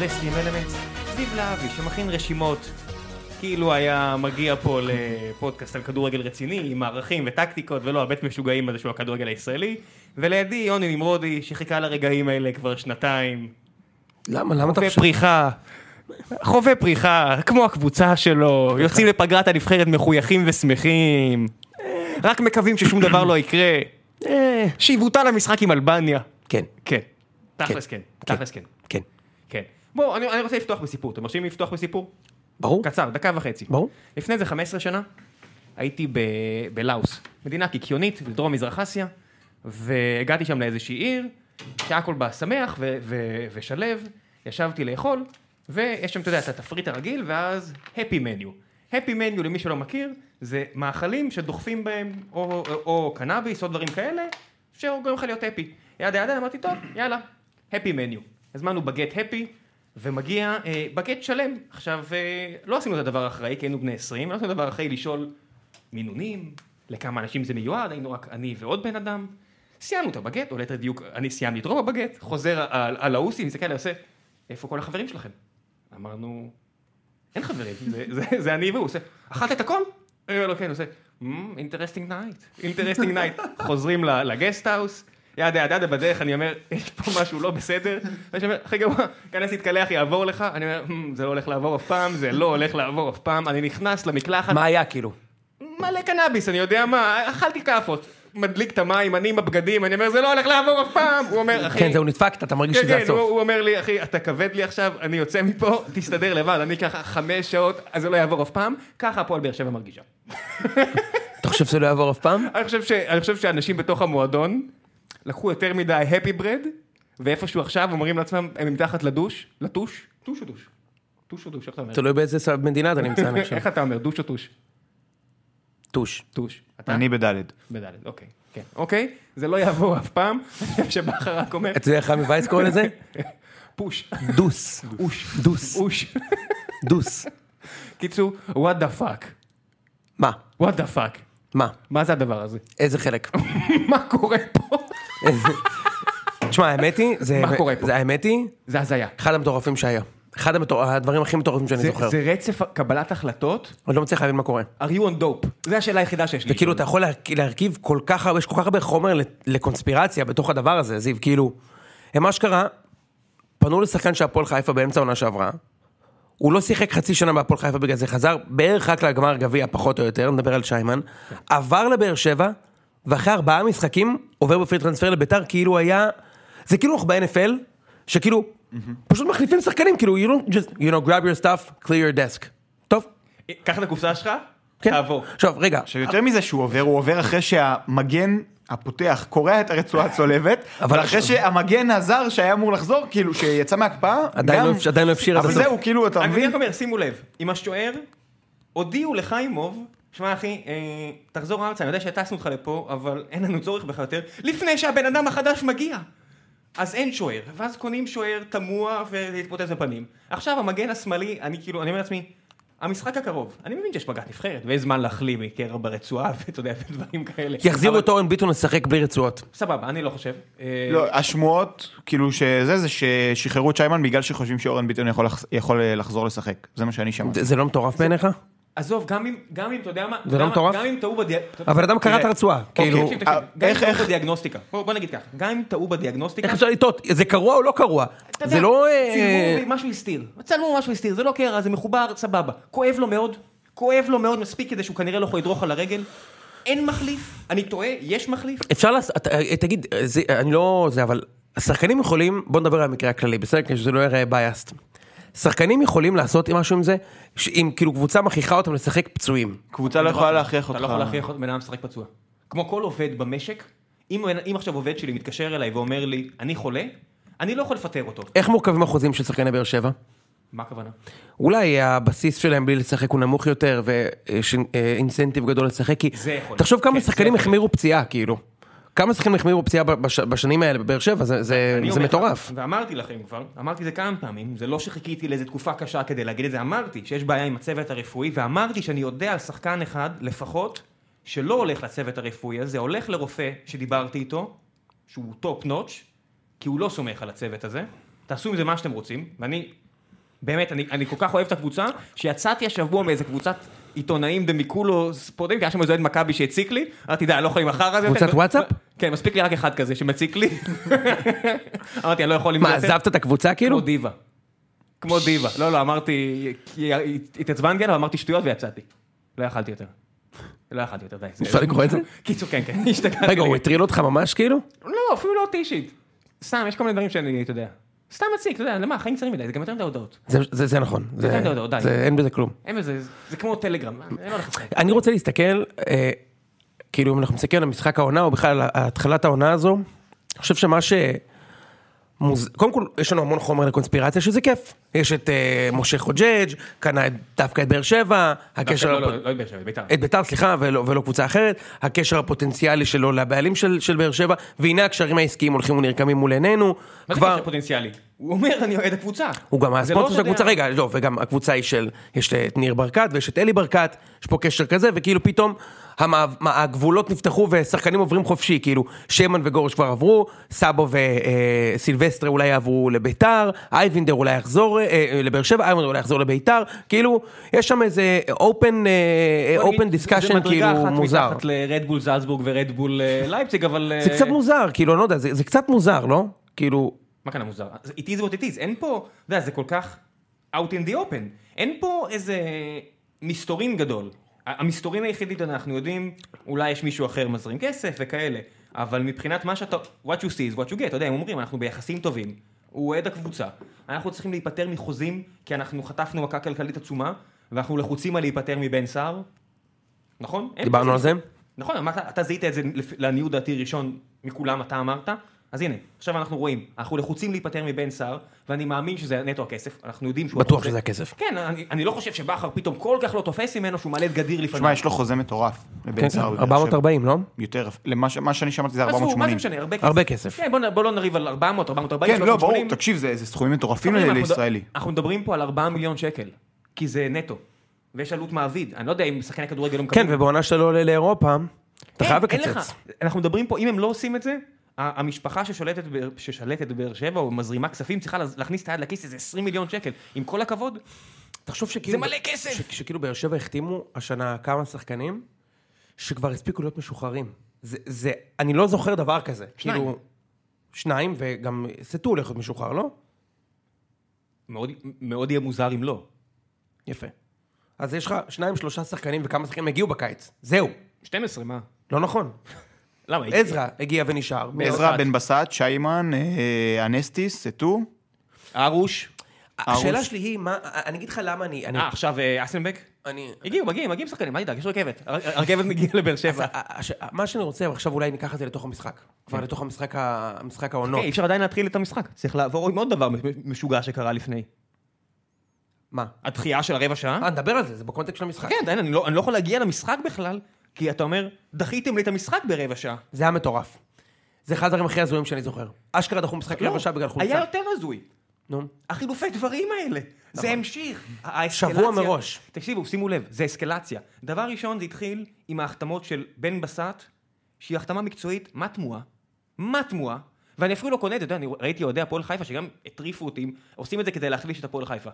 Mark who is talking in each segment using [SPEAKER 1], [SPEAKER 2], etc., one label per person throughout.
[SPEAKER 1] רסלינג אלמנטס, זיו להבי, שמכין רשימות, כאילו היה מגיע פה לפודקאסט על כדורגל רציני, עם מערכים וטקטיקות, ולא הבית משוגעים הזה שהוא הכדורגל הישראלי, ולידי יוני נמרודי, שחיכה לרגעים האלה כבר שנתיים,
[SPEAKER 2] למה, למה אתה
[SPEAKER 1] חווה
[SPEAKER 2] חושב?
[SPEAKER 1] פריחה. חווה פריחה, כמו הקבוצה שלו, יוצאים לפגרת הנבחרת מחויכים ושמחים, רק מקווים ששום דבר לא יקרה,
[SPEAKER 2] אה,
[SPEAKER 1] שיבוטל המשחק עם אלבניה.
[SPEAKER 2] כן,
[SPEAKER 1] כן, תכלס כן, תכלס כן,
[SPEAKER 2] כן.
[SPEAKER 1] כן. בואו, אני אני רוצה לפתוח בסיפור, אתם מרשים לי לפתוח בסיפור?
[SPEAKER 2] ברור?
[SPEAKER 1] קצר, דקה וחצי.
[SPEAKER 2] ברור.
[SPEAKER 1] לפני איזה 15 שנה, הייתי ב- בלאוס, מדינה קיקיונית, בדרום מזרח אסיה, והגעתי שם לאיזושהי עיר, שהיה הכל בה שמח ו- ו- ושלב, ישבתי לאכול, ויש שם, אתה יודע, את התפריט הרגיל, ואז happy menu. happy menu, למי שלא מכיר, זה מאכלים שדוחפים בהם או, או, או קנאביס או דברים כאלה, שגורם לך להיות happy. ידה ידה, אמרתי, טוב, יאללה, happy menu. הזמנו בגט happy, ומגיע אה, בגט שלם. עכשיו, אה, לא עשינו את הדבר האחראי, כי היינו בני 20, לא עשינו את הדבר האחראי לשאול מינונים, לכמה אנשים זה מיועד, היינו רק אני ועוד בן אדם. סיימנו את הבגט, או ליתר דיוק, אני סיימתי את רוב הבגט, חוזר ה- ה- הלאוסי, מסתכל עליי, עושה, איפה כל החברים שלכם? אמרנו, אין חברים, זה, זה, זה אני והוא, הוא עושה, אכלת את הכל? אה, לא, כן, הוא עושה, אינטרסטינג נייט, אינטרסטינג נייט. חוזרים ל- לגסטהאוס, ידה ידה ידה בדרך, אני אומר, יש פה משהו לא בסדר, ואני אומר, אחי גרוע, כנס להתקלח, יעבור לך, אני אומר, "מ, זה לא הולך לעבור אף פעם, זה לא הולך לעבור אף פעם, אני נכנס למקלחת,
[SPEAKER 2] מה היה כאילו?
[SPEAKER 1] מלא קנאביס, אני יודע מה, אכלתי כאפות. מדליק את המים, אני עם הבגדים, אני אומר, זה לא הולך לעבור אף פעם. הוא אומר, אחי,
[SPEAKER 2] כן, זהו, נדפקת, אתה מרגיש
[SPEAKER 1] כן,
[SPEAKER 2] שזה
[SPEAKER 1] כן, הוא,
[SPEAKER 2] הסוף.
[SPEAKER 1] הוא אומר לי, אחי, אתה כבד לי עכשיו, אני יוצא מפה, תסתדר לבד, אני ככה חמש שעות, אז זה לא יעבור אף פעם, ככה הפועל באר שבע מרגישה.
[SPEAKER 2] אתה חושב שזה לא יעבור אף פעם?
[SPEAKER 1] אני חושב, ש, אני חושב שאנשים בתוך המועדון לקחו יותר מדי happy bread, ואיפשהו עכשיו אומרים לעצמם, הם מתחת לדוש, לטוש, טוש או דוש? טוש או דוש, איך אתה אומר?
[SPEAKER 2] תלוי באיזה מדינה אתה נמצא, לא אני חושב.
[SPEAKER 1] איך אתה אומר, דוש או טוש?
[SPEAKER 2] טוש.
[SPEAKER 1] טוש. אתה?
[SPEAKER 2] אה?
[SPEAKER 3] אני בדלת.
[SPEAKER 1] בדלת, אוקיי. כן, אולי זה לא יעבור אף פעם, אני חושב שבכר רק אומר,
[SPEAKER 2] אתה יודע איך חמי וייס קורא לזה?
[SPEAKER 1] פוש,
[SPEAKER 2] דוס.
[SPEAKER 1] אוש,
[SPEAKER 2] דוס.
[SPEAKER 1] אוש.
[SPEAKER 2] דוס.
[SPEAKER 1] קיצור, what the fuck,
[SPEAKER 2] מה?
[SPEAKER 1] what the fuck.
[SPEAKER 2] מה?
[SPEAKER 1] מה זה הדבר הזה?
[SPEAKER 2] איזה חלק?
[SPEAKER 1] מה קורה פה?
[SPEAKER 2] תשמע, האמת היא, זה...
[SPEAKER 1] מה קורה פה?
[SPEAKER 2] זה האמת היא,
[SPEAKER 1] זה הזיה.
[SPEAKER 2] אחד המטורפים שהיה. אחד המטור- הדברים הכי מטורפים שאני
[SPEAKER 1] זה,
[SPEAKER 2] זוכר.
[SPEAKER 1] זה רצף קבלת החלטות,
[SPEAKER 2] עוד לא מצליח להבין מה קורה.
[SPEAKER 1] are you on dope? זו השאלה היחידה שיש לי.
[SPEAKER 2] וכאילו אתה יכול להרכ- להרכיב כל כך הרבה, יש כל כך הרבה חומר לת- לקונספירציה בתוך הדבר הזה, זיו, כאילו, הם אשכרה, פנו לשחקן של הפועל חיפה באמצע העונה שעברה, הוא לא שיחק חצי שנה בהפועל חיפה בגלל זה, חזר בערך רק לגמר גביע, פחות או יותר, נדבר על שיימן, עבר לבאר שבע, ואחרי ארבעה משחקים עובר בפרי טרנספר לביתר, כאילו היה, זה כאילו אנחנו ב-NFL, שכאילו, פשוט מחליפים שחקנים, כאילו, you don't just, you know, grab your stuff, clear your desk. טוב,
[SPEAKER 1] קח את הקופסה שלך,
[SPEAKER 2] כן.
[SPEAKER 1] תעבור.
[SPEAKER 2] עכשיו, רגע,
[SPEAKER 3] עכשיו יותר מזה שהוא עובר, הוא עובר אחרי שהמגן הפותח קורע את הרצועה הצולבת,
[SPEAKER 2] אבל
[SPEAKER 3] אבל אחרי
[SPEAKER 2] עכשיו-
[SPEAKER 3] שהמגן הזר שהיה אמור לחזור, כאילו שיצא מהקפאה,
[SPEAKER 2] עדיין
[SPEAKER 3] גם-
[SPEAKER 2] לא אפשר- עדיין לא הפשיר עד
[SPEAKER 3] אבל
[SPEAKER 2] הסוף.
[SPEAKER 3] זהו, כאילו, אתה
[SPEAKER 1] אני
[SPEAKER 3] מבין?
[SPEAKER 1] רק אומר, שימו לב, עם השוער, הודיעו לחיימוב, שמע אחי, אה, תחזור ארצה, אני יודע שטסנו אותך לפה, אבל אין לנו צורך בך יותר, לפני שהבן אדם החדש מגיע. אז אין שוער, ואז קונים שוער תמוה ולהתפוצץ בפנים. עכשיו המגן השמאלי, אני כאילו, אני אומר לעצמי, המשחק הקרוב, אני מבין שיש מגעת נבחרת, ויש זמן להחלים מקרע ברצועה, ואתה יודע, ודברים כאלה.
[SPEAKER 2] יחזירו
[SPEAKER 1] אבל-
[SPEAKER 2] את אורן ביטון לשחק בלי רצועות.
[SPEAKER 1] סבבה, אני לא חושב. אה,
[SPEAKER 3] לא, השמועות, כאילו שזה, זה ששחררו את שיימן בגלל שחושבים שאורן ביטון יכול לחז- יכול אה, לחזור לשחק. זה מה שאני שמעתי.
[SPEAKER 2] זה לא מטורף בעיניך?
[SPEAKER 1] עזוב, גם אם, גם אם, אתה יודע מה, אתה
[SPEAKER 2] זה
[SPEAKER 1] יודע
[SPEAKER 2] לא
[SPEAKER 1] מה,
[SPEAKER 2] מטורף?
[SPEAKER 1] גם אם טעו בדיאגנוסטיקה,
[SPEAKER 2] הבן אדם קרע את הרצועה, כאילו,
[SPEAKER 1] אוקיי, תקשיב, תקשיב,
[SPEAKER 3] אה,
[SPEAKER 1] גם אם
[SPEAKER 3] איך-
[SPEAKER 1] טעו
[SPEAKER 3] איך-
[SPEAKER 1] בדיאגנוסטיקה, בוא, בוא נגיד ככה, גם אם טעו בדיאגנוסטיקה,
[SPEAKER 2] איך אפשר לטעות? זה קרוע או לא קרוע?
[SPEAKER 1] אתה יודע,
[SPEAKER 2] זה לא... אה,
[SPEAKER 1] צילמו משהו הסתיר, צלמו משהו הסתיר, זה לא קרע, זה מחובר, סבבה, כואב לו מאוד, כואב לו מאוד מספיק כדי שהוא כנראה לא יכול לדרוך על הרגל, אין מחליף, אני טועה, יש מחליף,
[SPEAKER 2] אפשר לעשות... אתה- אה, תגיד, אה, זה- אני לא... זה, אבל... השחקנים יכולים... בוא נדבר על המקרה הכללי, בסדר? כדי שזה לא יראה biased. שחקנים יכולים לעשות משהו עם זה, ש- אם כאילו קבוצה מכריחה אותם לשחק פצועים.
[SPEAKER 3] קבוצה לא יכולה להכריח אותך.
[SPEAKER 1] אתה לא יכול להכריח בן אדם לשחק פצוע. כמו כל עובד במשק, אם, אם עכשיו עובד שלי מתקשר אליי ואומר לי, אני חולה, אני לא יכול לפטר אותו.
[SPEAKER 2] איך מורכבים החוזים של שחקני באר שבע?
[SPEAKER 1] מה הכוונה?
[SPEAKER 2] אולי הבסיס שלהם בלי לשחק הוא נמוך יותר, ויש אה, אינסנטיב גדול לשחק, כי...
[SPEAKER 1] זה יכול.
[SPEAKER 2] תחשוב כמה
[SPEAKER 1] כן, זה
[SPEAKER 2] שחקנים
[SPEAKER 1] יכול.
[SPEAKER 2] החמירו פציעה, כאילו. כמה שחקנים החמירו פציעה בש- בשנים האלה בבאר שבע, זה- זה
[SPEAKER 1] אני
[SPEAKER 2] זה
[SPEAKER 1] אומר
[SPEAKER 2] מטורף.
[SPEAKER 1] לך, ואמרתי לכם כבר, אמרתי את זה כמה פעמים, זה לא שחיכיתי לאיזו תקופה קשה כדי להגיד את זה, אמרתי שיש בעיה עם הצוות הרפואי, ואמרתי שאני יודע על שחקן אחד, לפחות, שלא הולך לצוות הרפואי הזה, הולך לרופא שדיברתי איתו, שהוא טופ נוטש, כי הוא לא סומך על הצוות הזה, תעשו עם זה מה שאתם רוצים, ואני באמת, אני, אני כל כך אוהב את הקבוצה, שיצאתי השבוע מאיזה קבוצת עיתונאים דמיקולו ספורטים, כי היה שם איזה אוהד מכבי שהציק לי, אמרתי, די, אני לא יכול עם החרא הזה. יותר."
[SPEAKER 2] קבוצת וואטסאפ?
[SPEAKER 1] כן, מספיק לי רק אחד כזה שמציק לי. אמרתי, אני לא יכול עם
[SPEAKER 2] מה,
[SPEAKER 1] יותר."
[SPEAKER 2] עזבת את הקבוצה כאילו?
[SPEAKER 1] כמו דיבה. כמו דיבה. לא, לא, אמרתי, כי התעצבנתי עליו, אמרתי שטויות ויצאתי. לא יכלתי יותר. לא יכלתי יותר, די. זה-
[SPEAKER 2] אפשר לקרוא את זה?
[SPEAKER 1] קיצור, כן, כן, השתגעתי.
[SPEAKER 2] רגע, הוא הטריל אותך ממש כאילו?
[SPEAKER 1] לא, אפילו לא אותי אישית. סתם, יש כל מיני דברים שאני, אתה יודע. סתם מציק, אתה יודע, למה, החיים קצרים מדי, זה גם יותר מדי הודעות.
[SPEAKER 2] זה- זה זה נכון. זה-
[SPEAKER 1] כן, לא, לא, די.
[SPEAKER 2] זה- אין בזה כלום.
[SPEAKER 1] אין בזה, זה- זה כמו טלגרם. אין מה לחפש.
[SPEAKER 2] אני רוצה להסתכל, אה, כאילו אם אנחנו מסתכלים על משחק העונה, או בכלל על התחלת העונה הזו, אני חושב שמה ש... מוז... קודם כל, יש לנו המון חומר לקונספירציה, שזה כיף. יש את אה, משה חוג'ג', קנה את, דווקא את באר שבע, הקשר...
[SPEAKER 1] לא,
[SPEAKER 2] הפ-
[SPEAKER 1] לא, לא את באר שבע, את ביתר.
[SPEAKER 2] את ביתר, סליחה, ולא, ולא קבוצה אחרת, הקשר הפוטנציאלי שלו לבעלים של, של באר שבע, והנה הקשרים העסקיים הולכים ונרקמים מול עינינו,
[SPEAKER 1] מה זה
[SPEAKER 2] כבר,
[SPEAKER 1] קשר פוטנציאלי? הוא אומר, אני אוהד הקבוצה.
[SPEAKER 2] הוא גם
[SPEAKER 1] זה לא
[SPEAKER 2] הספונסר של
[SPEAKER 1] שאתה יודע-
[SPEAKER 2] הקבוצה, רגע, לא, וגם הקבוצה היא של, יש את ניר ברקת ויש את אלי ברקת, יש פה קשר כזה, וכאילו פתאום המע- מה- הגבולות נפתחו ושחקנים עוברים חופשי, כאילו שמן וגורש כבר עברו, סאבו וסילבסטרה אולי יעברו לביתר, אייבינדר אולי יחזור אה, אה, לבאר שבע, אייבינדר אולי יחזור לביתר, כאילו, יש שם איזה open, אה,
[SPEAKER 1] בוא נגיד,
[SPEAKER 2] open discussion כאילו
[SPEAKER 1] זה מדרגה
[SPEAKER 2] מוזר.
[SPEAKER 1] אחת מתחת לרדבול זלצבורג ורדבול אה, לייפציג, אבל...
[SPEAKER 2] זה
[SPEAKER 1] אה,
[SPEAKER 2] קצת מוזר, כאילו, אני לא יודע, זה זה קצת מוזר, לא? כאילו,
[SPEAKER 1] מה כאן המוזר? It is what it is, אין פה, אתה יודע, זה כל כך out in the open. אין פה איזה מסתורין גדול. ה- המסתורין היחידי שאנחנו יודעים, אולי יש מישהו אחר מזרים כסף וכאלה, אבל מבחינת מה שאתה, what you see is what you get, אתה יודע, הם אומרים, אנחנו ביחסים טובים, הוא אוהד הקבוצה, אנחנו צריכים להיפטר מחוזים, כי אנחנו חטפנו מכה כלכלית עצומה, ואנחנו לחוצים על להיפטר מבן סער, נכון? אין
[SPEAKER 2] דיברנו
[SPEAKER 1] פה-
[SPEAKER 2] על זה?
[SPEAKER 1] נכון, אמרת, אתה זיהית את זה לפ- לעניות דעתי ראשון מכולם, אתה אמרת, אז הנה, עכשיו אנחנו רואים, אנחנו לחוצים להיפטר מבן סער, ואני מאמין שזה נטו הכסף, אנחנו יודעים שהוא...
[SPEAKER 2] בטוח
[SPEAKER 1] החוזה.
[SPEAKER 2] שזה הכסף.
[SPEAKER 1] כן, אני, אני לא חושב שבכר פתאום כל כך לא תופס ממנו שהוא מעלה את גדיר לפניו.
[SPEAKER 3] תשמע, יש לו חוזה מטורף לבן
[SPEAKER 2] כן,
[SPEAKER 3] סער. בבאר שבע.
[SPEAKER 2] 440, לא?
[SPEAKER 3] יותר, למה ש- מה שאני שמעתי זה
[SPEAKER 1] עזבו, מה זה
[SPEAKER 3] 480.
[SPEAKER 1] משנה, הרבה כסף.
[SPEAKER 2] הרבה כסף.
[SPEAKER 1] כן, בוא, נ- בוא לא נריב על 400, 440,
[SPEAKER 3] כן, לא,
[SPEAKER 1] 380.
[SPEAKER 3] ברור, תקשיב, זה זה סכומים מטורפים
[SPEAKER 1] חברים,
[SPEAKER 3] ל-
[SPEAKER 1] אנחנו-
[SPEAKER 3] לישראלי.
[SPEAKER 1] אנחנו מדברים פה על 4 מיליון שקל, כי זה נטו, ויש עלות מעביד, אני לא יודע אם שחקני כדורגל לא
[SPEAKER 2] כן,
[SPEAKER 1] מקבלים.
[SPEAKER 2] ובעונה שאתה לא עולה לאירופה, אתה
[SPEAKER 1] אין,
[SPEAKER 2] חייב
[SPEAKER 1] אין
[SPEAKER 2] לקצץ.
[SPEAKER 1] לך. אנחנו מדברים פה, אם הם לא עושים את זה, ה- המשפחה ששולטת, באר- ששלטת בבאר שבע או מזרימה כספים צריכה לה- להכניס את היד לכיס איזה 20 מיליון שקל. עם כל הכבוד,
[SPEAKER 2] תחשוב שכאילו...
[SPEAKER 1] זה מלא כסף!
[SPEAKER 2] ש- שכאילו באר שבע החתימו השנה כמה שחקנים שכבר הספיקו להיות משוחררים. זה, זה, אני לא זוכר דבר כזה.
[SPEAKER 1] שניים.
[SPEAKER 2] כאילו, שניים, וגם סטו הולך להיות משוחרר, לא?
[SPEAKER 1] מאוד- מאוד יהיה מוזר אם לא.
[SPEAKER 2] יפה. אז יש לך שניים, שלושה שחקנים וכמה שחקנים הגיעו בקיץ. זהו.
[SPEAKER 1] 12, מה?
[SPEAKER 2] לא נכון.
[SPEAKER 1] למה?
[SPEAKER 2] עזרא הגיע ונשאר.
[SPEAKER 3] עזרא בן בסט, שיימן, אה, אנסטיס, סטו.
[SPEAKER 1] ארוש.
[SPEAKER 2] השאלה
[SPEAKER 3] ארוש.
[SPEAKER 2] שלי היא, מה, אני אגיד לך למה אני... אני,
[SPEAKER 1] אה, עכשיו אה, אסנבק?
[SPEAKER 2] אני
[SPEAKER 1] הגיעו, מגיעים, מגיעים שחקנים, מה ידאג, יש רכבת. הר- הרכבת מגיעה לבאר שבע.
[SPEAKER 2] הש- מה שאני רוצה, ועכשיו אולי ניקח את זה לתוך המשחק. כבר לתוך המשחק ה- המשחק
[SPEAKER 1] כן,
[SPEAKER 2] העונות.
[SPEAKER 1] אי אפשר עדיין להתחיל את המשחק. צריך לעבור עם עוד דבר משוגע שקרה לפני.
[SPEAKER 2] מה?
[SPEAKER 1] הדחייה של הרבע שעה?
[SPEAKER 2] אה, נדבר על זה, זה בקונטקסט של המשחק.
[SPEAKER 1] כן, עדיין, אני לא אני לא יכול להגיע למשחק בכלל, כי אתה אומר, דחיתם לי את המשחק ברבע שעה.
[SPEAKER 2] זה היה מטורף. זה אחד הדברים הכי הזויים שאני זוכר. אשכרה דחו משחק
[SPEAKER 1] לא,
[SPEAKER 2] רבע שעה בגלל חולצה.
[SPEAKER 1] היה יותר הזוי.
[SPEAKER 2] נו.
[SPEAKER 1] החילופי דברים האלה. זה המשיך. האסקלציה-
[SPEAKER 2] נכון. שבוע מראש.
[SPEAKER 1] תקשיבו, שימו לב, זה אסקלציה. דבר ראשון, זה התחיל עם ההחתמות של בן בסט, שהיא החתמה מקצועית, מה תמוה? מה תמוה? ואני אפילו לא קונה את זה, אתה יודע, אני ראיתי אוהדי הפועל חיפה שגם הטריפו אותי, עושים את זה כדי להחליש את הפועל חיפה.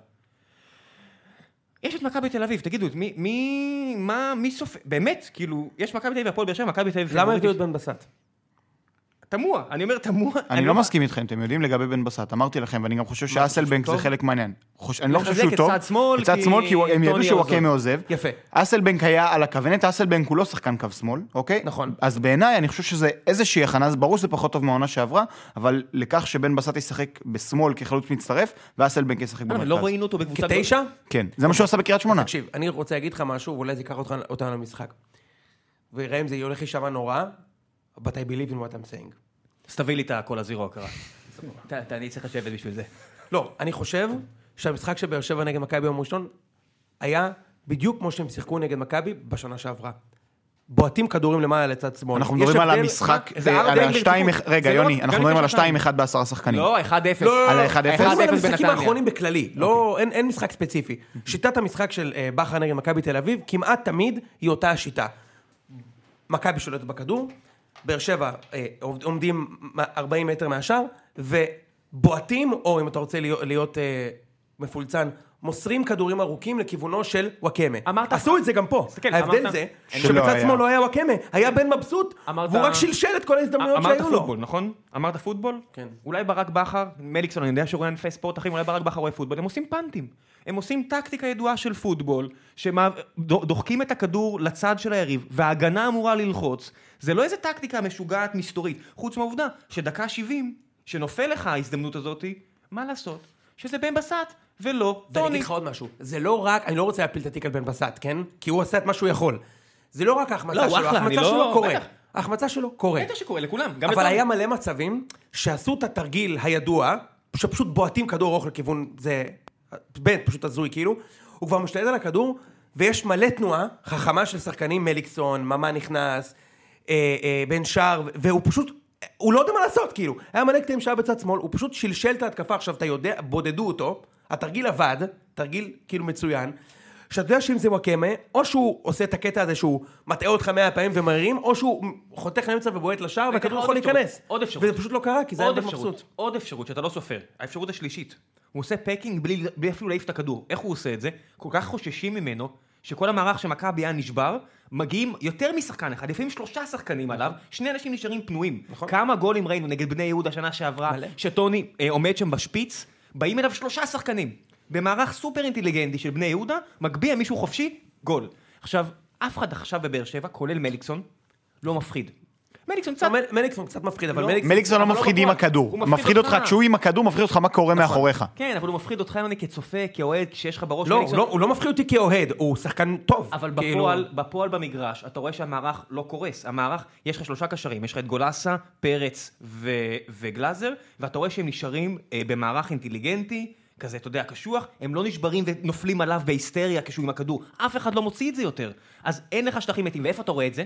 [SPEAKER 1] יש את מכבי תל אביב, תגידו, את מי, מי, מה, מי סופר, באמת, כאילו, יש מכבי תל אביב והפועל באר שבע, מכבי תל אביב...
[SPEAKER 2] למה הביאו את בן בסט?
[SPEAKER 1] תמוה, אני אומר תמוה.
[SPEAKER 3] אני לא מסכים איתכם, אתם יודעים לגבי בן בסט, אמרתי לכם, ואני גם חושב שאסלבנק זה
[SPEAKER 2] טוב?
[SPEAKER 3] חלק מהעניין. חוש- אני לא חושב
[SPEAKER 1] לחזק
[SPEAKER 3] שהוא
[SPEAKER 1] את
[SPEAKER 3] טוב.
[SPEAKER 1] צד שמאל,
[SPEAKER 3] צד
[SPEAKER 1] כי
[SPEAKER 3] שמאל, כי הוא- הם ידעו
[SPEAKER 1] טוני
[SPEAKER 3] שהוא
[SPEAKER 1] יעזוב.
[SPEAKER 3] הקמא עוזב.
[SPEAKER 2] יפה.
[SPEAKER 3] אסלבנק היה על הכוונת, אסלבנק הוא לא שחקן קו שמאל, אוקיי?
[SPEAKER 2] נכון.
[SPEAKER 3] אז בעיניי, אני חושב שזה איזושהי הכנה, אז ברור שזה פחות טוב מהעונה שעברה, אבל לכך שבן בסט ישחק בשמאל כחלוץ מצטרף, ואסלבנק ישחק
[SPEAKER 1] למה, לא
[SPEAKER 3] במרכז.
[SPEAKER 1] ראינו אותו בקבוצה...
[SPEAKER 2] כתשע?
[SPEAKER 3] כן, זה מה שהוא עשה בקריית
[SPEAKER 1] אה.
[SPEAKER 3] שמונה.
[SPEAKER 2] תקשיב, אני רוצה להגיד לך משהו, ואולי זה ייקח אותך- אותנו למשחק. ונראה אם זה הולך להישמע נורא, but I believe in what I'm saying.
[SPEAKER 1] אז תביא לי את הקול הזירו הקרה. אני צריך לשבת בשביל זה.
[SPEAKER 2] לא, אני חושב שהמשחק של באר שבע נגד מכבי ביום ראשון היה בדיוק כמו שהם שיחקו נגד מכבי בשנה שעברה. בועטים כדורים למעלה לצד שמאל.
[SPEAKER 3] אנחנו
[SPEAKER 2] יש
[SPEAKER 3] מדברים על
[SPEAKER 2] הבדל-
[SPEAKER 3] המשחק,
[SPEAKER 1] זה
[SPEAKER 3] אה,
[SPEAKER 1] ארבע
[SPEAKER 3] על
[SPEAKER 1] די
[SPEAKER 3] ה-2-1,
[SPEAKER 1] ברציפות.
[SPEAKER 3] רגע,
[SPEAKER 1] זה לא-
[SPEAKER 3] יוני,
[SPEAKER 1] גם
[SPEAKER 3] אנחנו
[SPEAKER 1] לפני
[SPEAKER 3] מדברים על
[SPEAKER 1] שנתיים.
[SPEAKER 3] ה-2-1 בעשרה שחקנים.
[SPEAKER 1] לא, 1-0.
[SPEAKER 3] לא, לא. על ה- 1-0?
[SPEAKER 2] מדברים על
[SPEAKER 1] 1-0
[SPEAKER 2] המשחקים
[SPEAKER 1] בנתניה. אמ, אוקיי.
[SPEAKER 2] האחרונים בכללי, לא, אין, אין משחק ספציפי. שיטת המשחק של אה, בכר נגד מכבי תל אביב, כמעט תמיד היא אותה השיטה. מכבי שולטת בכדור, באר שבע אה, עובד- עומדים מ- 40 מטר מהשאר, ובועטים, או אם אתה רוצה להיות, להיות אה, מפולצן, מוסרים כדורים ארוכים לכיוונו של וואקמה.
[SPEAKER 1] אמרת-
[SPEAKER 2] עשו את זה גם פה.
[SPEAKER 1] תסתכל,
[SPEAKER 2] ההבדל
[SPEAKER 1] אמרת-
[SPEAKER 2] זה
[SPEAKER 3] שלא
[SPEAKER 2] שבצד
[SPEAKER 3] היה.
[SPEAKER 2] שמאל לא היה וואקמה, היה בן מבסוט,
[SPEAKER 1] אמרת-
[SPEAKER 2] והוא רק שלשל את כל ההזדמנויות
[SPEAKER 1] אמרת
[SPEAKER 2] שהיו לו.
[SPEAKER 1] פוטבול, נכון? אמרת פוטבול?
[SPEAKER 2] כן.
[SPEAKER 1] אולי ברק בכר, מליקסון, אני יודע שהוא רואה ענפי ספורט אחרים, אולי ברק בכר רואה פוטבול, הם עושים פאנטים. הם עושים טקטיקה ידועה של פוטבול, שדוחקים את הכדור לצד של היריב, וההגנה אמורה ללחוץ. זה לא איזה טקטיקה משוגעת מסתורית, חוץ מהעובדה שדקה 70, שנופל לך ההזדמנות הזאת, מה לעשות? שזה בן בסט ולא
[SPEAKER 2] ואני אגיד
[SPEAKER 1] טוני.
[SPEAKER 2] לך עוד משהו, זה לא רק, אני לא רוצה להפיל את התיק על בן בסט, כן? כי הוא עשה את מה שהוא יכול. זה לא רק
[SPEAKER 1] לא,
[SPEAKER 2] ההחמצה
[SPEAKER 1] הוא
[SPEAKER 2] שלו,
[SPEAKER 1] אחלה, אני
[SPEAKER 2] ההחמצה
[SPEAKER 1] לא-
[SPEAKER 2] שלו קורה.
[SPEAKER 1] בטח.
[SPEAKER 2] ההחמצה שלו קורה.
[SPEAKER 1] בטח שקורה לכולם, גם
[SPEAKER 2] אבל
[SPEAKER 1] לטוני.
[SPEAKER 2] היה מלא מצבים שעשו את התרגיל הידוע, שפשוט בועטים כדור אורך לכיוון, זה באמת פשוט הזוי כאילו, הוא כבר משתלט על הכדור, ויש מלא תנועה חכמה של שחקנים, מליקסון, ממה נכנס, אה, אה, בן שער, והוא פשוט, הוא לא יודע מה לעשות כאילו, היה מלא קטעים שהיה בצד שמאל, הוא פשוט שלשל את ההתקפה, עכשיו אתה יודע, בודדו אותו, התרגיל עבד, תרגיל כאילו מצוין. שאתה יודע שאם זה וואקמה, או שהוא עושה את הקטע הזה שהוא מטעה אותך מאה פעמים ומרים, או שהוא חותך לאמצע ובועט לשער,
[SPEAKER 1] אני אתן לך
[SPEAKER 2] והכדור
[SPEAKER 1] עוד
[SPEAKER 2] יכול
[SPEAKER 1] אפשרות,
[SPEAKER 2] להיכנס.
[SPEAKER 1] עוד אפשרות.
[SPEAKER 2] וזה פשוט לא קרה, כי זה היה
[SPEAKER 1] עוד
[SPEAKER 2] בן
[SPEAKER 1] אפשרות,
[SPEAKER 2] מבסוט.
[SPEAKER 1] עוד אפשרות שאתה לא סופר, האפשרות השלישית. הוא עושה פקינג בלי, בלי אפילו להעיף את הכדור. איך הוא עושה את זה? כל כך חוששים ממנו, שכל המערך של מכבי היה נשבר, מגיעים יותר משחקן אחד, לפעמים שלושה שחקנים עליו, שני אנשים נשארים פנויים.
[SPEAKER 2] נכון.
[SPEAKER 1] כמה גולים ראינו נגד בני יהודה שנה שעברה,
[SPEAKER 2] מלא.
[SPEAKER 1] שטוני אה, עומד שם בשפיץ, באים אליו שלושה שחקנים. במערך סופר אינטליגנטי של בני יהודה, מגביה מישהו חופשי, גול. עכשיו, אף אחד עכשיו בבאר שבע, כולל מליקסון, לא מפחיד. מליקסון קצת...
[SPEAKER 2] מל- מליקסון קצת מפחיד, אבל
[SPEAKER 1] לא.
[SPEAKER 2] מליקסון...
[SPEAKER 3] מליקסון לא
[SPEAKER 1] אבל לא
[SPEAKER 3] מפחיד עם
[SPEAKER 1] בטוח.
[SPEAKER 3] הכדור.
[SPEAKER 1] הוא
[SPEAKER 3] הוא
[SPEAKER 1] מפחיד
[SPEAKER 3] מפחיד אותך, נכון.
[SPEAKER 1] אותך.
[SPEAKER 3] כשהוא עם הכדור, מפחיד אותך מה קורה מאחוריך.
[SPEAKER 1] כן, אבל הוא מפחיד אותך, יוני, כצופה, כאוהד, כשיש לך בראש
[SPEAKER 2] לא, הוא
[SPEAKER 1] מליקסון.
[SPEAKER 2] לא- הוא לא מפחיד אותי כאוהד, הוא שחקן טוב.
[SPEAKER 1] אבל
[SPEAKER 2] כאילו.
[SPEAKER 1] בפועל, בפועל במגרש, אתה רואה שהמערך לא קורס. המערך, יש לך שלושה קשרים, יש לך את גולסה, פרץ ו- וגלאזר, ואתה רואה שהם נשארים אה, במערך אינטליגנטי, כזה, אתה יודע, קשוח, הם לא נשברים ונופלים עליו בהיסטריה כשהוא עם הכדור. אף אחד לא מוציא את זה יותר. אז אין לך שטחים מתים, ואיפה אתה רואה את זה?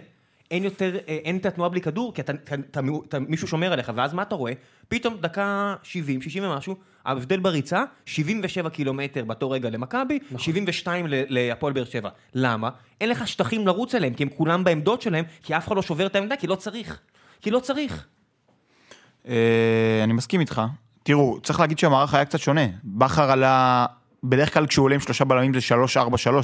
[SPEAKER 1] אין יותר, אה, אין את התנועה בלי כדור, כי אתה, אתה, אתה, אתה, מישהו שומר עליך, ואז מה אתה רואה? פתאום דקה 70, 60 ומשהו, ההבדל בריצה, 77 קילומטר באותו רגע למכבי, נכון. 72 ל- להפועל באר שבע. למה? אין לך שטחים לרוץ אליהם, כי הם כולם בעמדות שלהם, כי אף אחד לא שובר את העמדה, כי לא צריך. כי לא צריך.
[SPEAKER 3] אה, אני מסכים איתך. תראו, צריך להגיד שהמערך היה קצת שונה. בכר עלה, בדרך כלל כשהוא עולה עם שלושה בלמים זה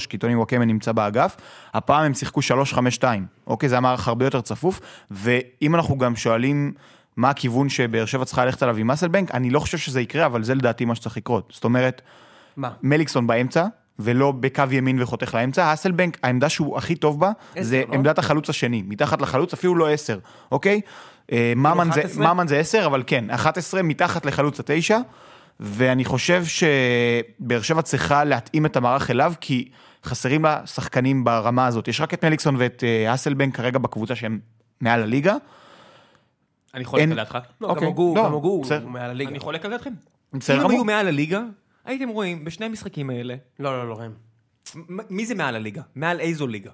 [SPEAKER 3] 3-4-3, כי טוני וואקמה נמצא באגף. הפעם הם שיחקו 3-5-2. אוקיי, זה היה מערך הרבה יותר צפוף, ואם אנחנו גם שואלים... מה הכיוון שבאר שבע צריכה ללכת עליו עם מסלבנק, אני לא חושב שזה יקרה, אבל זה לדעתי מה שצריך לקרות. זאת אומרת,
[SPEAKER 2] מה?
[SPEAKER 3] מליקסון באמצע, ולא בקו ימין וחותך לאמצע. האסלבנק, העמדה שהוא הכי טוב בה,
[SPEAKER 2] עשר,
[SPEAKER 3] זה
[SPEAKER 2] לא?
[SPEAKER 3] עמדת החלוץ השני, מתחת לחלוץ, אפילו לא עשר, אוקיי? אה,
[SPEAKER 1] לא,
[SPEAKER 3] ממן זה-
[SPEAKER 2] 11?
[SPEAKER 3] ממן זה עשר, אבל כן, 11 מתחת לחלוץ התשע, ואני חושב שבאר שבע צריכה להתאים את המערך אליו, כי חסרים לה שחקנים ברמה הזאת. יש רק את מליקסון ואת אה, האסלבנק כרגע בקבוצה שהם מעל הליגה.
[SPEAKER 1] אני חולק
[SPEAKER 3] אין-
[SPEAKER 1] על דעתך.
[SPEAKER 2] לא, גם
[SPEAKER 3] אוקיי,
[SPEAKER 2] הוגו,
[SPEAKER 3] לא,
[SPEAKER 2] גם הוגו, הוא
[SPEAKER 3] בסדר.
[SPEAKER 2] מעל הליגה.
[SPEAKER 1] אני חולק על דעתכם.
[SPEAKER 3] בסדר
[SPEAKER 1] אם
[SPEAKER 3] גמור.
[SPEAKER 1] היו מעל הליגה, הייתם רואים בשני המשחקים האלה,
[SPEAKER 2] לא, לא, לא, ראם.
[SPEAKER 1] מ- מי זה מעל הליגה? מעל איזו ליגה?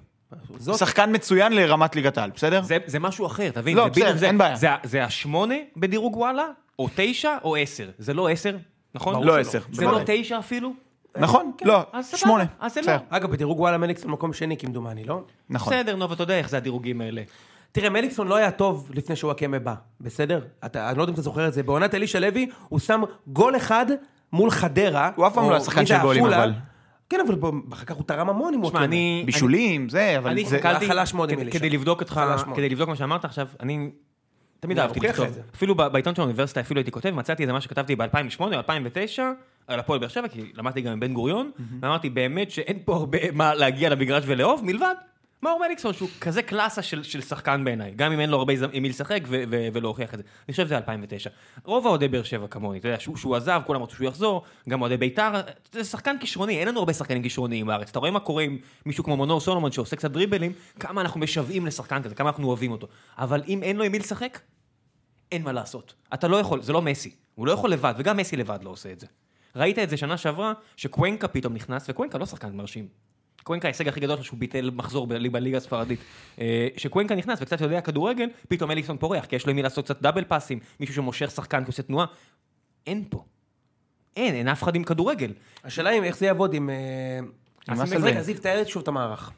[SPEAKER 2] זאת,
[SPEAKER 3] שחקן מצוין לרמת ליגת העל, בסדר?
[SPEAKER 1] זה, זה משהו אחר, תבין.
[SPEAKER 3] לא,
[SPEAKER 1] זה בדיוק
[SPEAKER 3] בסדר,
[SPEAKER 1] זה,
[SPEAKER 3] אין בעיה.
[SPEAKER 1] זה, ה- זה השמונה בדירוג וואלה, או תשע, או עשר. זה לא עשר, נכון?
[SPEAKER 3] לא עשר,
[SPEAKER 1] זה
[SPEAKER 3] בוודאי.
[SPEAKER 1] לא תשע אפילו?
[SPEAKER 3] נכון? לא,
[SPEAKER 1] כן, אז סבבה,
[SPEAKER 3] שמונה.
[SPEAKER 1] אז זה לא.
[SPEAKER 3] בסדר,
[SPEAKER 2] אגב, בדירוג וואלה מליקסון מקום שני כמדומני, לא?
[SPEAKER 3] נכון.
[SPEAKER 1] בסדר, נו, אבל אתה יודע איך זה הדירוגים האלה.
[SPEAKER 2] תראה, מליקסון לא היה טוב לפני שוואקמה בא, בסדר? אתה, אני לא יודע אם אתה זוכר את זה. בעונת אלישע לוי, הוא שם גול אחד מול חדרה.
[SPEAKER 3] הוא אף פעם
[SPEAKER 2] או
[SPEAKER 3] לא היה שחקן
[SPEAKER 2] מי זה,
[SPEAKER 3] של גולים,
[SPEAKER 2] עפולה.
[SPEAKER 3] אבל.
[SPEAKER 2] כן, אבל בוא, אחר כך הוא תרם המון עם
[SPEAKER 1] תשמע,
[SPEAKER 2] וואקמה.
[SPEAKER 1] אני...
[SPEAKER 3] בישולים, זה,
[SPEAKER 1] אני
[SPEAKER 3] אבל זה...
[SPEAKER 1] הסתכלתי...
[SPEAKER 2] היה חלש מאוד עם
[SPEAKER 1] כדי-
[SPEAKER 2] אלישע.
[SPEAKER 1] כדי לבדוק אותך,
[SPEAKER 2] חלש מאוד.
[SPEAKER 1] כדי לבדוק מה שאמרת עכשיו, אני... תמיד
[SPEAKER 2] אני
[SPEAKER 1] אהבתי
[SPEAKER 2] מוכיח לך
[SPEAKER 1] לכתוב.
[SPEAKER 2] את זה.
[SPEAKER 1] אפילו ב- בעיתון של האוניברסיטה אפילו הייתי כותב, מצאתי איזה מה שכתבתי ב-2008 או 2009 על הפועל באר שבע, כי למדתי גם עם בן גוריון, ואמרתי באמת שאין פה הרבה מה להגיע למגרש ולאהוב, מלבד מאור מליקסון, שהוא כזה קלאסה של, של שחקן בעיניי, גם אם אין לו הרבה ז- עם מי לשחק ו- ו- ולהוכיח את זה. אני חושב שזה 2009. רוב האוהדי באר שבע כמוני, אתה יודע, שהוא, שהוא עזב, כולם רצו שהוא יחזור, גם אוהדי בית"ר, זה שחקן כישרוני, אין לנו הרבה שחקנים כישרוניים בארץ. אתה רואה מה קורה עם מישהו כמו מנור סולומון שעושה קצת דריבלים, כמה אנחנו משוועים לשחקן כזה, כמה אנחנו אוהבים אותו. אבל אם אין לו עם מי לשחק, אין מה לעשות. אתה לא יכול, זה לא מסי. הוא לא יכול לבד, וגם מסי לבד לא עושה את זה. ראית את זה שנה שעברה, שקוונקה פתאום נכנס, וקוונקה לא שחקן מרשים. קוונקה ההישג הכי גדול שלו שהוא ביטל מחזור ב- בליגה הספרדית. אה, שקוונקה נכנס וקצת יודע כדורגל, פתאום אליקסון פורח, כי יש לו עם מי לעשות קצת דאבל פאסים, מישהו שמושך שחקן כי עושה תנועה. אין פה. אין, אין אף אחד עם כדורגל.
[SPEAKER 2] השאלה היא איך זה יעבוד עם... אה,
[SPEAKER 1] אז
[SPEAKER 2] אז
[SPEAKER 1] מסלבן.
[SPEAKER 2] רגע, זיו, תאר שוב את המערך.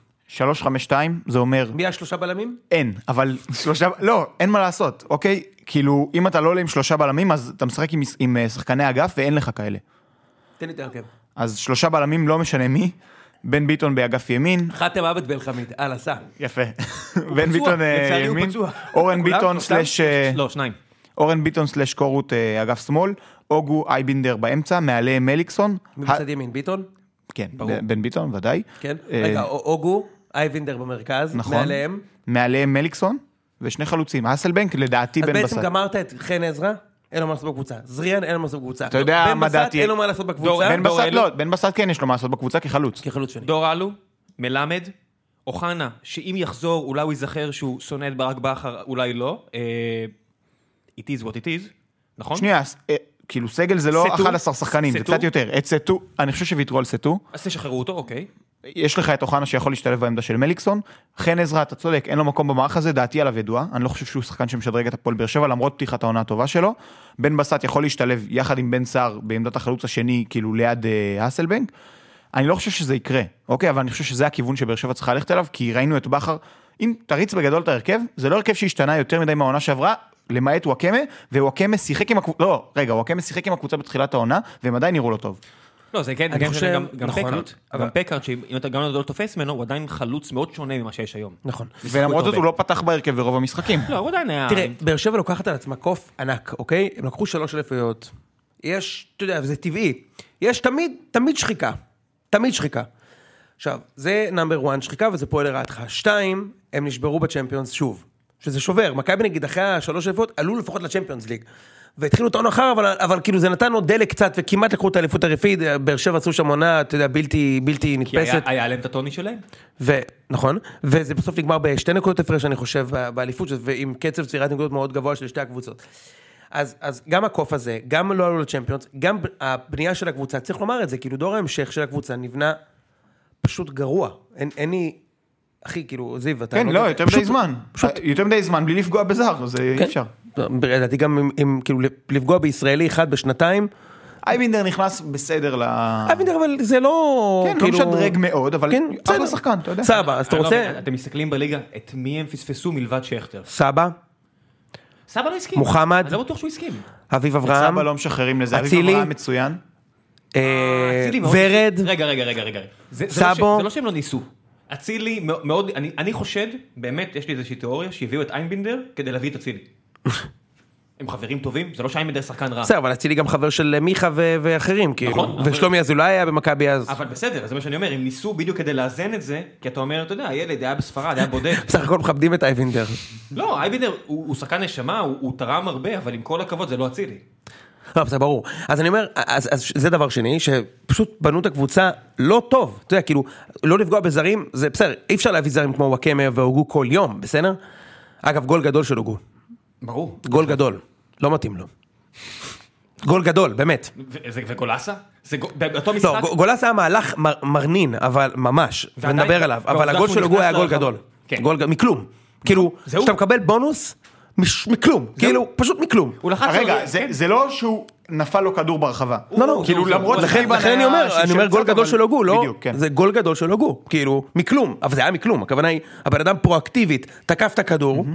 [SPEAKER 3] 352 זה אומר
[SPEAKER 2] מי השלושה בלמים?
[SPEAKER 3] אין, אבל שלושה, לא, אין מה לעשות, אוקיי? כאילו, אם אתה לא עולה עם שלושה בלמים, אז אתה משחק עם, עם אה, שחקני אגף ואין לך כאלה.
[SPEAKER 2] תן לי את ההרכב.
[SPEAKER 3] אז שלושה בלמים, לא משנה מי. בן ביטון באגף ימין,
[SPEAKER 2] חאתם עבד באלחמיד, הלאה, סע.
[SPEAKER 3] יפה. בן ביטון אה,
[SPEAKER 2] לצערי הוא
[SPEAKER 3] ימין,
[SPEAKER 2] פצוע.
[SPEAKER 3] אורן ביטון
[SPEAKER 2] כולם?
[SPEAKER 3] סלאש... אה,
[SPEAKER 1] לא, שניים.
[SPEAKER 3] אורן ביטון סלאש קורות אה, אגף שמאל, אוגו אייבינדר באמצע, מעליהם מליקסון. ה-
[SPEAKER 2] בצד ימין ביטון,
[SPEAKER 3] כן, בן ביטון ודאי.
[SPEAKER 2] כן?
[SPEAKER 3] אה,
[SPEAKER 2] רגע, א- אוגו, אייבינדר במרכז,
[SPEAKER 3] נכון.
[SPEAKER 2] מעליהם.
[SPEAKER 3] מעליהם מליקסון ושני חלוצים. האסלבנק לדעתי
[SPEAKER 2] אז
[SPEAKER 3] בן
[SPEAKER 2] בעצם
[SPEAKER 3] בסט.
[SPEAKER 2] גמרת את חן עזרא, אין לו מה לעשות בקבוצה. זריאן, אין לו מה לעשות בקבוצה.
[SPEAKER 3] אתה יודע
[SPEAKER 2] בן
[SPEAKER 3] מה
[SPEAKER 2] בסט,
[SPEAKER 3] דעתי-
[SPEAKER 2] אין לו מה לעשות בקבוצה.
[SPEAKER 3] בן לא. בסט
[SPEAKER 1] דורלו.
[SPEAKER 3] לא, בן בסט כן יש לו מה לעשות בקבוצה כחלוץ.
[SPEAKER 1] כן.
[SPEAKER 2] כחלוץ שני.
[SPEAKER 1] דור אלו, מלמד, אוחנה, שאם יחזור אולי הוא ייזכר שהוא שונא את ברק בכר, אולי לא. אה, It is what it is, נכון?
[SPEAKER 3] שנייה, ס- אה, כאילו סגל זה לא
[SPEAKER 1] סטו?
[SPEAKER 3] 11 שחקנים, זה
[SPEAKER 1] סטו?
[SPEAKER 3] קצת יותר. את סטו, אני חושב שוויתרו על סטו.
[SPEAKER 1] אז תשחררו אותו, אוקיי.
[SPEAKER 3] יש לך את אוחנה שיכול להשתלב בעמדה של מליקסון. חן עזרא, אתה צודק, אין לו מקום במערך הזה, דעתי עליו ידועה. אני לא חושב שהוא שחקן שמשדרג את הפועל באר שבע, למרות פתיחת העונה הטובה שלו. בן בסט יכול להשתלב יחד עם בן סער בעמדת החלוץ השני, כאילו ליד אה, האסלבנק. אני לא חושב שזה יקרה, אוקיי? אבל אני חושב שזה הכיוון שבאר שבע צריכה ללכת אליו, כי ראינו את בכר. אם תריץ בגדול את ההרכב, זה לא הרכב שהשתנה יותר מדי מהעונה שעברה, למעט וואקמה, ווואקמה שיחק עם הקבוצה, לא, רגע, וואקמה שיחק עם הקבוצה בתחילת העונה, והם עדיין נראו לא טוב.
[SPEAKER 1] לא, זה כן, זה
[SPEAKER 2] אני
[SPEAKER 1] גם- זה
[SPEAKER 2] חושב-
[SPEAKER 1] גם- גם
[SPEAKER 2] נכון,
[SPEAKER 1] פקארט.
[SPEAKER 2] אבל-
[SPEAKER 1] גם פקארט, שאם אתה גם לא תופס ממנו, הוא עדיין חלוץ מאוד שונה ממה שיש היום.
[SPEAKER 2] נכון.
[SPEAKER 3] ולמרות זאת הוא לא פתח בהרכב ברוב המשחקים.
[SPEAKER 1] לא, הוא עדיין היה...
[SPEAKER 2] תראה, באר שבע לוקחת על עצמה קוף ענק, אוקיי? הם לקחו שלוש אליפויות. יש, אתה יודע, זה טבעי. יש תמיד, תמיד שחיקה. תמיד שחיקה. עכשיו, זה נאמבר 1 שחיקה וזה פועל לרעתך. שתיים, הם נשברו בצ'מפיונס שוב. שזה שובר. מכבי נגיד אחרי השלוש אליפויות עלו לפחות לצ'מפיונס ליג. והתחילו את העונה אחר, אבל, אבל כאילו זה נתן עוד דלק קצת, וכמעט לקחו את האליפות הרפית, באר שבע עשו שם עונה, אתה יודע, בלתי, בלתי
[SPEAKER 1] כי היה-
[SPEAKER 2] נתפסת.
[SPEAKER 1] היה עליהם את הטוני שלהם.
[SPEAKER 2] ו... נכון, וזה בסוף נגמר בשתי נקודות הפרש, אני חושב, ב- באליפות, ועם קצב צבירת נקודות מאוד גבוה של שתי הקבוצות. אז, אז גם הקוף הזה, גם לא עלו לצ'מפיונס, גם ב- הבנייה של הקבוצה, צריך לומר את זה, כאילו דור ההמשך של הקבוצה נבנה פשוט גרוע. אין, אין לי... אחי, כאילו, זיו, אתה...
[SPEAKER 3] כן, לא, יותר מדי
[SPEAKER 2] פשוט- כן.
[SPEAKER 3] זמן. אה, יותר מדי זמן בלי לפגוע בזר, זה
[SPEAKER 1] כן.
[SPEAKER 3] אי אפשר.
[SPEAKER 2] לדעתי גם אם, אם כאילו לפגוע בישראלי אחד בשנתיים,
[SPEAKER 3] אה. אייבינדר נכנס בסדר ל...
[SPEAKER 2] אבינדר, אבל זה לא...
[SPEAKER 3] כן, לא
[SPEAKER 2] אה, כאילו-
[SPEAKER 3] משדרג מאוד, אבל
[SPEAKER 2] כן,
[SPEAKER 3] אחלה
[SPEAKER 2] בסדר.
[SPEAKER 3] שחקן, אתה יודע.
[SPEAKER 2] סבא, אז אתה
[SPEAKER 1] אני לא
[SPEAKER 2] רוצה...
[SPEAKER 1] מבין, אתם מסתכלים בליגה, את מי הם פספסו מלבד שכטר.
[SPEAKER 2] סבא,
[SPEAKER 1] סבא לא הסכים.
[SPEAKER 2] מוחמד.
[SPEAKER 1] אני לא בטוח שהוא הסכים.
[SPEAKER 2] אביב אברהם,
[SPEAKER 3] סבא לא משחררים לזה, אביב
[SPEAKER 2] אצילי.
[SPEAKER 3] אברהם מצוין.
[SPEAKER 2] אה,
[SPEAKER 1] אצילי מאוד-
[SPEAKER 2] ורד,
[SPEAKER 1] רגע, רגע, רגע, רגע. זה- זה לא ש-
[SPEAKER 2] סאבו.
[SPEAKER 1] זה לא שהם לא ניסו. אצילי מאו- מאוד, אני אני חושד, באמת, יש לי איזושהי תיאוריה, שהביאו את איינבינדר כדי להביא את אצילי. הם חברים טובים, זה לא שאיינבינדר שחקן רע.
[SPEAKER 2] בסדר, אבל אצילי גם חבר של אה, מיכה ו- ואחרים,
[SPEAKER 1] נכון,
[SPEAKER 2] כאילו.
[SPEAKER 1] אבל-
[SPEAKER 2] ושלומי אזולאי היה במכבי אז.
[SPEAKER 1] אבל בסדר, זה מה שאני אומר, הם ניסו בדיוק כדי לאזן את זה, כי אתה אומר, אתה יודע, הילד היה בספרד, היה בודד.
[SPEAKER 2] בסך הכל מכבדים את אייבינדר.
[SPEAKER 1] לא, אייבינדר הוא הוא שחקן נשמה, הוא הוא תרם הרבה, אבל עם כל הכבוד זה לא אצילי.
[SPEAKER 2] לא, זה ברור. אז אני אומר, אז, אז ש- זה דבר שני, שפשוט בנו את הקבוצה לא טוב. אתה יודע, כאילו, לא לפגוע בזרים, זה בסדר, אי אפשר להביא זרים כמו וואקמה והוגו כל יום, בסדר? אגב, גול גדול של הוגו.
[SPEAKER 1] ברור.
[SPEAKER 2] גול גדול. לא מתאים לו. גול גדול, באמת.
[SPEAKER 1] ו- זה- וגולסה? זה גו- באותו משחק?
[SPEAKER 2] לא, ג- גולס היה מהלך מר- מרנין, אבל ממש,
[SPEAKER 1] ועדיין-
[SPEAKER 2] ונדבר עליו,
[SPEAKER 3] לא
[SPEAKER 1] ועובדה
[SPEAKER 2] אבל הגול
[SPEAKER 1] שהוא
[SPEAKER 2] של הגול
[SPEAKER 1] נכנס
[SPEAKER 2] היה גול
[SPEAKER 1] לרחבה.
[SPEAKER 2] גדול.
[SPEAKER 1] כן.
[SPEAKER 2] גול ג- מכלום. כאילו,
[SPEAKER 1] זה הוא.
[SPEAKER 2] כשאתה מקבל בונוס, מש- מכלום, כאילו, פשוט מכלום.
[SPEAKER 1] הוא לחץ...
[SPEAKER 3] רגע,
[SPEAKER 1] על-
[SPEAKER 3] זה-
[SPEAKER 1] כן.
[SPEAKER 3] זה לא שהוא נפל לו כדור ברחבה.
[SPEAKER 2] לא, לא,
[SPEAKER 3] כאילו,
[SPEAKER 1] הוא-
[SPEAKER 3] למרות
[SPEAKER 1] הוא-
[SPEAKER 2] לכן
[SPEAKER 3] שחלבן
[SPEAKER 2] לכן אני
[SPEAKER 3] היה
[SPEAKER 2] אומר, אני
[SPEAKER 3] שישב
[SPEAKER 2] אומר גול
[SPEAKER 3] קצת,
[SPEAKER 2] גדול
[SPEAKER 3] אבל-
[SPEAKER 2] של הוגו, לא?
[SPEAKER 3] בדיוק, כן.
[SPEAKER 2] זה גול גדול של הוגו, כאילו, מכלום, אבל זה היה מכלום, הכוונה היא, הבן אדם פרואקטיבית, תקף את הכדור,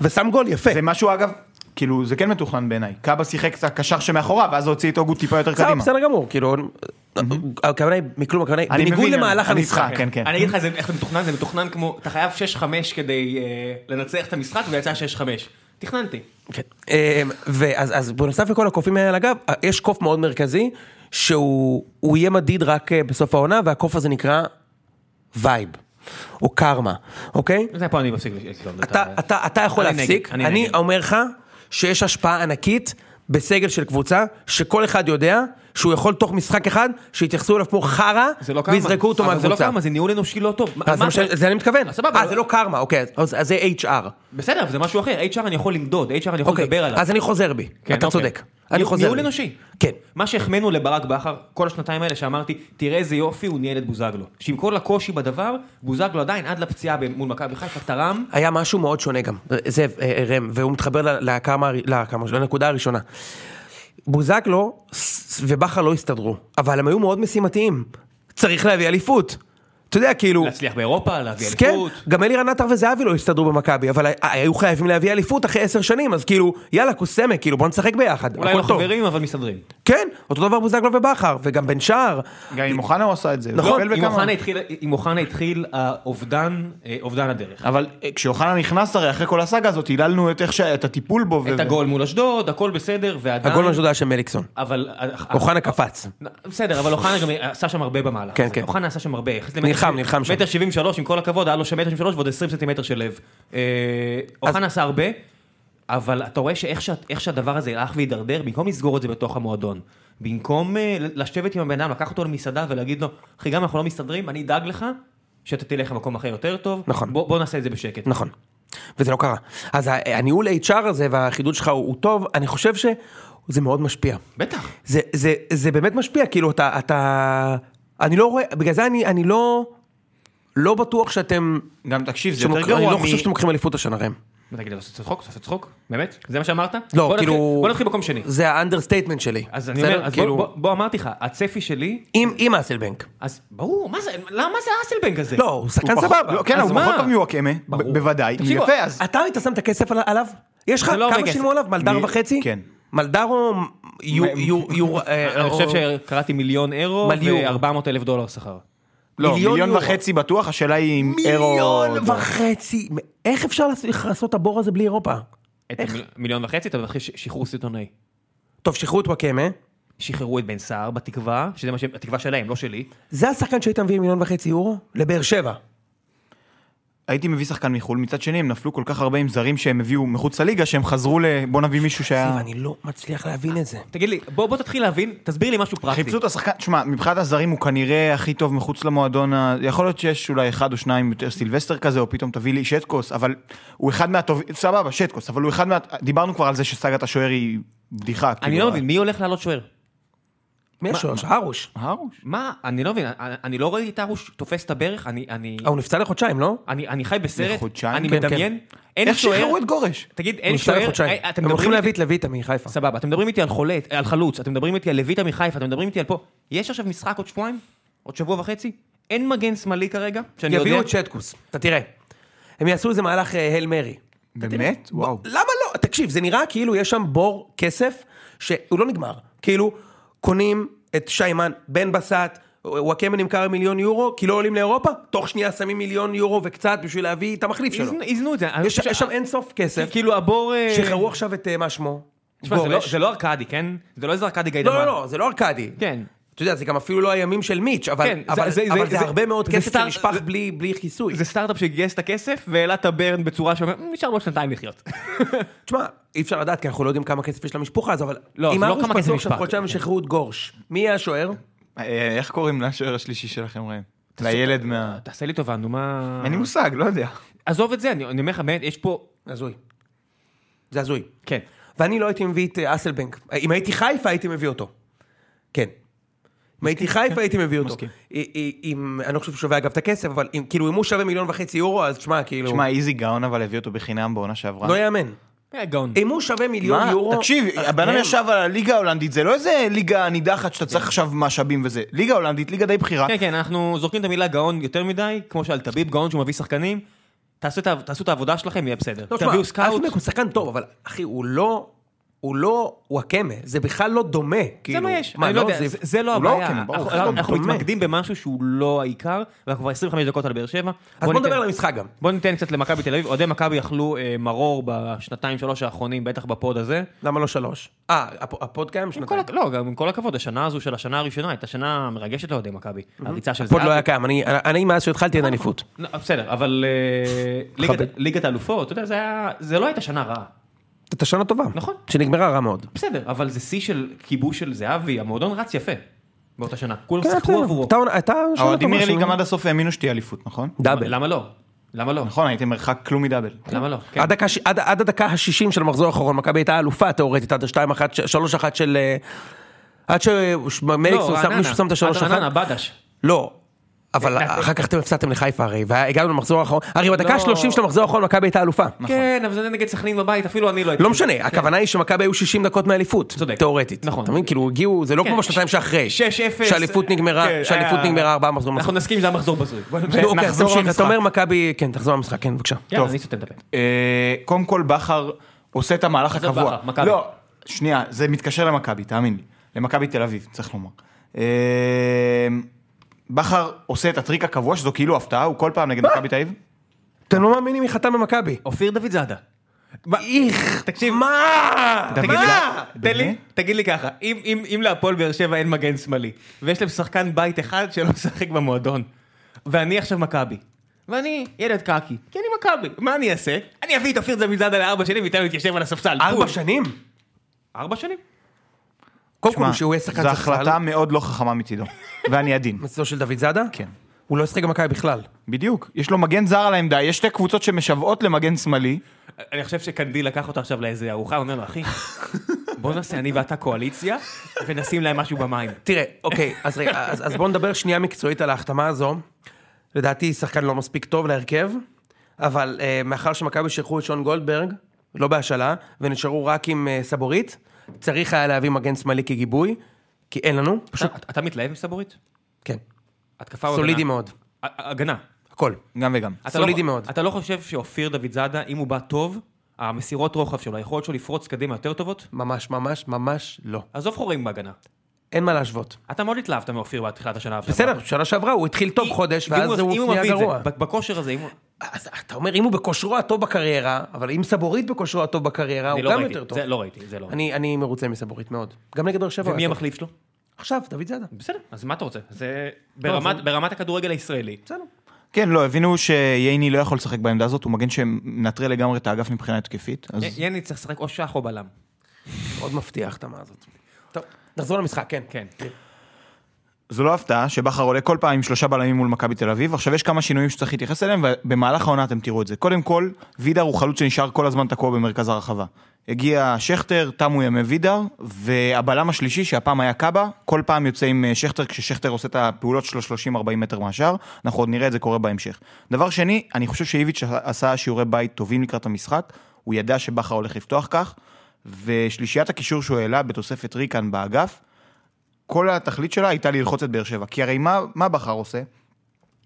[SPEAKER 2] ושם גול יפה.
[SPEAKER 3] זה משהו, אגב, כאילו, זה כן מתוכנן בעיניי. קאבה שיחק את הקשר שמאחוריו, ואז הוציא את הוגו טיפה יותר
[SPEAKER 2] בסדר,
[SPEAKER 3] קדימה.
[SPEAKER 2] בסדר גמור, כאילו, הכוונה היא, מכלום, הכוונה היא,
[SPEAKER 3] אני
[SPEAKER 2] בניגוד
[SPEAKER 3] מבין,
[SPEAKER 2] למהלך
[SPEAKER 3] אני
[SPEAKER 2] המשחק.
[SPEAKER 3] איתך, כן, כן.
[SPEAKER 1] אני אגיד לך זה- איך זה מתוכנן, זה מתוכנן כמו, אתה חייב 6-5 כדי אה, לנצח את המשחק ויצא 6-5. תכננתי.
[SPEAKER 2] כן. אמ, ואז אז בנוסף לכל הקופים האלה, אגב, יש קוף מאוד מרכזי, שהוא הוא יהיה מדיד רק אה, בסוף העונה, והקוף הזה נקרא וייב, או קרמה, אוקיי?
[SPEAKER 1] זה פה אני מפסיק לקלון.
[SPEAKER 2] אתה, אתה, אתה יכול
[SPEAKER 1] אני
[SPEAKER 2] להפסיק,
[SPEAKER 1] נגד, אני
[SPEAKER 2] אני, אני
[SPEAKER 1] נגד.
[SPEAKER 2] אומר לך שיש השפעה ענקית בסגל של קבוצה, שכל אחד יודע שהוא יכול תוך משחק אחד, שיתייחסו אליו כמו חרא,
[SPEAKER 1] זה לא קרמה.
[SPEAKER 2] ויזרקו אותו
[SPEAKER 1] אבל זה לא
[SPEAKER 2] מהקבוצה.
[SPEAKER 1] קרמה, זה ניהול אנושי לא טוב. מה-
[SPEAKER 2] אז זה
[SPEAKER 1] מה
[SPEAKER 2] מה ש-
[SPEAKER 1] אתה-
[SPEAKER 2] זה אני מתכוון.
[SPEAKER 1] אה, סבבה.
[SPEAKER 2] אה, זה לא קרמה, אוקיי, אז אז זה HR.
[SPEAKER 1] בסדר, אבל זה משהו אחר, HR אני יכול למדוד, HR אני יכול
[SPEAKER 2] אוקיי,
[SPEAKER 1] לדבר עליו.
[SPEAKER 2] אז אני חוזר בי,
[SPEAKER 1] כן,
[SPEAKER 2] אתה
[SPEAKER 1] אוקיי.
[SPEAKER 2] צודק. אני
[SPEAKER 1] ניהול-
[SPEAKER 2] חוזר
[SPEAKER 1] ניהול
[SPEAKER 2] בי.
[SPEAKER 1] אנושי.
[SPEAKER 2] כן.
[SPEAKER 1] מה שהחמאנו לברק בכר כל השנתיים האלה שאמרתי, תראה איזה יופי הוא ניהל את בוזגלו. שעם כל הקושי בדבר, בוזגלו עדיין עד לפציעה ב- מול מכבי חיפה תרם.
[SPEAKER 2] היה משהו מאוד שונה גם, זאב, אה, רם, והוא מתחבר ל- לכמה, לכמה, לנקודה הראשונה. בוזגלו ס- ובכר לא הסתדרו, אבל הם היו מאוד משימתיים. צריך להביא אליפות. אתה אתה יודע, כאילו...
[SPEAKER 1] להצליח באירופה, להביא
[SPEAKER 2] כן,
[SPEAKER 1] אליפות.
[SPEAKER 2] גם אלירן עטר וזהבי לא הסתדרו במכבי, אבל ה- היו חייבים להביא אליפות אחרי עשר שנים, אז כאילו, יאללה, קוסמק, כאילו, בוא נשחק ביחד,
[SPEAKER 1] אולי לא
[SPEAKER 2] הכל טוב.
[SPEAKER 1] חברים, אבל מסתדרים.
[SPEAKER 2] כן, אותו דבר בוזגלו ובכר, וגם בן שער.
[SPEAKER 1] אה,
[SPEAKER 3] גם עם אוחנה הוא עשה את זה. הוא
[SPEAKER 2] נכון,
[SPEAKER 3] טיפל
[SPEAKER 1] לא, אם
[SPEAKER 3] בכמה.
[SPEAKER 1] אוחנה התחיל- אם אוחנה התחיל, האובדן, אה, אובדן הדרך.
[SPEAKER 3] אבל אה, כשאוחנה נכנס הרי אחרי כל הסאגה הזאת, היללנו את איך שה- את הטיפול בו. ו-
[SPEAKER 1] את הגול מול אשדוד, הכל בסדר, ועדיין...
[SPEAKER 2] הגול משודע של מליקסון.
[SPEAKER 1] אבל... אה,
[SPEAKER 2] אוחנה קפץ.
[SPEAKER 1] בסדר, אבל אוחנה גם עשה שם הרבה במהלך.
[SPEAKER 2] כן,
[SPEAKER 1] הזה.
[SPEAKER 2] כן.
[SPEAKER 1] אוחנה עשה שם הרבה. יחסית
[SPEAKER 2] נלחם,
[SPEAKER 1] למטר-
[SPEAKER 2] נלחם שם.
[SPEAKER 1] מטר שבעים ושלוש, עם כל הכבוד, היה לו שם מטר שבעים ושלוש ועוד עשרים סנטימטר של לב. אה, אוחנה עשה הרבה, אבל אתה רואה שאיך שה- איך שהדבר הזה הלך והידרדר, במקום לסגור את זה בתוך המועדון, במקום אה, ל- לשבת עם הבן אדם, לקחת אותו למסעדה ולהגיד לו, אחי, גם אם אנחנו לא מסתדרים, אני אדאג לך שאתה תלך למקום אחר יותר טוב.
[SPEAKER 2] נכון.
[SPEAKER 1] בוא בוא נעשה את זה בשקט.
[SPEAKER 2] נכון. וזה לא קרה. אז ה- הניהול HR הזה והחידוד שלך הוא הוא טוב, אני חושב שזה מאוד משפיע.
[SPEAKER 1] בטח.
[SPEAKER 2] זה, זה, זה באמת משפיע, כאילו אתה, אתה, אני לא רואה, בגלל זה אני, אני לא, לא בטוח שאתם,
[SPEAKER 3] גם תקשיב, זה
[SPEAKER 2] שאתם
[SPEAKER 3] יותר
[SPEAKER 2] לוקחים- אני
[SPEAKER 3] גרוע
[SPEAKER 2] לא
[SPEAKER 3] מ-
[SPEAKER 2] חושב שאתם לוקחים אליפות השנה ראם.
[SPEAKER 1] מה תגיד, אתה עושה צחוק? אתה עושה צחוק? באמת? זה מה שאמרת?
[SPEAKER 2] לא,
[SPEAKER 1] בוא
[SPEAKER 2] כאילו,
[SPEAKER 1] נתחיל- בוא נתחיל במקום שני.
[SPEAKER 2] זה האנדרסטייטמנט שלי.
[SPEAKER 1] אז אני
[SPEAKER 2] בסדר?
[SPEAKER 1] אומר, אז
[SPEAKER 2] כאילו,
[SPEAKER 1] בוא- בוא- בוא אמרתי לך, הצפי שלי,
[SPEAKER 2] עם, עם אסלבנק.
[SPEAKER 1] אז ברור, מה זה, למה זה האסלבנק הזה?
[SPEAKER 2] לא, הוא שחקן
[SPEAKER 3] הוא פחות-
[SPEAKER 2] סבבה.
[SPEAKER 3] לא, כן,
[SPEAKER 1] אז
[SPEAKER 3] הוא
[SPEAKER 1] מה?
[SPEAKER 3] פחות טוב מוואקמה, ב-
[SPEAKER 1] ברור.
[SPEAKER 3] בוודאי.
[SPEAKER 1] תקשיבו,
[SPEAKER 3] יפה, אז
[SPEAKER 2] אתה היית שם את הכסף על- עליו? יש לך,
[SPEAKER 1] זה לא הרבה
[SPEAKER 2] כמה
[SPEAKER 1] כסף.
[SPEAKER 2] שילמו עליו? מלדר
[SPEAKER 3] מי-
[SPEAKER 2] וחצי?
[SPEAKER 3] כן.
[SPEAKER 2] מלדר או יו... יו- יו- אה,
[SPEAKER 1] אני
[SPEAKER 2] או-
[SPEAKER 1] חושב שקראתי מיליון אירו
[SPEAKER 2] מיליון.
[SPEAKER 1] ו-400 אלף דולר שכר.
[SPEAKER 3] לא,
[SPEAKER 2] מיליון
[SPEAKER 3] מיליון
[SPEAKER 2] יורו.
[SPEAKER 3] וחצי בטוח, השאלה היא אם אירו...
[SPEAKER 2] מיליון וחצי. איך אפשר לעשות- לעשות את הבור הזה בלי אירופה?
[SPEAKER 1] את המיל- מיליון וחצי, אתה מתחיל ש- שחרור סיטונאי.
[SPEAKER 2] טוב, שחררו את וואקמה. שחררו
[SPEAKER 1] שחררו את בן סער בתקווה, שזה מה שהם, התקווה שלהם, לא שלי.
[SPEAKER 2] זה השחקן שהיית מביא עם מיליון וחצי יורו? לבאר שבע.
[SPEAKER 3] הייתי מביא שחקן מחו"ל, מצד שני הם נפלו כל כך הרבה עם זרים שהם הביאו מחוץ לליגה, שהם חזרו ל... בוא נביא מישהו
[SPEAKER 1] כן.
[SPEAKER 3] שהיה...
[SPEAKER 2] תקשיב, אני לא מצליח להבין את זה.
[SPEAKER 1] תגיד לי, בוא בוא תתחיל להבין, תסביר לי משהו פרקטי.
[SPEAKER 3] חיפשו את השחקן, תשמע, מבחינת הזרים הוא כנראה הכי טוב מחוץ למועדון, ה- יכול להיות שיש אולי אחד או שניים יותר סילבסטר כזה, או פתאום תביא לי שטקוס, אבל הוא אחד מהטובים, סבבה, שטקוס, אבל הוא אחד מה... דיברנו כבר על זה שסאגת השוער היא בדיחה.
[SPEAKER 1] אני
[SPEAKER 3] כאילו,
[SPEAKER 1] לא מבין, מי הולך לעלות שוער?
[SPEAKER 2] מי השוער? הרוש.
[SPEAKER 3] אה? הרוש.
[SPEAKER 1] מה, אני לא מבין, אני אני לא ראיתי את הרוש תופס את הברך, אני- אני...
[SPEAKER 2] אה, הוא נפצע לחודשיים, לא?
[SPEAKER 1] אני אני חי בסרט,
[SPEAKER 3] לחודשיים?
[SPEAKER 1] אני
[SPEAKER 2] כן, כן.
[SPEAKER 1] מדמיין, אין
[SPEAKER 3] איך
[SPEAKER 1] שוער,
[SPEAKER 3] שחררו את גורש?
[SPEAKER 1] תגיד,
[SPEAKER 2] הוא
[SPEAKER 1] אין
[SPEAKER 2] נפצע
[SPEAKER 1] שוער,
[SPEAKER 2] לחודשיים.
[SPEAKER 1] אה, אתם
[SPEAKER 2] הם הולכים
[SPEAKER 1] מדברים
[SPEAKER 2] להביא את לויטה מחיפה.
[SPEAKER 1] אה. סבבה, אתם מדברים איתי על חולט, על חלוץ, אתם מדברים איתי על לויטה מחיפה, אתם מדברים איתי על פה. יש עכשיו משחק עוד שבועיים? עוד שבוע וחצי? אין מגן שמאלי כרגע, שאני יודע...
[SPEAKER 2] יביאו את שטקוס, אתה תראה. הם יעשו איזה מהלך אה, הל מרי.
[SPEAKER 3] באמת? וואו.
[SPEAKER 2] למה לא? תקשיב, זה נראה כאילו יש שם בור כסף שהוא לא נגמר. כאילו, קונים את שיימן, בן בסט, וואקמה נמכר מיליון יורו, כי לא עולים לאירופה, תוך שנייה שמים מיליון יורו וקצת בשביל להביא את המחליף שלו.
[SPEAKER 1] איזנו- איזנו את זה. אני
[SPEAKER 2] יש
[SPEAKER 1] חושב
[SPEAKER 2] יש שם אין סוף כסף.
[SPEAKER 1] כאילו הבור... אה,
[SPEAKER 2] שחררו עכשיו את אה, מה שמו?
[SPEAKER 1] תשמע, זה לא-
[SPEAKER 2] גורש.
[SPEAKER 1] זה לא ארכדי, כן? זה לא איזה ארכדי גיידמק.
[SPEAKER 2] לא, לא, לא, זה לא ארכדי.
[SPEAKER 1] כן.
[SPEAKER 2] אתה יודע, זה גם אפילו לא הימים של מיץ', אבל
[SPEAKER 1] כן, זה-
[SPEAKER 2] אבל-
[SPEAKER 1] זה-
[SPEAKER 2] אבל
[SPEAKER 1] זה-
[SPEAKER 2] זה
[SPEAKER 1] זה-
[SPEAKER 2] הרבה מאוד
[SPEAKER 1] זה
[SPEAKER 2] כסף
[SPEAKER 1] סטאר-
[SPEAKER 2] שנשפך
[SPEAKER 1] זה-
[SPEAKER 2] בלי בלי כיסוי.
[SPEAKER 1] זה סטארט-אפ שגייס את הכסף והעלה את הברן בצורה שאומרת, "מ, נשאר לו שנתיים לחיות.
[SPEAKER 2] תשמע, אי אפשר לדעת, כי אנחנו לא יודעים כמה כסף יש למשפחה הזו, אבל...
[SPEAKER 1] לא, זה
[SPEAKER 2] אם
[SPEAKER 1] לא
[SPEAKER 2] הרוש
[SPEAKER 1] כמה כסף
[SPEAKER 2] פצוע עכשיו
[SPEAKER 1] נשפך.
[SPEAKER 2] חודשיים שחררו את גורש. מי יהיה השוער?
[SPEAKER 3] אה, איך קוראים לשוער השלישי שלכם, ראם? לילד מה...
[SPEAKER 1] תעשה לי טובה, נו מה...
[SPEAKER 2] אה.
[SPEAKER 3] אין לי מושג, לא יודע.
[SPEAKER 1] עזוב את זה, אני אני אומר לך, באמת, יש פה...
[SPEAKER 2] הזוי. זה הזוי.
[SPEAKER 1] כן.
[SPEAKER 2] ואני לא הייתי מביא את אה, אסלבנק. אם הייתי חיפה, הייתי מביא אותו. כן. אם הייתי
[SPEAKER 1] כן.
[SPEAKER 2] חיפה, הייתי מביא אותו.
[SPEAKER 3] מסכים.
[SPEAKER 2] אה, אה, אם... אני לא חושב שהוא שווה אגב את הכסף, אבל אם- כאילו, אם הוא שווה מיליון וחצי יורו, אז תשמע, כאילו...
[SPEAKER 3] תשמע, איזי גאון אבל הביא אותו בחינם בעונה שעברה.
[SPEAKER 2] לא יאמן.
[SPEAKER 1] אה, גאון.
[SPEAKER 2] אם הוא שווה מיליון
[SPEAKER 3] מה?
[SPEAKER 2] יורו...
[SPEAKER 3] תקשיב, הבן אדם
[SPEAKER 2] כן.
[SPEAKER 3] ישב על הליגה ההולנדית, זה לא איזה ליגה נידחת שאתה צריך עכשיו משאבים וזה. ליגה הולנדית, ליגה די בכירה.
[SPEAKER 1] כן, כן, אנחנו זורקים את המילה גאון יותר מדי, כמו שעל טביב, גאון שהוא מביא שחקנים. תעשו את ה- תעשו את העבודה שלכם, יהיה בסדר.
[SPEAKER 2] לא,
[SPEAKER 1] תביאו
[SPEAKER 2] תשמע,
[SPEAKER 1] סקאוט.
[SPEAKER 2] אסלבנק הוא שחקן טוב, אבל אחי, הוא לא... הוא לא וואקמה, זה בכלל לא דומה.
[SPEAKER 1] זה
[SPEAKER 2] כאילו.
[SPEAKER 1] מה יש,
[SPEAKER 2] מה,
[SPEAKER 1] אני לא יודע,
[SPEAKER 2] זה-
[SPEAKER 1] זה- זה לא
[SPEAKER 3] הוא לא
[SPEAKER 1] הבעיה.
[SPEAKER 3] כן, ברור,
[SPEAKER 1] אנחנו-
[SPEAKER 3] זה לא
[SPEAKER 1] אנחנו
[SPEAKER 2] דומה.
[SPEAKER 1] מתמקדים במשהו שהוא לא העיקר, ואנחנו כבר 25 דקות על באר שבע.
[SPEAKER 2] אז בוא
[SPEAKER 1] ניתן-
[SPEAKER 2] נדבר על המשחק גם.
[SPEAKER 1] בוא ניתן קצת למכבי תל אביב, אוהדי מכבי אכלו אה, מרור בשנתיים שלוש האחרונים, בטח בפוד הזה.
[SPEAKER 2] למה לא שלוש? אה, הפ- הפוד קיים
[SPEAKER 1] עם כל
[SPEAKER 2] שנתיים.
[SPEAKER 1] הכ- לא, גם עם כל הכבוד, השנה הזו של השנה הראשונה הייתה שנה מרגשת לאוהדי מכבי. הריצה של
[SPEAKER 2] הפוד
[SPEAKER 1] זהבי.
[SPEAKER 2] לא היה קיים, אני- אני מאז שהתחלתי אין אליפות.
[SPEAKER 1] לא, בסדר, אבל אה, ליגת-
[SPEAKER 2] מכבד.
[SPEAKER 1] ליגת האלופות, אתה יודע, זה היה- זה לא הייתה שנה רעה.
[SPEAKER 2] הייתה שנה טובה.
[SPEAKER 1] נכון.
[SPEAKER 2] שנגמרה רע מאוד.
[SPEAKER 1] בסדר, אבל זה שיא של כיבוש של זהבי, המועדון רץ יפה באותה שנה. כולם
[SPEAKER 2] כן,
[SPEAKER 1] שיחקו
[SPEAKER 2] בסדר.
[SPEAKER 1] עבורו.
[SPEAKER 2] הייתה עונה- הייתה שנה
[SPEAKER 3] האוהדים
[SPEAKER 2] טובה.
[SPEAKER 3] נראה לי
[SPEAKER 2] שנה-
[SPEAKER 3] גם עד הסוף האמינו שתהיה אליפות, נכון?
[SPEAKER 2] דאבל.
[SPEAKER 1] למה לא? למה לא?
[SPEAKER 3] נכון, הייתם מרחק כלום מדאבל.
[SPEAKER 1] למה לא? כן.
[SPEAKER 2] עד דקה ש- עד עד הדקה ה-60 של המחזור האחרון, מכבי הייתה אלופה תיאורטית, עד ה-2-1, 3-1 של... אה, עד שמליקסון
[SPEAKER 1] לא, רעננה.
[SPEAKER 2] שם את ה-3-1.
[SPEAKER 1] רעננה, בדש.
[SPEAKER 2] לא. אבל אחר כך אתם הפסדתם לחיפה הרי, והגענו למחזור האחרון, הרי בדקה
[SPEAKER 1] לא.
[SPEAKER 2] ה-30 של המחזור האחרון מכבי הייתה אלופה.
[SPEAKER 1] כן, אבל זה נגד סכנין בבית, אפילו אני לא הייתי.
[SPEAKER 2] לא משנה, הכוונה היא שמכבי היו 60 דקות מאליפות,
[SPEAKER 1] צודק.
[SPEAKER 2] תיאורטית.
[SPEAKER 1] נכון.
[SPEAKER 2] אתה מבין? כאילו הגיעו, זה לא
[SPEAKER 1] כן.
[SPEAKER 2] כמו בשנתיים שאחרי.
[SPEAKER 1] 6-0.
[SPEAKER 2] שהאליפות נגמרה,
[SPEAKER 1] כן, נכון.
[SPEAKER 2] שהאליפות
[SPEAKER 1] היה-
[SPEAKER 2] נגמרה ארבעה מחזורים.
[SPEAKER 1] אנחנו נסכים שזה היה מחזור בזוי. בוא נ-
[SPEAKER 2] נו, אוקיי, אז
[SPEAKER 3] נחזור
[SPEAKER 2] תמשיך, אתה
[SPEAKER 3] למשחק.
[SPEAKER 2] אומר מכבי, כן, תחזור למשחק, כן, בבקשה.
[SPEAKER 1] יאללה, אני סותם את הפה.
[SPEAKER 3] אה, קודם כל בכר עושה את המהלך
[SPEAKER 1] עזוב
[SPEAKER 3] הקבוע.
[SPEAKER 1] בכר, מכבי.
[SPEAKER 3] לא, שנייה, זה מתקשר למכבי, תאמין לי. למכבי תל אביב, צריך לומר. אה, בכר עושה את הטריק הקבוע, שזו כאילו הפתעה, הוא כל פעם נגד מכבי תל אביב.
[SPEAKER 2] אתם לא מאמינים מי חתם במכבי.
[SPEAKER 1] אופיר דוד זאדה.
[SPEAKER 2] איך?
[SPEAKER 1] תקשיב,
[SPEAKER 2] מה?
[SPEAKER 3] דוד
[SPEAKER 1] תגיד לי-
[SPEAKER 3] זאדה?
[SPEAKER 1] תן לי,
[SPEAKER 3] באמת?
[SPEAKER 1] תגיד לי ככה, אם- אם אם להפועל באר שבע אין מגן שמאלי, ויש להם שחקן בית אחד שלא משחק במועדון, ואני עכשיו מכבי, ואני ילד קקי, כי אני מכבי, מה אני אעשה? אני אביא את אופיר דוד זאדה לארבע שנים ואיתנו להתיישב על הספסל.
[SPEAKER 2] ארבע
[SPEAKER 1] בול.
[SPEAKER 2] שנים?
[SPEAKER 1] ארבע שנים?
[SPEAKER 2] קודם כל
[SPEAKER 3] שמע,
[SPEAKER 2] שהוא יהיה שחקן
[SPEAKER 3] זו
[SPEAKER 2] ספסל.
[SPEAKER 3] החלטה מאוד לא חכמה מצידו, ואני עדין.
[SPEAKER 2] מצדו של דוד זאדה?
[SPEAKER 3] כן.
[SPEAKER 2] הוא לא ישחק במכבי בכלל.
[SPEAKER 3] בדיוק. יש לו מגן זר על העמדה, יש שתי קבוצות שמשוועות למגן שמאלי.
[SPEAKER 1] אני חושב שקנדיל לקח אותו עכשיו לאיזה ארוחה, ואומר לו, אחי, בוא נעשה אני ואתה קואליציה, ונשים להם משהו במים.
[SPEAKER 2] תראה, אוקיי, אז רגע, אז, אז בואו נדבר שנייה מקצועית על ההחתמה הזו. לדעתי שחקן לא מספיק טוב להרכב, אבל אה, מאחר שמכבי שחררו את שון גולדברג, לא בהשאלה, ונשארו רק עם אה, סבורית, צריך היה להביא מגן שמאלי כגיבוי, כי אין לנו, פשוט,
[SPEAKER 1] אתה- אתה מתלהב מסבורית? אה,
[SPEAKER 2] כן,
[SPEAKER 1] התקפה או הגנה?
[SPEAKER 2] סולידי מאוד,
[SPEAKER 1] ה- ה- הגנה.
[SPEAKER 2] הכל.
[SPEAKER 3] גם וגם.
[SPEAKER 1] אתה לא-
[SPEAKER 2] סולידי מאוד.
[SPEAKER 1] אתה לא חושב שאופיר דוד זאדה, אם הוא בא טוב, המסירות רוחב שלו, היכולת שלו לפרוץ קדימה יותר טובות?
[SPEAKER 2] ממש, ממש, ממש לא.
[SPEAKER 1] עזוב חורים בהגנה.
[SPEAKER 2] אין מה להשוות.
[SPEAKER 1] אתה מאוד התלהבת מאופיר בתחילת השנה שעברה.
[SPEAKER 2] בסדר, שנה שעברה הוא התחיל טוב
[SPEAKER 1] נכון. אם-
[SPEAKER 2] חודש,
[SPEAKER 1] אם
[SPEAKER 2] ואז
[SPEAKER 1] אם
[SPEAKER 2] הוא נהיה
[SPEAKER 1] מביא את זה,
[SPEAKER 2] גרוע. אה,
[SPEAKER 1] ב- בכושר הזה, אם הוא...
[SPEAKER 2] אז אתה אומר, אם הוא בכושרו הטוב בקריירה, אבל אם סבורית בכושרו הטוב בקריירה, הוא
[SPEAKER 1] אני לא
[SPEAKER 2] גם
[SPEAKER 1] ראיתי,
[SPEAKER 2] יותר טוב.
[SPEAKER 1] זה לא ראיתי, זה לא ראיתי.
[SPEAKER 2] אני, אני מרוצה מסבורית מאוד. גם נגד באר שבע.
[SPEAKER 1] ומי
[SPEAKER 2] היה טוב.
[SPEAKER 1] המחליף שלו?
[SPEAKER 2] עכשיו, דוד זאדה.
[SPEAKER 1] בסדר, אז מה אתה רוצה? זה
[SPEAKER 2] לא,
[SPEAKER 1] ברמת-
[SPEAKER 2] זה-
[SPEAKER 1] ברמת הכדורגל הישראלי.
[SPEAKER 2] בסדר.
[SPEAKER 3] כן, לא, הבינו שייני לא יכול לשחק בעמדה הזאת, הוא מגן שמנטרל לגמרי את האגף מבחינה התקפית. אז
[SPEAKER 1] י- יני צריך לשחק או שח או בלם.
[SPEAKER 2] מאוד מפתיע ההחתמה הזאת. טוב, נחזור למשחק, כן.
[SPEAKER 1] כן.
[SPEAKER 3] זו לא הפתעה שבכר עולה כל פעם עם שלושה בלמים מול מכבי תל אביב. עכשיו יש כמה שינויים שצריך להתייחס אליהם, ובמהלך העונה אתם תראו את זה. קודם כל, וידר הוא חלוץ שנשאר כל הזמן תקוע במרכז הרחבה. הגיע שכטר, תמו ימי וידר, והבלם השלישי, שהפעם היה קאבה, כל פעם יוצא עם אה, שכטר, כששכטר עושה את הפעולות שלו 30-40 מטר מהשאר, אנחנו עוד נראה את זה קורה בהמשך. דבר שני, אני חושב שאיביץ' עשה שיעורי בית טובים לקראת המשחק, הוא ידע שבכר הולך לפתוח כך, ושלישיית הקישור שהוא העלה בתוספת ריקן באגף, כל התכלית שלה הייתה ללחוץ את באר שבע. כי הרי מה, מה בכר עושה?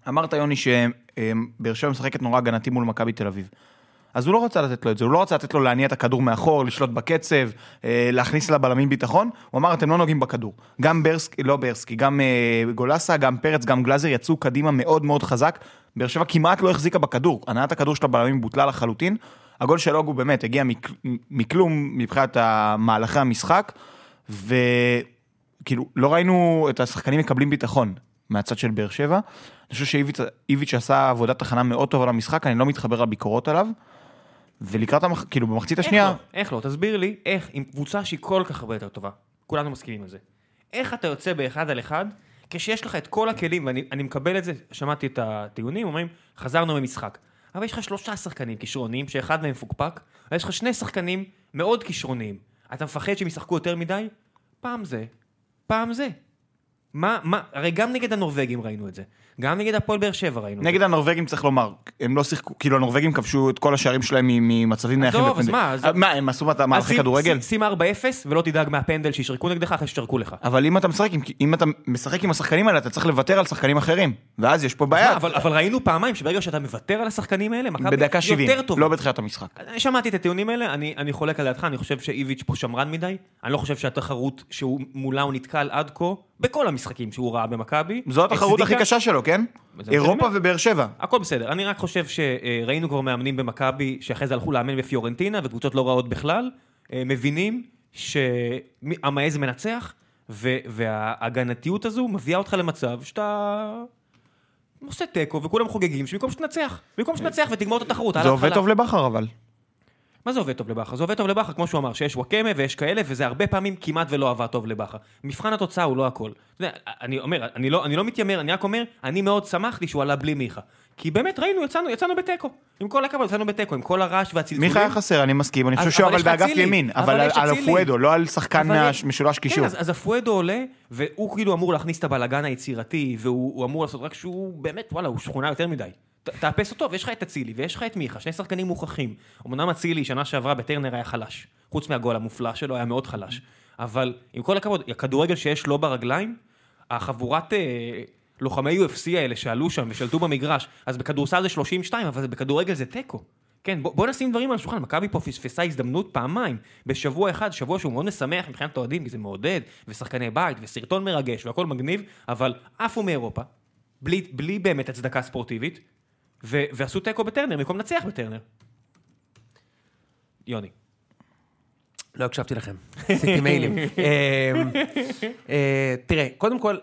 [SPEAKER 3] אמרת, יוני, שבאר שבע משחקת נורא הגנתי מול מכבי תל אביב. אז הוא לא רצה לתת לו את זה, הוא לא רצה לתת לו להניע את הכדור מאחור, לשלוט בקצב, אה, להכניס לבלמים ביטחון. הוא אמר, אתם לא נוגעים בכדור. גם ברסקי, לא ברסקי, גם אה, גולסה, גם פרץ, גם גלאזר יצאו קדימה מאוד מאוד חזק. באר שבע כמעט לא החזיקה בכדור, הנעת הכדור של הבלמים בוטלה לחלוטין. הגול של אוגו באמת הגיע מק- מכלום מבחינת ה- מהלכי המשחק, וכאילו, לא ראינו את השחקנים מקבלים ביטחון מהצד של באר שבע. אני חושב שאיביץ' איביץ' עשה עבודת הכנה מאוד טובה למשחק, אני לא מתחבר לביקורות עליו. ולקראת, המח... כאילו, במחצית
[SPEAKER 1] איך
[SPEAKER 3] השנייה,
[SPEAKER 1] לא? איך לא? תסביר לי איך עם קבוצה שהיא כל כך הרבה יותר טובה, כולנו מסכימים על זה. איך אתה יוצא באחד על אחד, כשיש לך את כל הכלים, ואני אני מקבל את זה, שמעתי את הטיעונים, אומרים, חזרנו ממשחק. אבל יש לך שלושה שחקנים כישרוניים, שאחד מהם מפוקפק, ויש לך שני שחקנים מאוד כישרוניים. אתה מפחד שהם ישחקו יותר מדי? פעם זה, פעם זה. מה, מה, הרי גם נגד הנורבגים ראינו את זה. גם נגד הפועל באר שבע ראינו את זה.
[SPEAKER 3] נגד הנורבגים צריך לומר, הם לא שיחקו, כאילו הנורבגים כבשו את כל השערים שלהם מ- ממצבים נייחים.
[SPEAKER 1] עזוב, אז
[SPEAKER 3] בפנדל.
[SPEAKER 1] מה, אז-
[SPEAKER 3] אה, מה, הם עשו את המהלכי
[SPEAKER 1] אז שים-
[SPEAKER 3] כדורגל?
[SPEAKER 1] שים- שים 4-0 ולא תדאג מהפנדל שישרקו נגדך אחרי ששרקו לך.
[SPEAKER 3] אבל אם אתה משחק, עם- אם אתה משחק עם השחקנים האלה, אתה צריך לוותר על שחקנים אחרים, ואז יש פה בעיה.
[SPEAKER 1] מה, אבל, אבל ראינו פעמיים שברגע שאתה מוותר על השחקנים האלה, מכבי
[SPEAKER 3] בדקה 70,
[SPEAKER 1] יותר טובה.
[SPEAKER 3] לא בתחילת המשחק.
[SPEAKER 1] אני שמעתי את הטיעונים האלה, אני, אני חולק על דעתך, אני חושב שאיביץ' פה שמרן מדי, אני לא חושב שהתחרות שהוא- מולה הוא נתקל עד כה, בכל המשחקים שהוא ראה במכבי,
[SPEAKER 3] זו התחרות הכי
[SPEAKER 1] הצדיקה-
[SPEAKER 3] קשה שלו, כן?
[SPEAKER 1] מה זה
[SPEAKER 3] אירופה
[SPEAKER 1] משנה?
[SPEAKER 3] ובאר שבע.
[SPEAKER 1] הכל בסדר, אני רק חושב שראינו כבר מאמנים במכבי, שאחרי זה הלכו לאמן בפיורנטינה, וקבוצות לא רעות בכלל, אה, מבינים שהמעז מנצח, ו- וההגנתיות הזו מביאה אותך למצב שאתה עושה תיקו וכולם חוגגים, שבמקום שתנצח, במקום שתנצח ותגמור את התחרות, על
[SPEAKER 3] זה עובד
[SPEAKER 1] ההתחלה.
[SPEAKER 3] טוב לבכר אבל.
[SPEAKER 1] מה זה עובד טוב לבכר? זה עובד טוב לבכר, כמו שהוא אמר, שיש וואקמה ויש כאלה, וזה הרבה פעמים כמעט ולא עבד טוב לבכר. מבחן התוצאה הוא לא הכל. אתה יודע, אני אומר, אני לא, אני לא מתיימר, אני רק אומר, אני מאוד שמחתי שהוא עלה בלי מיכה. כי באמת, ראינו, יצאנו, יצאנו בתיקו. עם כל הכבוד, יצאנו בתיקו, עם כל הרעש והצלצולים.
[SPEAKER 3] מיכה היה חסר, אני מסכים, אני
[SPEAKER 1] אז-
[SPEAKER 3] חושב שהוא
[SPEAKER 1] אבל
[SPEAKER 3] אבל
[SPEAKER 1] יש
[SPEAKER 3] באגף
[SPEAKER 1] אצילי,
[SPEAKER 3] ימין,
[SPEAKER 1] אבל
[SPEAKER 3] אבל על-
[SPEAKER 1] יש
[SPEAKER 3] על
[SPEAKER 1] אצילי.
[SPEAKER 3] הפואדו, לא על שחקן
[SPEAKER 1] אבל-
[SPEAKER 3] משולש
[SPEAKER 1] כן,
[SPEAKER 3] קישור.
[SPEAKER 1] אז, אז הפואדו עולה, והוא כאילו אמור להכניס את הבלאגן היצירתי, והוא הוא אמור לעשות רק שהוא באמת, וואלה, הוא שכונה יותר מדי. ת, תאפס אותו, ויש לך את אצילי, ויש לך את מיכה, שני שחקנים מוכחים. אמנם אצילי, שנה שעברה בטרנר היה חלש. חוץ מהגול המופלא שלו, היה מאוד חלש. אבל עם כל הכבוד, הכדורגל שיש לו ברגליים, החבורת אה, לוחמי UFC האלה שעלו שם ושלטו במגרש, אז בכדורסל זה 32, אבל זה- בכדורגל זה תיקו. כן, בוא, בוא נשים דברים על השולחן, מכבי פה פספסה הזדמנות פעמיים, בשבוע אחד, שבוע שהוא מאוד משמח מבחינת האוהדים, כי זה מעודד, ושחקני בית, וסרטון מרגש, והכל מגניב, אבל עפו מאירופה, בלי, בלי באמת הצדקה ספורטיבית, ו, ועשו תיקו בטרנר, במקום לנצח בטרנר. יוני.
[SPEAKER 2] לא הקשבתי לכם, עשיתי מיילים. אמ, אה, תראה, קודם כל,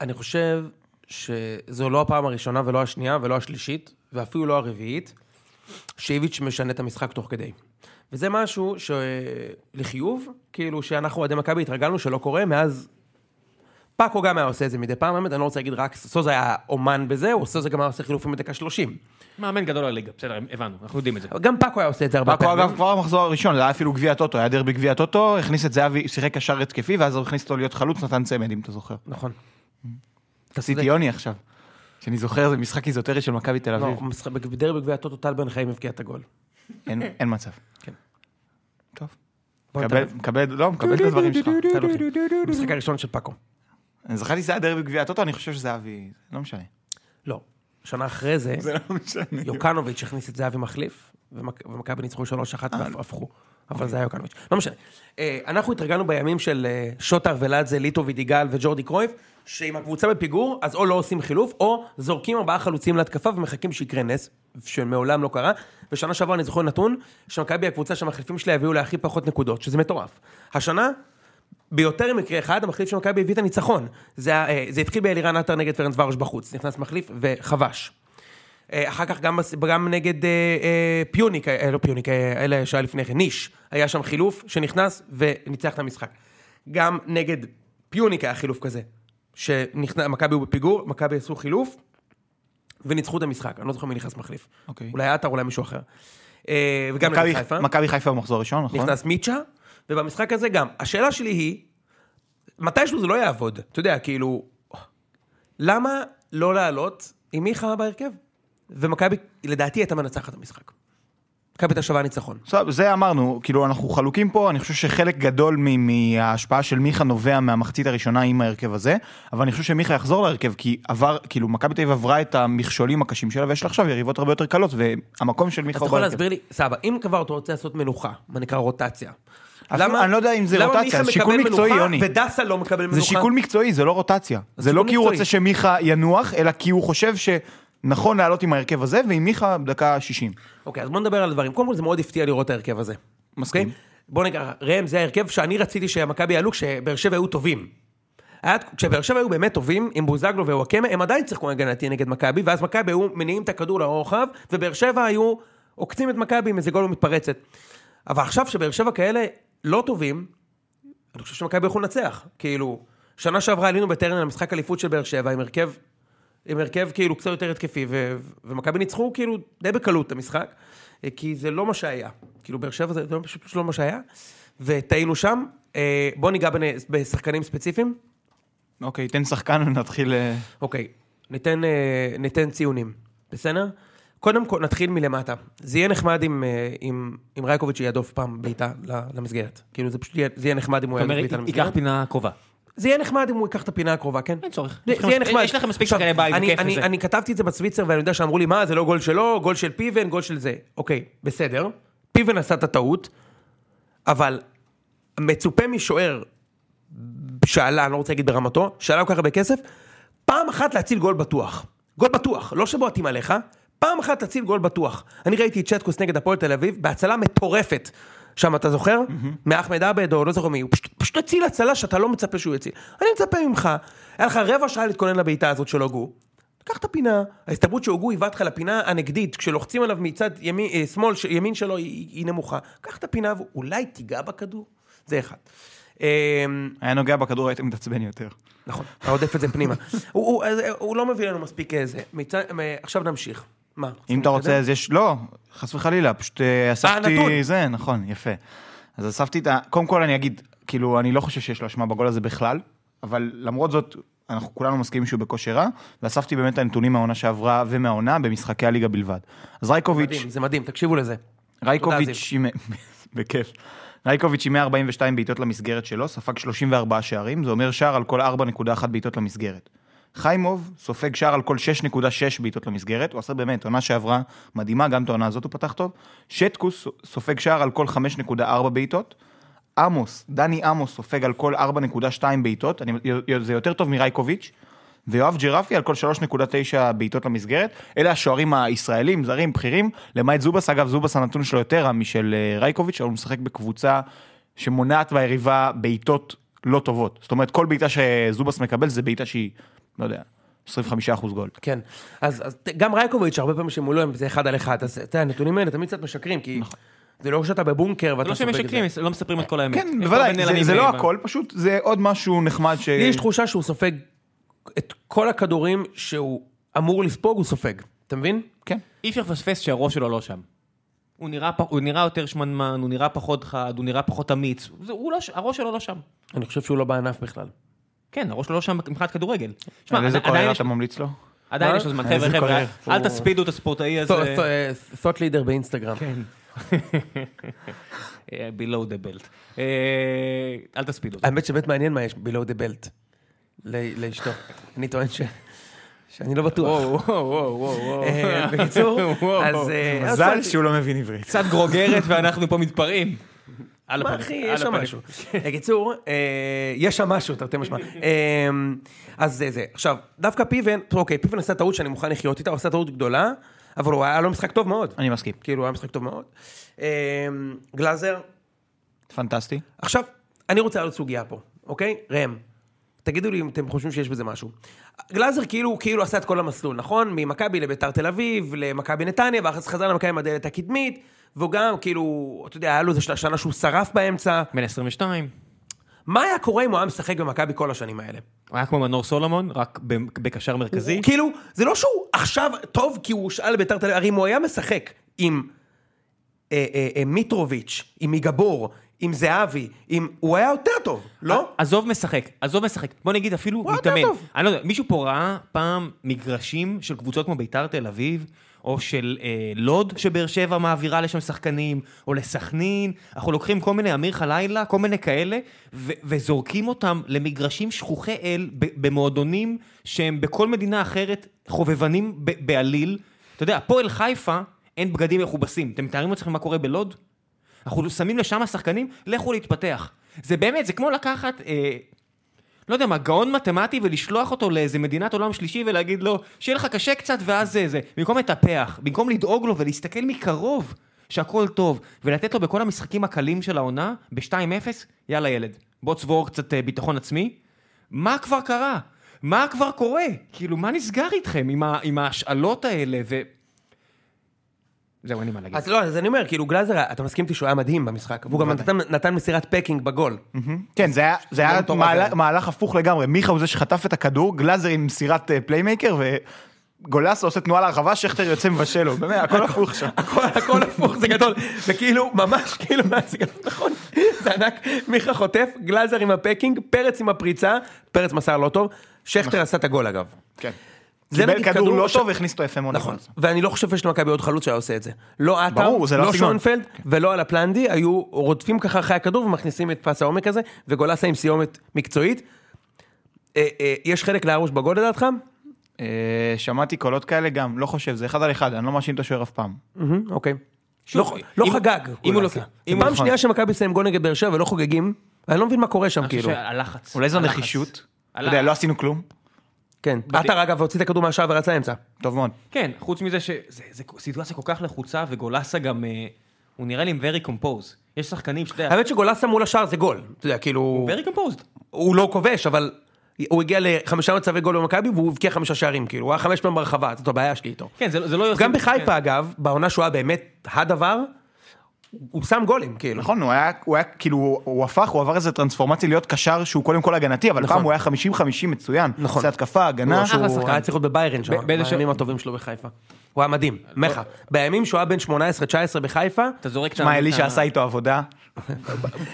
[SPEAKER 2] אני חושב שזו לא הפעם הראשונה ולא השנייה ולא השלישית, ואפילו לא הרביעית, שאיביץ' משנה את המשחק תוך כדי. וזה משהו שלחיוב, כאילו שאנחנו אוהדי מכבי התרגלנו שלא קורה מאז... פאקו גם היה עושה את זה מדי פעם, באמת, אני לא רוצה להגיד רק סוזה היה אומן בזה, הוא סוזה גם היה עושה חילופים בדקה 30.
[SPEAKER 1] מאמן גדול לליגה, בסדר, הבנו, אנחנו יודעים את זה.
[SPEAKER 2] אבל גם פאקו היה עושה את זה הרבה
[SPEAKER 3] פאקו
[SPEAKER 2] פעמים.
[SPEAKER 3] אגב כבר במחזור הראשון, זה היה אפילו גביע טוטו, היה דרבי גביע טוטו, הכניס את זהבי, שיחק קשר התקפי, ואז הוא הכניס אותו להיות חלוץ, נתן צמד, אם אתה זוכר.
[SPEAKER 2] נכון.
[SPEAKER 3] עשיתי יוני עכשיו. שאני זוכר, זה משחק איזוטרי של מכבי תל
[SPEAKER 2] לא,
[SPEAKER 3] אביב.
[SPEAKER 2] משחק- בדרבי גביע הטוטו טל בן חיים הבקיע את הגול.
[SPEAKER 3] אין אין מצב.
[SPEAKER 2] כן.
[SPEAKER 3] טוב.
[SPEAKER 2] בוא
[SPEAKER 3] מקבל,
[SPEAKER 2] נתערב.
[SPEAKER 3] מקבל, לא, מקבל את הדברים שלך.
[SPEAKER 2] טל בן חיים. המשחק הראשון של פאקו.
[SPEAKER 3] אני זכרתי שזה היה דרבי גביע טוטו, אני חושב שזהבי, לא משנה.
[SPEAKER 2] לא. שנה אחרי זה,
[SPEAKER 3] זה לא משנה.
[SPEAKER 2] יוקנוביץ' הכניס את זהבי מחליף, ומק- ומכבי ניצחו 3-1
[SPEAKER 3] אה,
[SPEAKER 2] והפכו.
[SPEAKER 3] אוקיי.
[SPEAKER 2] אבל זה היה יוקנוביץ'. לא משנה. אה, אנחנו התרגלנו בימים של אה, שוטר ולאדזה, ליטו וידיגל וג'ורדי קרויף, שאם הקבוצה בפיגור, אז או לא עושים חילוף, או זורקים ארבעה חלוצים להתקפה ומחכים שיקרה נס, שמעולם לא קרה. ושנה שעברה אני זוכר נתון, שמכבי הקבוצה שהמחליפים שלה הביאו לה הכי פחות נקודות, שזה מטורף. השנה, ביותר ממקרה אחד, המחליף של מכבי הביא את הניצחון. זה, ה- אה, זה התחיל באלירן עטר נגד פרנס ורוש בחוץ, נכנס מחליף וחבש. אה, אחר כך גם, בס- גם נגד אה, אה, פיוניק, אה, לא פיוניק, אה, אלה שהיה לפני כן, ניש, היה שם חילוף שנכנס וניצח את המשחק. גם נגד פיוניק היה חילוף כזה, שנכנס, מכבי הוא בפיגור, מכבי עשו חילוף, וניצחו את המשחק, אני לא זוכר מי נכנס מחליף.
[SPEAKER 3] אוקיי.
[SPEAKER 2] אולי עטר, אולי מישהו אחר. אה, וגם נגד
[SPEAKER 3] מכבי-
[SPEAKER 2] חיפה.
[SPEAKER 3] מכבי חיפה במחזור הראשון, נכון?
[SPEAKER 2] נכנס מיצ'ה, ובמשחק הזה גם. השאלה שלי היא, מתישהו זה לא יעבוד. אתה יודע, כאילו, למה לא לעלות עם מיכה בהרכב? ומכבי, לדעתי, הייתה מנצחת במשחק. מכבי הייתה שווה ניצחון.
[SPEAKER 3] בסדר, זה אמרנו, כאילו אנחנו חלוקים פה, אני חושב שחלק גדול מ- מההשפעה של מיכה נובע מהמחצית הראשונה עם ההרכב הזה, אבל אני חושב שמיכה יחזור להרכב, כי עבר, כאילו מכבי תל אביב עברה את המכשולים הקשים שלה, ויש לה עכשיו יריבות הרבה יותר קלות, והמקום של מיכה
[SPEAKER 2] אתה
[SPEAKER 3] הוא
[SPEAKER 2] יכול
[SPEAKER 3] בהרכב.
[SPEAKER 2] להסביר לי, סבא, אם כבר אתה רוצה לעשות מנוחה, מה נקרא רוטציה.
[SPEAKER 3] אפילו- אני לא יודע אם זה
[SPEAKER 2] למה
[SPEAKER 3] רוטציה,
[SPEAKER 2] מיכה
[SPEAKER 3] זה שיקול
[SPEAKER 2] מקבל
[SPEAKER 3] מקצועי,
[SPEAKER 2] מנוחה
[SPEAKER 3] יוני.
[SPEAKER 2] ודסה לא מקבל מנוחה.
[SPEAKER 3] זה שיקול מקצועי, זה לא רוטציה. זה לא
[SPEAKER 2] שיקול
[SPEAKER 3] כי הוא
[SPEAKER 2] מקצועי.
[SPEAKER 3] רוצה שמיכה ינוח, אלא כי הוא חושב שנכון לעלות עם ההרכב הזה, ועם מיכה דקה 60.
[SPEAKER 2] אוקיי, אז בוא נדבר על הדברים. קודם כל, זה מאוד הפתיע לראות את ההרכב הזה.
[SPEAKER 3] מסכים.
[SPEAKER 2] אוקיי? בוא נגיד, ראם, זה ההרכב שאני רציתי שמכבי יעלו כשבאר שבע היו טובים. היה- כשבאר שבע היו באמת טובים, עם בוזגלו ווואקמה, הם עדיין שיחקו הגנתי נגד מכבי, ואז מכבי היו מניעים את הכדור לרוחב, ובאר שבע היו עוקצים את מכבי עם איזה גול ומתפרצת. אבל עכשיו שבאר שבע כאלה לא טובים, אני חושב שמכבי יכולו לנצח. כאילו, שנה שעברה עלינו בטרנר למשחק אליפות של באר שבע עם הרכב, עם הרכב כאילו קצת יותר התקפי, ו- ומכבי ניצחו כאילו די בקלות את המשחק, אה, כי זה לא מה שהיה. כאילו, באר שבע זה לא- פשוט לא מה שהיה, וטעינו שם. אה, בואו ניגע בנ... בשחקנים ספציפיים.
[SPEAKER 3] אוקיי, תן שחקן ונתחיל... אה,
[SPEAKER 2] אוקיי, ניתן, אה, ניתן ציונים, בסדר? קודם כל, נתחיל מלמטה. זה יהיה נחמד אם, אה, אם, אם רייקוביץ' יעדוף פעם בעיטה ל- למסגרת. כאילו, זה פשוט יהיה, זה יהיה נחמד אם הוא
[SPEAKER 1] זאת
[SPEAKER 2] יעדוף
[SPEAKER 1] אומרת,
[SPEAKER 2] בעיטה
[SPEAKER 1] ייקח
[SPEAKER 2] למסגרת.
[SPEAKER 1] פינה קרובה.
[SPEAKER 2] זה יהיה נחמד אם הוא ייקח את הפינה הקרובה, כן?
[SPEAKER 1] אין צורך.
[SPEAKER 2] זה
[SPEAKER 1] יש לכם
[SPEAKER 2] יהיה
[SPEAKER 1] מספיק-
[SPEAKER 2] נחמד.
[SPEAKER 1] יש לכם מספיק
[SPEAKER 2] עכשיו,
[SPEAKER 1] שחקני בית,
[SPEAKER 2] אני-
[SPEAKER 1] וכיף
[SPEAKER 2] אני-
[SPEAKER 1] וזה.
[SPEAKER 2] אני כתבתי את זה בצוויצר ואני יודע שאמרו לי, מה, זה לא גול שלו, גול של פיבן, גול של זה. אוקיי, בסדר, פיבן עשה את הטעות, אבל מצופה משוער שעלה, אני לא רוצה להגיד ברמתו, שעלה כל כך הרבה כסף, פעם אחת להציל גול בטוח. גול בטוח, לא שבועטים עליך, פעם אחת להציל גול בטוח. אני ראיתי את צ'טקוס נגד הפועל תל אביב בהצלה מטורפת. שם אתה זוכר? מאחמד עבד או לא זוכר מי, הוא פשוט- פשוט הציל הצלה שאתה לא מצפה שהוא יציל. אני מצפה ממך, היה לך רבע שעה להתכונן לבעיטה הזאת של הוגו. קח את הפינה. ההסתברות שהוגו היווה אותך לפינה הנגדית, כשלוחצים עליו מצד ימין, אה, שמאל, ש- ימין שלו היא, היא נמוכה. קח את הפינה ואולי תיגע בכדור. זה אחד. אמ,
[SPEAKER 3] היה נוגע בכדור, היית מתעצבן יותר.
[SPEAKER 2] נכון, אתה עודף את זה פנימה. הוא, הוא, אז, אה, הוא לא מביא לנו מספיק אה, זה. מצד, אה, עכשיו נמשיך. מה?
[SPEAKER 3] אם אתה רוצה, אז יש... לא, חס וחלילה, פשוט אה,
[SPEAKER 2] נתון.
[SPEAKER 3] אספתי... זה, נכון, יפה. אז אספתי את ה... קודם כל אני אגיד, כאילו, אני לא חושב שיש לו אשמה בגול הזה בכלל, אבל למרות זאת, אנחנו כולנו מסכימים שהוא בכושר רע, ואספתי באמת את הנתונים מהעונה שעברה ומהעונה במשחקי הליגה בלבד. אז רייקוביץ',
[SPEAKER 2] מדהים, זה מדהים, תקשיבו לזה. תודה,
[SPEAKER 3] רייקוביץ', עם- בכיף. רייקוביץ' עם 142 בעיטות למסגרת שלו, ספג 34 שערים, זה אומר שער על כל 4.1 בעיטות למסגרת. חיימוב סופג שער על כל 6.6 בעיטות למסגרת, הוא עשה באמת, עונה שעברה מדהימה, גם את העונה הזאת הוא פתח טוב. שטקוס סופג שער על כל 5.4 בעיטות. עמוס, דני עמוס סופג על כל 4.2 בעיטות, אני- זה יותר טוב מרייקוביץ'. ויואב ג'רפי על כל 3.9 בעיטות למסגרת. אלה השוערים הישראלים, זרים, בכירים, למעט זובס. אגב, זובס הנתון שלו יותר רע משל אה, רייקוביץ', אבל הוא משחק בקבוצה שמונעת מהיריבה בעיטות לא טובות. זאת אומרת, כל בעיטה שזובס מקבל זה בעיטה שהיא, לא יודע, 25% גול.
[SPEAKER 2] כן, אז, אז ת- גם רייקוביץ', הרבה פעמים שמולו הם זה אחד על אחד, אז אתה יודע, הנתונים האלה תמיד קצת משקרים, כי
[SPEAKER 3] נכון.
[SPEAKER 2] זה לא שאתה בבונקר ואתה
[SPEAKER 1] לא שהם
[SPEAKER 2] סופג את
[SPEAKER 1] משקרים, לא מספרים את כל האמת.
[SPEAKER 3] כן,
[SPEAKER 1] יש
[SPEAKER 3] בוודאי,
[SPEAKER 1] הרבה
[SPEAKER 3] זה-
[SPEAKER 1] נעלמים
[SPEAKER 3] זה לא
[SPEAKER 1] ב-
[SPEAKER 3] הכל, פשוט זה עוד משהו נחמד ש...
[SPEAKER 2] לי יש תחושה שהוא סופג את כל הכדורים שהוא אמור לספוג, הוא סופג, אתה מבין?
[SPEAKER 3] כן.
[SPEAKER 1] אי אפשר לפספס שהראש שלו לא שם. הוא נראה, פ... הוא נראה יותר שמנמן, הוא נראה פחות חד, הוא נראה פחות אמיץ. זה, הוא לא, ש- הראש שלו לא שם.
[SPEAKER 2] אני חושב שהוא לא בענף בכלל.
[SPEAKER 1] כן, הראש שלו לא שם מבחינת כדורגל.
[SPEAKER 3] על איזה
[SPEAKER 1] עד- עדיין
[SPEAKER 3] קולר
[SPEAKER 1] יש-
[SPEAKER 3] אתה ממליץ לו?
[SPEAKER 1] עדיין
[SPEAKER 2] מה?
[SPEAKER 1] יש לו זמן.
[SPEAKER 3] על
[SPEAKER 1] חבר'ה,
[SPEAKER 3] איזה
[SPEAKER 1] חבר'ה,
[SPEAKER 3] קולר?
[SPEAKER 1] אל תספידו את הספורטאי הזה.
[SPEAKER 2] סוט לידר אה, באינסטגרם.
[SPEAKER 1] אה, below the belt. אה, אל תספידו אותו.
[SPEAKER 2] האמת שבאמת מעניין מה יש בלואו דה בלט לאשתו. אני טוען ש... שאני לא בטוח.
[SPEAKER 1] וואו, וואו, וואו, וואו.
[SPEAKER 2] אה, בקיצור,
[SPEAKER 1] וואו.
[SPEAKER 2] אז... אה, אז
[SPEAKER 3] מזל
[SPEAKER 2] סוט-
[SPEAKER 3] שהוא לא מבין עברית.
[SPEAKER 1] קצת גרוגרת ואנחנו פה מתפרעים. על
[SPEAKER 2] מה
[SPEAKER 1] הפנים,
[SPEAKER 2] אחי,
[SPEAKER 1] על
[SPEAKER 2] יש שם
[SPEAKER 1] הפנים.
[SPEAKER 2] משהו. בקיצור, אה, יש שם משהו, תרתי משמע. אה, אז זה זה. עכשיו, דווקא פיבן, טוב, אוקיי, פיבן עשה טעות שאני מוכן לחיות איתה, הוא עשה טעות גדולה, אבל הוא היה לו משחק טוב מאוד.
[SPEAKER 3] אני מסכים.
[SPEAKER 2] כאילו, הוא היה משחק טוב מאוד. אה, גלאזר,
[SPEAKER 3] פנטסטי.
[SPEAKER 2] עכשיו, אני רוצה לעלות סוגיה פה, אוקיי? ראם, תגידו לי אם אתם חושבים שיש בזה משהו. גלאזר כאילו, כאילו עשה את כל המסלול, נכון? ממכבי לביתר תל אביב, למכבי נתניה, ואחרי זה חזר למכבי עם הדלת הקדמית, והוא גם, כאילו, אתה יודע, היה לו איזה שנה- שנה שהוא שרף באמצע.
[SPEAKER 1] בן 22.
[SPEAKER 2] מה היה קורה אם הוא היה משחק במכבי כל השנים האלה?
[SPEAKER 1] הוא היה כמו מנור סולומון, רק ב- בקשר מרכזי.
[SPEAKER 2] הוא כאילו, זה לא שהוא עכשיו טוב כי הוא הושאל לביתר תל אביב, הרי אם הוא היה משחק עם אה, אה, אה, מיטרוביץ', עם מגבור, עם זהבי, עם... הוא היה יותר טוב, לא?
[SPEAKER 1] עזוב משחק, עזוב משחק. בוא נגיד אפילו
[SPEAKER 2] וואי,
[SPEAKER 1] מתאמן.
[SPEAKER 2] יותר טוב.
[SPEAKER 1] אני לא יודע, מישהו פה ראה פעם מגרשים של קבוצות כמו ביתר תל אביב, או של אה, לוד שבאר שבע מעבירה לשם שחקנים, או לסכנין, אנחנו לוקחים כל מיני אמיר חלילה, כל מיני כאלה, ו- וזורקים אותם למגרשים שכוחי אל ב- במועדונים שהם בכל מדינה אחרת חובבנים ב- בעליל. אתה יודע, הפועל חיפה אין בגדים מכובסים. אתם מתארים לעצמכם מה קורה בלוד? אנחנו שמים לשם השחקנים, לכו להתפתח. זה באמת, זה כמו לקחת, אה, לא יודע מה, גאון מתמטי ולשלוח אותו לאיזה מדינת עולם שלישי ולהגיד לו, שיהיה לך קשה קצת ואז זה זה. במקום לטפח, במקום לדאוג לו ולהסתכל מקרוב שהכל טוב, ולתת לו בכל המשחקים הקלים של העונה, ב-2-0, יאללה ילד, בוא צבור קצת אה, ביטחון עצמי. מה כבר קרה? מה כבר קורה? כאילו, מה נסגר איתכם עם, ה- עם ההשאלות האלה ו... זהו, אין לי מה להגיד.
[SPEAKER 2] אז לא, אז אני אומר, כאילו, גלאזר, אתה מסכים איתי שהוא היה מדהים במשחק, והוא גם נתן, נתן מסירת פקינג בגול.
[SPEAKER 3] כן, זה היה, זה היה
[SPEAKER 2] מטורף
[SPEAKER 3] מהלך,
[SPEAKER 2] זה.
[SPEAKER 3] מהלך הפוך לגמרי. מיכה הוא זה שחטף את הכדור, גלאזר עם מסירת אה, פליימייקר, וגולסה עושה תנועה להרחבה, שכטר יוצא מבשל לו. באמת, הכל הפוך שם.
[SPEAKER 2] הכל, הכל הפוך, זה גדול. זה כאילו, ממש כאילו, מה זה גדול, נכון? זה ענק, מיכה חוטף, גלאזר עם הפקינג, פרץ עם הפריצה, פרץ מסר לא טוב, שכטר עשה את הגול אגב.
[SPEAKER 3] כן.
[SPEAKER 2] זה
[SPEAKER 3] קיבל
[SPEAKER 2] נגיד
[SPEAKER 3] כדור
[SPEAKER 2] כדור
[SPEAKER 3] לא
[SPEAKER 2] ש-
[SPEAKER 3] טוב והכניס אותו יפה מאוד.
[SPEAKER 2] נכון,
[SPEAKER 3] לגולסה.
[SPEAKER 2] ואני לא חושב שיש למכבי עוד חלוץ שהיה עושה את זה. לא עטר,
[SPEAKER 3] ברור, זה לא
[SPEAKER 2] לא
[SPEAKER 3] הסגנון.
[SPEAKER 2] שונפלד ולא על הפלנדי, היו רודפים ככה אחרי הכדור ומכניסים את פס העומק הזה, וגולסה עם סיומת מקצועית. אה, אה, יש חלק לארוש בגול לדעתך?
[SPEAKER 3] אה, שמעתי קולות כאלה גם, לא חושב, זה אחד על אחד, אני לא מאשים את השוער אף פעם.
[SPEAKER 2] מהמם, אוקיי.
[SPEAKER 1] שוב,
[SPEAKER 2] לא-
[SPEAKER 1] אם-
[SPEAKER 2] לא
[SPEAKER 1] אם-
[SPEAKER 2] חגג.
[SPEAKER 1] אם הוא לא-
[SPEAKER 2] גולסה.
[SPEAKER 1] אם
[SPEAKER 2] זה
[SPEAKER 1] הוא
[SPEAKER 2] פעם
[SPEAKER 3] לא-
[SPEAKER 2] שנייה שמכבי שמים גול נגד באר שבע ולא חוגגים, אני לא מבין מה קורה שם כאילו.
[SPEAKER 1] הלחץ.
[SPEAKER 3] אולי זו נחישות? אתה יודע, לא עשינו כלום.
[SPEAKER 2] כן. עטר אגב הוציא את הכדור מהשער ורץ לאמצע.
[SPEAKER 3] טוב מאוד.
[SPEAKER 1] כן, חוץ מזה שזו סיטואציה כל כך לחוצה, וגולסה גם, אה, הוא נראה לי עם very compose. יש שחקנים שאתה יודע,
[SPEAKER 2] האמת שגולסה מול השער זה גול. אתה יודע, כאילו,
[SPEAKER 1] very composed.
[SPEAKER 2] הוא לא כובש, אבל הוא הגיע לחמישה מצבי גול במכבי והוא הבקיע חמישה שערים, כאילו, הוא היה חמש פעמים ברחבה, זאת הבעיה שלי איתו.
[SPEAKER 1] כן, זה, לא- זה לא יוסי...
[SPEAKER 2] גם בחיפה, אגב, בעונה שהוא היה באמת הדבר, הוא שם גולים, כאילו.
[SPEAKER 3] נכון, הוא היה, הוא היה, כאילו, הוא הפך, הוא עבר איזה טרנספורמציה להיות קשר שהוא קודם כל הגנתי, אבל
[SPEAKER 2] נכון.
[SPEAKER 3] פעם הוא היה 50-50 מצוין.
[SPEAKER 2] נכון.
[SPEAKER 3] זה התקפה, הגנה.
[SPEAKER 1] אחלה
[SPEAKER 2] הוא
[SPEAKER 1] שחקן.
[SPEAKER 2] היה צריך להיות בביירן שם,
[SPEAKER 1] ב- באיזה ש- לא.
[SPEAKER 2] בימים הטובים שלו בחיפה. הוא היה מדהים, מחה. בימים שהוא היה בן 18-19 בחיפה,
[SPEAKER 1] אתה זורק את ה-
[SPEAKER 3] מה,
[SPEAKER 1] את
[SPEAKER 3] אלישע
[SPEAKER 1] ה-
[SPEAKER 3] עשה איתו עבודה?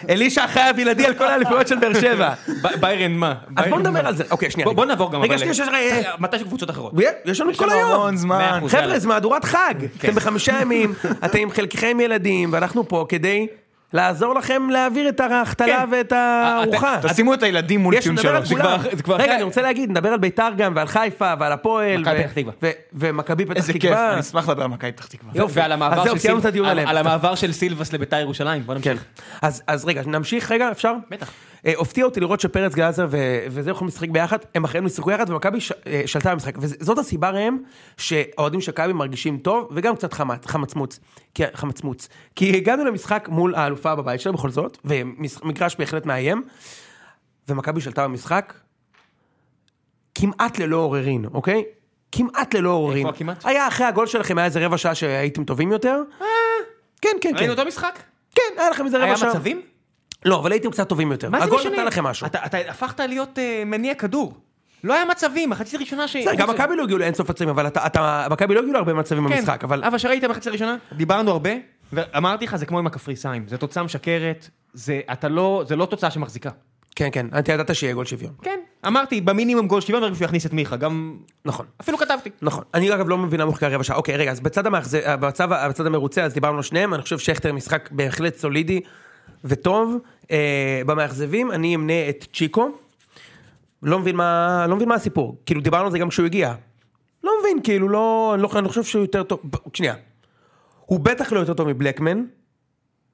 [SPEAKER 2] אלישע אחראי הבלעדי על כל האליפויות של באר שבע.
[SPEAKER 1] ב- ביירן מה?
[SPEAKER 2] אז
[SPEAKER 1] ביירן
[SPEAKER 2] בוא נדבר
[SPEAKER 1] מה?
[SPEAKER 2] על זה. אוקיי, שנייה.
[SPEAKER 1] בוא-
[SPEAKER 2] רגע.
[SPEAKER 1] בוא נעבור גם...
[SPEAKER 2] רגע,
[SPEAKER 1] אבל-
[SPEAKER 2] שנייה, שנייה, שנייה.
[SPEAKER 1] מתי של קבוצות אחרות.
[SPEAKER 2] ו- יש לנו את כל
[SPEAKER 3] לנו
[SPEAKER 2] היום.
[SPEAKER 3] לא, המון זמן.
[SPEAKER 1] מאה אחוז,
[SPEAKER 2] חבר'ה,
[SPEAKER 1] יאללה.
[SPEAKER 2] זה מהדורת חג.
[SPEAKER 1] כן.
[SPEAKER 2] אתם בחמישה ימים, אתם עם חלקכם ילדים, ואנחנו פה כדי לעזור לכם להעביר את ההחתלה
[SPEAKER 1] כן.
[SPEAKER 2] ואת הארוחה.
[SPEAKER 3] תשימו את הילדים מול
[SPEAKER 2] יש,
[SPEAKER 3] ציון
[SPEAKER 2] נדבר על
[SPEAKER 3] שלוש.
[SPEAKER 2] כולם.
[SPEAKER 1] כבר- זה כבר אחרי-
[SPEAKER 2] רגע, אני רוצה להגיד, נדבר על ביתר גם, ועל חיפה, ועל הפועל.
[SPEAKER 1] מכבי
[SPEAKER 2] ו-
[SPEAKER 1] פתח תקווה.
[SPEAKER 2] ו- ומכבי פתח
[SPEAKER 3] איזה כיף,
[SPEAKER 2] תקווה.
[SPEAKER 3] אני אשמח לדבר על מכבי פתח תקווה.
[SPEAKER 2] יופי.
[SPEAKER 1] ועל
[SPEAKER 2] אז
[SPEAKER 1] המעבר
[SPEAKER 2] זהו,
[SPEAKER 1] של
[SPEAKER 2] סיימנו את הדיון
[SPEAKER 1] על-
[SPEAKER 2] עליהם.
[SPEAKER 1] על המעבר של סילבס לביתר ירושלים. בוא נמשיך.
[SPEAKER 2] אז, אז רגע, נמשיך רגע, אפשר?
[SPEAKER 1] בטח.
[SPEAKER 2] אה, הופתיע אותי לראות שפרץ גלאזר ו- וזה יכולים לשחק ביחד, הם אכן ישחקו יחד ומכבי ש- אה, שלטה במשחק. וזאת הסיבה ראם, שהאוהדים של מכבי מרגישים טוב, וגם קצת חמת, חמצמוץ. כי, חמצמוץ. כי הגענו למשחק מול האלופה בבית שלה בכל זאת, ומגרש בהחלט מאיים, ומכבי שלטה במשחק, כמעט ללא עוררין, אוקיי? כמעט ללא עוררין.
[SPEAKER 1] איפה הכמעט?
[SPEAKER 2] היה אחרי הגול שלכם, היה איזה רבע שעה שהייתם טובים יותר. כן, כן, כן.
[SPEAKER 1] ראינו אותו משחק?
[SPEAKER 2] כן, היה לכם איזה רבע
[SPEAKER 1] היה
[SPEAKER 2] שעה.
[SPEAKER 1] מצבים?
[SPEAKER 2] לא, אבל הייתם קצת טובים יותר.
[SPEAKER 1] מה זה משנה?
[SPEAKER 2] הגול נתן לכם משהו.
[SPEAKER 1] אתה, אתה הפכת להיות אה, מניע כדור. לא היה מצבים, מחצית ראשונה ש...
[SPEAKER 2] בסדר, גם מכבי לא הגיעו לאינסוף עצמים, אבל אתה- אתה... מכבי לא הגיעו להרבה מצבים
[SPEAKER 1] כן,
[SPEAKER 2] במשחק, אבל...
[SPEAKER 1] אבל שראית מחצית ראשונה, דיברנו הרבה, ואמרתי לך, זה כמו עם הקפריסאים, זה תוצאה משקרת, זה, אתה לא, זה לא תוצאה שמחזיקה.
[SPEAKER 2] כן, כן, אתה ידעת שיהיה גול שוויון.
[SPEAKER 1] כן, אמרתי, במינימום גול שוויון, ברגע שהוא יכניס את מיכה, גם...
[SPEAKER 2] נכון.
[SPEAKER 1] אפילו כתבתי.
[SPEAKER 2] נכון. אני אגב לא מבין למה הוא חיכה רבע שעה. אוקיי, רגע, אז בצד, המאכזב, בצד, בצד המרוצה, אז דיברנו על שניהם, אני חושב שכטר משחק בהחלט סולידי וטוב. אה, במאכזבים, אני אמנה את צ'יקו. לא מבין מה, לא מבין מה הסיפור. כאילו, דיברנו על זה גם כשהוא הגיע. לא מבין, כאילו, לא, אני לא, אני לא חושב שהוא יותר טוב. ב- שנייה. הוא בטח לא יותר טוב מבלקמן,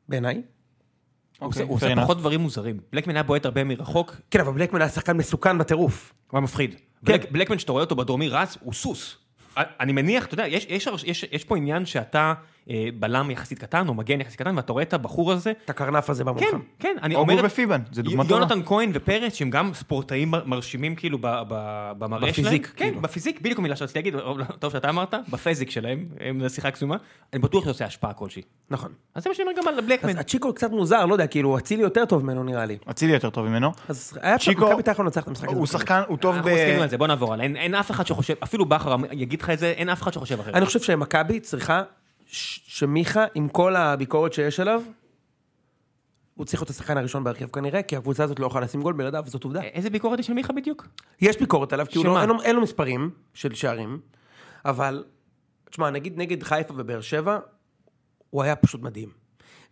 [SPEAKER 2] בעיניי.
[SPEAKER 1] הוא
[SPEAKER 3] אוקיי,
[SPEAKER 1] עושה- הוא עושה פחות דברים מוזרים. בלקמן היה בועט הרבה מרחוק,
[SPEAKER 2] כן, אבל בלקמן היה שחקן מסוכן בטירוף.
[SPEAKER 1] הוא היה מפחיד. בלק, בלקמן, שאתה רואה אותו בדרומי רץ, הוא סוס. א- אני מניח, אתה יודע, יש, יש, יש, יש פה עניין שאתה אה, בלם יחסית קטן, או מגן יחסית קטן, ואתה רואה את הבחור הזה,
[SPEAKER 2] את הקרנף הזה במוחם.
[SPEAKER 1] כן, כן, אני
[SPEAKER 3] או
[SPEAKER 1] אומר...
[SPEAKER 3] גור ופיבן, זה דוגמה
[SPEAKER 1] י-
[SPEAKER 3] טובה.
[SPEAKER 1] יונתן כהן ופרץ, שהם גם ספורטאים מר- מרשימים כאילו ב- ב- במראה שלהם.
[SPEAKER 2] בפיזיק, כאילו.
[SPEAKER 1] כן, בפיזיק, בדיוק המילה שרציתי להגיד, אבל טוב שאתה אמרת, בפיזיק שלהם, הם שיחה קסומה, אני בטוח שזה עושה השפעה כלשהי.
[SPEAKER 2] נכון.
[SPEAKER 1] אז זה מה שאני אומר גם על
[SPEAKER 2] אז
[SPEAKER 1] בלקמן.
[SPEAKER 2] הצ'יקו קצת מוזר, לא יודע, כאילו, אצילי יותר טוב ממנו נראה לי.
[SPEAKER 3] אצילי יותר טוב ממנו.
[SPEAKER 2] אז היה פה,
[SPEAKER 3] צ'יקו-
[SPEAKER 2] מכבי הייתה יכולה לנצח את המשחק הזה.
[SPEAKER 3] הוא שחקן, הוא טוב ב...
[SPEAKER 1] אנחנו מסכימים על זה, בוא נעבור הלאה. אין- אין אף אחד שחושב, אפילו בכר יגיד לך את זה, אין אף אחד שחושב אחרת.
[SPEAKER 2] אני חושב שמכבי צריכה ש- שמיכה, עם כל הביקורת שיש עליו, הוא צריך להיות השחקן הראשון בהרכב כנראה, כי הקבוצה הזאת לא יכולה לשים גול בלעדיו, זאת עובדה.
[SPEAKER 1] איזה ביקורת יש על מיכה בדיוק?
[SPEAKER 2] יש ביקורת עליו, כי הוא לא,
[SPEAKER 1] שמה?
[SPEAKER 2] אין, לו, אין לו מספרים של שערים, אבל, תשמע, נגיד נגד חיפה ובאר שבע, הוא היה פשוט מדהים.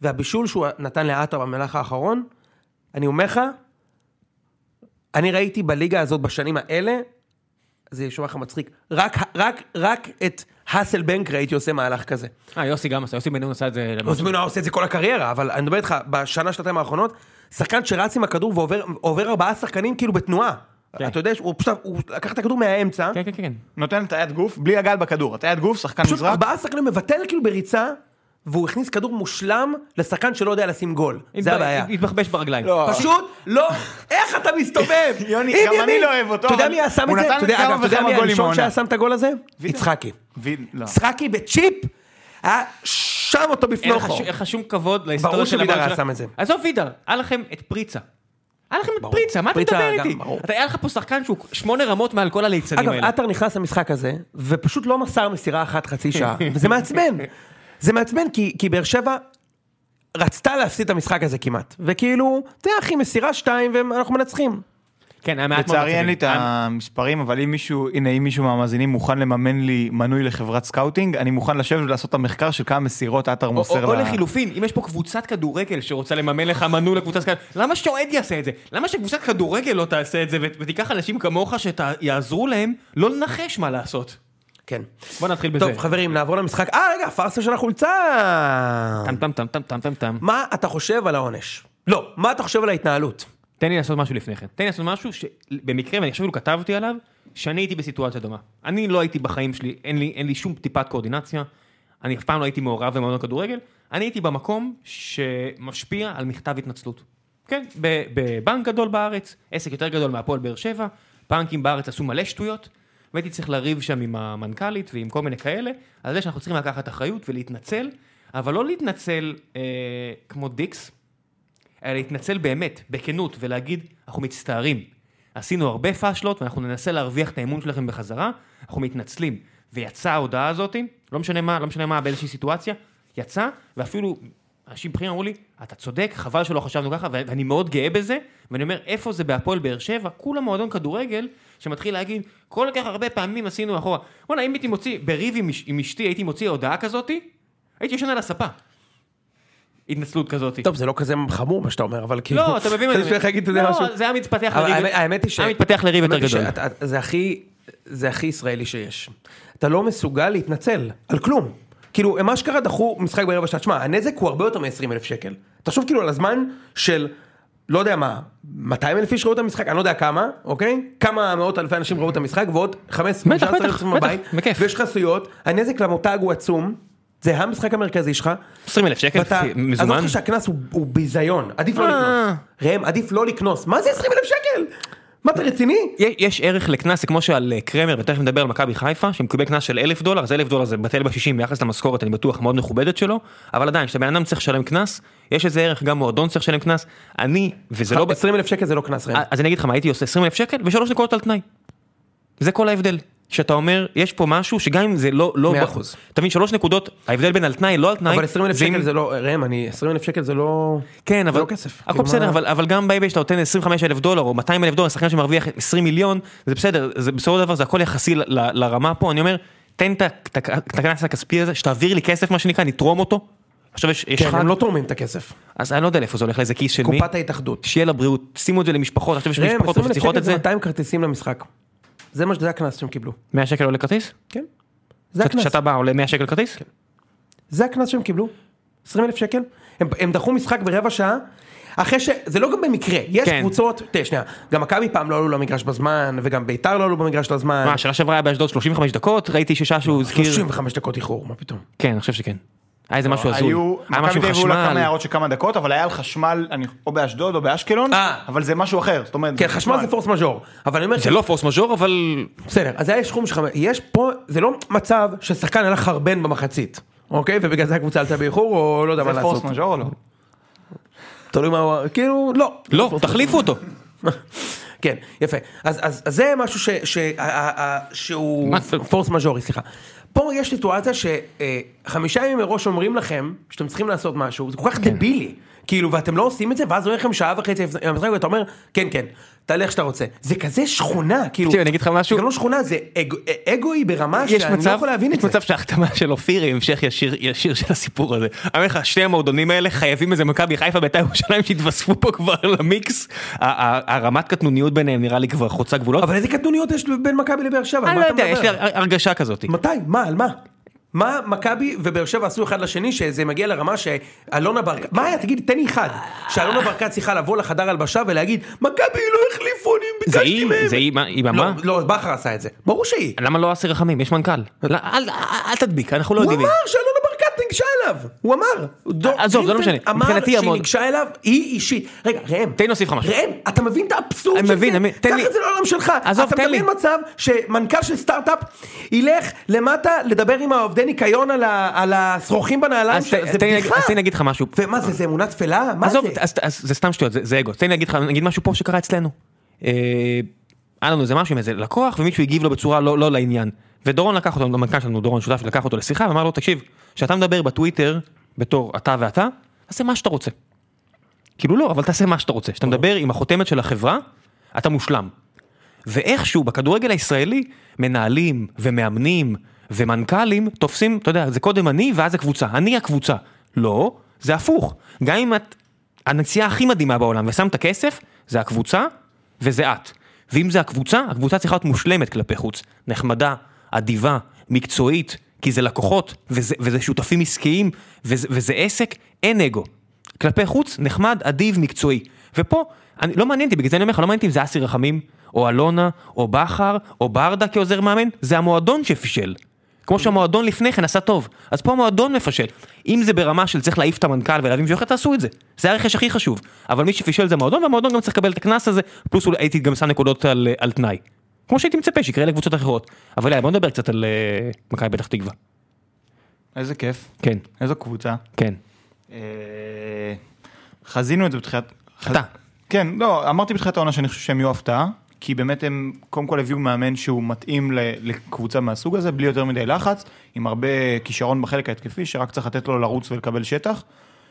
[SPEAKER 2] והבישול שהוא נתן לעטר במהלך האחרון, אני אומר לך, אני ראיתי בליגה הזאת בשנים האלה, זה נשמע לך מצחיק, רק, רק, רק את האסלבנק ראיתי עושה מהלך כזה.
[SPEAKER 1] אה, יוסי גם עשה, יוסי בן נון עשה את זה. למרות-
[SPEAKER 2] עוזמין היה עושה את זה כל הקריירה, אבל אני מדבר איתך, בשנה, שנתיים האחרונות, שחקן שרץ עם הכדור ועובר עובר ארבעה שחקנים כאילו בתנועה.
[SPEAKER 1] כן.
[SPEAKER 2] אתה יודע, הוא פשוט, הוא לקח את הכדור מהאמצע,
[SPEAKER 1] כן, כן, כן.
[SPEAKER 3] נותן את היד גוף, בלי לגעת בכדור. הטיית גוף, שחקן
[SPEAKER 2] פשוט
[SPEAKER 3] מזרח.
[SPEAKER 2] ארבעה שחקנים מבטל כאילו בריצה, והוא הכניס כדור מושלם לשחקן שלא יודע לשים גול. זה הבעיה.
[SPEAKER 1] התבחבש ברגליים.
[SPEAKER 3] לא.
[SPEAKER 2] פשוט לא, איך אתה מסתובב?
[SPEAKER 3] יוני,
[SPEAKER 2] עם
[SPEAKER 3] גם אני
[SPEAKER 2] ימין.
[SPEAKER 3] לא אוהב אותו,
[SPEAKER 2] אתה יודע
[SPEAKER 3] אבל
[SPEAKER 2] מי היה שם
[SPEAKER 3] הוא
[SPEAKER 2] את זה?
[SPEAKER 3] נתן
[SPEAKER 2] אתה יודע,
[SPEAKER 3] כמה
[SPEAKER 2] אגב, אתה יודע
[SPEAKER 3] וכמה
[SPEAKER 2] מי
[SPEAKER 3] גולים
[SPEAKER 2] הראשון
[SPEAKER 3] העונה.
[SPEAKER 2] שהיה שם את הגול הזה? יצחקי.
[SPEAKER 3] ו- לא.
[SPEAKER 2] יצחקי בצ'יפ, היה שם אותו
[SPEAKER 1] אין
[SPEAKER 2] בפנוכו.
[SPEAKER 1] לך ש- אין לך שום כבוד
[SPEAKER 2] לא ברור
[SPEAKER 1] להיסטוריה של
[SPEAKER 2] שווידר
[SPEAKER 1] הבעל
[SPEAKER 2] היה
[SPEAKER 1] שלה.
[SPEAKER 2] שם את זה.
[SPEAKER 1] עזוב וידר, היה לכם את פריצה. היה לכם את
[SPEAKER 2] ברור.
[SPEAKER 1] פריצה, מה אתה
[SPEAKER 2] פריצה
[SPEAKER 1] מדבר
[SPEAKER 2] גם,
[SPEAKER 1] איתי?
[SPEAKER 2] ברור.
[SPEAKER 1] אתה- היה לך פה שחקן שהוא שמונה רמות מעל כל הליצנים
[SPEAKER 2] אגב,
[SPEAKER 1] האלה.
[SPEAKER 2] עטר נכנס למשחק הזה, ופשוט לא מסר מסירה אחת חצי שעה, וזה מעצבן. זה מעצבן כי, כי באר שבע רצתה להפסיד את המשחק הזה כמעט, וכאילו, זה אחי, מסירה שתיים ואנחנו מנצחים.
[SPEAKER 1] כן, היה מעט מאוד
[SPEAKER 3] לצערי אין לי את
[SPEAKER 1] מצבים.
[SPEAKER 3] המספרים, אבל אם מישהו, הנה, אם מישהו מהמאזינים מוכן לממן לי מנוי לחברת סקאוטינג, אני מוכן לשבת ולעשות את המחקר של כמה מסירות עטר
[SPEAKER 1] או-
[SPEAKER 3] מוסר
[SPEAKER 1] או
[SPEAKER 3] ל-
[SPEAKER 1] לחילופין, אם יש פה קבוצת כדורגל שרוצה לממן לך מנוי לקבוצת כדורגל, למה שאוהד יעשה את זה? למה שקבוצת כדורגל לא תעשה את זה ות- ותיקח אנשים כמוך שיעזרו להם לא לנחש מה לעשות?
[SPEAKER 2] כן.
[SPEAKER 1] בוא נתחיל בזה.
[SPEAKER 2] טוב, חברים, נעבור למשחק. אה, רגע, הפארסה של החולצה.
[SPEAKER 1] טם טם טם טם טם טם טם.
[SPEAKER 2] מה אתה חושב על העונש? לא, מה אתה חושב על ההתנהלות?
[SPEAKER 1] תן לי לעשות משהו לפני כן. תן לי לעשות משהו שבמקרה, ואני חושב אפילו כתבתי עליו, שאני הייתי בסיטואציה דומה. אני לא הייתי בחיים שלי, אין לי, אין לי שום טיפת קואורדינציה, אני אף פעם לא הייתי מעורב במועדון כדורגל, אני הייתי במקום שמשפיע על מכתב התנצלות. כן, ב- בבנק גדול בארץ, עסק יותר גדול מהפועל באר שבע, פאנקים בארץ עשו מלא שטויות, והייתי צריך לריב שם עם המנכ"לית ועם כל מיני כאלה, על זה שאנחנו צריכים לקחת אחריות ולהתנצל, אבל לא להתנצל אה, כמו דיקס, אלא להתנצל באמת, בכנות, ולהגיד, אנחנו מצטערים. עשינו הרבה פאשלות, ואנחנו ננסה להרוויח את האמון שלכם בחזרה, אנחנו מתנצלים. ויצאה ההודעה הזאת, לא משנה מה, לא משנה מה, באיזושהי סיטואציה, יצא, ואפילו אנשים בכירים אמרו לי, אתה צודק, חבל שלא חשבנו ככה, ו- ואני מאוד גאה בזה, ואני אומר, איפה זה בהפועל באר שבע? כולה מועדון כדורגל, שמתחיל להגיד, כל כך הרבה פעמים עשינו אחורה. וואלה, אם הייתי מוציא, בריב עם, אש- עם אשתי, הייתי מוציא הודעה כזאת, הייתי ישן על הספה. התנצלות כזאת.
[SPEAKER 2] טוב, זה לא כזה חמור מה שאתה אומר, אבל כאילו...
[SPEAKER 1] לא, אתה מבין מה אני
[SPEAKER 2] חשבתי
[SPEAKER 1] אומר.
[SPEAKER 2] לך להגיד את זה משהו.
[SPEAKER 1] לא, זה היה מתפתח
[SPEAKER 2] אבל
[SPEAKER 1] לריב.
[SPEAKER 2] האמת- האמת היא ש...
[SPEAKER 1] היה מתפתח לריב יותר
[SPEAKER 2] האמת היא
[SPEAKER 1] גדול.
[SPEAKER 2] שאתה- זה הכי... זה הכי ישראלי שיש. אתה לא מסוגל להתנצל על כלום. כאילו, מה שקרה דחו משחק ברבע שעה. תשמע, הנזק הוא הרבה יותר מ-20 אלף שקל. תחשוב כאילו על הזמן של, לא יודע מה, 200 אלף איש ראו את המשחק, אני לא יודע כמה, אוקיי? כמה מאות אלפי אנשים ראו את המשחק, ועוד 15
[SPEAKER 1] בטח,
[SPEAKER 2] 15 אלף
[SPEAKER 1] בטח,
[SPEAKER 2] צופים בבית,
[SPEAKER 1] בטח, בכיף.
[SPEAKER 2] ויש חסויות, הנזק למותג הוא עצום, זה המשחק המרכזי שלך,
[SPEAKER 1] 20 אלף שקל,
[SPEAKER 2] ואתה, עזוב
[SPEAKER 1] מזומן.
[SPEAKER 2] אותך שהקנס הוא- הוא ביזיון, עדיף לא
[SPEAKER 1] אה.
[SPEAKER 2] לקנוס. ראם, עדיף לא לקנוס. מה זה 20 אלף שקל? מה אתה רציני?
[SPEAKER 1] יש- יש ערך לקנס, זה כמו שעל אה, קרמר, ותכף נדבר על מכבי חיפה, שמקבל קנס של אלף דולר, אז אלף דולר זה בטל בשישים ביחס למשכורת, אני בטוח, מאוד מכובדת שלו, אבל עדיין, כשבן אדם צריך לשלם קנס, יש איזה ערך, גם מועדון צריך לשלם קנס, אני, וזה לא... ב- אה,
[SPEAKER 2] 20 אלף שקל זה לא קנס ראם.
[SPEAKER 1] אז אני אגיד לך מה, הייתי עושה 20 אלף שקל ושלוש נקודות על תנאי. זה כל ההבדל. שאתה אומר, יש פה משהו שגם אם זה לא... לא
[SPEAKER 2] מאה
[SPEAKER 1] ב-
[SPEAKER 2] אחוז.
[SPEAKER 1] אתה מבין, שלוש נקודות, ההבדל בין על תנאי, לא על תנאי.
[SPEAKER 2] אבל 20 אלף
[SPEAKER 1] זה אם-
[SPEAKER 2] שקל זה לא, ראם, אני, 20 אלף שקל זה לא...
[SPEAKER 1] כן,
[SPEAKER 2] זה
[SPEAKER 1] אבל...
[SPEAKER 2] לא כסף.
[SPEAKER 1] הכל
[SPEAKER 2] כאילו,
[SPEAKER 1] בסדר,
[SPEAKER 2] מה-
[SPEAKER 1] אבל, אבל גם באיביי שאתה נותן 25 אלף דולר או 200 אלף דולר, שחקן שמרוויח 20 מיליון, זה בסדר, זה בסופו של דבר זה הכל יחסי ל, ל, לרמה פה, אני אומר, תן את ה- את ה- את הקנס הכספי הזה, שתעביר לי כסף מה שנקרא, נתרום אותו. עכשיו יש, יש
[SPEAKER 2] כן,
[SPEAKER 1] חג,
[SPEAKER 2] הם לא תורמים את הכסף.
[SPEAKER 1] אז אני לא יודע לאיפה זה הולך, לאיזה כיס של מי,
[SPEAKER 2] קופת ההתאחדות.
[SPEAKER 1] שיהיה לבריאות, שימו את זה למשפחות, עכשיו יש
[SPEAKER 2] ראם,
[SPEAKER 1] משפחות
[SPEAKER 2] 20 אלף
[SPEAKER 1] שצריכות
[SPEAKER 2] שקל
[SPEAKER 1] את זה,
[SPEAKER 2] זה 200 כרטיסים למשחק. זה מה ש- זה הקנס שהם קיבלו.
[SPEAKER 1] 100 שקל עולה כרטיס?
[SPEAKER 2] כן. זה
[SPEAKER 1] שאת-
[SPEAKER 2] הקנס. כן.
[SPEAKER 1] שאתה בא עולה 100 שקל כרטיס?
[SPEAKER 2] זה הקנס שהם קיבלו? 20 אלף שקל? הם, הם דחו משחק ברבע שעה, אחרי ש... זה לא גם במקרה, יש
[SPEAKER 1] כן.
[SPEAKER 2] כן. קבוצות, תראה שנייה, גם מכבי פעם לא עלו למגרש בזמן, וגם ביתר לא עלו במגרש לזמן,
[SPEAKER 1] מה, שנה שעברה היה באשדוד 35 דקות, ראיתי ששעה שהוא הזכיר,
[SPEAKER 2] 35 דקות איחור, מה פתאום.
[SPEAKER 1] כן, אני חושב שכן. היה
[SPEAKER 2] לא,
[SPEAKER 1] איזה משהו הזוי,
[SPEAKER 3] היו,
[SPEAKER 1] היה משהו
[SPEAKER 3] מכבי
[SPEAKER 1] עם
[SPEAKER 3] תל אביב היו לה כמה
[SPEAKER 1] חשמל,
[SPEAKER 3] הערות של כמה דקות, אבל היה על חשמל, אני- או באשדוד או באשקלון,
[SPEAKER 2] אה.
[SPEAKER 3] אבל זה משהו אחר. זאת אומרת,
[SPEAKER 2] כן, חשמל זה פורס מז'ור, אבל אני אומר,
[SPEAKER 1] זה לא פורס מז'ור, אבל
[SPEAKER 2] בסדר, אז היה שחום שלך, יש פה, זה לא מצב ששחקן הלך חרבן במחצית, אוקיי? ובגלל זה הקבוצה עלתה באיחור, או לא יודע מה
[SPEAKER 3] זה פורס
[SPEAKER 2] לעשות.
[SPEAKER 3] מז'ור או לא?
[SPEAKER 2] תלוי מה הוא, כאילו, לא.
[SPEAKER 1] לא, תחליפו אותו.
[SPEAKER 2] כן, יפה. אז, אז, אז זה משהו ש, ש, ה, ה, ה, שהוא
[SPEAKER 1] מה זה?
[SPEAKER 2] פורס מז'ורי, סליחה. פה יש סיטואציה שחמישה ימים מראש אומרים לכם שאתם צריכים לעשות משהו, זה כל
[SPEAKER 1] כן.
[SPEAKER 2] כך דבילי. כאילו, ואתם לא עושים את זה, ואז הולך לכם שעה וחצי לפני המשחק, ואתה אומר, כן, כן, תעלה איך שאתה רוצה. זה כזה שכונה, כאילו,
[SPEAKER 1] תקשיב, אני אגיד לך משהו.
[SPEAKER 2] זה גם לא שכונה, זה אג, אגואי ברמה
[SPEAKER 1] יש
[SPEAKER 2] שאני לא
[SPEAKER 1] מצב,
[SPEAKER 2] יכול להבין את
[SPEAKER 1] יש
[SPEAKER 2] זה.
[SPEAKER 1] מצב שההחתמה של אופיר היא המשך ישיר, ישיר של הסיפור הזה. אני אומר לך, שני המועדונים האלה חייבים איזה מכבי חיפה בית"ר ירושלים שהתווספו פה כבר למיקס. ה- ה- הרמת קטנוניות ביניהם נראה לי כבר חוצה גבולות.
[SPEAKER 2] אבל איזה קטנוניות יש בין מכבי לבאר שבע? על
[SPEAKER 1] אני
[SPEAKER 2] מה
[SPEAKER 1] לא
[SPEAKER 2] אתה
[SPEAKER 1] יודע, יש
[SPEAKER 2] מדבר?
[SPEAKER 1] לי הר- הרגשה כזאת.
[SPEAKER 2] מתי? מה? על מה? מה מכבי ובאר שבע עשו אחד לשני שזה מגיע לרמה שאלונה ברקת, מה היה? תגיד, תן לי אחד. שאלונה ברקת צריכה לבוא לחדר הלבשה ולהגיד, מכבי לא החליפו, אני
[SPEAKER 1] זה
[SPEAKER 2] ביקשתי
[SPEAKER 1] היא,
[SPEAKER 2] מהם.
[SPEAKER 1] זה היא, מה- היא במה?
[SPEAKER 2] לא, לא, בכר עשה את זה. ברור שהיא.
[SPEAKER 1] למה לא אסי רחמים? יש מנכ"ל. לא, אל- אל- אל תדביק, אנחנו לא
[SPEAKER 2] הוא
[SPEAKER 1] יודעים. מי.
[SPEAKER 2] אמר שאלונה ברקת ניגשה אליו. הוא אמר. דור
[SPEAKER 1] עזוב, זה לא
[SPEAKER 2] גרינפלד
[SPEAKER 1] משנה.
[SPEAKER 2] אמר
[SPEAKER 1] מבחינתי
[SPEAKER 2] שהיא
[SPEAKER 1] המון.
[SPEAKER 2] ניגשה אליו, היא אישית. רגע, ראם.
[SPEAKER 1] תן לי להוסיף לך משהו.
[SPEAKER 2] ראם, אתה מבין את האבסורד
[SPEAKER 1] אני
[SPEAKER 2] של
[SPEAKER 1] מבין,
[SPEAKER 2] זה?
[SPEAKER 1] אני מבין. תן לי-
[SPEAKER 2] קח את זה לעולם שלך.
[SPEAKER 1] עזוב, תן
[SPEAKER 2] אתה
[SPEAKER 1] לי.
[SPEAKER 2] מדמיין מצב שמנכ"ל של סטארט-אפ ילך למטה לדבר עם העובדי ניקיון על ה- על השרוכים בנעליים
[SPEAKER 1] אז
[SPEAKER 2] שלו.
[SPEAKER 1] ת-
[SPEAKER 2] זה
[SPEAKER 1] תן לי להגיד-
[SPEAKER 2] בדיחה.
[SPEAKER 1] אז תן לי להגיד לך משהו.
[SPEAKER 2] ומה זה, זה אמונה תפלה? מה זה?
[SPEAKER 1] עזוב, אז, אז, זה סתם שטויות, זה, זה אגו. תן לי להגיד לך, נגיד משהו פה שקרה אצלנו. אה, היה לנו איזה משהו עם איזה לקוח, ומישהו הגיב לו בצורה לא, לא לעניין. ודורון לקח אותו, המנכ"ל שלנו, דורון שותף, לקח אותו לשיחה, ואמר לו, תקשיב, כשאתה מדבר בטוויטר בתור אתה ואתה, תעשה מה שאתה רוצה. כאילו לא, אבל תעשה מה שאתה רוצה. כשאתה מדבר עם החותמת של החברה, אתה מושלם. ואיכשהו בכדורגל הישראלי, מנהלים ומאמנים ומנכ"לים תופסים, אתה יודע, זה קודם אני ואז הקבוצה, אני הקבוצה. לא, זה הפוך. גם אם את הנציאה הכי מדהימה בעולם ושמת כסף, זה הקבוצה וזה את. ואם זה הקבוצה, הקבוצה צריכה להיות מושלמת כלפי חוץ. נחמדה, אדיבה, מקצועית, כי זה לקוחות, וזה, וזה שותפים עסקיים, וזה, וזה עסק, אין אגו. כלפי חוץ, נחמד, אדיב, מקצועי. ופה, אני, לא מעניין אותי, בגלל זה אני אומר לך, לא מעניין אותי אם זה אסי רחמים, או אלונה, או בכר, או ברדה כעוזר מאמן, זה המועדון שפישל. כמו שהמועדון לפני כן עשה טוב, אז פה המועדון מפשל. אם זה ברמה של צריך להעיף את המנכ"ל ולהביא מישהו אחר, תעשו את זה. זה הרכש הכי חשוב. אבל מי שפישל זה המועדון, והמועדון גם צריך לקבל את הקנס הזה, פלוס אולי הייתי גם שם נקודות על, על תנאי. כמו שהייתי מצפה שיקרה לקבוצות אחרות. אבל יאללה, בוא נדבר קצת על אה, מכבי פתח תקווה.
[SPEAKER 3] איזה כיף,
[SPEAKER 1] כן,
[SPEAKER 3] איזו קבוצה.
[SPEAKER 1] כן.
[SPEAKER 3] אה, חזינו את זה בתחילת...
[SPEAKER 1] אתה.
[SPEAKER 3] כן, לא, אמרתי בתחילת העונה שאני חושב שהם יהיו הפתעה, כי באמת הם קודם כל הביאו מאמן שהוא מתאים ל- לקבוצה מהסוג הזה, בלי יותר מדי לחץ, עם הרבה כישרון בחלק ההתקפי, שרק צריך לתת לו לרוץ ולקבל שטח.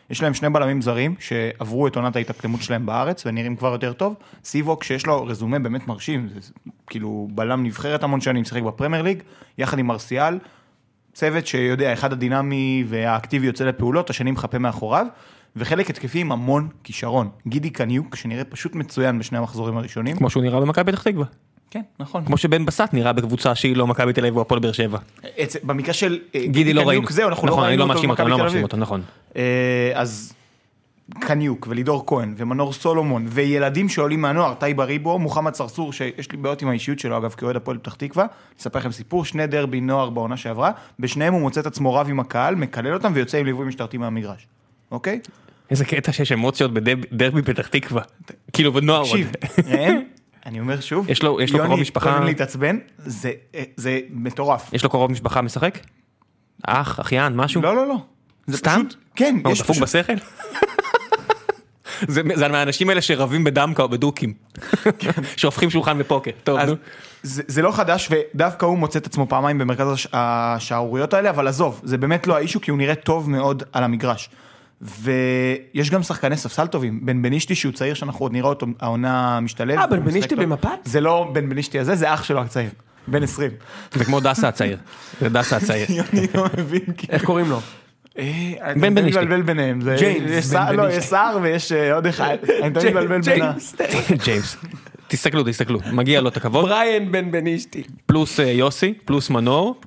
[SPEAKER 3] יש להם שני בלמים זרים שעברו את עונת ההתאקלמות שלהם בארץ ונראים כבר יותר טוב. סיבוק שיש לו רזומה באמת מרשים, זה כאילו בלם נבחרת המון שנים, שיחק בפרמייר ליג, יחד עם מרסיאל, צוות שיודע, אחד הדינמי והאקטיבי יוצא לפעולות, השני מחפה מאחוריו, וחלק התקפי עם המון כישרון. גידי קניוק, שנראה פשוט מצוין בשני המחזורים הראשונים.
[SPEAKER 1] כמו שהוא נראה במכבי פתח תקווה.
[SPEAKER 3] כן, נכון.
[SPEAKER 1] כמו שבן בסט נראה בקבוצה שהיא לא מכבי תל אביב או הפועל באר שבע.
[SPEAKER 3] במקרה של אה,
[SPEAKER 1] גידי לא ראינו.
[SPEAKER 3] קניוק, זהו, אנחנו לא
[SPEAKER 1] נכון, אני
[SPEAKER 3] ראינו
[SPEAKER 1] לא
[SPEAKER 3] אותו
[SPEAKER 1] מאשים אותו, אני לא
[SPEAKER 3] במכבי תל
[SPEAKER 1] מאשים
[SPEAKER 3] אביב.
[SPEAKER 1] אותו, נכון.
[SPEAKER 3] אה, אז קניוק ולידור כהן ומנור סולומון וילדים שעולים מהנוער, טייב אריבו, מוחמד צרצור, שיש לי בעיות עם האישיות שלו אגב, כאוהד הפועל פתח תקווה, אני אספר לכם סיפור, שני דרבי נוער בעונה שעברה, בשניהם הוא מוצא את עצמו רב עם הקהל, מקלל אותם ויוצא עם ליווי משטרתי מהמגרש, אוקיי?
[SPEAKER 1] איזה קטע שיש אמוציות בדרבי פתח תקווה. כאילו בנוער. עוד.
[SPEAKER 3] תקשיב, ראם, אני אומר שוב,
[SPEAKER 1] יש לו- יש לו קרוב משפחה.
[SPEAKER 3] יוני, קודם להתעצבן, זה- אה, זה מטורף.
[SPEAKER 1] יש לו קרוב משפחה משחק? אח, אחיין, משהו?
[SPEAKER 3] לא, לא, לא. זה
[SPEAKER 1] סתם?
[SPEAKER 3] פשוט- כן,
[SPEAKER 1] מה, הוא
[SPEAKER 3] יש
[SPEAKER 1] דפוק
[SPEAKER 3] פשוט
[SPEAKER 1] בשכל? זה זה מהאנשים האלה שרבים בדמקה או בדוקים. שהופכים שולחן לפוקר. טוב,
[SPEAKER 3] כן. אז
[SPEAKER 1] נו.
[SPEAKER 3] זה, זה לא חדש, ודווקא הוא מוצא את עצמו פעמיים במרכז הש- השערוריות האלה, אבל עזוב, זה באמת לא האישו, כי הוא נראה טוב מאוד על המגרש. ויש גם שחקני ספסל טובים, בן בנישתי שהוא צעיר שאנחנו עוד נראה אותו, העונה משתלב.
[SPEAKER 2] אה, בן
[SPEAKER 3] הוא משחק
[SPEAKER 2] בנישתי
[SPEAKER 3] טוב.
[SPEAKER 2] במפת?
[SPEAKER 3] זה לא בן בנישתי הזה, זה אח שלו הצעיר, בן 20.
[SPEAKER 1] זה כמו דסה הצעיר. זה דסה הצעיר.
[SPEAKER 3] אני לא מבין, כי...
[SPEAKER 2] איך קוראים לו?
[SPEAKER 3] אה,
[SPEAKER 1] בן
[SPEAKER 3] אני תמיד
[SPEAKER 1] בנישתי.
[SPEAKER 3] מבלבל ביניהם. זה-
[SPEAKER 2] ג'יימס
[SPEAKER 3] יש
[SPEAKER 2] בן
[SPEAKER 3] סער- לא,
[SPEAKER 2] בנישתי.
[SPEAKER 3] יש סער ויש אה, עוד אחד. אני תמיד מבלבל בין ה...
[SPEAKER 2] ג'יימס,
[SPEAKER 1] ג'יימס. תסתכלו, תסתכלו. מגיע לו את הכבוד.
[SPEAKER 2] בריאן בן בנישתי.
[SPEAKER 1] פלוס אה, יוסי, פלוס מנור.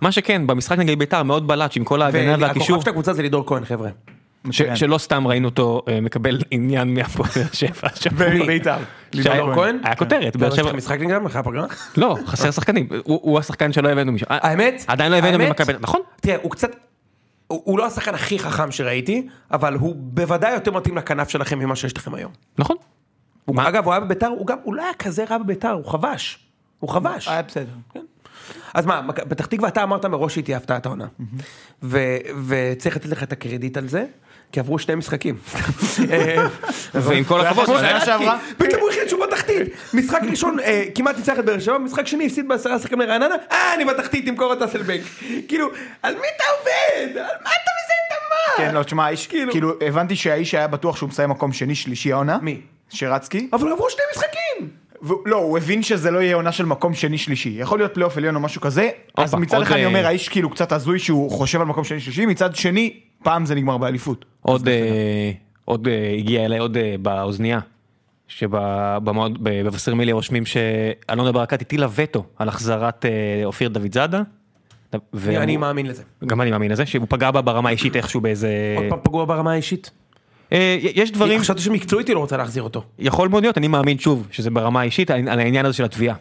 [SPEAKER 1] מה שכן, במשחק נגד ביתר מאוד בלט שעם כל ההגנה והקישור,
[SPEAKER 2] והכוכב של הקבוצה זה לידור כהן, חבר'ה.
[SPEAKER 1] ש-
[SPEAKER 2] כן.
[SPEAKER 3] מצוין.
[SPEAKER 1] שלא סתם ראינו אותו אה, מקבל עניין מהפועל באר שבע. השבוע.
[SPEAKER 3] בביתר.
[SPEAKER 1] שהיה-
[SPEAKER 3] לידור
[SPEAKER 2] כהן? כן.
[SPEAKER 1] היה כותרת, באר
[SPEAKER 2] יש לך
[SPEAKER 1] שבע.
[SPEAKER 2] משחק נגדם אחרי הפגרה?
[SPEAKER 1] לא, חסר שחקנים. הוא הוא השחקן שלא הבאנו משם.
[SPEAKER 2] האמת?
[SPEAKER 1] עדיין לא הבאנו
[SPEAKER 2] האמת?
[SPEAKER 1] ממכבי, נכון?
[SPEAKER 2] תראה, הוא קצת... הוא הוא לא השחקן הכי חכם שראיתי, אבל הוא בוודאי יותר מתאים לכנף שלכם ממה שיש לכם היום.
[SPEAKER 1] נכון.
[SPEAKER 2] הוא-
[SPEAKER 1] מה?
[SPEAKER 2] אגב, הוא היה בביתר, הוא גם, הוא לא היה כזה רע בביתר, הוא חבש. הוא חבש. כן.
[SPEAKER 3] היה בסדר.
[SPEAKER 2] אז מה, מכ- פתח תקווה, אתה אמרת מראש שהיא תהיה הפתעת העונה. ו- וצריך לתת לך את הקרדיט על זה, כי עברו שני משחקים. אה,
[SPEAKER 1] ועם
[SPEAKER 2] לא
[SPEAKER 1] כל הכבוד,
[SPEAKER 3] כמו
[SPEAKER 1] אבל היה-
[SPEAKER 3] שנה שעברה.
[SPEAKER 2] פתאום הוא החליט שהוא בתחתית. משחק ראשון אה, כמעט ניצח את באר שבע, משחק שני הפסיד בעשרה שחקים לרעננה, אה, אני בתחתית, תמכור את אסלבנק. כאילו, על מי אתה עובד? על מה אתה מזיין את המוח?
[SPEAKER 3] כן, לא, תשמע, האיש,
[SPEAKER 2] כאילו-
[SPEAKER 3] כאילו, הבנתי שהאיש היה בטוח שהוא מסיים מקום שני, שלישי העונה.
[SPEAKER 2] מי?
[SPEAKER 3] שרצקי.
[SPEAKER 2] אבל עברו שני משחקים.
[SPEAKER 3] ו- לא, הוא הבין שזה לא יהיה עונה של מקום שני שלישי. יכול להיות פלייאוף עליון או משהו כזה. אז
[SPEAKER 1] הופה,
[SPEAKER 3] מצד
[SPEAKER 1] עוד,
[SPEAKER 3] אחד אני
[SPEAKER 1] אה,
[SPEAKER 3] אומר, האיש כאילו קצת הזוי שהוא חושב על מקום שני שלישי, מצד שני, פעם זה נגמר באליפות.
[SPEAKER 1] עוד אה, עוד אה, הגיע אליי עוד אה, באוזנייה, שבבשר מילי רושמים שאלונה ברקת הטילה וטו על החזרת אה, אופיר דוד זאדה. והוא-
[SPEAKER 2] אני מאמין לזה.
[SPEAKER 1] גם אני מאמין לזה, שהוא פגע בה ברמה האישית איכשהו באיזה...
[SPEAKER 2] עוד פעם פגוע ברמה האישית.
[SPEAKER 1] אה, יש דברים,
[SPEAKER 2] חשבתי שמקצועית היא לא רוצה להחזיר אותו.
[SPEAKER 1] יכול מאוד להיות, אני מאמין שוב, שזה ברמה האישית, על על העניין הזה של התביעה.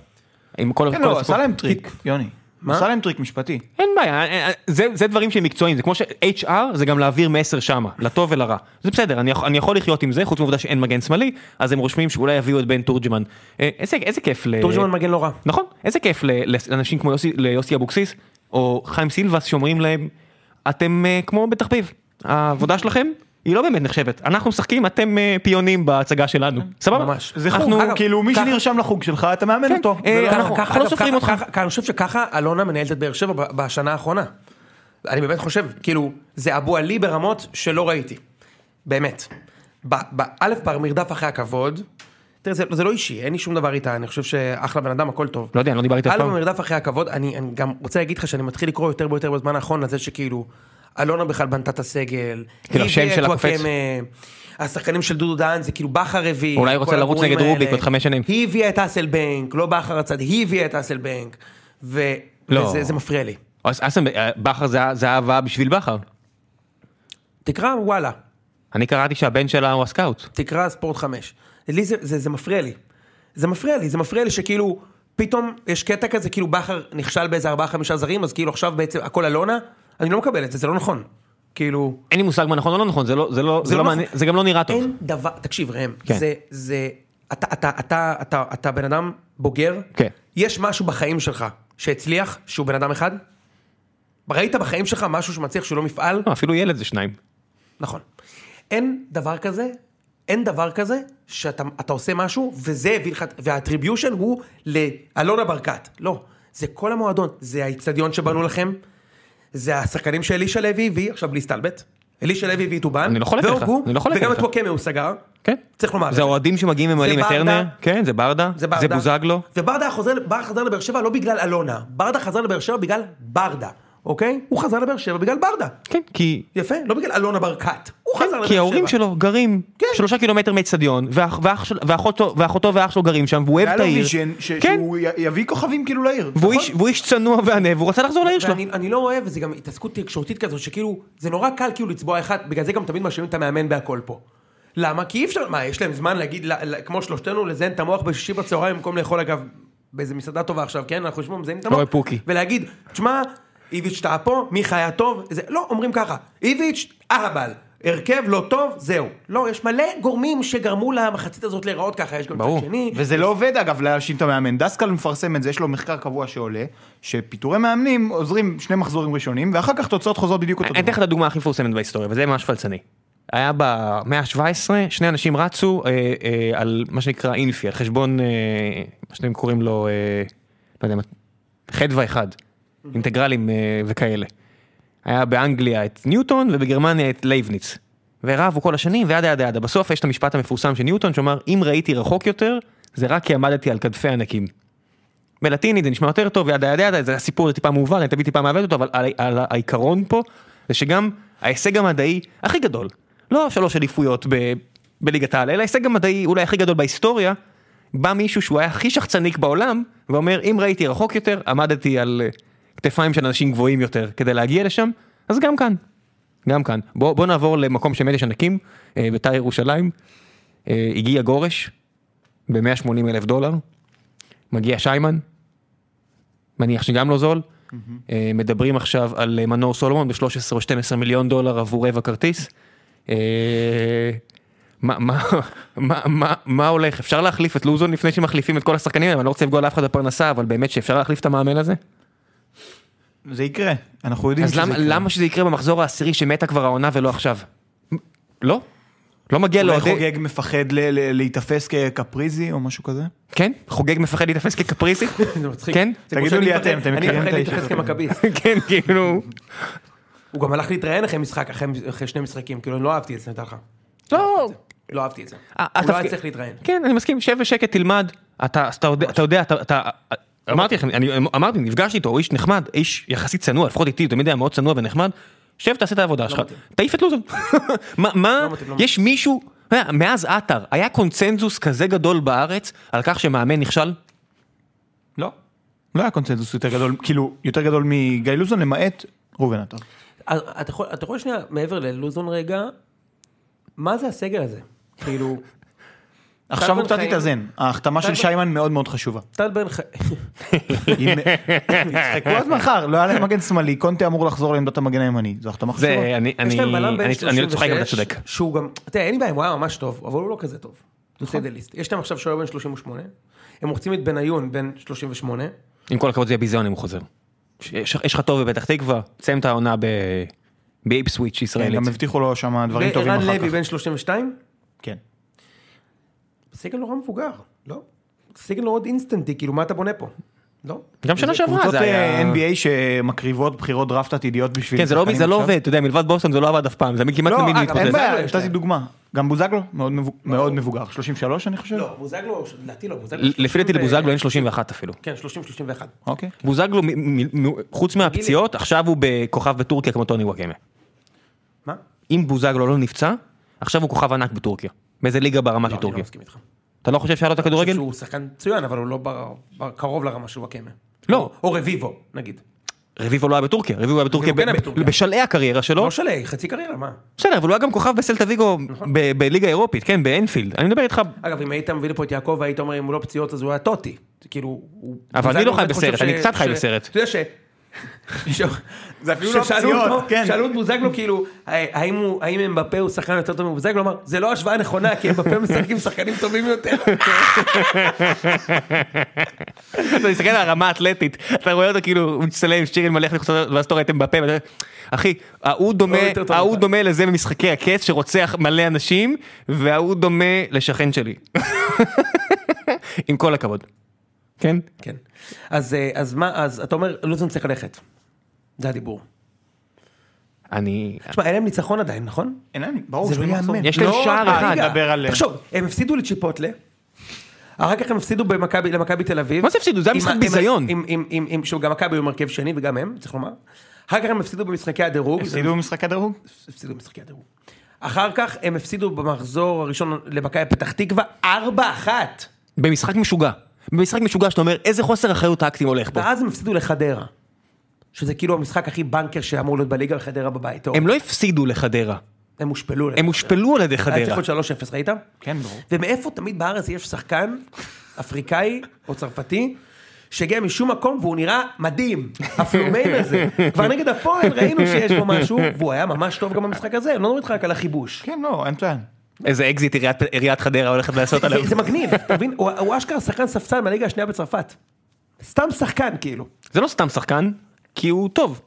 [SPEAKER 1] עם כל
[SPEAKER 3] כן,
[SPEAKER 1] כל
[SPEAKER 3] לא,
[SPEAKER 1] הסיפור.
[SPEAKER 3] עשה להם טריק, יוני. עשה להם טריק משפטי.
[SPEAKER 1] אין בעיה, אה, אה, זה, זה דברים שהם מקצועיים, זה כמו ש-HR זה גם להעביר מסר שמה, לטוב ולרע. זה בסדר, אני, יכול- אני יכול לחיות עם זה, חוץ מהעובדה שאין מגן שמאלי, אז הם רושמים שאולי יביאו את בן תורג'מן. אה, איזה, איזה כיף ל...
[SPEAKER 2] תורג'מן מגן לא רע.
[SPEAKER 1] נכון, איזה כיף ל- לאנשים כמו יוסי, ליוסי אבוקסיס, או חיים סילבס, שאומרים להם, אתם אה, כמו בתחביב, העבודה שלכם היא לא באמת נחשבת, אנחנו משחקים, אתם אה, פיונים בהצגה שלנו, סבבה?
[SPEAKER 2] ממש.
[SPEAKER 3] זה חוג,
[SPEAKER 1] אנחנו-
[SPEAKER 2] אגב,
[SPEAKER 3] כאילו, מי
[SPEAKER 2] ככה-
[SPEAKER 3] שנרשם לחוג שלך, אתה מאמן
[SPEAKER 1] כן,
[SPEAKER 3] אותו.
[SPEAKER 1] אה,
[SPEAKER 3] זה לא-
[SPEAKER 1] ככה- אנחנו- אנחנו לא
[SPEAKER 2] נכון. אגב,
[SPEAKER 1] סופרים
[SPEAKER 2] ככה-
[SPEAKER 1] אותך.
[SPEAKER 2] ככה- אני חושב שככה אלונה מנהלת את באר שבע ב- בשנה האחרונה. אני באמת חושב, כאילו, זה אבו עלי ברמות שלא ראיתי. באמת. ב- ב- א', במרדף אחרי הכבוד, תראה, זה, זה לא אישי, אין לי שום דבר איתה, אני חושב שאחלה בן אדם, הכל טוב.
[SPEAKER 1] לא יודע, אני לא דיברתי אף
[SPEAKER 2] א',
[SPEAKER 1] פעם.
[SPEAKER 2] במרדף אחרי הכבוד, אני, אני גם רוצה להגיד לך שאני מתחיל לקרוא יותר ויותר בזמן האחרון על זה שכאילו, אלונה בכלל בנתה את הסגל, היא
[SPEAKER 1] כאילו, השם
[SPEAKER 2] הביאה
[SPEAKER 1] שלה
[SPEAKER 2] את
[SPEAKER 1] קופץ?
[SPEAKER 2] וואקמה, השחקנים של דודו דהן זה כאילו בכר הביא,
[SPEAKER 1] אולי הוא רוצה
[SPEAKER 2] כל
[SPEAKER 1] לרוץ
[SPEAKER 2] הגרועים
[SPEAKER 1] נגד
[SPEAKER 2] האלה.
[SPEAKER 1] רוביק עוד חמש שנים.
[SPEAKER 2] היא הביאה את אסלבנק, לא בכר הצד, היא הביאה את אסלבנק, ו...
[SPEAKER 1] לא.
[SPEAKER 2] וזה זה מפריע לי.
[SPEAKER 1] אז אסם, אה, בכר זה ה- זה ההבאה בשביל בכר.
[SPEAKER 2] תקרא וואלה,
[SPEAKER 1] אני קראתי שהבן שלה הוא הסקאוט.
[SPEAKER 2] תקרא ספורט חמש. לי זה, זה, זה מפריע לי. זה מפריע לי, זה מפריע לי שכאילו, פתאום יש קטע כזה, כאילו בכר נכשל באיזה ארבעה חמישה זרים, אז כאילו עכשיו בעצם הכל אלונה, אני לא מקבל את זה, זה לא נכון. כאילו...
[SPEAKER 1] אין לי מושג מה נכון או לא נכון, זה לא, זה לא, זה לא
[SPEAKER 2] נכון.
[SPEAKER 1] מעניין, זה גם לא נראה טוב.
[SPEAKER 2] אין דבר, תקשיב ראם,
[SPEAKER 1] כן.
[SPEAKER 2] זה, זה, אתה, אתה, אתה, אתה, אתה בן אדם בוגר,
[SPEAKER 1] כן.
[SPEAKER 2] יש משהו בחיים שלך שהצליח, שהוא בן אדם אחד? ראית בחיים שלך משהו שמצליח שהוא לא מפעל?
[SPEAKER 1] לא, אפילו ילד זה שניים.
[SPEAKER 2] נכון. אין דבר כזה, אין דבר כזה שאתה אתה עושה משהו וזה הביא לך, והאטריביושן הוא לאלונה ברקת. לא, זה כל המועדון, זה האיצטדיון שבנו לכם, זה השחקנים שאלישע לוי הביא, עכשיו בלי סטלבט, אלישע לוי הביא את אובן,
[SPEAKER 1] אני לא חולק עליך,
[SPEAKER 2] והוגו,
[SPEAKER 1] אני לא חולק
[SPEAKER 2] וגם
[SPEAKER 1] עליך.
[SPEAKER 2] את ווקמה הוא סגר,
[SPEAKER 1] כן.
[SPEAKER 2] צריך לומר. את
[SPEAKER 1] זה האוהדים שמגיעים ומעלים את
[SPEAKER 2] ברדה.
[SPEAKER 1] טרנר. כן, זה ברדה.
[SPEAKER 2] זה ברדה.
[SPEAKER 1] זה בוזגלו.
[SPEAKER 2] וברדה חוזר, ברדה חזר לבאר שבע לא בגלל אלונה, ברדה חזר לבאר שבע בגלל ברדה, אוקיי? הוא חזר לבאר שבע בגלל ברדה.
[SPEAKER 1] כן, כי...
[SPEAKER 2] יפה? לא בגלל אלונה ברקת. הוא חזר לבאר שבע.
[SPEAKER 1] כן, כי ההורים שלו גרים
[SPEAKER 2] כן.
[SPEAKER 1] שלושה קילומטר מאצטדיון, ואח- ואח של- ואחותו ואחותו ואח שלו גרים שם, והוא אוהב
[SPEAKER 3] היה
[SPEAKER 1] את
[SPEAKER 3] לו
[SPEAKER 1] העיר.
[SPEAKER 3] ויז'ן, ש-
[SPEAKER 1] כן,
[SPEAKER 3] שהוא י- יביא כוכבים כאילו לעיר.
[SPEAKER 1] והוא איש-
[SPEAKER 2] נכון.
[SPEAKER 1] והוא איש צנוע וענה, והוא רצה לחזור לעיר שלו.
[SPEAKER 2] ואני אני לא אוהב, וזה גם התעסקות תקשורתית כזאת, שכאילו, זה נורא קל כאילו לצבוע אחד, בגלל זה גם תמיד מאשימים את המאמן בהכל פה. למה? כי אי אפשר, מה, יש להם זמן להגיד, ל- ל- כמו שלושתנו, לזיין את המוח בשישי בצהריים במקום לאכול אגב, באיזה מסעדה טובה עכשיו, כן? אנחנו יושבים ומזיינים את המוח.
[SPEAKER 1] אוי, פוקי.
[SPEAKER 2] ולהגיד, תשמע, איביץ' טעה פה, מיכה היה טוב, זה, לא, אומרים ככה, איביץ', אהבל, הרכב לא טוב, זהו. לא, יש מלא גורמים שגרמו למחצית הזאת להיראות ככה, יש גם
[SPEAKER 1] ברור.
[SPEAKER 2] צד שני.
[SPEAKER 3] וזה לא עובד אגב להאשים את המאמן, דסקל מפרסם את זה, יש לו מחקר קבוע שעולה, שפיטורי מאמנים עוזרים שני מחזורים ראשונים, ואחר כך תוצאות חוזרות בדיוק אותו
[SPEAKER 1] אני אתן
[SPEAKER 3] דבר.
[SPEAKER 1] לך את הדוגמה הכי מפורסמת בהיסטוריה, וזה ממש פלצני. היה במאה ה-17, שני אנשים רצו אה, אה, על מה שנקרא אינפי, על חשבון, אה, מה שאתם קוראים לו, אה, לא יודע, מה, חדווה אחד, אינטגרלים אה, וכאלה. היה באנגליה את ניוטון ובגרמניה את לייבניץ. ורבו כל השנים וידה ידה ידה. בסוף יש את המשפט המפורסם של ניוטון שאומר, אם ראיתי רחוק יותר, זה רק כי עמדתי על כתפי ענקים. בלטינית זה נשמע יותר טוב, ידה ידה ידה, זה הסיפור זה טיפה מעוול, אני תמיד טיפה מעוות אותו, אבל על, על העיקרון פה, זה שגם ההישג המדעי הכי גדול, לא שלוש אליפויות ב, בליגת העל, אלא ההישג המדעי אולי הכי גדול בהיסטוריה, בא מישהו שהוא היה הכי שחצניק בעולם, ואומר אם ראיתי רחוק יותר, עמדתי על אה, כתפיים של אנשים גבוהים יותר כדי להגיע לשם, אז גם כאן, גם כאן. בוא, בוא נעבור למקום שבאמת יש ענקים, אה, בית"ר ירושלים, אה, הגיע גורש, ב-180 אלף דולר, מגיע שיימן, מניח שגם לא זול. אה, מדברים עכשיו על אה, מנור סולומון ב-13 או 12 מיליון דולר עבור רבע כרטיס. אה, מה- מה- מה- מה- מה הולך? אפשר להחליף את לוזון לפני שמחליפים את כל השחקנים האלה? אני לא רוצה לפגוע לאף אחד בפרנסה, אבל באמת שאפשר להחליף את המאמן הזה?
[SPEAKER 3] זה יקרה, אנחנו יודעים
[SPEAKER 1] אז
[SPEAKER 3] שזה
[SPEAKER 1] למה-
[SPEAKER 3] יקרה.
[SPEAKER 1] למה שזה יקרה במחזור העשירי שמתה כבר העונה ולא עכשיו? מ- לא? לא מגיע
[SPEAKER 3] אולי
[SPEAKER 1] לאוהדי...
[SPEAKER 3] חוגג מפחד ל- ל- להיתפס כקפריזי או משהו כזה?
[SPEAKER 1] כן? חוגג מפחד להיתפס כקפריזי?
[SPEAKER 2] זה מצחיק.
[SPEAKER 1] כן?
[SPEAKER 2] זה כמו
[SPEAKER 3] תגידו לי
[SPEAKER 2] שאני מפחד-
[SPEAKER 3] אתם, אתם מכירים את
[SPEAKER 2] אני
[SPEAKER 3] האיש
[SPEAKER 2] מפחד להתייחס
[SPEAKER 3] הזה.
[SPEAKER 2] כמכביסט.
[SPEAKER 1] כן, כאילו...
[SPEAKER 2] הוא גם הלך להתראיין אחרי משחק, אחרי, אחרי שני משחקים, כאילו, אני לא אהבתי את זה, נתן לך.
[SPEAKER 1] לא,
[SPEAKER 2] לא אהבתי את זה.
[SPEAKER 1] אה,
[SPEAKER 2] הוא לא
[SPEAKER 1] התפקיד-
[SPEAKER 2] היה צריך להתראיין.
[SPEAKER 1] כן, אני מסכים, שב בשקט, תלמד. אתה אז אתה יודע, אתה יודע, אתה- אתה... אמרתי לכם, אני אמרתי, נפגשתי איתו, הוא איש נחמד, איש יחסית צנוע, לפחות איתי, הוא תמיד היה מאוד צנוע ונחמד. שב, תעשה את העבודה שלך, תעיף את לוזון. מה, מה,
[SPEAKER 2] לא מתאים, לא מתאים.
[SPEAKER 1] יש מישהו, אתה יודע, מאז עטר, היה קונצנזוס כזה גדול בארץ על כך שמאמן נכשל?
[SPEAKER 3] לא. לא היה קונצנזוס יותר גדול, כאילו, יותר גדול מגיא לוזון למעט ראובן עטר.
[SPEAKER 2] אז אתה יכול, אתה יכול שנייה, מעבר ללוזון רגע, מה זה הסגל הזה? כאילו,
[SPEAKER 3] עכשיו
[SPEAKER 2] בן
[SPEAKER 3] הוא קצת
[SPEAKER 2] חיים.
[SPEAKER 3] התאזן, ההחתמה
[SPEAKER 2] טל
[SPEAKER 3] של
[SPEAKER 2] בן-
[SPEAKER 3] שיימן מאוד מאוד חשובה.
[SPEAKER 2] טל בן חיים,
[SPEAKER 3] אם- יצחקו עד מחר, לא היה להם מגן שמאלי, קונטה אמור לחזור לעמדת המגן הימני, זו החתמה חשובה.
[SPEAKER 1] זה, אני,
[SPEAKER 2] לא. יש
[SPEAKER 1] אני,
[SPEAKER 2] להם בלם בן
[SPEAKER 1] אני- אני לא צוחק, אבל אתה
[SPEAKER 2] 36,
[SPEAKER 1] צודק.
[SPEAKER 2] שהוא גם, אתה יודע, אין לי בעיה, הוא היה ממש טוב, אבל הוא לא כזה טוב. זה סדליסט. יש להם עכשיו שוער בן 38, הם רוצים את בניון בן 38,
[SPEAKER 1] עם כל הכבוד זה יהיה ביזיון אם הוא חוזר. יש- יש לך טוב בפתח תקווה, תסיים את העונה ב... באיפסוויץ'
[SPEAKER 3] כן,
[SPEAKER 1] ישראלית.
[SPEAKER 3] גם הבטיחו לו שם דברים טובים
[SPEAKER 2] וערן
[SPEAKER 3] אחר
[SPEAKER 2] לוי
[SPEAKER 3] כך.
[SPEAKER 2] בן 32,
[SPEAKER 3] כן.
[SPEAKER 2] סגל נורא מבוגר, לא? סגל מאוד אינסטנטי, כאילו, מה אתה בונה פה? לא?
[SPEAKER 1] גם שנה שעברה
[SPEAKER 3] קבוצות
[SPEAKER 1] זה היה...
[SPEAKER 3] אה, NBA שמקריבות בחירות דראפט עתידיות בשביל...
[SPEAKER 1] כן, זה לא,
[SPEAKER 3] שחקנים
[SPEAKER 1] זה לא
[SPEAKER 3] עכשיו.
[SPEAKER 1] עובד, אתה יודע, מלבד בוסטון זה לא עבד אף פעם, זה כמעט
[SPEAKER 3] לא,
[SPEAKER 1] תמיד
[SPEAKER 3] אגב, אין
[SPEAKER 1] מתפוצץ.
[SPEAKER 3] בעיה,
[SPEAKER 2] בוזגלו יש
[SPEAKER 3] נתתי
[SPEAKER 2] להם.
[SPEAKER 3] דוגמה. גם בוזגלו מאוד מבוג- מאוד מבוגר, 33 אני חושב.
[SPEAKER 2] לא, בוזגלו, לדעתי לא, בוזגלו.
[SPEAKER 1] לפי דעתי
[SPEAKER 2] 30 ו-
[SPEAKER 1] לבוזגלו אין 31 אפילו.
[SPEAKER 2] כן, 30-31.
[SPEAKER 3] אוקיי.
[SPEAKER 1] בוזגלו, מ- מ- מ- חוץ מהפציעות, עכשיו הוא בכוכב בטורקיה כמו טוני וואקמה.
[SPEAKER 2] מה?
[SPEAKER 1] אם בוזגלו לא נפצע, עכשיו הוא כוכב ענק בטורקיה. באיזה ליגה ברמה של
[SPEAKER 2] לא, אני לא
[SPEAKER 1] טורקיה.
[SPEAKER 2] מסכים איתך.
[SPEAKER 1] אתה לא חושב שהיה לו את
[SPEAKER 2] אני חושב
[SPEAKER 1] הכדורגל?
[SPEAKER 2] שהוא שחקן מצוין, אבל הוא לא בר- בר- קרוב לרמה של וואקמה.
[SPEAKER 1] לא.
[SPEAKER 2] או רביבו, נגיד.
[SPEAKER 1] רביבו לא היה בטורקיה, רביבו היה בטורקיה
[SPEAKER 2] כן היה
[SPEAKER 1] ב- ב-
[SPEAKER 2] בטורקיה.
[SPEAKER 1] בשלהי הקריירה שלו.
[SPEAKER 2] לא שלי, חצי קריירה, מה?
[SPEAKER 1] בסדר, אבל הוא היה גם כוכב בסלטה ויגו
[SPEAKER 2] נכון.
[SPEAKER 1] ב- בליגה האירופית, כן, באנפילד. אני מדבר איתך,
[SPEAKER 2] אגב, אם היית מביא לפה את יעקב והיית אומר, אם הוא לא פציעות, אז הוא היה טוטי. זה כאילו, הוא...
[SPEAKER 1] אבל אני
[SPEAKER 2] בוזגלו
[SPEAKER 1] לא חי
[SPEAKER 2] באמת חושב
[SPEAKER 1] בסרט, אני קצת חי
[SPEAKER 2] ש-
[SPEAKER 1] בסרט.
[SPEAKER 2] אתה יודע ש...
[SPEAKER 3] זה אפילו לא
[SPEAKER 2] ששאלו אותו-
[SPEAKER 3] פציעות, כן.
[SPEAKER 2] שאלו את בוזגלו כאילו, האם הוא- האם אמבפה הוא שחקן יותר טוב מבוזגלו? הוא אמר, זה לא השוואה נכונה, כי אמבפה משחק עם שחקנים טובים יותר.
[SPEAKER 1] אתה מסתכל על הרמה האתלטית, אתה רואה אותו כאילו, הוא מצטלם עם שירין מלא חלק, ואז אתה רואה אתם בפה, ואתה אומר, אחי, ההוא דומה,
[SPEAKER 2] לא יותר טוב
[SPEAKER 1] ההוא
[SPEAKER 2] ממך."
[SPEAKER 1] דומה לזה במשחקי הכס שרוצח מלא אנשים, וההוא דומה לשכן שלי. עם כל הכבוד. כן?
[SPEAKER 2] כן. אז אה, אז מה, אז אתה אומר, לוזון צריך ללכת. זה הדיבור.
[SPEAKER 3] כן.
[SPEAKER 1] אני...
[SPEAKER 2] תשמע, אין להם ניצחון עדיין, נכון?
[SPEAKER 3] אין להם, ברור,
[SPEAKER 2] זה לא
[SPEAKER 3] שאין מחסום.
[SPEAKER 2] ייאמן.
[SPEAKER 1] יש להם
[SPEAKER 3] לא,
[SPEAKER 1] שער
[SPEAKER 3] אה,
[SPEAKER 1] אחד.
[SPEAKER 3] נדבר על...
[SPEAKER 2] תחשוב, הם הפסידו לצ'יפוטלה, אחר כך הם הפסידו במכבי- למכבי תל אביב.
[SPEAKER 1] מה זה הפסידו? זה היה
[SPEAKER 2] עם
[SPEAKER 1] משחק
[SPEAKER 2] ה- עם ה-
[SPEAKER 1] ביזיון.
[SPEAKER 2] עם- עם- עם- עם- שהוא גם מכבי הוא מרכב שני וגם הם, צריך לומר. אחר כך הם הפסידו במשחקי הדירוג.
[SPEAKER 3] הפסידו משחק הדירוג?
[SPEAKER 2] הפסידו במשחקי הדירוג. אחר כך הם הפסידו במחזור הראשון למכבי פתח תקווה 4-1,
[SPEAKER 1] במשחק משוגע. במשחק משוגע שאתה אומר, איזה חוסר אחריות טקטים הולך פה.
[SPEAKER 2] ואז הם הפסידו לחדרה. שזה כאילו המשחק הכי בנקר שאמור להיות בליגה וחדרה בבית. אוקיי? טוב,
[SPEAKER 1] הם לא הפסידו לחדרה,
[SPEAKER 2] הם הושפלו.
[SPEAKER 1] הם הושפלו על ידי
[SPEAKER 2] היה
[SPEAKER 1] חדרה.
[SPEAKER 2] צריך להיות 3-0, ראית?
[SPEAKER 3] כן, ברור.
[SPEAKER 2] ומאיפה תמיד בארץ יש שחקן אפריקאי או צרפתי שהגיע משום מקום והוא נראה מדהים, הפלומיין הזה. כבר נגד הפועל ראינו שיש בו משהו, והוא היה ממש טוב גם במשחק הזה, אני לא מדבר איתך רק על החיבוש.
[SPEAKER 3] כן, לא, אין טוען.
[SPEAKER 1] איזה אקזיט עיריית- עיריית חדרה הולכת לעשות
[SPEAKER 2] זה-
[SPEAKER 1] עליו.
[SPEAKER 2] זה מגניב, אתה מבין? הוא- הוא אשכרה שחקן ספסל מהליגה השנייה בצרפת. סתם שחקן כאילו.
[SPEAKER 1] זה לא סתם שחקן, כי הוא טוב.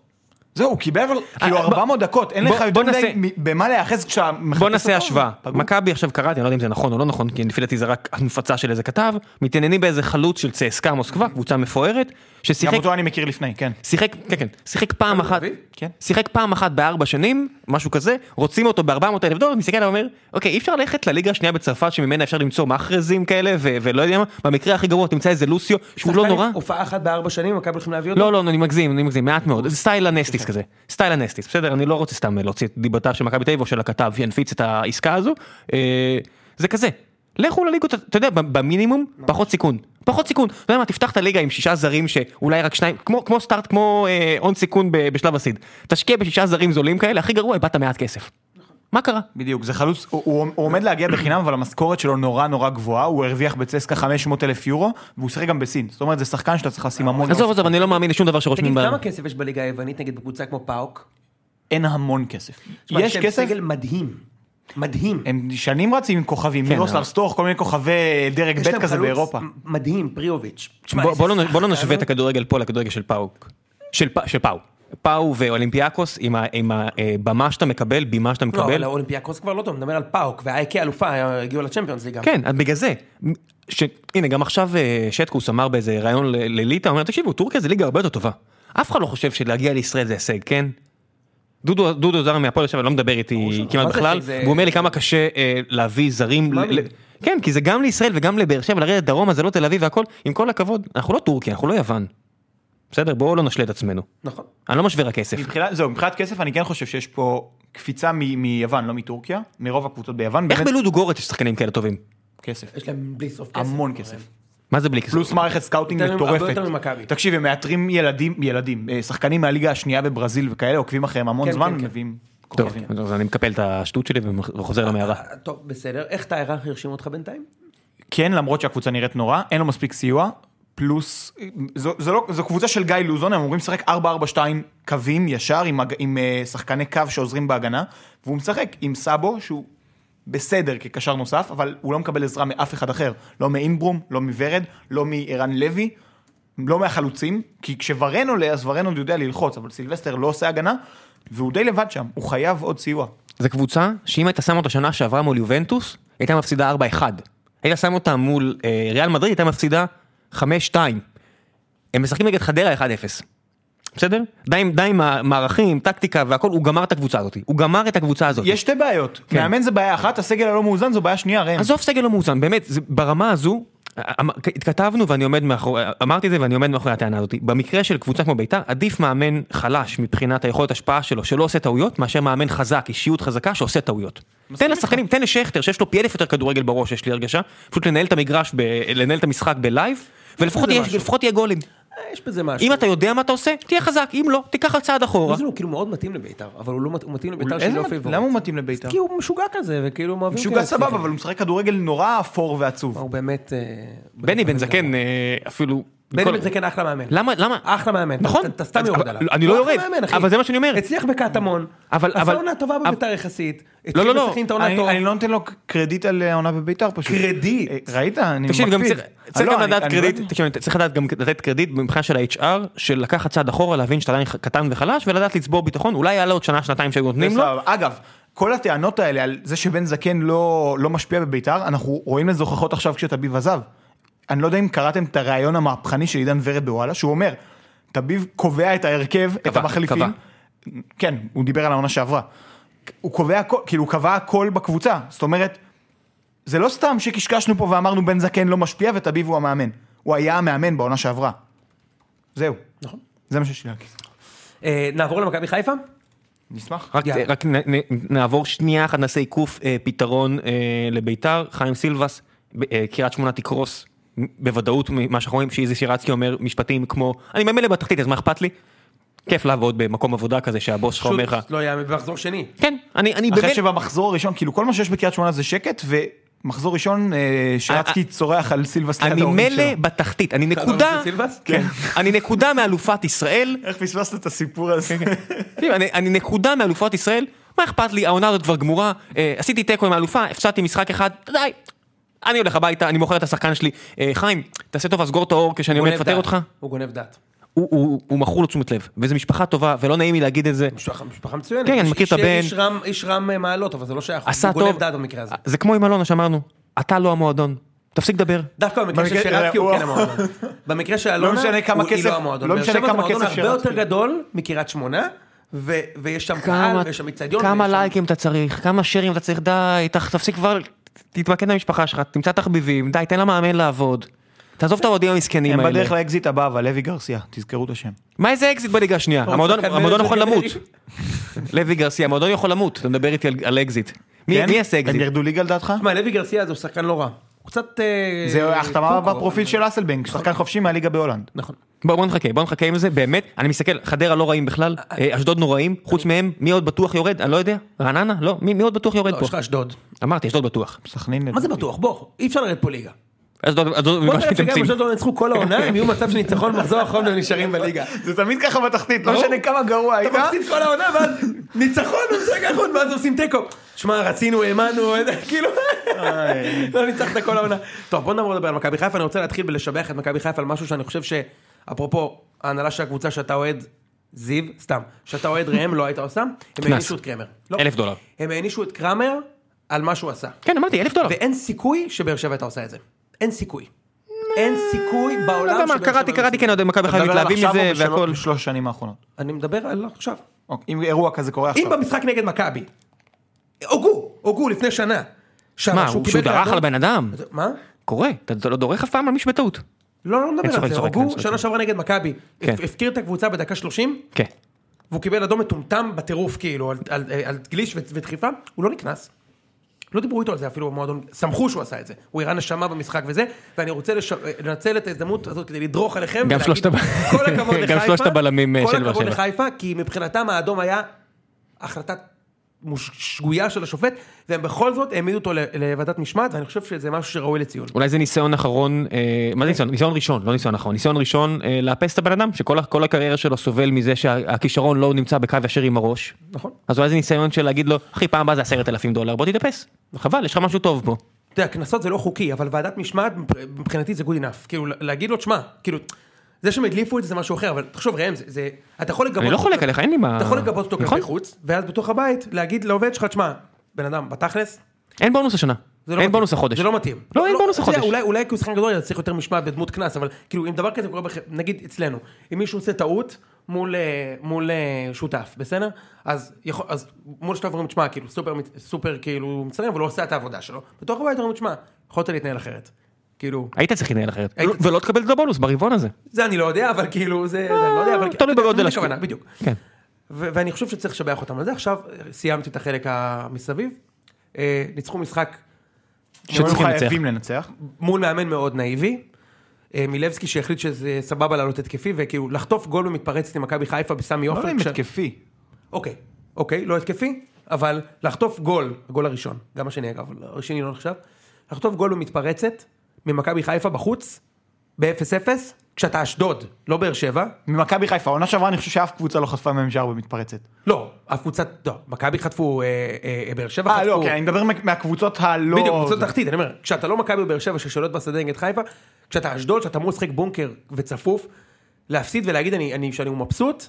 [SPEAKER 3] זהו, הוא קיבל אבל כאילו
[SPEAKER 1] אה, בוא-
[SPEAKER 3] 400 דקות, אין
[SPEAKER 1] בוא-
[SPEAKER 3] לך יותר
[SPEAKER 1] בוא נעשה-
[SPEAKER 3] מדי מ- במה להיאחז כשאתה מחפש
[SPEAKER 1] בוא נעשה
[SPEAKER 3] אותו.
[SPEAKER 1] השוואה.
[SPEAKER 3] פגעו.
[SPEAKER 1] מכבי עכשיו קראתי, אני לא יודע אם זה נכון או לא נכון, כי לפי דעתי זה רק הנפצה של איזה כתב, מתעניינים באיזה חלוץ של צסקה מוסקבה, קבוצה מפוארת,
[SPEAKER 3] גם
[SPEAKER 1] ששיחק,
[SPEAKER 3] אותו אני מכיר לפני, כן.
[SPEAKER 1] שיחק, כן כן, שיחק פעם אחת,
[SPEAKER 2] אביב?
[SPEAKER 1] כן, שיחק פעם אחת בארבע שנים, משהו כזה, רוצים אותו ב-400 אלף דולר, מסתכל עליו ואומר, אוקיי, אי אפשר ללכת לליגה השנייה בצרפת שממנה אפשר למצוא מאחרזים כאלה, ו- ולא יודע מה, במקרה הכי גרוע תמצא איזה לוסיו, שהוא לא
[SPEAKER 2] שחקן עם
[SPEAKER 1] נורא.
[SPEAKER 2] הופעה אחת בארבע שנים, מכבי הולכים להביא אותו?
[SPEAKER 1] לא, לא, אני מגזים, אני מגזים, מעט
[SPEAKER 2] אוקיי.
[SPEAKER 1] מאוד, זה סטייל הנסטיס כזה, סטייל הנסטיס, בסדר, אני לא רוצה סתם להוציא את דיבתה של מכבי תל אביב או של הכתב ינפיץ את העסקה הזו, אה, זה כזה, לכו לליגות, אתה יודע, במינימום, פחות סיכון, פחות סיכון, אתה יודע מה, תפתח את הליגה עם שישה זרים שאולי רק שניים, כמו כמו סטארט, כמו אה, הון סיכון ב- בשלב הסיד, תשקיע בשישה זרים זולים כאלה, הכי גרוע, איבדת מעט כסף,
[SPEAKER 2] נכון.
[SPEAKER 1] מה קרה?
[SPEAKER 3] בדיוק, זה חלוץ, הוא, הוא, הוא עומד להגיע בחינם, אבל המשכורת שלו נורא נורא גבוהה, הוא הרוויח בצסקה 500 אלף יורו, והוא שיחק גם בסין. זאת אומרת, זה שחקן שאתה צריך לשים המון...
[SPEAKER 1] עזוב, עזוב, אני לא מאמין לשום דבר
[SPEAKER 2] נכון. תגיד,
[SPEAKER 1] שרושמים, ב-
[SPEAKER 2] כמה כסף יש בליגה היוונית נגד בקבוצה כמו פאוק?
[SPEAKER 3] אין המון כסף.
[SPEAKER 2] תשמע,
[SPEAKER 3] יש
[SPEAKER 2] שהם
[SPEAKER 3] כסף,
[SPEAKER 2] סגל מדהים. מדהים.
[SPEAKER 3] הם שנים רצים עם כוכבים, מירוסלב
[SPEAKER 1] אבל-
[SPEAKER 3] סטוך, כל מיני כוכבי דרג
[SPEAKER 2] כן, יש
[SPEAKER 3] ב'
[SPEAKER 2] להם
[SPEAKER 3] כזה
[SPEAKER 2] חלוץ
[SPEAKER 3] באירופה.
[SPEAKER 2] מדהים, פריוביץ'. תשמע,
[SPEAKER 1] בוא-
[SPEAKER 2] איזה
[SPEAKER 1] בוא
[SPEAKER 2] אה,
[SPEAKER 1] לא נ- בוא לא
[SPEAKER 2] שחקן.
[SPEAKER 1] נשווה את הכדורגל פה לכדורגל של פאוק. של פ- של פאו. פאו ואולימפיאקוס עם ה- עם הבמה שאתה מקבל, בימה שאתה
[SPEAKER 2] לא,
[SPEAKER 1] מקבל.
[SPEAKER 2] אבל האולימפיאקוס כבר לא טוב, נדבר על פאוק, והאייקי אלופה אה, הגיעו לצ'מפיונס ליג גם.
[SPEAKER 1] כן, אז בגלל זה. ש- הנה, גם עכשיו אה, שטקוס אמר באיזה ראיון ל- לליטא, הוא אומר, תקשיבו, טורקיה זה ליגה הרבה יותר טובה. אף אחד לא חושב שלהגיע לישראל זה הישג, כן? דודו, דודו זר מהפועל עכשיו לא מדבר איתי כמעט
[SPEAKER 2] מה זה
[SPEAKER 1] בכלל,
[SPEAKER 2] הישג? זה-
[SPEAKER 1] והוא אומר לי כמה קשה אה, להביא זרים. ל-
[SPEAKER 2] מאמין.
[SPEAKER 1] ל- כן, כי זה גם לישראל וגם לבאר שבע, לרדת דרומה זה לא תל אביב והכל, עם כל הכבוד, אנחנו לא טורקיה, אנחנו לא יוון. בסדר, בואו לא נשלה את עצמנו.
[SPEAKER 2] נכון.
[SPEAKER 1] אני לא משווה רק כסף.
[SPEAKER 3] מבחינת, זהו, מבחינת כסף אני כן חושב שיש פה קפיצה מ- מיוון, לא מטורקיה, מרוב הקבוצות ביוון,
[SPEAKER 1] איך
[SPEAKER 3] באמת
[SPEAKER 1] בלודו גורת יש שחקנים כאלה טובים?
[SPEAKER 3] כסף.
[SPEAKER 2] יש להם בלי סוף כסף.
[SPEAKER 3] המון כסף.
[SPEAKER 1] מה זה בלי כסף?
[SPEAKER 3] פלוס מערכת סקאוטינג
[SPEAKER 2] יותר- הרבה
[SPEAKER 3] מטורפת.
[SPEAKER 2] יותר ממכבי.
[SPEAKER 3] תקשיב, הם מאתרים ילדים, ילדים, אה, שחקנים מהליגה השנייה בברזיל וכאלה, עוקבים אחריהם המון
[SPEAKER 2] כן,
[SPEAKER 3] זמן,
[SPEAKER 2] כן, כן.
[SPEAKER 3] מביאים
[SPEAKER 1] טוב,
[SPEAKER 3] כוכבים.
[SPEAKER 1] אז אני מקפל את השטות שלי וחוזר למערה.
[SPEAKER 2] אה, טוב, בסדר. איך טיירה הרשימו אותך בינתיים?
[SPEAKER 3] כן, למרות שהקבוצה נראית נורא, אין לו מספיק סיוע, פלוס, זו, זו, לא, זו קבוצה של גיא לוזון, הם אמורים לשחק 4-4-2 קווים ישר, עם, הג- עם אה, שחקני קו שעוזרים בהגנה, והוא משחק עם סאבו, שהוא בסדר כקשר נוסף, אבל הוא לא מקבל עזרה מאף אחד אחר, לא מאינברום, לא מוורד, לא מערן לוי, לא מהחלוצים, כי כשוורן עולה, אז ורן עוד יודע ללחוץ, אבל סילבסטר לא עושה הגנה, והוא די לבד שם, הוא חייב עוד סיוע.
[SPEAKER 1] זו קבוצה שאם היית שם אותה שנה שעברה מול יובנטוס, הייתה מפסידה 4-1. היית שם אותה מול אה, ריאל מדריד, הייתה מפסידה 5-2. הם משחקים נגד חדרה 1-0. בסדר? די עם- די עם המערכים, טקטיקה והכל, הוא גמר את הקבוצה הזאת. הוא גמר את הקבוצה הזאת.
[SPEAKER 3] יש שתי בעיות, מאמן זה בעיה אחת, הסגל הלא מאוזן זו בעיה שנייה,
[SPEAKER 2] כן.
[SPEAKER 3] ראם.
[SPEAKER 1] עזוב סגל לא מאוזן, באמת, זה, ברמה הזו, אמ- התכתבנו ואני עומד מאחורי, אמרתי את זה ואני עומד מאחורי הטענה הזאת. במקרה של קבוצה כמו ביתר, עדיף מאמן חלש מבחינת היכולת השפעה שלו, שלא עושה טעויות, מאשר מאמן חזק, אישיות חזקה, שעושה טעויות. תן לשחקנים, תן לשכטר, שיש לו פי אלף יותר כדורגל בראש, יש לי הרגשה, פשוט לנהל את המגרש, ב, לנהל את המשחק בלייב, ולפחות
[SPEAKER 2] זה
[SPEAKER 1] יש,
[SPEAKER 2] משהו.
[SPEAKER 1] לפחות יהיה גולים.
[SPEAKER 2] אה, יש בזה משהו.
[SPEAKER 1] אם אתה יודע מה אתה עושה, תהיה חזק, אם לא, תיקח רק צעד אחורה.
[SPEAKER 2] לוזון הוא כאילו מאוד מתאים לביתר, אבל הוא לא מת- הוא מתאים לביתר שהיא
[SPEAKER 3] איזה
[SPEAKER 2] לא
[SPEAKER 3] מת-
[SPEAKER 2] פייבורט.
[SPEAKER 3] למה הוא מתאים לביתר?
[SPEAKER 2] כי הוא משוגע כזה, וכאילו כאילו, הם אוהבים...
[SPEAKER 3] משוגע
[SPEAKER 2] כאלה
[SPEAKER 3] סבבה,
[SPEAKER 2] שחקנים.
[SPEAKER 3] אבל הוא משחק כדורגל נורא אפור ועצוב.
[SPEAKER 2] הוא באמת... אה,
[SPEAKER 1] בני
[SPEAKER 2] באמת
[SPEAKER 1] בן זקן אה, אפילו
[SPEAKER 2] בני
[SPEAKER 1] מכל-
[SPEAKER 2] בן זקן אחלה מאמן.
[SPEAKER 1] למה, למה?
[SPEAKER 2] אחלה מאמן.
[SPEAKER 1] נכון.
[SPEAKER 2] אתה- אתה סתם
[SPEAKER 1] אז-
[SPEAKER 2] יורד
[SPEAKER 1] אבל-
[SPEAKER 2] עליו.
[SPEAKER 1] אני לא
[SPEAKER 2] הוא אחלה
[SPEAKER 1] יורד,
[SPEAKER 2] מאמן, אחי.
[SPEAKER 1] אבל זה מה שאני אומר.
[SPEAKER 2] הצליח בקטמון.
[SPEAKER 1] אבל-
[SPEAKER 2] עשה
[SPEAKER 1] אבל-
[SPEAKER 2] עונה טובה
[SPEAKER 1] אבל-
[SPEAKER 2] בביתר יחסית.
[SPEAKER 1] לא, לא, לא.
[SPEAKER 2] התחיל את העונה
[SPEAKER 3] אני-
[SPEAKER 2] טוב.
[SPEAKER 3] אני לא נותן לו קרדיט על אה, העונה בביתר פשוט.
[SPEAKER 2] קרדיט.
[SPEAKER 3] אה, ראית? אני
[SPEAKER 1] תקשיב, גם
[SPEAKER 3] מקפיד.
[SPEAKER 1] צריך- צריך
[SPEAKER 3] לא,
[SPEAKER 1] גם
[SPEAKER 3] אני-
[SPEAKER 1] לדעת
[SPEAKER 3] אני לא
[SPEAKER 1] קרדיט,
[SPEAKER 3] יודע.
[SPEAKER 1] תקשיב, צריך לדעת גם לתת קרדיט מבחינה של ה-HR, של לקחת צעד אחורה, להבין שאתה עדיין ח- קטן וחלש, ולדעת לצבור ביטחון, אולי היה לו עוד שנה, שנתיים שהיו נותנים לו,
[SPEAKER 3] בסדר, אגב, כל הטענות האלה על זה שבן זקן לא, לא משפיע בביתר, אנחנו רואים לזה הוכחות עכשיו כשתביב עזב. אני לא יודע אם קראתם את הריאיון המהפכני של עידן ורד בוואלה, שהוא אומר, תביב קובע את ההרכב, את
[SPEAKER 1] קבע,
[SPEAKER 3] המחליפים. כן, הוא דיבר על העונה שעברה. הוא קובע הכל, כאילו הוא קבע הכל בקבוצה, זאת אומרת, זה לא סתם שקשקשנו פה ואמרנו בן זקן לא משפיע ותביב הוא המאמן. הוא היה המאמן בעונה שעברה. זהו. נכון. זה מה שיש לי להגיד.
[SPEAKER 2] אה, נעבור למכבי חיפה?
[SPEAKER 3] נשמח.
[SPEAKER 1] רק,
[SPEAKER 2] יאללה.
[SPEAKER 1] רק נ, נ, נעבור שנייה אחת, נעשה עיקוף אה, פתרון אה, לביתר, חיים סילבס, ב- אה, קריית שמונה תקרוס, מ- בוודאות ממה שאנחנו רואים, שאיזי שירצקי אומר משפטים כמו, אני ממילא בתחתית, אז מה אכפת לי? כיף לעבוד במקום עבודה כזה שהבוס שלך אומר לך,
[SPEAKER 2] פשוט לא היה במחזור שני.
[SPEAKER 1] כן, אני, אני
[SPEAKER 3] אחרי
[SPEAKER 1] באמת,
[SPEAKER 3] שבמחזור הראשון, כאילו כל מה שיש בקריית שמונה זה שקט, ומחזור ראשון אה, שרצקי צורח על סילבס ליד
[SPEAKER 1] אני
[SPEAKER 3] ההורים
[SPEAKER 1] מילא
[SPEAKER 3] שלו. לא
[SPEAKER 1] בתחתית, אני
[SPEAKER 2] אתה
[SPEAKER 1] נקודה,
[SPEAKER 2] אומר שזה סילבס?
[SPEAKER 1] כן, אני נקודה מאלופת ישראל,
[SPEAKER 3] איך פספסת את הסיפור הזה?
[SPEAKER 1] תקשיב, אני, אני נקודה מאלופת ישראל, מה אכפת לי, העונה הזאת כבר גמורה, אה, עשיתי תיקו עם האלופה, הפסדתי משחק אחד, די. אני הולך הביתה, אני מוכר את השחקן שלי. אה, חיים, תעשה טוב, אז סגור את האור כשאני עומד
[SPEAKER 2] גונב
[SPEAKER 1] לפטר
[SPEAKER 2] דעת.
[SPEAKER 1] אותך.
[SPEAKER 2] הוא גונב דעת.
[SPEAKER 1] הוא- הוא הוא מכור לתשומת לב, וזו משפחה טובה, ולא נעים לי להגיד את זה.
[SPEAKER 2] משפחה- משפחה מצוינת.
[SPEAKER 1] כן, אני
[SPEAKER 2] איש-
[SPEAKER 1] מכיר את
[SPEAKER 2] איש-
[SPEAKER 1] הבן.
[SPEAKER 2] איש רם- איש רם אה, מעלות, אבל זה לא שייך.
[SPEAKER 1] עשה
[SPEAKER 2] הוא
[SPEAKER 1] טוב.
[SPEAKER 2] גונב דעת במקרה הזה.
[SPEAKER 1] זה כמו עם אלונה שאמרנו, אתה לא המועדון, תפסיק לדבר.
[SPEAKER 2] דווקא במקרה של
[SPEAKER 3] במקרה-
[SPEAKER 2] שרצקי הוא
[SPEAKER 3] וואו.
[SPEAKER 2] כן המועדון. במקרה של אלונה,
[SPEAKER 3] משנה
[SPEAKER 2] הוא-
[SPEAKER 3] כמה
[SPEAKER 2] היא
[SPEAKER 3] כסף-
[SPEAKER 2] לא המועדון.
[SPEAKER 3] לא
[SPEAKER 2] באר
[SPEAKER 3] משנה
[SPEAKER 2] שבע זה
[SPEAKER 3] כמה
[SPEAKER 2] מועדון
[SPEAKER 3] כסף
[SPEAKER 2] הרבה
[SPEAKER 3] שרצקי.
[SPEAKER 2] יותר גדול מקריית שמונה, ו- ויש שם קהל,
[SPEAKER 1] כמה-
[SPEAKER 2] ויש שם איצטדיון.
[SPEAKER 1] כמה
[SPEAKER 2] ויש שם-
[SPEAKER 1] לייקים אתה צריך, כמה שרים אתה צריך, די, ת- תפסיק כבר, תתמקד במשפחה שלך, תמצא תחביבים, די, תן למאמן לעבוד. תעזוב את האוהדים המסכנים
[SPEAKER 3] הם
[SPEAKER 1] האלה.
[SPEAKER 3] בדרך לאקזיט הבא, אבל לוי גרסיה, תזכרו את השם.
[SPEAKER 1] מה איזה אקזיט בליגה השנייה? המועדון
[SPEAKER 2] שחקן
[SPEAKER 1] המועדון יכול למות.
[SPEAKER 2] גנרי.
[SPEAKER 1] לוי גרסיה, המועדון יכול למות. אתה מדבר איתי על- על אקזיט. מי
[SPEAKER 3] כן?
[SPEAKER 1] מי יעשה
[SPEAKER 3] הם
[SPEAKER 1] אקזיט?
[SPEAKER 3] ירדו ליגה לדעתך?
[SPEAKER 2] תשמע, לוי גרסיה הזה הוא שחקן לא רע. הוא קצת... אה,
[SPEAKER 3] זה החתמה
[SPEAKER 2] קוקו,
[SPEAKER 3] בפרופיל
[SPEAKER 2] אבל-
[SPEAKER 3] של אסלבנק, שחקן חופשי מהליגה בהולנד.
[SPEAKER 2] נכון.
[SPEAKER 1] בוא בוא נחכה, בוא נחכה עם זה, באמת, אני מסתכל, חדרה לא רעים בכלל, אה, אשדוד נוראים, חוץ מהם, מי עוד בטוח יורד? אני לא יודע, רעננה? לא, מי מי עוד בטוח יורד
[SPEAKER 2] לא,
[SPEAKER 1] פה?
[SPEAKER 2] יש לך אשדוד.
[SPEAKER 1] אמרתי, אשדוד בטוח.
[SPEAKER 3] סכנין לדעתי.
[SPEAKER 2] מה זה בטוח? בוא, אי אפשר לרדת פה ליגה.
[SPEAKER 1] אשדוד אשדוד
[SPEAKER 2] בוא
[SPEAKER 1] ממש
[SPEAKER 2] נראה שגם
[SPEAKER 1] מתאמצים.
[SPEAKER 2] אשדוד לא ניצחו כל העונה, הם יהיו מצב של ניצחון מחזור אחרון והם נשארים בליגה.
[SPEAKER 3] זה תמיד ככה בתחתית, לא
[SPEAKER 2] ברור.
[SPEAKER 3] משנה כמה גרוע היית.
[SPEAKER 2] אתה מפסיד כל העונה, ואז ניצחון במשחק האחרון, ואז עושים תיקו. שמע, רצינו, האמנו, כאילו, לא ניצחת כל העונה. טוב, בוא נעבור לדבר על מכבי חיפה, אני רוצה להתחיל בלשבח את מכבי חיפה על משהו שאני חושב ש... אפרופו, ההנהלה של הקבוצה שאתה אוהד, זיו, סתם, שאתה אוהד ראם, לא היית עושה, הם הענישו את קרמר. לא.
[SPEAKER 1] אלף דולר.
[SPEAKER 2] הם הענישו את קרמר על מה שהוא עשה.
[SPEAKER 1] כן, אמרתי, אלף דולר.
[SPEAKER 2] ואין סיכוי שבאר שבע הייתה עושה את זה. אין סיכוי. אין סיכוי
[SPEAKER 1] לא יודע
[SPEAKER 2] בעולם
[SPEAKER 1] מה,
[SPEAKER 2] שבאר
[SPEAKER 1] קראתי,
[SPEAKER 2] שבע...
[SPEAKER 1] קראתי, כן, אוהדי מכבי חיפה
[SPEAKER 3] אתה מדבר על
[SPEAKER 1] מתלהבים
[SPEAKER 3] עכשיו
[SPEAKER 1] מזה
[SPEAKER 3] או בשלוש-
[SPEAKER 1] והכל.
[SPEAKER 3] בשלוש השנים האחרונות.
[SPEAKER 2] אני מדבר על עכשיו.
[SPEAKER 3] אוקיי, אם אירוע כזה קורה
[SPEAKER 2] אם
[SPEAKER 3] עכשיו.
[SPEAKER 2] במשחק נגד מכבי, הוגו, הוגו לפני שנה. שם,
[SPEAKER 1] מה, הוא- שהוא דרך
[SPEAKER 2] ואדום-
[SPEAKER 1] על בן אדם?
[SPEAKER 2] זה- מה?
[SPEAKER 1] קורה, אתה לא דורך אף פעם על מישהו בטעות.
[SPEAKER 2] לא, לא
[SPEAKER 1] אין
[SPEAKER 2] מדבר
[SPEAKER 1] צוחק,
[SPEAKER 2] על זה,
[SPEAKER 1] צוחק,
[SPEAKER 2] הוגו
[SPEAKER 1] צוחק.
[SPEAKER 2] שנה שעברה נגד מכבי,
[SPEAKER 1] כן.
[SPEAKER 2] הפ- הפקיר את הקבוצה בדקה 30,
[SPEAKER 1] כן.
[SPEAKER 2] והוא קיבל אדום מטומטם בטירוף כאילו, על- על- על גליש ו- ודחיפה, הוא לא נקנס. לא דיברו איתו על זה אפילו במועדון, שמחו שהוא עשה את זה, הוא הראה נשמה במשחק וזה, ואני רוצה לש- לנצל את ההזדמנות הזאת כדי לדרוך עליכם. ולהגיד,
[SPEAKER 1] שלושת הב-
[SPEAKER 2] כל הכבוד
[SPEAKER 1] גם
[SPEAKER 2] לחיפה,
[SPEAKER 1] שלושת הבלמים, אה, של
[SPEAKER 2] כל
[SPEAKER 1] באר
[SPEAKER 2] הכבוד
[SPEAKER 1] שבע.
[SPEAKER 2] לחיפה, כי מבחינתם האדום היה החלטה מוש- שגויה של השופט, והם בכל זאת העמידו אותו ל- לוועדת משמעת, ואני חושב שזה משהו שראוי לציון.
[SPEAKER 1] אולי זה ניסיון אחרון, אה, מה זה ניסיון? ניסיון ראשון, לא ניסיון אחרון, ניסיון ראשון אה, לאפס את הבן אדם, שכל ה- כל הקריירה שלו סובל מזה שהכישרון לא נמצא בקו ישר עם הראש.
[SPEAKER 2] נכון.
[SPEAKER 1] אז אולי זה ניסיון של להגיד לו, אחי, פעם הבאה זה עשרת אלפים דולר, בוא תתאפס.
[SPEAKER 2] נכון.
[SPEAKER 1] חבל, יש לך משהו טוב פה.
[SPEAKER 2] אתה יודע, קנסות זה לא חוקי, אבל ועדת משמעת מבחינתי זה good enough. כאילו, להגיד לו, תשמע, כאילו, זה שהם הדליפו את זה זה משהו אחר, אבל תחשוב, ראם, זה, זה, אתה יכול לגבות...
[SPEAKER 1] אני לא חולק עליך, אין לי מה...
[SPEAKER 2] אתה יכול לגבות אותו
[SPEAKER 1] נכון?
[SPEAKER 2] כלפי חוץ, ואז בתוך הבית, להגיד לעובד שלך, תשמע, בן אדם, בתכלס,
[SPEAKER 1] אין בונוס השנה.
[SPEAKER 2] זה לא
[SPEAKER 1] אין
[SPEAKER 2] מתאים.
[SPEAKER 1] בונוס החודש.
[SPEAKER 2] זה לא מתאים.
[SPEAKER 1] לא, אין בונוס
[SPEAKER 2] אתה יודע,
[SPEAKER 1] החודש.
[SPEAKER 2] אולי, אולי כי הוא שחקן גדול, אז צריך יותר משמעת בדמות קנס, אבל כאילו, אם דבר כזה קורה, בח... נגיד אצלנו, אם מישהו עושה טעות מול, אה, מול אה, שותף, בסדר? אז, יכול, אז מול שותף אומרים, תשמע, כאילו, סופר, מת- סופר כאילו, מצטער, אבל הוא עושה את העבודה שלו. בתוך הבית אומרים, תשמע, יכולת להתנהל אחרת. כאילו,
[SPEAKER 1] היית צריך להתנהל אחרת.
[SPEAKER 2] היית
[SPEAKER 1] לא-
[SPEAKER 2] צריך.
[SPEAKER 1] ולא תקבל את הבונוס ברבעון הזה.
[SPEAKER 2] זה אני לא יודע, אבל כאילו, זה, זה אני לא יודע, אבל...
[SPEAKER 1] אה, תלוי
[SPEAKER 2] אתה יודע,
[SPEAKER 1] בגודל
[SPEAKER 2] זה
[SPEAKER 1] השוק.
[SPEAKER 2] הכוונה, בדיוק.
[SPEAKER 1] כן.
[SPEAKER 2] ו- ואני חושב שצריך לשבח אותם על זה. עכשיו אה, סיימתי את החלק המסביב. אה, ניצחו משחק
[SPEAKER 1] שצריכים
[SPEAKER 3] הם היו
[SPEAKER 1] לנצח.
[SPEAKER 3] חייבים לנצח.
[SPEAKER 2] מול מאמן מאוד נאיבי. אה, מילבסקי שהחליט שזה סבבה לעלות התקפי, וכאילו לחטוף גול במתפרצת עם מכבי חיפה בסמי
[SPEAKER 3] לא
[SPEAKER 2] עופר.
[SPEAKER 3] עם
[SPEAKER 2] כש-
[SPEAKER 3] התקפי.
[SPEAKER 2] אוקיי, אוקיי, לא התקפי, אבל לחטוף גול, הגול הראשון, גם השני אגב, אבל השני לא נחשב, לחטוף גול במתפרצת ממכבי חיפה בחוץ, ב-0-0, כשאתה אשדוד, לא באר שבע,
[SPEAKER 3] ממכבי חיפה, עונה שעברה אני חושב שאף קבוצה לא חטפה מהם שער במתפרצת.
[SPEAKER 2] לא, אף קבוצה, לא, מכבי חטפו, אה, אה, באר שבע חטפו.
[SPEAKER 3] אה, לא, אוקיי, אני מדבר מה- מהקבוצות הלא...
[SPEAKER 2] בדיוק, קבוצה תחתית, אני אומר, כשאתה לא מכבי באר שבע ששולט בשדה נגד חיפה, כשאתה אשדוד, שאתה אמור לשחק בונקר וצפוף, להפסיד ולהגיד אני, אני, שאני מבסוט,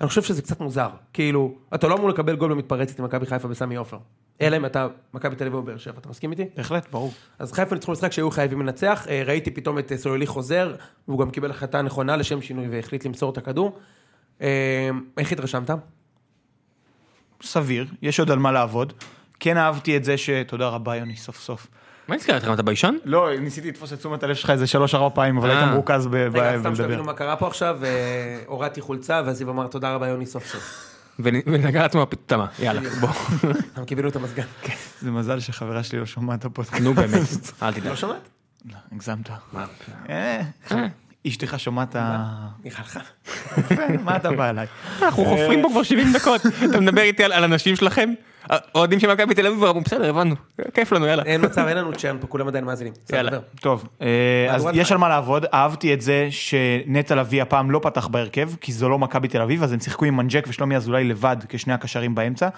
[SPEAKER 2] אני חושב שזה קצת מוזר. כאילו, אתה לא אמור לקבל גול במתפרצת עם מכבי חיפה בסמי עופר. אלא אם אתה מכבי תל אביב או באר שבע, אתה מסכים איתי?
[SPEAKER 3] בהחלט, ברור.
[SPEAKER 2] אז חיפה ניצחו משחק שהיו חייבים לנצח, אה, ראיתי פתאום את אה, סוללי חוזר, והוא גם קיבל החלטה נכונה לשם שינוי והחליט למסור את הכדור. אה, איך התרשמת?
[SPEAKER 3] סביר, יש עוד על מה לעבוד. כן אהבתי את זה ש... תודה רבה, יוני, סוף סוף.
[SPEAKER 1] מה נזכרת לכם, אתה ביישן?
[SPEAKER 3] לא, ניסיתי לתפוס את תשומת הלב שלך איזה שלוש-ארבע פעמים, אבל
[SPEAKER 1] אה.
[SPEAKER 3] היית מרוכז ב- ב-
[SPEAKER 2] רגע, סתם
[SPEAKER 3] בלדבר.
[SPEAKER 2] שתבינו מה קרה פה עכשיו, אה, הורדתי חולצה, ואז זיו אמר תודה רבה יוני סוף סוף.
[SPEAKER 1] ונגע לעצמו בפיתמה, יאללה, בוא.
[SPEAKER 2] הם קיבלו את המזגן.
[SPEAKER 3] זה מזל שחברה שלי לא שומעת את הפודקאסט.
[SPEAKER 1] נו באמת, אל תדאג.
[SPEAKER 2] לא שומעת?
[SPEAKER 3] הגזמת. אה, אשתך שומעת... ה-
[SPEAKER 2] נראה לך.
[SPEAKER 3] יפה, מה אתה בא אליי?
[SPEAKER 1] אנחנו חופרים פה כבר 70 דקות, אתה מדבר איתי על על אנשים שלכם? אוהדים של מכבי תל אביב, אמרו, בסדר, הבנו, כיף לנו, יאללה.
[SPEAKER 2] אין מצב, אין לנו צ'אן פה, כולם עדיין מאזינים. בסדר,
[SPEAKER 1] יאללה.
[SPEAKER 2] דבר.
[SPEAKER 3] טוב, אה, אז
[SPEAKER 2] מהדורת
[SPEAKER 3] יש
[SPEAKER 2] חי.
[SPEAKER 3] על מה לעבוד, אהבתי את זה שנטע לביא הפעם לא פתח בהרכב, כי זו לא מכבי תל אביב, אז הם שיחקו עם מנג'ק ושלומי אזולאי לבד כשני הקשרים באמצע.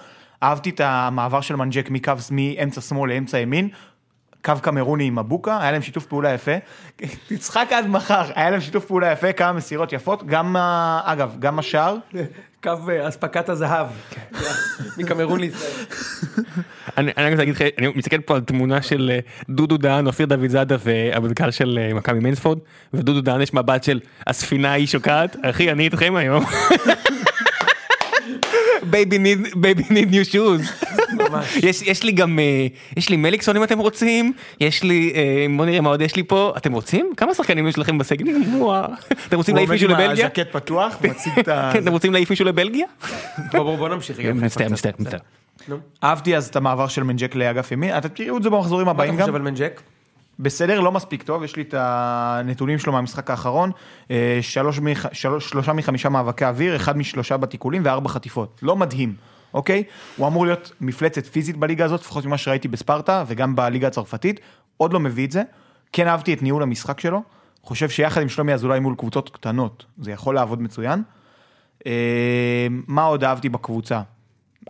[SPEAKER 3] אהבתי את המעבר של מנג'ק מקו, מאמצע שמאל לאמצע ימין, קו קמרוני עם מבוקה, היה להם שיתוף פעולה יפה. תצחק עד מחר, היה להם שיתוף פעולה יפה, כמה מסירות יפות, גם, ה- אגב, גם השער,
[SPEAKER 2] קו אה, אספקת הזהב. מקמרון לישראל.
[SPEAKER 1] אני אני רק רוצה להגיד לך, אני מסתכל פה על תמונה של אה, דודו דהן, אופיר דוד זאדה והמנכ"ל של אה, מכבי מיינספורד, ודודו דהן יש מבט של הספינה היא שוקעת, אחי אני איתכם היום. בייבי ניד בייבי ניד ניו שוז. יש יש לי גם אה, יש לי מליקסון אם אתם רוצים יש לי אה, בוא נראה מה עוד יש לי פה אתם רוצים כמה שחקנים יש לכם בסגל וואו. אתם רוצים
[SPEAKER 3] הוא
[SPEAKER 1] להעיף
[SPEAKER 3] עומד
[SPEAKER 1] מישהו
[SPEAKER 3] עם
[SPEAKER 1] לבלגיה
[SPEAKER 3] הז'קט פתוח, מציג את ה...
[SPEAKER 1] כן, אתם רוצים להעיף מישהו לבלגיה
[SPEAKER 2] בוא בוא, בוא נמשיך. רגע.
[SPEAKER 1] כן, מצטער מצטער מצטער.
[SPEAKER 3] אהבתי אז את המעבר של מנג'ק לאגף ימין, אתם תראו את זה במחזורים
[SPEAKER 2] מה אתה
[SPEAKER 3] הבאים גם.
[SPEAKER 2] חושב על מנג'ק?
[SPEAKER 3] בסדר, לא מספיק טוב, יש לי את הנתונים שלו מהמשחק האחרון. אה, שלוש מח... שלוש... שלושה מחמישה מאבקי אוויר, אחד משלושה בתיקולים וארבע חטיפות. לא מדהים, אוקיי? הוא אמור להיות מפלצת פיזית בליגה הזאת, לפחות ממה שראיתי בספרטה וגם בליגה הצרפתית. עוד לא מביא את זה. כן אהבתי את ניהול המשחק שלו. חושב שיחד עם שלומי אזולאי מול קבוצות קטנות, זה יכול לעבוד מצוין. אה, מה עוד אהבתי בקבוצה?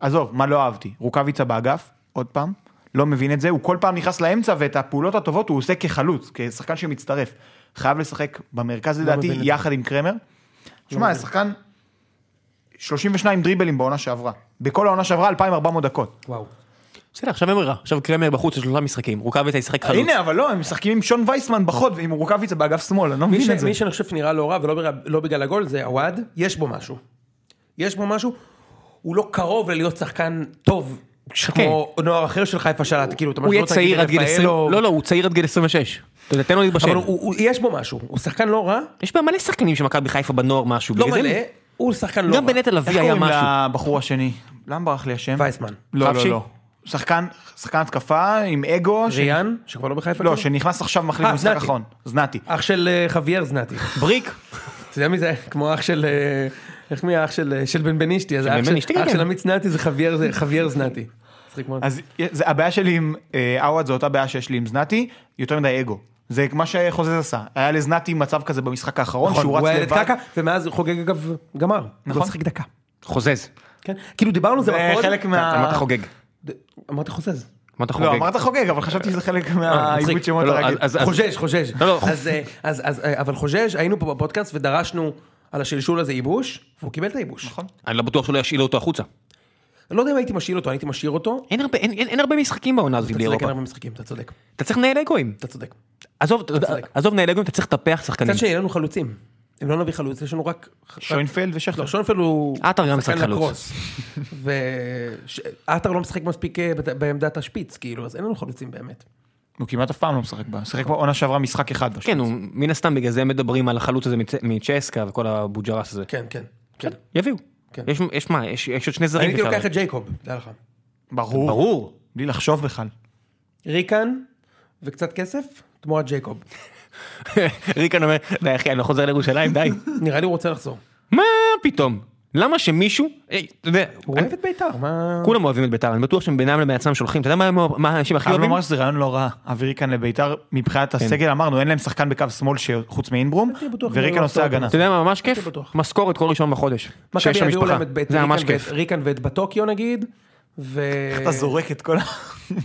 [SPEAKER 3] עזוב, מה לא אהבתי? רוקאביצה באגף, עוד פעם, לא מבין את זה, הוא כל פעם נכנס לאמצע ואת הפעולות הטובות הוא עושה כחלוץ, כשחקן שמצטרף. חייב לשחק במרכז לדעתי,
[SPEAKER 2] מבין את זה.
[SPEAKER 3] יחד עם קרמר. שמע, שחקן 32 דריבלים בעונה שעברה. בכל העונה שעברה 2,400 דקות.
[SPEAKER 2] וואו.
[SPEAKER 1] בסדר עכשיו הם רע עכשיו קרמר בחוץ יש שלושה משחקים רוקאביצה ישחק חלוץ.
[SPEAKER 3] הנה, אבל לא, הם משחקים עם שון וייסמן בחוד ועם רוקאביצה באגף שמאל, אני לא
[SPEAKER 2] מי ש-
[SPEAKER 3] מבין את זה.
[SPEAKER 2] מי שאני חושב שנראה לא רע ולא בגלל- לא בגלל הגול זה עווד, יש בו משהו. יש בו משהו, הוא לא קרוב ללהיות שחקן טוב, כמו נוער אחר של חיפה שלט, כאילו, אתה
[SPEAKER 1] הוא
[SPEAKER 2] משווה
[SPEAKER 1] יהיה
[SPEAKER 2] אותו, נגיד,
[SPEAKER 1] צעיר עד גיל 20,
[SPEAKER 2] לרפאלו,
[SPEAKER 1] לא כן. לא הוא צעיר עד גיל 26. אתה יודע, תן לו להתבשל.
[SPEAKER 2] אבל הוא- הוא- יש בו משהו, הוא שחקן לא רע,
[SPEAKER 1] יש בה מלא שחקנים של מכבי חיפה בנוער משהו.
[SPEAKER 2] לא
[SPEAKER 1] בגלל זה-
[SPEAKER 2] מלא, הוא שחקן לא רע.
[SPEAKER 1] גם בנטע
[SPEAKER 3] איך
[SPEAKER 1] לביא היה
[SPEAKER 3] קוראים
[SPEAKER 1] משהו.
[SPEAKER 3] לבחור השני? למה ברח לי השם?
[SPEAKER 2] וייסמן.
[SPEAKER 1] כן.
[SPEAKER 3] לא, לא,
[SPEAKER 1] חפשי?
[SPEAKER 3] לא. שחקן, שחקן התקפה עם אגו. ש-
[SPEAKER 2] ריאן, שכבר לא בחיפה.
[SPEAKER 3] לא,
[SPEAKER 2] כאילו?
[SPEAKER 3] שנכנס עכשיו מחליף
[SPEAKER 2] אה,
[SPEAKER 3] במשחק
[SPEAKER 2] זנתי.
[SPEAKER 3] האחרון. זנתי.
[SPEAKER 2] אח של אה, חוויאר זנתי.
[SPEAKER 1] בריק.
[SPEAKER 2] אתה יודע מי זה? כמו אח של... אה, איך מי האח של אה, של בן בנישתי? אז
[SPEAKER 1] של
[SPEAKER 2] האח
[SPEAKER 1] בן
[SPEAKER 2] של-
[SPEAKER 1] בנישתי,
[SPEAKER 2] אח
[SPEAKER 1] כן.
[SPEAKER 2] של עמית זנתי זה חוויאר זה- חוויאר זנתי. מצחיק מאוד.
[SPEAKER 3] אז זה, הבעיה שלי עם אה, עווד זו אותה בעיה שיש לי עם זנתי, יותר מדי אגו. זה מה שחוזז עשה. היה לזנתי מצב כזה במשחק האחרון,
[SPEAKER 2] נכון,
[SPEAKER 3] שהוא רץ
[SPEAKER 2] הוא היה ילד
[SPEAKER 3] לבד.
[SPEAKER 2] קקע, ומאז הוא חוגג אגב גמר. נכון. לא שיחק דקה.
[SPEAKER 1] חוזז.
[SPEAKER 2] כן? כאילו דיברנו זה
[SPEAKER 3] זה
[SPEAKER 2] בפוד.
[SPEAKER 3] חלק מה...
[SPEAKER 1] אמרת חוגג.
[SPEAKER 2] ד- אמרתי חוזז.
[SPEAKER 1] אה. אמרת חוגג.
[SPEAKER 3] לא, אמרת חוגג, אבל חשבתי שזה חלק מהעיבוד
[SPEAKER 1] מצחיק.
[SPEAKER 3] שמות
[SPEAKER 1] לא, לא,
[SPEAKER 3] הרגיל.
[SPEAKER 1] אז- אז-
[SPEAKER 2] חוג'ז', חוג'ז'.
[SPEAKER 1] לא, לא.
[SPEAKER 2] אז, אה, אז- אז, אה, אבל חוג'ז', היינו פה בפודקאסט ודרשנו על השלשול הזה ייבוש, והוא קיבל את הייבוש. נכון.
[SPEAKER 1] אני לא בטוח שלא ישאילו אותו החוצה.
[SPEAKER 2] אני לא יודע אם הייתי משאיל אותו, אני הייתי משאיר אותו.
[SPEAKER 1] אין הרבה- אין- אין אין הרבה משחקים בעונה הזאת
[SPEAKER 2] אתה
[SPEAKER 1] בלי
[SPEAKER 2] צודק, אין
[SPEAKER 1] אירופה.
[SPEAKER 2] הרבה משחקים, אתה צודק.
[SPEAKER 1] אתה צריך לנהל אגואים.
[SPEAKER 2] אתה צודק.
[SPEAKER 1] עזוב, אתה יודע,
[SPEAKER 2] צודק.
[SPEAKER 1] עזוב לנהל אגואים, אתה צריך לטפח שחקנים.
[SPEAKER 2] מצד שני, אין לנו חלוצים. אם לא נביא חלוץ, יש לנו רק...
[SPEAKER 3] שוינפלד
[SPEAKER 2] לא,
[SPEAKER 3] ושכטר.
[SPEAKER 2] שונפלד הוא...
[SPEAKER 1] עטר גם משחק
[SPEAKER 2] שחקן
[SPEAKER 1] חלוץ.
[SPEAKER 2] לקרוס. ועטר לא משחק מספיק אה, בת- בעמדת השפיץ, כאילו, אז אין לנו חלוצים באמת.
[SPEAKER 3] הוא כמעט אף פעם לא משחק בה. שיחק בעונה שעברה משחק אחד. פשוט.
[SPEAKER 1] כן, הוא- מן הסתם בגלל זה מדברים על החלוץ הזה מצ- מצ'סקה וכל הבוג'רס הזה.
[SPEAKER 2] כן, כן. כן.
[SPEAKER 1] יביאו.
[SPEAKER 2] כן.
[SPEAKER 1] יש- יש מה, יש יש עוד שני
[SPEAKER 2] אני
[SPEAKER 1] זרים.
[SPEAKER 2] הייתי
[SPEAKER 1] שאפשר
[SPEAKER 2] לוקח את ג'ייקוב, תדע לך.
[SPEAKER 3] ברור.
[SPEAKER 1] ברור.
[SPEAKER 3] בלי לחשוב בכלל.
[SPEAKER 2] ריקן וקצת כסף, תמורת ג'ייקוב.
[SPEAKER 1] ריקן אומר, די אחי, אני לא חוזר לירושלים, די.
[SPEAKER 2] נראה לי הוא רוצה לחזור.
[SPEAKER 1] מה פתאום? למה שמישהו, היי, אתה יודע,
[SPEAKER 2] הוא
[SPEAKER 1] אני-
[SPEAKER 2] אוהב את בית"ר, מה...
[SPEAKER 1] כולם אוהבים את בית"ר, אני בטוח שהם בינם לבין עצמם שולחים, אתה יודע מה הם- מה האנשים הכי
[SPEAKER 3] חייב
[SPEAKER 1] אוהבים?
[SPEAKER 3] לומר שזה רעיון לא רע, אווירי כאן לביתר, מבחינת הסגל אמרנו, אין להם שחקן בקו שמאל ש- חוץ מאינברום,
[SPEAKER 2] הייתי בטוח
[SPEAKER 3] וריקן
[SPEAKER 2] שהוא
[SPEAKER 3] עושה
[SPEAKER 2] לא
[SPEAKER 3] הגנה.
[SPEAKER 1] אתה יודע מה ממש כיף?
[SPEAKER 2] הייתי בטוח.
[SPEAKER 1] משכורת כל ראשון בחודש.
[SPEAKER 2] מכבי
[SPEAKER 1] שיש שם
[SPEAKER 2] יביאו
[SPEAKER 1] משפחה.
[SPEAKER 2] להם את בית
[SPEAKER 1] זה
[SPEAKER 2] ריקן
[SPEAKER 1] ממש
[SPEAKER 2] ואת-
[SPEAKER 1] כיף.
[SPEAKER 2] ריקן ואת בטוקיו נגיד, ו...
[SPEAKER 3] אתה זורק את כל ה...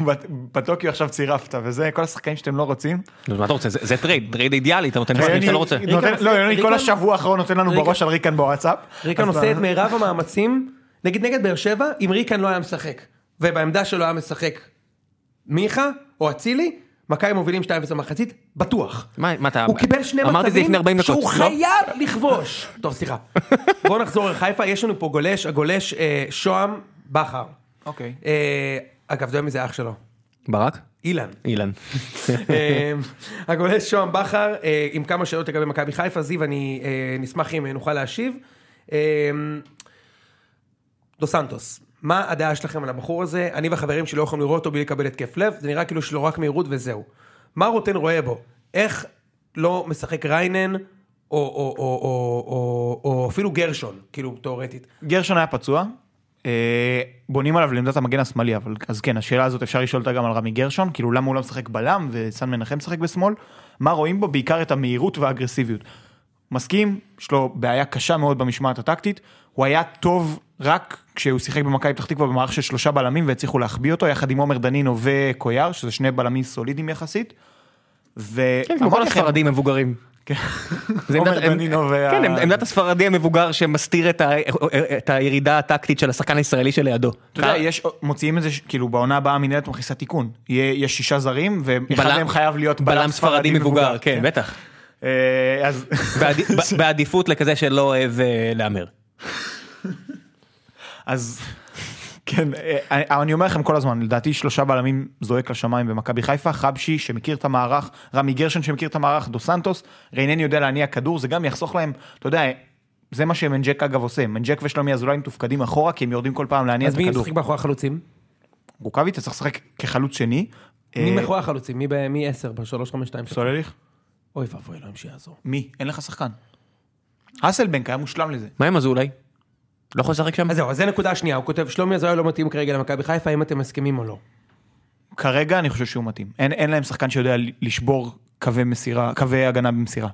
[SPEAKER 3] בטוקיו עכשיו צירפת, וזה כל השחקנים שאתם לא רוצים.
[SPEAKER 1] אז מה אתה רוצה? זה- זה טרייד, טרייד אידיאלי, אתה נותן
[SPEAKER 3] יוני-
[SPEAKER 1] דברים שאתה לא רוצה.
[SPEAKER 3] נותן-
[SPEAKER 2] ריקן עושה-
[SPEAKER 3] לא, יוני כל
[SPEAKER 2] ריקן-
[SPEAKER 3] השבוע האחרון נותן לנו
[SPEAKER 2] ריקן-
[SPEAKER 3] בראש על ריקן בוואטסאפ.
[SPEAKER 2] ריקן
[SPEAKER 3] אז
[SPEAKER 2] עושה
[SPEAKER 3] ב-
[SPEAKER 2] את מירב המאמצים, נגיד נגד באר שבע, אם ריקן לא היה משחק, ובעמדה שלו היה משחק מיכה או אצילי, מכבי מובילים 2-0 במחצית, בטוח.
[SPEAKER 1] מה מה אתה...
[SPEAKER 2] הוא קיבל שני
[SPEAKER 1] אמ, אמרתי את זה
[SPEAKER 2] מצבים
[SPEAKER 1] לפני 40 דקות.
[SPEAKER 2] שהוא
[SPEAKER 1] לא?
[SPEAKER 2] חייב לכבוש. טוב, סליחה. בואו נחזור לחיפה, יש לנו פה גולש, הגולש אה, שוהם בכר.
[SPEAKER 3] אוקיי.
[SPEAKER 2] אה, אגב, אתה יודע מי זה אח שלו?
[SPEAKER 1] ברק?
[SPEAKER 2] אילן.
[SPEAKER 1] אילן.
[SPEAKER 2] אה, הגולש שוהם בכר, אה, עם כמה שאלות לגבי מכבי חיפה, זיו, אני אה, נשמח אם אה, נוכל להשיב. אה, דו סנטוס, מה הדעה שלכם על הבחור הזה? אני והחברים שלי לא יכולים לראות אותו בלי לקבל התקף לב, זה נראה כאילו יש לו רק מהירות וזהו. מה רוטן רואה בו? איך לא משחק ריינן, או, או, או, או, או, או אפילו גרשון, כאילו, תאורטית.
[SPEAKER 3] גרשון היה פצוע, אה, בונים עליו לעמדת המגן השמאלי, אבל אז כן, השאלה הזאת אפשר לשאול אותה גם על רמי גרשון, כאילו למה הוא לא משחק בלם וסן מנחם משחק בשמאל, מה רואים בו? בעיקר את המהירות והאגרסיביות. מסכים, יש לו בעיה קשה מאוד במשמעת הטקטית, הוא היה טוב רק כשהוא שיחק במכבי פתח תקווה במערך של שלושה בלמים והצליחו להחביא אותו, יחד עם עומר דנינו וקויאר, שזה שני בלמים סולידיים יחסית. ו...
[SPEAKER 1] כן, כמו כל הספרדים המבוגרים.
[SPEAKER 3] כן.
[SPEAKER 1] זה
[SPEAKER 3] עומר
[SPEAKER 1] עמדת- עמ-
[SPEAKER 3] דנינו וה-
[SPEAKER 1] כן, עמ- עמדת הספרדי המבוגר שמסתיר את ה- את הירידה הטקטית של השחקן הישראלי שלידו.
[SPEAKER 3] אתה יודע, יש, מוציאים את זה, ש- כאילו בעונה הבאה המנהלת מכניסה תיקון. יהיה- יש שישה זרים, ואחד
[SPEAKER 1] בלם-
[SPEAKER 3] מהם חייב להיות בלם ספרדי מבוגר.
[SPEAKER 1] כן, בטח.
[SPEAKER 3] אה, אז
[SPEAKER 1] בעדי- ב- בעדיפות לכזה שלא אוהב אה, להמר.
[SPEAKER 3] אז כן, אה, אני אני אומר לכם כל הזמן, לדעתי שלושה בלמים זועק לשמיים במכבי חיפה, חבשי שמכיר את המערך, רמי גרשון שמכיר את המערך, דו סנטוס, רעינני יודע להניע כדור, זה גם יחסוך להם, אתה יודע, זה מה שמנג'ק אגב עושה, מנג'ק ושלומי אזולאי מתופקדים אחורה, כי הם יורדים כל פעם להניע את
[SPEAKER 2] אז מי
[SPEAKER 3] הכדור.
[SPEAKER 2] משחק מאחורי החלוצים?
[SPEAKER 3] רוקאביצה צריך לשחק כחלוץ שני.
[SPEAKER 2] מי
[SPEAKER 3] אה,
[SPEAKER 2] מאחורי החלוצים? מי ב- מי 10 ב-352?
[SPEAKER 3] סולליך?
[SPEAKER 2] אוי ואבוי, אלוהים שיעזור.
[SPEAKER 3] מי? אין לך שחקן. אסלבנק היה מושלם לזה.
[SPEAKER 1] מה עם אזולאי? לא יכול לשחק שם?
[SPEAKER 2] אז זהו, אז זה נקודה שנייה, הוא כותב, שלומי אזולאי לא מתאים כרגע למכבי חיפה, אם אתם מסכימים או לא.
[SPEAKER 3] כרגע אני חושב שהוא מתאים. אין, אין להם שחקן שיודע ל- לשבור קווי מסירה, קווי הגנה במסירה.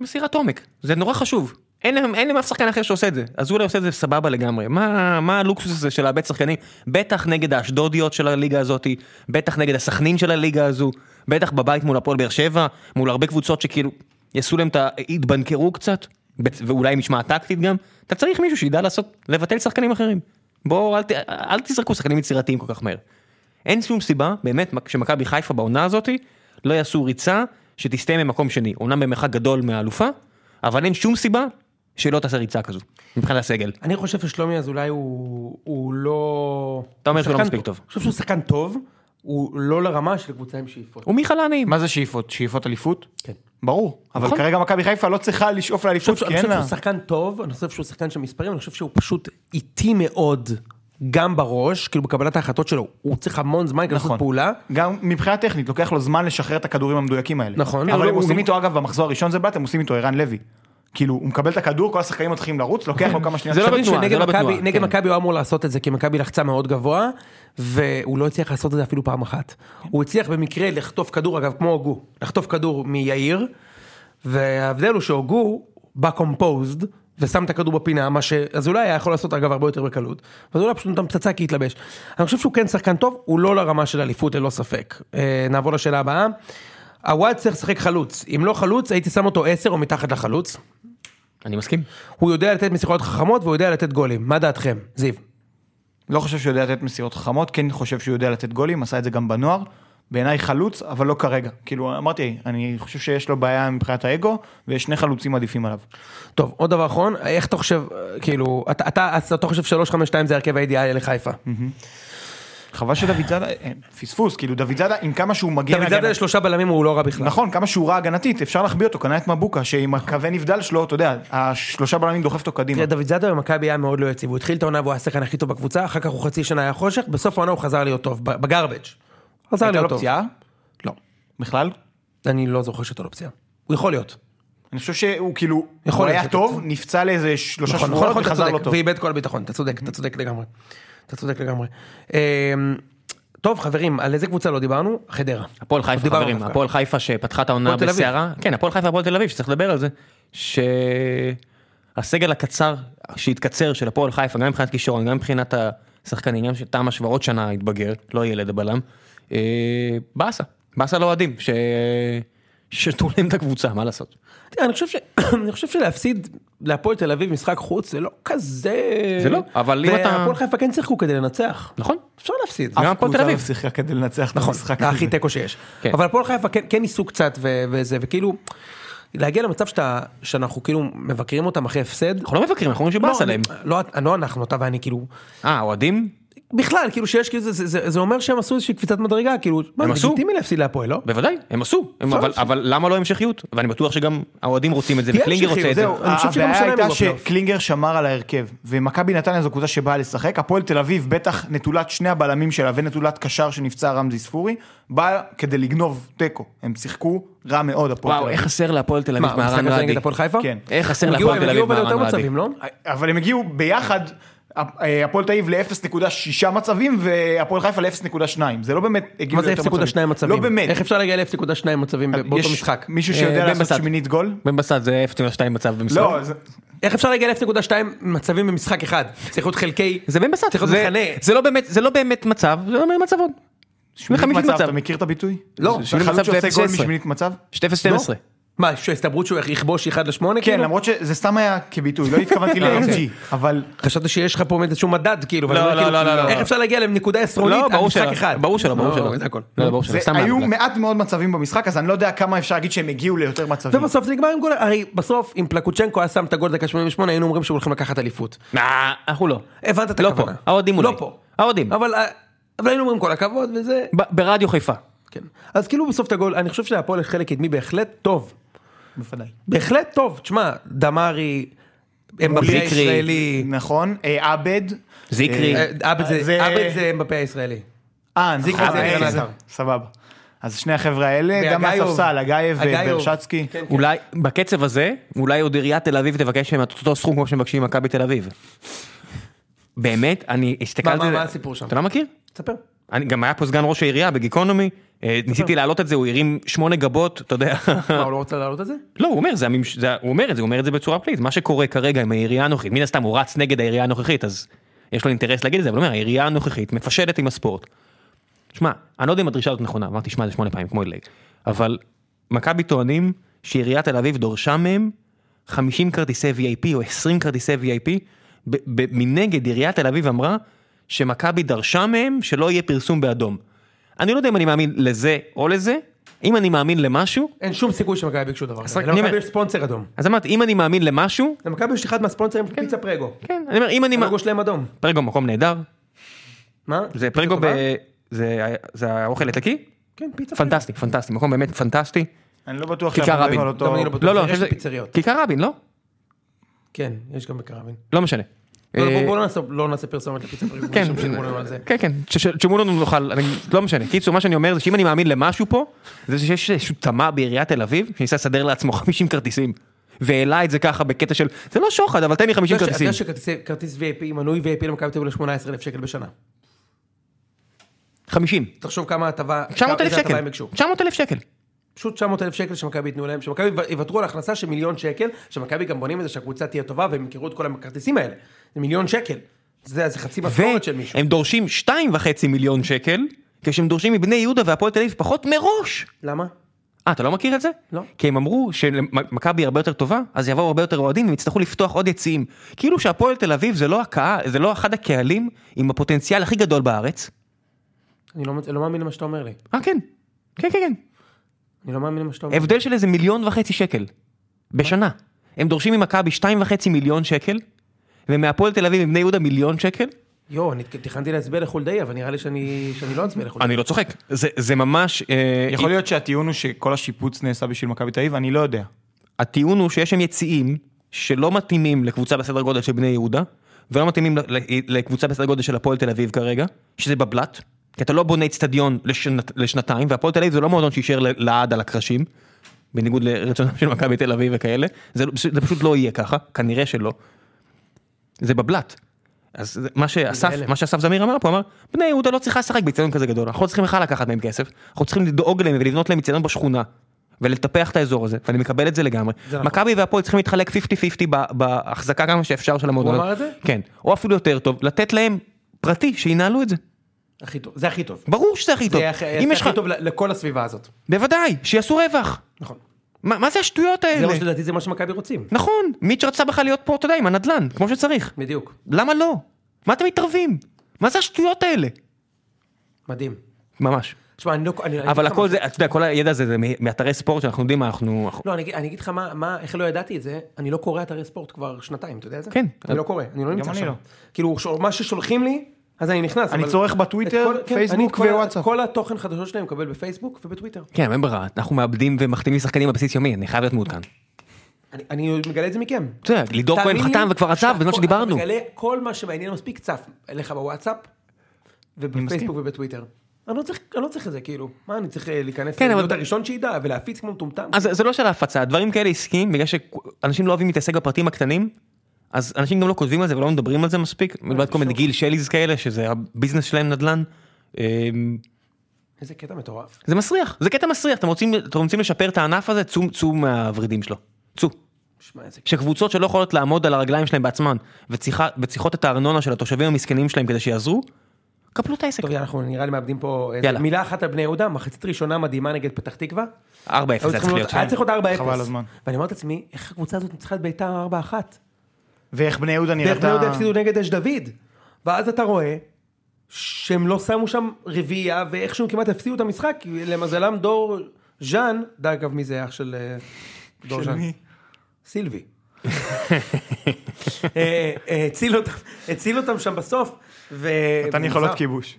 [SPEAKER 1] מסירת עומק, זה נורא חשוב. אין להם, אין להם אף שחקן אחר שעושה את זה, אז אולי עושה את זה סבבה לגמרי. מה, מה הלוקסוס הזה של לאבד שחקנים? בטח נגד האשדודיות של הליגה הזאתי, בטח נגד הסכנין של הליגה הזו, בטח בבית מול הפועל באר שבע, מול הרבה קבוצות שכאילו יעשו להם את ה... יתבנקרו קצת, בצ- ואולי משמעה טקטית גם. אתה צריך מישהו שידע לעשות, לבטל שחקנים אחרים. בואו, אל, ת- אל תזרקו שחקנים יצירתיים כל כך מהר. אין שום סיבה, באמת, שמכבי חיפה בעונה הזאתי, לא יעשו ריצה שתסתיים במקום שני. אומנם במרחק גדול מהאלופה, אבל אין שום סיבה שלא תעשה ריצה כזו, מבחינת הסגל.
[SPEAKER 2] אני חושב ששלומי אזולאי הוא, הוא לא...
[SPEAKER 1] אתה אומר
[SPEAKER 2] הוא
[SPEAKER 1] שהוא לא
[SPEAKER 2] שחקן
[SPEAKER 1] מספיק טוב.
[SPEAKER 2] אני חושב שהוא שחקן טוב, הוא לא לרמה של קבוצה עם שאיפות.
[SPEAKER 1] הוא מיכה לעניים.
[SPEAKER 3] מה זה שאיפות? שאיפות אליפות?
[SPEAKER 2] כן.
[SPEAKER 3] ברור. אבל
[SPEAKER 1] נכון.
[SPEAKER 3] כרגע מכבי חיפה לא צריכה לשאוף
[SPEAKER 2] אני
[SPEAKER 3] לאליפות, כן?
[SPEAKER 2] חושב,
[SPEAKER 3] כי
[SPEAKER 2] אני
[SPEAKER 1] כן, אה.
[SPEAKER 2] חושב
[SPEAKER 3] אין לה.
[SPEAKER 2] שהוא שחקן טוב, אני חושב שהוא שחקן של מספרים, אני חושב שהוא פשוט איטי מאוד, גם בראש, כאילו בקבלת ההחלטות שלו, הוא צריך המון זמן כדי לעשות
[SPEAKER 3] נכון.
[SPEAKER 2] פעולה.
[SPEAKER 3] גם מבחינה טכנית, לוקח לו זמן לשחרר את הכדורים המדויקים האלה.
[SPEAKER 2] נכון.
[SPEAKER 3] אבל
[SPEAKER 2] אבל
[SPEAKER 3] הם
[SPEAKER 2] הוא-
[SPEAKER 3] עושים
[SPEAKER 2] הוא-
[SPEAKER 3] איתו, אגב, במחזור הראשון זה בעט, הם עושים איתו ערן לוי. כאילו, הוא מקבל את הכדור, כל השחקנים מתחילים לרוץ, לוקח לו כמה שניות.
[SPEAKER 1] זה לא
[SPEAKER 2] עכשיו,
[SPEAKER 1] בתנועה,
[SPEAKER 2] שנגד
[SPEAKER 1] זה לא
[SPEAKER 2] מכבי-
[SPEAKER 1] בתנועה,
[SPEAKER 2] נגד
[SPEAKER 1] כן.
[SPEAKER 2] מכבי הוא אמור לעשות את זה, כי מכבי לחצה מאוד גבוה, והוא לא הצליח לעשות את זה אפילו פעם אחת. הוא הצליח במקרה לחטוף כדור, אגב, כמו הוגו, לחטוף כדור מיאיר, וההבדל הוא שהוגו בא קומפוזד, ושם את הכדור בפינה, מה שאזולאי היה יכול לעשות אגב הרבה יותר בקלות, אז אולי פשוט נתן פצצה כי התלבש. אני חושב שהוא כן שחקן טוב, הוא לא לרמה של אליפות ללא ספק. אה, נעבור לשאלה הבאה. הוואט צריך לשחק חלוץ, אם לא חלוץ הייתי שם אותו 10 או מתחת לחלוץ,
[SPEAKER 1] אני מסכים.
[SPEAKER 2] הוא יודע לתת מסירות חכמות והוא יודע לתת גולים, מה דעתכם? זיו.
[SPEAKER 3] לא חושב שהוא יודע לתת מסירות חכמות, כן חושב שהוא יודע לתת גולים, עשה את זה גם בנוער. בעיניי חלוץ, אבל לא כרגע. כאילו, אמרתי, אני חושב שיש לו בעיה מבחינת האגו, ויש שני חלוצים עדיפים עליו.
[SPEAKER 2] טוב, עוד דבר אחרון, איך אתה חושב, אה, כאילו, אתה, אתה, אז אתה חושב 352 זה ההרכב האידיאלי לחיפה.
[SPEAKER 3] כן, חבל שדוד זאדה, אה, פספוס, כאילו דוד זאדה עם כמה שהוא מגן
[SPEAKER 2] דוד זאדה
[SPEAKER 3] הגנה-
[SPEAKER 2] יש שלושה בלמים הוא לא רע בכלל.
[SPEAKER 3] נכון, כמה שהוא רע הגנתית, אפשר להחביא אותו, קנה את מבוקה, שעם הקווי נבדל שלו, אתה יודע, השלושה בלמים דוחף אותו קדימה.
[SPEAKER 2] תראה, דוד זאדה במכבי היה מאוד לא יציב, הוא התחיל את העונה והוא היה השחקן הכי טוב בקבוצה, אחר כך הוא חצי שנה היה חושך, בסוף העונה הוא חזר להיות טוב, ב- בגרבג'. חזר
[SPEAKER 3] הייתה
[SPEAKER 2] להיות
[SPEAKER 3] לו
[SPEAKER 2] לא טוב.
[SPEAKER 3] פציעה?
[SPEAKER 2] לא.
[SPEAKER 3] בכלל?
[SPEAKER 2] אני לא זוכר שהייתה לו פציעה. הוא יכול להיות.
[SPEAKER 3] אני חושב שהוא כאילו,
[SPEAKER 2] יכול
[SPEAKER 3] הוא
[SPEAKER 2] להיות
[SPEAKER 3] היה
[SPEAKER 2] שאתה
[SPEAKER 3] טוב,
[SPEAKER 2] צודק.
[SPEAKER 3] נפצע לאיזה שלושה
[SPEAKER 2] נכון, נכון,
[SPEAKER 3] שבועות
[SPEAKER 2] נכון, אתה
[SPEAKER 3] וחזר
[SPEAKER 2] צודק,
[SPEAKER 3] לא טוב.
[SPEAKER 2] ואיבד כל הביטחון, אתה צודק, אתה צודק לגמרי. אתה צודק לגמרי. אמ, טוב, חברים, על איזה קבוצה לא דיברנו? חדרה.
[SPEAKER 1] הפועל חיפה
[SPEAKER 2] דיברנו
[SPEAKER 1] חברים,
[SPEAKER 2] דווקא.
[SPEAKER 1] הפועל חיפה שפתחה את העונה
[SPEAKER 2] הפועל תל אביב.
[SPEAKER 1] בסערה, כן הפועל חיפה הפועל תל אביב שצריך לדבר על זה, שהסגל הקצר שהתקצר של הפועל חיפה גם מבחינת כישרון גם מבחינת השחקנים גם שתם השוואות שנה התבגר לא ילד הבלם, אה, באסה, באסה לאוהדים ש... ששתו להם את הקבוצה מה לעשות.
[SPEAKER 2] תראה, אני חושב ש- אני חושב שלהפסיד להפועל תל אביב משחק חוץ זה לא כזה...
[SPEAKER 1] זה לא, אבל אם אתה-
[SPEAKER 2] והפועל חיפה כן שיחקו כדי לנצח.
[SPEAKER 1] נכון.
[SPEAKER 2] אפשר להפסיד.
[SPEAKER 1] גם הפועל תל אביב.
[SPEAKER 3] שיחקה כדי לנצח את
[SPEAKER 2] נכון,
[SPEAKER 3] המשחק.
[SPEAKER 2] זה
[SPEAKER 3] הזה.
[SPEAKER 2] הכי תיקו שיש.
[SPEAKER 1] כן.
[SPEAKER 2] אבל הפועל חיפה כן- כן ניסו קצת ו- וזה, וכאילו, להגיע למצב שאתה- שאנחנו כאילו מבקרים אותם אחרי הפסד.
[SPEAKER 1] אנחנו לא מבקרים אנחנו אומרים שבאסה
[SPEAKER 2] לא,
[SPEAKER 1] להם.
[SPEAKER 2] לא, לא אנחנו, אתה ואני, כאילו,
[SPEAKER 1] אה אוהדים?
[SPEAKER 2] בכלל, כאילו שיש, כאילו, זה, זה, זה, זה אומר שהם עשו איזושהי קפיצת מדרגה, כאילו, מה,
[SPEAKER 1] הם
[SPEAKER 2] זה
[SPEAKER 1] עשו?
[SPEAKER 2] לגיטימי להפסיד להפועל, לא?
[SPEAKER 1] בוודאי הם עשו הם- אבל אבל למה לא המשכיות ואני בטוח שגם האוהדים רוצים את זה
[SPEAKER 2] תהיה
[SPEAKER 1] וקלינגר
[SPEAKER 2] המשכיות,
[SPEAKER 1] רוצה את זה.
[SPEAKER 2] זהו. אני חושב שגם
[SPEAKER 3] הבעיה
[SPEAKER 2] השנה הם
[SPEAKER 3] הייתה
[SPEAKER 2] היו בפלייאוף.
[SPEAKER 3] שקלינגר שמר על ההרכב, ומכבי נתניה זו קבוצה שבאה לשחק, הפועל תל אביב בטח נטולת שני הבלמים שלה ונטולת קשר שנפצע רמזי ספורי, באה כדי לגנוב תיקו, הם שיחקו רע מאוד הפועל תל
[SPEAKER 1] וואו איך
[SPEAKER 3] אביב.
[SPEAKER 1] חסר להפועל תל אביב
[SPEAKER 2] מה, המשחק
[SPEAKER 1] מהרן
[SPEAKER 2] הזה נגד
[SPEAKER 1] רדי.
[SPEAKER 2] הפועל חיפה?
[SPEAKER 3] כן.
[SPEAKER 1] איך חסר
[SPEAKER 2] הם הגיעו-
[SPEAKER 1] להפועל
[SPEAKER 2] הם
[SPEAKER 1] תל
[SPEAKER 2] הגיעו
[SPEAKER 1] אביב
[SPEAKER 2] אבל יותר
[SPEAKER 1] מהרן רדי.
[SPEAKER 2] מצבים, לא?
[SPEAKER 3] אבל הם הגיעו ביחד, אה, הפועל תל אביב ל-0.6 מצבים והפועל חיפה ל-0.2, זה לא באמת הגיעו
[SPEAKER 2] מה זה 0.2
[SPEAKER 3] ליותר
[SPEAKER 2] כאילו מצבים?
[SPEAKER 3] לא באמת.
[SPEAKER 2] איך אפשר להגיע ל-0.2 מצבים ב- באותו
[SPEAKER 3] יש
[SPEAKER 2] משחק?
[SPEAKER 3] מישהו
[SPEAKER 1] אה,
[SPEAKER 3] שיודע
[SPEAKER 1] בן
[SPEAKER 3] לעשות
[SPEAKER 1] בסט.
[SPEAKER 3] שמינית גול?
[SPEAKER 1] בן בסט זה 0.2 מצב במשחק.
[SPEAKER 3] לא, זה-
[SPEAKER 2] איך אפשר להגיע ל-0.2 מצבים במשחק אחד? צריך להיות חלקי...
[SPEAKER 1] זה בן בסט,
[SPEAKER 2] צריך להיות
[SPEAKER 1] זה-
[SPEAKER 2] מחנה.
[SPEAKER 1] זה לא באמת, זה לא באמת מצב, זה לא באמת מצב עוד.
[SPEAKER 3] שמינית
[SPEAKER 1] 50
[SPEAKER 3] מצב,
[SPEAKER 1] מצב.
[SPEAKER 3] אתה מכיר את הביטוי?
[SPEAKER 2] לא,
[SPEAKER 3] זה
[SPEAKER 1] שמינית
[SPEAKER 3] חלוץ
[SPEAKER 1] מצב
[SPEAKER 3] שעושה
[SPEAKER 1] זה
[SPEAKER 3] גול
[SPEAKER 1] 0.16.
[SPEAKER 3] משמינית מצב?
[SPEAKER 1] 2.12.
[SPEAKER 2] מה, שההסתברות שהוא יכבוש כאילו? 1 ל-8?
[SPEAKER 1] כאילו-
[SPEAKER 3] כן, למרות שזה סתם היה כביטוי, לא התכוונתי
[SPEAKER 1] אה, אוקיי.
[SPEAKER 3] ל-XG, אבל
[SPEAKER 2] חשבתי שיש לך פה איזשהו מדד, כאילו, ואני
[SPEAKER 1] לא,
[SPEAKER 2] אומר,
[SPEAKER 1] לא,
[SPEAKER 2] כאילו,
[SPEAKER 1] לא, לא, לא.
[SPEAKER 2] איך אפשר להגיע לנקודה עשרונית
[SPEAKER 1] לא,
[SPEAKER 2] על
[SPEAKER 1] ברור
[SPEAKER 2] משחק
[SPEAKER 1] שלא.
[SPEAKER 2] אחד?
[SPEAKER 1] ברור שלא, ברור
[SPEAKER 2] לא,
[SPEAKER 1] שלא.
[SPEAKER 2] זה הכל.
[SPEAKER 1] לא, לא, ברור שלא,
[SPEAKER 3] זה-
[SPEAKER 1] סתם
[SPEAKER 3] היו
[SPEAKER 1] מעט.
[SPEAKER 3] מעט מאוד מצבים במשחק, אז אני לא יודע כמה אפשר להגיד שהם הגיעו ליותר מצבים.
[SPEAKER 2] ובסוף זה נגמר עם גול, הרי בסוף אם פלקוצ'נקו היה שם את הגול דקה 88 היינו אומרים שהולכים לקחת אליפות.
[SPEAKER 1] אה, אנחנו לא.
[SPEAKER 2] הבנת את
[SPEAKER 1] לא
[SPEAKER 2] הכוונה.
[SPEAKER 1] פה, האוהדים אולי.
[SPEAKER 2] לא פה.
[SPEAKER 1] האוהדים.
[SPEAKER 2] אבל אה, אבל היינו אומרים כל הכבוד וזה,
[SPEAKER 1] ב- ברדיו חיפה.
[SPEAKER 2] כן. אז כאילו בסוף את הגול, אני חושב שלהפועל יש חלק קדמי בהחלט טוב.
[SPEAKER 3] בוודאי.
[SPEAKER 2] בהחלט טוב, תשמע, דמארי, אמבפי
[SPEAKER 1] זיקרי.
[SPEAKER 2] הישראלי,
[SPEAKER 3] נכון, אה, עבד.
[SPEAKER 1] זיקרי.
[SPEAKER 3] אה,
[SPEAKER 2] אה, עבד זה-
[SPEAKER 3] זה-
[SPEAKER 2] עבד זה אמבפי הישראלי.
[SPEAKER 3] אה,
[SPEAKER 2] זיקרי
[SPEAKER 3] נכון,
[SPEAKER 2] זה
[SPEAKER 3] אה,
[SPEAKER 2] ערן
[SPEAKER 3] זה-
[SPEAKER 2] עטר.
[SPEAKER 3] סבבה. אז שני החבר'ה האלה, גם
[SPEAKER 2] והגייוב.
[SPEAKER 3] מהספסל, אגייב
[SPEAKER 2] הגייוב.
[SPEAKER 3] וברשצקי.
[SPEAKER 2] כן, כן.
[SPEAKER 1] אה, אולי בקצב הזה, אולי עוד עיריית תל אביב תבקש מהם את אותו סכום כמו שמבקשים ממכבי תל אביב. באמת, אני הסתכלתי...
[SPEAKER 2] מה-
[SPEAKER 1] על זה-
[SPEAKER 2] מה הסיפור שם?
[SPEAKER 1] אתה לא מכיר?
[SPEAKER 2] תספר.
[SPEAKER 1] אני, גם היה פה סגן ראש העירייה בגיקונומי, אה, ניסיתי
[SPEAKER 2] לא.
[SPEAKER 1] להעלות את זה, הוא הרים שמונה גבות, אתה יודע.
[SPEAKER 2] מה, הוא לא רוצה להעלות את זה?
[SPEAKER 1] לא, הוא אומר, זה, הממש... זה, ה- הוא אומר את זה, הוא אומר את זה בצורה כללית, מה שקורה כרגע עם העירייה הנוכחית, מן הסתם הוא רץ נגד העירייה הנוכחית, אז יש לו אינטרס להגיד את זה, אבל הוא אומר, העירייה הנוכחית מפשלת עם הספורט. שמע, אני לא יודע אם הדרישה הזאת נכונה, אמרתי, שמע, זה שמונה פעמים, כמו אליג, אבל מכבי טוענים שעיריית תל אביב דורשה מהם 50 כרטיסי VIP או 20 כרטיסי VIP, ב- ב- מנגד עיריית תל אביב אמרה שמכבי דרשה מהם שלא יהיה פרסום באדום. אני לא יודע אם אני מאמין לזה או לזה, אם אני מאמין למשהו,
[SPEAKER 2] אין שום סיכוי שמכבי ביקשו דבר כזה.
[SPEAKER 1] אני אומר-
[SPEAKER 2] למכבי יש ספונסר אדום.
[SPEAKER 1] אז אמרתי, אם אני מאמין למשהו,
[SPEAKER 2] למכבי יש אחד מהספונסרים פיצה פרגו.
[SPEAKER 1] כן, אני אומר, אם אני...
[SPEAKER 2] הלוגו שלהם אדום.
[SPEAKER 1] פרגו מקום נהדר,
[SPEAKER 2] מה?
[SPEAKER 1] זה
[SPEAKER 2] פיצה
[SPEAKER 1] פרגו
[SPEAKER 2] טובה?
[SPEAKER 1] ב... זה ה- זה האוכל לטקי?
[SPEAKER 2] כן, פיצה פרגו.
[SPEAKER 1] פנטסטי, פנטסטי, מקום באמת פנטסטי.
[SPEAKER 3] אני לא בטוח
[SPEAKER 1] כיכר
[SPEAKER 3] שאנחנו מדברים
[SPEAKER 1] רבין.
[SPEAKER 3] על
[SPEAKER 2] גם
[SPEAKER 3] אותו...
[SPEAKER 2] אני לא בטוח.
[SPEAKER 1] לא, לא,
[SPEAKER 2] יש
[SPEAKER 1] אני חושב
[SPEAKER 2] פיצריות.
[SPEAKER 1] שזה... כיכר רבין, לא?
[SPEAKER 2] כן, יש גם בקרבין.
[SPEAKER 1] לא משנה.
[SPEAKER 2] לא,
[SPEAKER 1] אה,
[SPEAKER 2] בוא- בוא לא נעשה- לא נעשה פרסומת לפיצה פרגו.
[SPEAKER 1] כן,
[SPEAKER 2] יש שם שימורים על זה.
[SPEAKER 1] כן, כן, ש- ש- שמעו לנו נאכל, אני- לא משנה. קיצור, מה שאני אומר זה שאם אני מאמין למשהו פה, זה שיש איזשהו תמה בעיריית תל אביב, שניסה לסדר לעצמו 50 כרטיסים, והעלה את זה ככה בקטע של, זה לא שוחד, אבל תן לי 50
[SPEAKER 2] אתה יודע ש- אתה
[SPEAKER 1] כרטיסים.
[SPEAKER 2] יודע שכרטיס VIP, מנוי VIP למכבי תל אביב ל-18,000 שקל בשנה.
[SPEAKER 1] 50.
[SPEAKER 2] תחשוב כמה הטבה,
[SPEAKER 1] 900,000
[SPEAKER 2] איזה הטבה
[SPEAKER 1] שקל.
[SPEAKER 2] הם ביקשו.
[SPEAKER 1] 900,000 שקל.
[SPEAKER 2] פשוט 900,000 שקל שמכבי ייתנו להם, שמכבי יוותרו על הכנסה של מיליון שקל, שמכבי גם בונים את זה שהקבוצה תהיה טובה והם ימכרו את כל הכרטיסים האלה. זה מיליון שקל. זה זה חצי משכורת של מישהו.
[SPEAKER 1] והם דורשים שתיים וחצי מיליון שקל, כשהם דורשים מבני יהודה והפועל תל אביב פחות מראש.
[SPEAKER 2] למה?
[SPEAKER 1] אה, אתה לא מכיר את זה?
[SPEAKER 2] לא.
[SPEAKER 1] כי הם אמרו שמכבי הרבה יותר טובה, אז יבואו הרבה יותר אוהדים, הם יצטרכו לפתוח עוד יציאים. כאילו שהפועל תל אביב זה לא הקהל, זה לא אחד הקהלים עם הפוטנציאל הכי גדול בארץ.
[SPEAKER 2] אני לא מצ- לא מאמין למה שאתה אומר לי.
[SPEAKER 1] אה, כן. כן, כן, כן.
[SPEAKER 2] אני לא מאמין למה שאתה אומר.
[SPEAKER 1] הבדל של איזה מיליון וחצי שקל. בשנה. הם דורשים ממכבי שתיים וחצי מיליון שקל, ומהפועל תל אביב מבני יהודה מיליון שקל.
[SPEAKER 2] יואו, אני תכננתי להצביע לחולדאי, אבל נראה לי שאני שאני לא אצביע לחולדאי.
[SPEAKER 1] אני לא צוחק. זה, זה ממש... אה,
[SPEAKER 3] יכול להיות שהטיעון הוא שכל השיפוץ נעשה בשביל מכבי תל אביב, אני לא יודע.
[SPEAKER 1] הטיעון הוא שיש שם יציאים שלא מתאימים לקבוצה בסדר גודל של בני יהודה, ולא מתאימים ל- ל- לקבוצה בסדר גודל של הפועל תל אביב כרגע, שזה בבלת, כי אתה לא בונה אצטדיון לשנת, לשנתיים, והפועל תל אביב זה לא מועדון שישאר ל- לעד על הקרשים, בניגוד לרצונם של מכבי תל אביב וכאלה, זה, לא- פשוט- זה פשוט לא יהיה ככה, כנראה שלא. זה בבלת. אז זה- מה שאסף,
[SPEAKER 2] בהלם.
[SPEAKER 1] מה שאסף זמיר אמר פה, אמר, בני יהודה לא צריכה לשחק באיצטדיון כזה גדול, אנחנו לא צריכים בכלל לקחת מהם כסף, אנחנו צריכים לדאוג להם ולבנות להם איצטדיון בשכונה, ולטפח את האזור הזה, ואני מקבל את זה לגמרי.
[SPEAKER 2] זה נכון.
[SPEAKER 1] מכבי והפועל צריכים להתחלק 50-50 ב- בהחזקה כמה שאפשר של המועדון.
[SPEAKER 2] אמר את זה?
[SPEAKER 1] כן. או אפילו יותר טוב, לתת להם פרטי, שינהלו את זה.
[SPEAKER 2] הכי טוב, זה הכי טוב.
[SPEAKER 1] ברור שזה הכי טוב.
[SPEAKER 2] זה הכי-
[SPEAKER 1] אם
[SPEAKER 2] זה
[SPEAKER 1] יש לך...
[SPEAKER 2] הכי טוב ל- לכל הסביבה הזאת.
[SPEAKER 1] בוודאי, שיעשו רווח.
[SPEAKER 2] נכון.
[SPEAKER 1] מה מה זה השטויות
[SPEAKER 2] זה
[SPEAKER 1] האלה?
[SPEAKER 2] מה שלדעתי זה מה שמכבי רוצים.
[SPEAKER 1] נכון, מיץ' רצה בכלל להיות פה, אתה יודע, עם הנדלן, כמו שצריך.
[SPEAKER 2] בדיוק.
[SPEAKER 1] למה לא? מה אתם מתערבים? מה זה השטויות האלה?
[SPEAKER 2] מדהים.
[SPEAKER 1] ממש.
[SPEAKER 2] תשמע, אני לא... אני- אני אגיד
[SPEAKER 1] אבל
[SPEAKER 2] לך
[SPEAKER 1] הכל
[SPEAKER 2] מה-
[SPEAKER 1] זה, אתה יודע, כל הידע הזה זה מ- מאתרי ספורט שאנחנו יודעים מה אנחנו...
[SPEAKER 2] לא, אני אגיד- אני אגיד לך מה, מה- איך לא ידעתי את זה, אני לא קורא אתרי ספורט כבר שנתיים, אתה יודע את זה?
[SPEAKER 1] כן.
[SPEAKER 2] אני לא קורא, אני לא נמצא
[SPEAKER 3] אני
[SPEAKER 2] שם.
[SPEAKER 3] לא.
[SPEAKER 2] כאילו, ש- מה ששולחים לי, אז אני נכנס.
[SPEAKER 3] אני
[SPEAKER 2] אבל-
[SPEAKER 3] צורך
[SPEAKER 2] את
[SPEAKER 3] בטוויטר,
[SPEAKER 2] כל- כן, אני את
[SPEAKER 3] פייסבוק
[SPEAKER 2] כל ה-
[SPEAKER 3] ווואטסאפ.
[SPEAKER 2] את כל התוכן חדשות שלהם מקבל בפייסבוק ובטוויטר.
[SPEAKER 1] כן, אין ברירה, אנחנו מאבדים ומחתימים שחקנים בבסיס יומי, אני חייב להיות מעודכן.
[SPEAKER 2] אני- אני מגלה את זה מכם.
[SPEAKER 1] אתה יודע, לידור כהן
[SPEAKER 2] תאמין לי,
[SPEAKER 1] חתם וכבר עזב
[SPEAKER 2] שאתה-
[SPEAKER 1] בזמן
[SPEAKER 2] אתה
[SPEAKER 1] שדיברנו.
[SPEAKER 2] מגלה כל מה שמעניין מספיק צף אליך בוואטסאפ, ובפייסבוק ובטוויטר. אני לא צריך- אני לא צריך את זה, כאילו. מה, אני צריך אה, להיכנס
[SPEAKER 1] כן, אבל-
[SPEAKER 2] להיות הראשון שידע ולהפיץ כמו מטומטם?
[SPEAKER 1] אז זה- זה לא של ההפצה, הדברים כאלה עסקיים, בגלל שאנשים לא אוהבים להתעסק בפרטים הקטנים, אז אנשים גם לא כותבים על זה ולא מדברים על זה מספיק, מלבד כל מיני גיל שליז כאלה, שזה הביזנס שלהם נדל"ן. אמ,
[SPEAKER 2] איזה קטע מטורף.
[SPEAKER 1] זה מסריח, זה קטע מסריח, אתם רוצים, אתם רוצים לשפר את הענף הזה, צאו, צאו מהוורידים שלו. צאו.
[SPEAKER 2] שמע, איזה קטע.
[SPEAKER 1] שקבוצות שלא יכולות לעמוד על הרגליים שלהם בעצמן, וצריכה- וצריכות את הארנונה של התושבים המסכנים שלהם כדי שיעזרו, קפלו את העסק.
[SPEAKER 2] טוב, יאללה, אנחנו נראה לי מאבדים פה... איזה-
[SPEAKER 1] יאללה.
[SPEAKER 2] מילה אחת על בני יהודה, מחצית ראשונה מדהימה נגד פתח תקווה.
[SPEAKER 1] 4-0 זה
[SPEAKER 2] היו
[SPEAKER 1] צריך
[SPEAKER 2] צריכים
[SPEAKER 1] להיות
[SPEAKER 2] להיות-
[SPEAKER 1] שם.
[SPEAKER 2] היה צריך להיות 4-0.
[SPEAKER 3] חבל על הזמן.
[SPEAKER 2] ואני אומר לעצמי, איך הקבוצה הזאת ניצחה את ביתר 4-1?
[SPEAKER 3] ואיך בני יהודה
[SPEAKER 2] דרך בני יהודה
[SPEAKER 3] נראתה...
[SPEAKER 2] הפסידו נגד אש דוד. ואז אתה רואה שהם לא שמו שם רביעייה, ואיכשהו הם כמעט הפסידו את המשחק, כי למזלם דור ז'אן, די אגב מי זה אח של אה,
[SPEAKER 3] לא
[SPEAKER 2] דור ז'אן? סילבי. אה, אה, הציל אותם- הציל אותם שם בסוף. ו-
[SPEAKER 3] נתן יכולות כיבוש.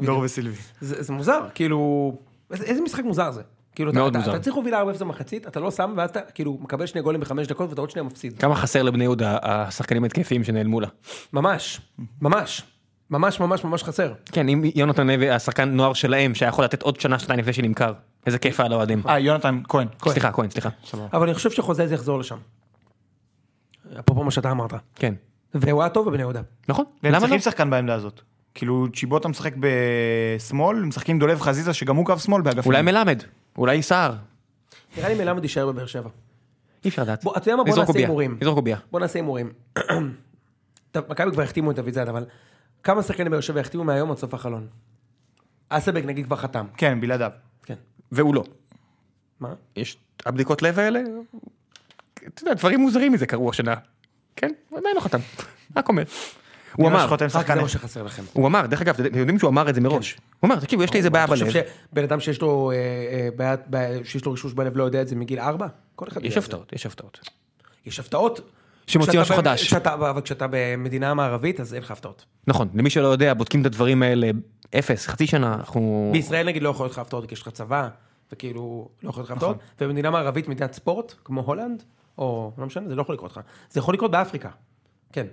[SPEAKER 3] דור וסילבי.
[SPEAKER 2] זה זה מוזר, כאילו, איזה איזה משחק מוזר זה. כאילו, אתה-
[SPEAKER 1] מאוד
[SPEAKER 2] אתה-
[SPEAKER 1] מוזר.
[SPEAKER 2] אתה צריך להוביל 4-0 במחצית, אתה לא שם, ואז אתה כאילו מקבל שני גולים בחמש דקות, ואתה עוד שנייה מפסיד.
[SPEAKER 1] כמה חסר לבני יהודה השחקנים ההתקפיים שנעלמו לה.
[SPEAKER 2] ממש, ממש, ממש ממש ממש חסר.
[SPEAKER 1] כן, אם יונתן לוי, השחקן נוער שלהם, שהיה יכול לתת עוד שנה, שנתיים לפני שנמכר. איזה כיף היה לאוהדים.
[SPEAKER 3] אה, יונתן כהן.
[SPEAKER 1] סליחה, נכון. כהן, סליחה.
[SPEAKER 2] אבל אני חושב שחוזה זה יחזור לשם. אפרופו מה שאתה אמרת.
[SPEAKER 1] כן.
[SPEAKER 2] והוא היה טוב בבני יהודה.
[SPEAKER 1] נכון,
[SPEAKER 3] והם
[SPEAKER 1] למה לא?
[SPEAKER 3] צריכים שחקן בעמדה הזאת. כאילו, צ'יבוטה משחק בשמאל, הם משחקים עם דולב חזיזה, שגם הוא קו שמאל באגף.
[SPEAKER 1] אולי
[SPEAKER 3] ימין.
[SPEAKER 1] מלמד, אולי סער.
[SPEAKER 2] נראה לי מלמד יישאר בבאר שבע.
[SPEAKER 1] אי אפשר לדעת.
[SPEAKER 2] בוא, אתה יודע מה? בוא
[SPEAKER 1] נזרוק
[SPEAKER 2] נעשה
[SPEAKER 1] קובייה,
[SPEAKER 2] הימורים.
[SPEAKER 1] נזרוק קובייה.
[SPEAKER 2] בוא נעשה הימורים. טוב, מכבי כבר החתימו את אביזד, אבל כמה שחקנים באר שבע יחתימו מהיום עד סוף החלון? אסבג נגיד כבר חתם.
[SPEAKER 3] כן, בלעדיו.
[SPEAKER 2] כן.
[SPEAKER 1] והוא לא.
[SPEAKER 2] מה?
[SPEAKER 1] יש הבדיקות לב האלה, אתה יודע, דברים מוזרים מזה קרו השנה. כן, הוא עדיין לא חתם. רק אומר. הוא
[SPEAKER 3] ממש
[SPEAKER 1] אמר,
[SPEAKER 3] חותם
[SPEAKER 2] רק
[SPEAKER 3] שחקן.
[SPEAKER 2] אה, זה מה שחסר לכם.
[SPEAKER 1] הוא אמר, דרך אגב, אתם יודעים שהוא אמר את זה מראש. כן. הוא אמר, תקשיבו, יש לי איזה בעיה
[SPEAKER 2] אתה
[SPEAKER 1] בלב.
[SPEAKER 2] חושב שבן אדם שיש לו אה, אה, בעיה, בעיה- שיש לו רישוש בלב לא יודע את זה מגיל ארבע? כל אחד
[SPEAKER 1] יש
[SPEAKER 2] יודע את זה.
[SPEAKER 1] הפתעות, יש הפתעות.
[SPEAKER 2] יש הפתעות.
[SPEAKER 1] שמוציא
[SPEAKER 2] כשאתה
[SPEAKER 1] משהו
[SPEAKER 2] ב-
[SPEAKER 1] חדש.
[SPEAKER 2] כשאתה- אבל כשאתה במדינה מערבית אז אין לך הפתעות.
[SPEAKER 1] נכון, למי שלא יודע, בודקים את הדברים האלה, אפס, חצי שנה, אנחנו...
[SPEAKER 2] בישראל נגיד לא יכול להיות לך הפתעות כי יש לך צבא, וכאילו לא יכול להיות לך הפתעות.
[SPEAKER 1] נכון.
[SPEAKER 2] ובמדינה מערבית מדינת ספורט, כמו הולנד, או לא משנה, זה לא יכול לקרות לך. זה יכול לקרות באפריקה. כן.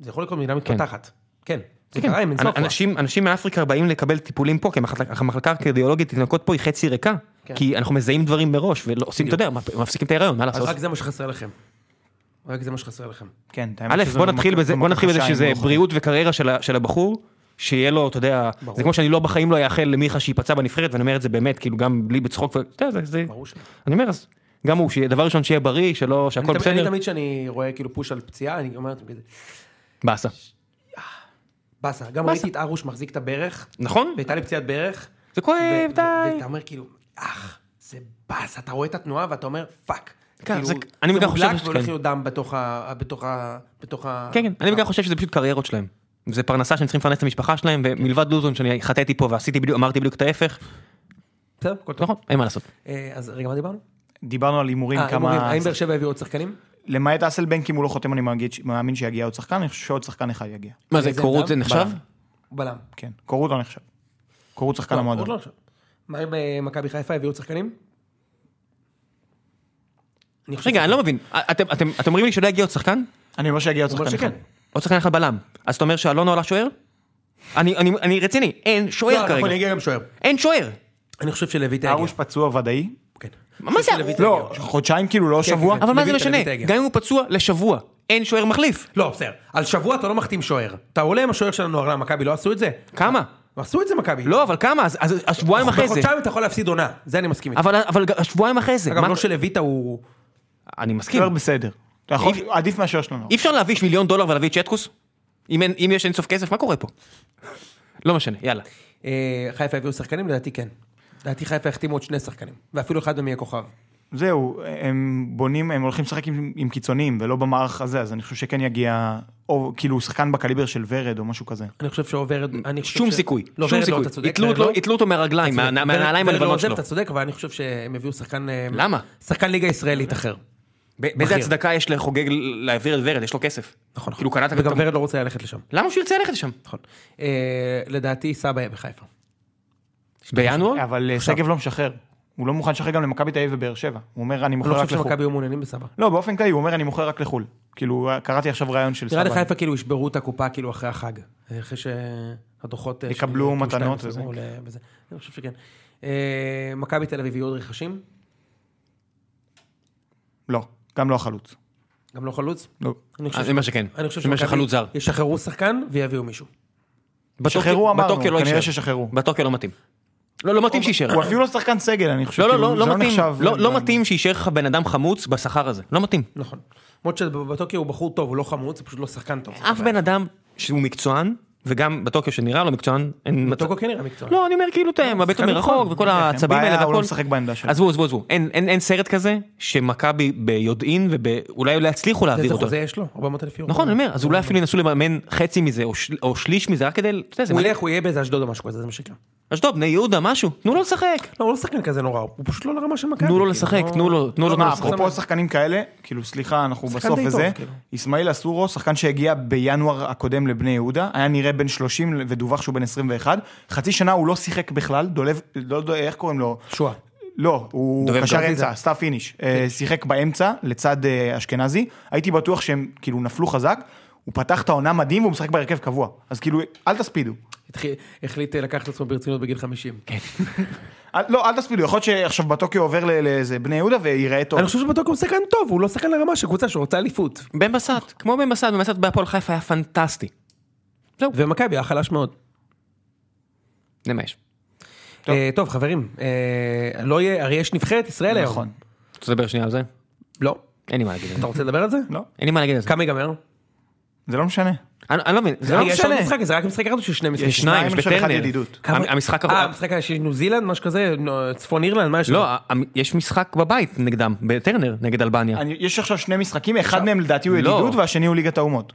[SPEAKER 2] זה יכול לקרות במדינה מתפתחת. כן. זה
[SPEAKER 1] כן,
[SPEAKER 2] קרה עם
[SPEAKER 1] אנ-
[SPEAKER 2] אינסופו.
[SPEAKER 1] אנשים, אנשים מאפריקה באים לקבל טיפולים פה, כי המחלקה- המחלקה הקרדיולוגית תינוקות פה היא חצי ריקה,
[SPEAKER 2] כן.
[SPEAKER 1] כי אנחנו מזהים דברים מראש, ולא עושים, אתה יודע, מפסיקים את ההיריון, מה
[SPEAKER 2] אז
[SPEAKER 1] לעשות?
[SPEAKER 2] רק זה מה שחסר לכם. רק זה מה שחסר לכם.
[SPEAKER 3] כן, את האמת
[SPEAKER 1] א',
[SPEAKER 3] שזו
[SPEAKER 1] בוא
[SPEAKER 3] מכה-
[SPEAKER 1] נתחיל בזה,
[SPEAKER 3] זו
[SPEAKER 1] בוא נתחיל
[SPEAKER 3] מכה
[SPEAKER 1] בזה
[SPEAKER 3] קשה,
[SPEAKER 1] שזה
[SPEAKER 3] אני לא
[SPEAKER 1] בריאות וקריירה של ה- של הבחור, שיהיה לו, אתה יודע,
[SPEAKER 2] ברור.
[SPEAKER 1] זה כמו שאני לא בחיים לא אאחל למיכה שייפצע בנבחרת, ואני אומר את זה באמת, כאילו גם בלי בצחוק, ו- אתה יודע, זה- זה,
[SPEAKER 2] ברור שלא.
[SPEAKER 1] אני אומר, אז גם הוא, שדבר ראשון שיהיה בריא, שלא,
[SPEAKER 2] אני
[SPEAKER 1] שהכל
[SPEAKER 2] תמיד- אני
[SPEAKER 1] בסדר,
[SPEAKER 2] תמיד כשאני רואה כאילו פוש על פציעה, אני אומר לעצמי כזה,
[SPEAKER 1] באסה,
[SPEAKER 2] באסה. גם ראיתי את ארוש מחזיק את הברך,
[SPEAKER 1] נכון?
[SPEAKER 2] והייתה לי פציעת ברך.
[SPEAKER 1] זה
[SPEAKER 2] ו-
[SPEAKER 1] כואב,
[SPEAKER 2] ו-
[SPEAKER 1] אה, די.
[SPEAKER 2] ואתה אומר כאילו, אח, זה באס, אתה רואה את התנועה ואתה אומר, פאק.
[SPEAKER 1] כן,
[SPEAKER 2] כאילו,
[SPEAKER 1] זה- אני
[SPEAKER 2] זה
[SPEAKER 1] בעיקר חושב
[SPEAKER 2] מודלק
[SPEAKER 1] ש-
[SPEAKER 2] והולך
[SPEAKER 1] כן.
[SPEAKER 2] להיות דם בתוך ה... בתוך ה... בתוך ה...
[SPEAKER 1] כן, כן, אני בעיקר חושב שזה פשוט קריירות שלהם. זה פרנסה שהם צריכים לפרנס את המשפחה שלהם, ומלבד לוזון שאני חטאתי פה ועשיתי בדיוק, אמרתי בדיוק את ההפך,
[SPEAKER 2] בסדר, הכל טוב.
[SPEAKER 1] נכון, אין מה לעשות.
[SPEAKER 2] אה, אז רגע, מה דיברנו?
[SPEAKER 3] חושב. דיברנו על הימורים,
[SPEAKER 2] אה, הימורים.
[SPEAKER 3] כמה...
[SPEAKER 2] האם באר שבע הביאו עוד שחקנים?
[SPEAKER 3] למעט אסלבנק, אם הוא לא חותם, אני מאגיד- מאמין שיגיע עוד שחקן, אני חושב שעוד שחקן אחד יגיע.
[SPEAKER 1] מה זה,
[SPEAKER 2] איזה
[SPEAKER 1] קורות
[SPEAKER 2] אדם?
[SPEAKER 1] זה נחשב?
[SPEAKER 2] בלם. בלם.
[SPEAKER 3] כן, קורות לא נחשב. קורות שחקן
[SPEAKER 2] לא,
[SPEAKER 3] המועדון.
[SPEAKER 2] עוד לא עכשיו. מה עם אה, מכבי חיפה הביאו עוד שחקנים? אני חושב
[SPEAKER 1] רגע,
[SPEAKER 2] ש-
[SPEAKER 1] אני לא מבין, אתם- אתם אתם אומרים לי שלא יגיע עוד שחקן?
[SPEAKER 3] אני אומר שיגיע עוד
[SPEAKER 2] הוא אומר
[SPEAKER 3] שחקן אחד.
[SPEAKER 2] לא. שכן.
[SPEAKER 1] עוד שחקן אחד בלם. אז אתה אומר שאלונו עלה שוער? אני- אני אני רציני, אין
[SPEAKER 2] לא,
[SPEAKER 1] שוער
[SPEAKER 2] נכון,
[SPEAKER 1] כרגע.
[SPEAKER 2] יגיע גם שוער.
[SPEAKER 1] אין שוער!
[SPEAKER 2] אני חושב שלויטה יגיע.
[SPEAKER 3] ארוש פצוע ודאי,
[SPEAKER 2] כן.
[SPEAKER 1] מה זה?
[SPEAKER 2] לא,
[SPEAKER 3] חודשיים כאילו, לא
[SPEAKER 2] כן,
[SPEAKER 3] שבוע?
[SPEAKER 2] כן.
[SPEAKER 1] אבל מה זה
[SPEAKER 2] לויט,
[SPEAKER 1] משנה?
[SPEAKER 2] לויט העגל.
[SPEAKER 1] גם אם הוא פצוע, לשבוע. אין שוער מחליף.
[SPEAKER 2] לא, בסדר. על שבוע אתה לא מחתים שוער. אתה עולה עם השוער של הנוער, למה, מכבי לא עשו את זה?
[SPEAKER 1] כמה?
[SPEAKER 2] עשו את זה מכבי.
[SPEAKER 1] לא, אבל כמה? אז- אז השבועיים אחרי זה.
[SPEAKER 2] בחודשיים אתה יכול להפסיד עונה, זה אני מסכים איתך.
[SPEAKER 1] אבל אבל השבועיים אחרי זה.
[SPEAKER 2] אגב,
[SPEAKER 1] מה-
[SPEAKER 2] לא שלויטה הוא...
[SPEAKER 1] אני
[SPEAKER 2] כן.
[SPEAKER 1] מסכים.
[SPEAKER 3] שוער בסדר. אתה יכול-
[SPEAKER 1] אי-
[SPEAKER 3] עדיף מהשוער שלנו.
[SPEAKER 1] אי אפשר להביא מיליון דולר ולהביא את שטקוס? אם אין- אם יש אינסוף כסף, מה קורה פה? לא משנה, יאללה.
[SPEAKER 2] אה, חיפה הביאו שחקנים? לדעתי כן. לדעתי חיפה החתימו עוד שני שחקנים, ואפילו אחד מהם יהיה כוכב.
[SPEAKER 3] זהו, הם בונים, הם הולכים לשחק עם, עם קיצוניים ולא במערך הזה, אז אני חושב שכן יגיע, או כאילו שחקן בקליבר של ורד או משהו כזה.
[SPEAKER 2] אני חושב שעוברת... אני חושב
[SPEAKER 1] שום
[SPEAKER 2] ש-
[SPEAKER 1] סיכוי.
[SPEAKER 2] לא,
[SPEAKER 1] שום
[SPEAKER 2] ורד לא,
[SPEAKER 1] סיכוי.
[SPEAKER 2] אתה צודק.
[SPEAKER 1] יתלו
[SPEAKER 2] ורד
[SPEAKER 1] אותו-
[SPEAKER 2] לא.
[SPEAKER 1] יתלו אותו מהרגליים,
[SPEAKER 2] צודק.
[SPEAKER 1] מה- מהנעליים
[SPEAKER 2] ורד- ורד לא
[SPEAKER 1] הלבנות
[SPEAKER 2] עוזב,
[SPEAKER 1] שלו.
[SPEAKER 2] אתה צודק, אבל אני חושב שהם הביאו שחקן... אה,
[SPEAKER 1] למה?
[SPEAKER 2] שחקן ליגה ישראלית אחר.
[SPEAKER 1] ב- באיזה
[SPEAKER 2] בכיר.
[SPEAKER 1] הצדקה יש לחוגג להעביר את ורד? יש לו כסף.
[SPEAKER 2] נכון.
[SPEAKER 1] כאילו קנאת
[SPEAKER 2] וגם
[SPEAKER 1] פתאום.
[SPEAKER 2] ורד לא רוצה ללכת לשם.
[SPEAKER 1] למה שהוא ירצה ללכת לשם?
[SPEAKER 2] נכון. אה, לדעתי סבא יהיה בחיפה.
[SPEAKER 1] בינואר?
[SPEAKER 3] אבל אה, שגב לא משחרר, הוא לא מוכן לשחרר גם למכבי תל אביב ובאר שבע. הוא אומר, אני
[SPEAKER 2] אני לא
[SPEAKER 3] מוכר רק
[SPEAKER 2] חושב
[SPEAKER 3] לחו"ל.
[SPEAKER 2] שמכבי יהיו מעוניינים בסבא.
[SPEAKER 3] לא, באופן כללי, הוא אומר, אני מוכר רק לחו"ל. כאילו, קראתי עכשיו ראיון של
[SPEAKER 2] נראה לי
[SPEAKER 3] סבא.
[SPEAKER 2] חיפה כאילו ישברו את הקופה כאילו אחרי החג. אחרי שהדוחות... אה,
[SPEAKER 3] יקבלו
[SPEAKER 2] של-
[SPEAKER 3] מתנות
[SPEAKER 2] שתיים
[SPEAKER 3] וזה.
[SPEAKER 2] יחזרו ל- בזה. אני חושב שכן. אה, מכבי תל אביב יהיו עוד רכשים?
[SPEAKER 3] לא, גם לא החלוץ.
[SPEAKER 2] גם לא חלוץ?
[SPEAKER 3] לא.
[SPEAKER 2] אני
[SPEAKER 1] אני אומר אה, שכן.
[SPEAKER 2] אני חושב
[SPEAKER 1] אני אומר שחלוץ זר.
[SPEAKER 2] ישחררו שחקן ויביאו מישהו.
[SPEAKER 1] בטוקיו-
[SPEAKER 3] שחררו אמרנו,
[SPEAKER 1] בטוקיו לא
[SPEAKER 3] כנראה
[SPEAKER 1] יישאר.
[SPEAKER 3] ששחררו.
[SPEAKER 1] בטוקיו לא מתאים. לא, לא מתאים שיישאר.
[SPEAKER 3] הוא אפילו לא שחקן סגל, אני חושב.
[SPEAKER 1] לא, לא,
[SPEAKER 3] כאילו,
[SPEAKER 1] לא,
[SPEAKER 3] זה
[SPEAKER 1] לא מתאים.
[SPEAKER 3] נחשב
[SPEAKER 1] לא- לא
[SPEAKER 3] לבן-
[SPEAKER 1] מתאים שיישאר לך בן אדם חמוץ בשכר הזה. לא מתאים.
[SPEAKER 2] נכון. למרות שבטוקיו הוא בחור טוב, הוא לא חמוץ, הוא פשוט לא שחקן טוב.
[SPEAKER 1] אף בן אדם שהוא מקצוען, וגם בטוקיו שנראה לו מקצוען, אין מצב.
[SPEAKER 2] בטוקיו כן נראה מקצוען.
[SPEAKER 1] לא, אני אומר כאילו, אתה מבט
[SPEAKER 3] שחקן
[SPEAKER 1] מרחוק
[SPEAKER 3] נכון.
[SPEAKER 1] וכל
[SPEAKER 3] אין
[SPEAKER 1] העצבים
[SPEAKER 3] בעיה,
[SPEAKER 1] האלה
[SPEAKER 3] הוא לא
[SPEAKER 1] והכל.
[SPEAKER 3] משחק בעמדה שלו.
[SPEAKER 1] עזבו, עזבו, עזבו. אין- אין אין סרט כזה שמכבי ביודעין ואולי לא יצליחו להעביר
[SPEAKER 2] איזה
[SPEAKER 1] אותו.
[SPEAKER 2] חוזה יש לו? 400 אלף יורו.
[SPEAKER 1] נכון, אני אומר, אז אולי אפילו ינסו לממן חצי מזה או של- או שליש מזה, רק כדי, אתה יודע, זה
[SPEAKER 2] הוא
[SPEAKER 1] מעניין.
[SPEAKER 2] ילך, הוא יהיה באיזה אשדוד או משהו כזה, זה מה שיקרה.
[SPEAKER 1] אשדוד, בני יהודה, משהו. תנו לו לשחק.
[SPEAKER 2] לא, הוא לא שחקן כזה נורא, הוא פשוט לא לרמה של מכבי.
[SPEAKER 1] תנו לו
[SPEAKER 2] כאילו,
[SPEAKER 1] לשחק,
[SPEAKER 2] לא-
[SPEAKER 1] תנו לו, תנו לו
[SPEAKER 3] שמע,
[SPEAKER 1] לשחק.
[SPEAKER 3] אפרופו שחקנים כאלה, כאילו סליחה, אנחנו
[SPEAKER 2] שחקן
[SPEAKER 3] בסוף
[SPEAKER 2] די טוב,
[SPEAKER 3] וזה,
[SPEAKER 2] כאילו.
[SPEAKER 3] אסמאעיל אסורו, שחקן שהגיע בינואר הקודם לבני יהודה, היה נראה בן 30 ודווח שהוא בן 21, חצי שנה הוא לא שיחק בכלל, דולב, לא יודע איך קוראים לו,
[SPEAKER 2] שואה.
[SPEAKER 3] לא, הוא
[SPEAKER 1] דולב
[SPEAKER 3] קשר
[SPEAKER 1] גרזיזה.
[SPEAKER 3] אמצע, סטאפ פיניש, אה,
[SPEAKER 2] כן.
[SPEAKER 3] שיחק באמצע לצד אה, אשכנזי, הייתי בטוח שהם כאילו נפלו חזק, הוא פתח את העונה מדהים והוא משחק בהרכב קבוע, אז כאילו אל תספידו,
[SPEAKER 2] התחיל- החליט אה, לקחת את עצמו ברצינות בגיל 50.
[SPEAKER 3] אל, לא אל תספידו, יכול להיות שעכשיו בטוקיו עובר ל- לאיזה בני יהודה וייראה טוב.
[SPEAKER 2] אני חושב שבטוקיו הוא שחקן טוב, הוא לא שחקן לרמה של קבוצה שרוצה אליפות.
[SPEAKER 1] בן בסט, כמו בן בסט, בן בסט בהפועל חיפה היה פנטסטי.
[SPEAKER 2] ומכבי היה חלש מאוד.
[SPEAKER 1] זה מה יש.
[SPEAKER 2] אה, טוב חברים, אה, לא יהיה, הרי יש נבחרת ישראל היום.
[SPEAKER 3] נכון.
[SPEAKER 1] רוצה לדבר שנייה על זה?
[SPEAKER 2] לא.
[SPEAKER 1] אין לי מה להגיד על זה.
[SPEAKER 2] אתה רוצה לדבר על זה?
[SPEAKER 3] לא,
[SPEAKER 1] אין לי מה להגיד על זה.
[SPEAKER 2] כמה ייגמר?
[SPEAKER 3] זה לא משנה.
[SPEAKER 1] אני אני לא מבין, זה לא
[SPEAKER 2] רגע, יש עוד
[SPEAKER 1] משנה.
[SPEAKER 2] משחק, זה רק משחק אחד או שיש שני משחקים?
[SPEAKER 1] יש שניים, יש
[SPEAKER 3] שניים, יש אחד
[SPEAKER 1] בטרנר.
[SPEAKER 3] ידידות.
[SPEAKER 2] כמה-
[SPEAKER 1] המ- המשחק...
[SPEAKER 2] אה,
[SPEAKER 1] הבא-
[SPEAKER 2] המשחק היה של ניו זילנד, משהו כזה? נו, צפון אירלנד, מה יש?
[SPEAKER 1] לא,
[SPEAKER 2] לו?
[SPEAKER 1] המ- יש משחק בבית נגדם, בטרנר, נגד אלבניה.
[SPEAKER 3] אני, יש כן. עכשיו שני משחקים, אחד מהם לדעתי הוא
[SPEAKER 1] לא.
[SPEAKER 3] ידידות והשני הוא ליגת האומות.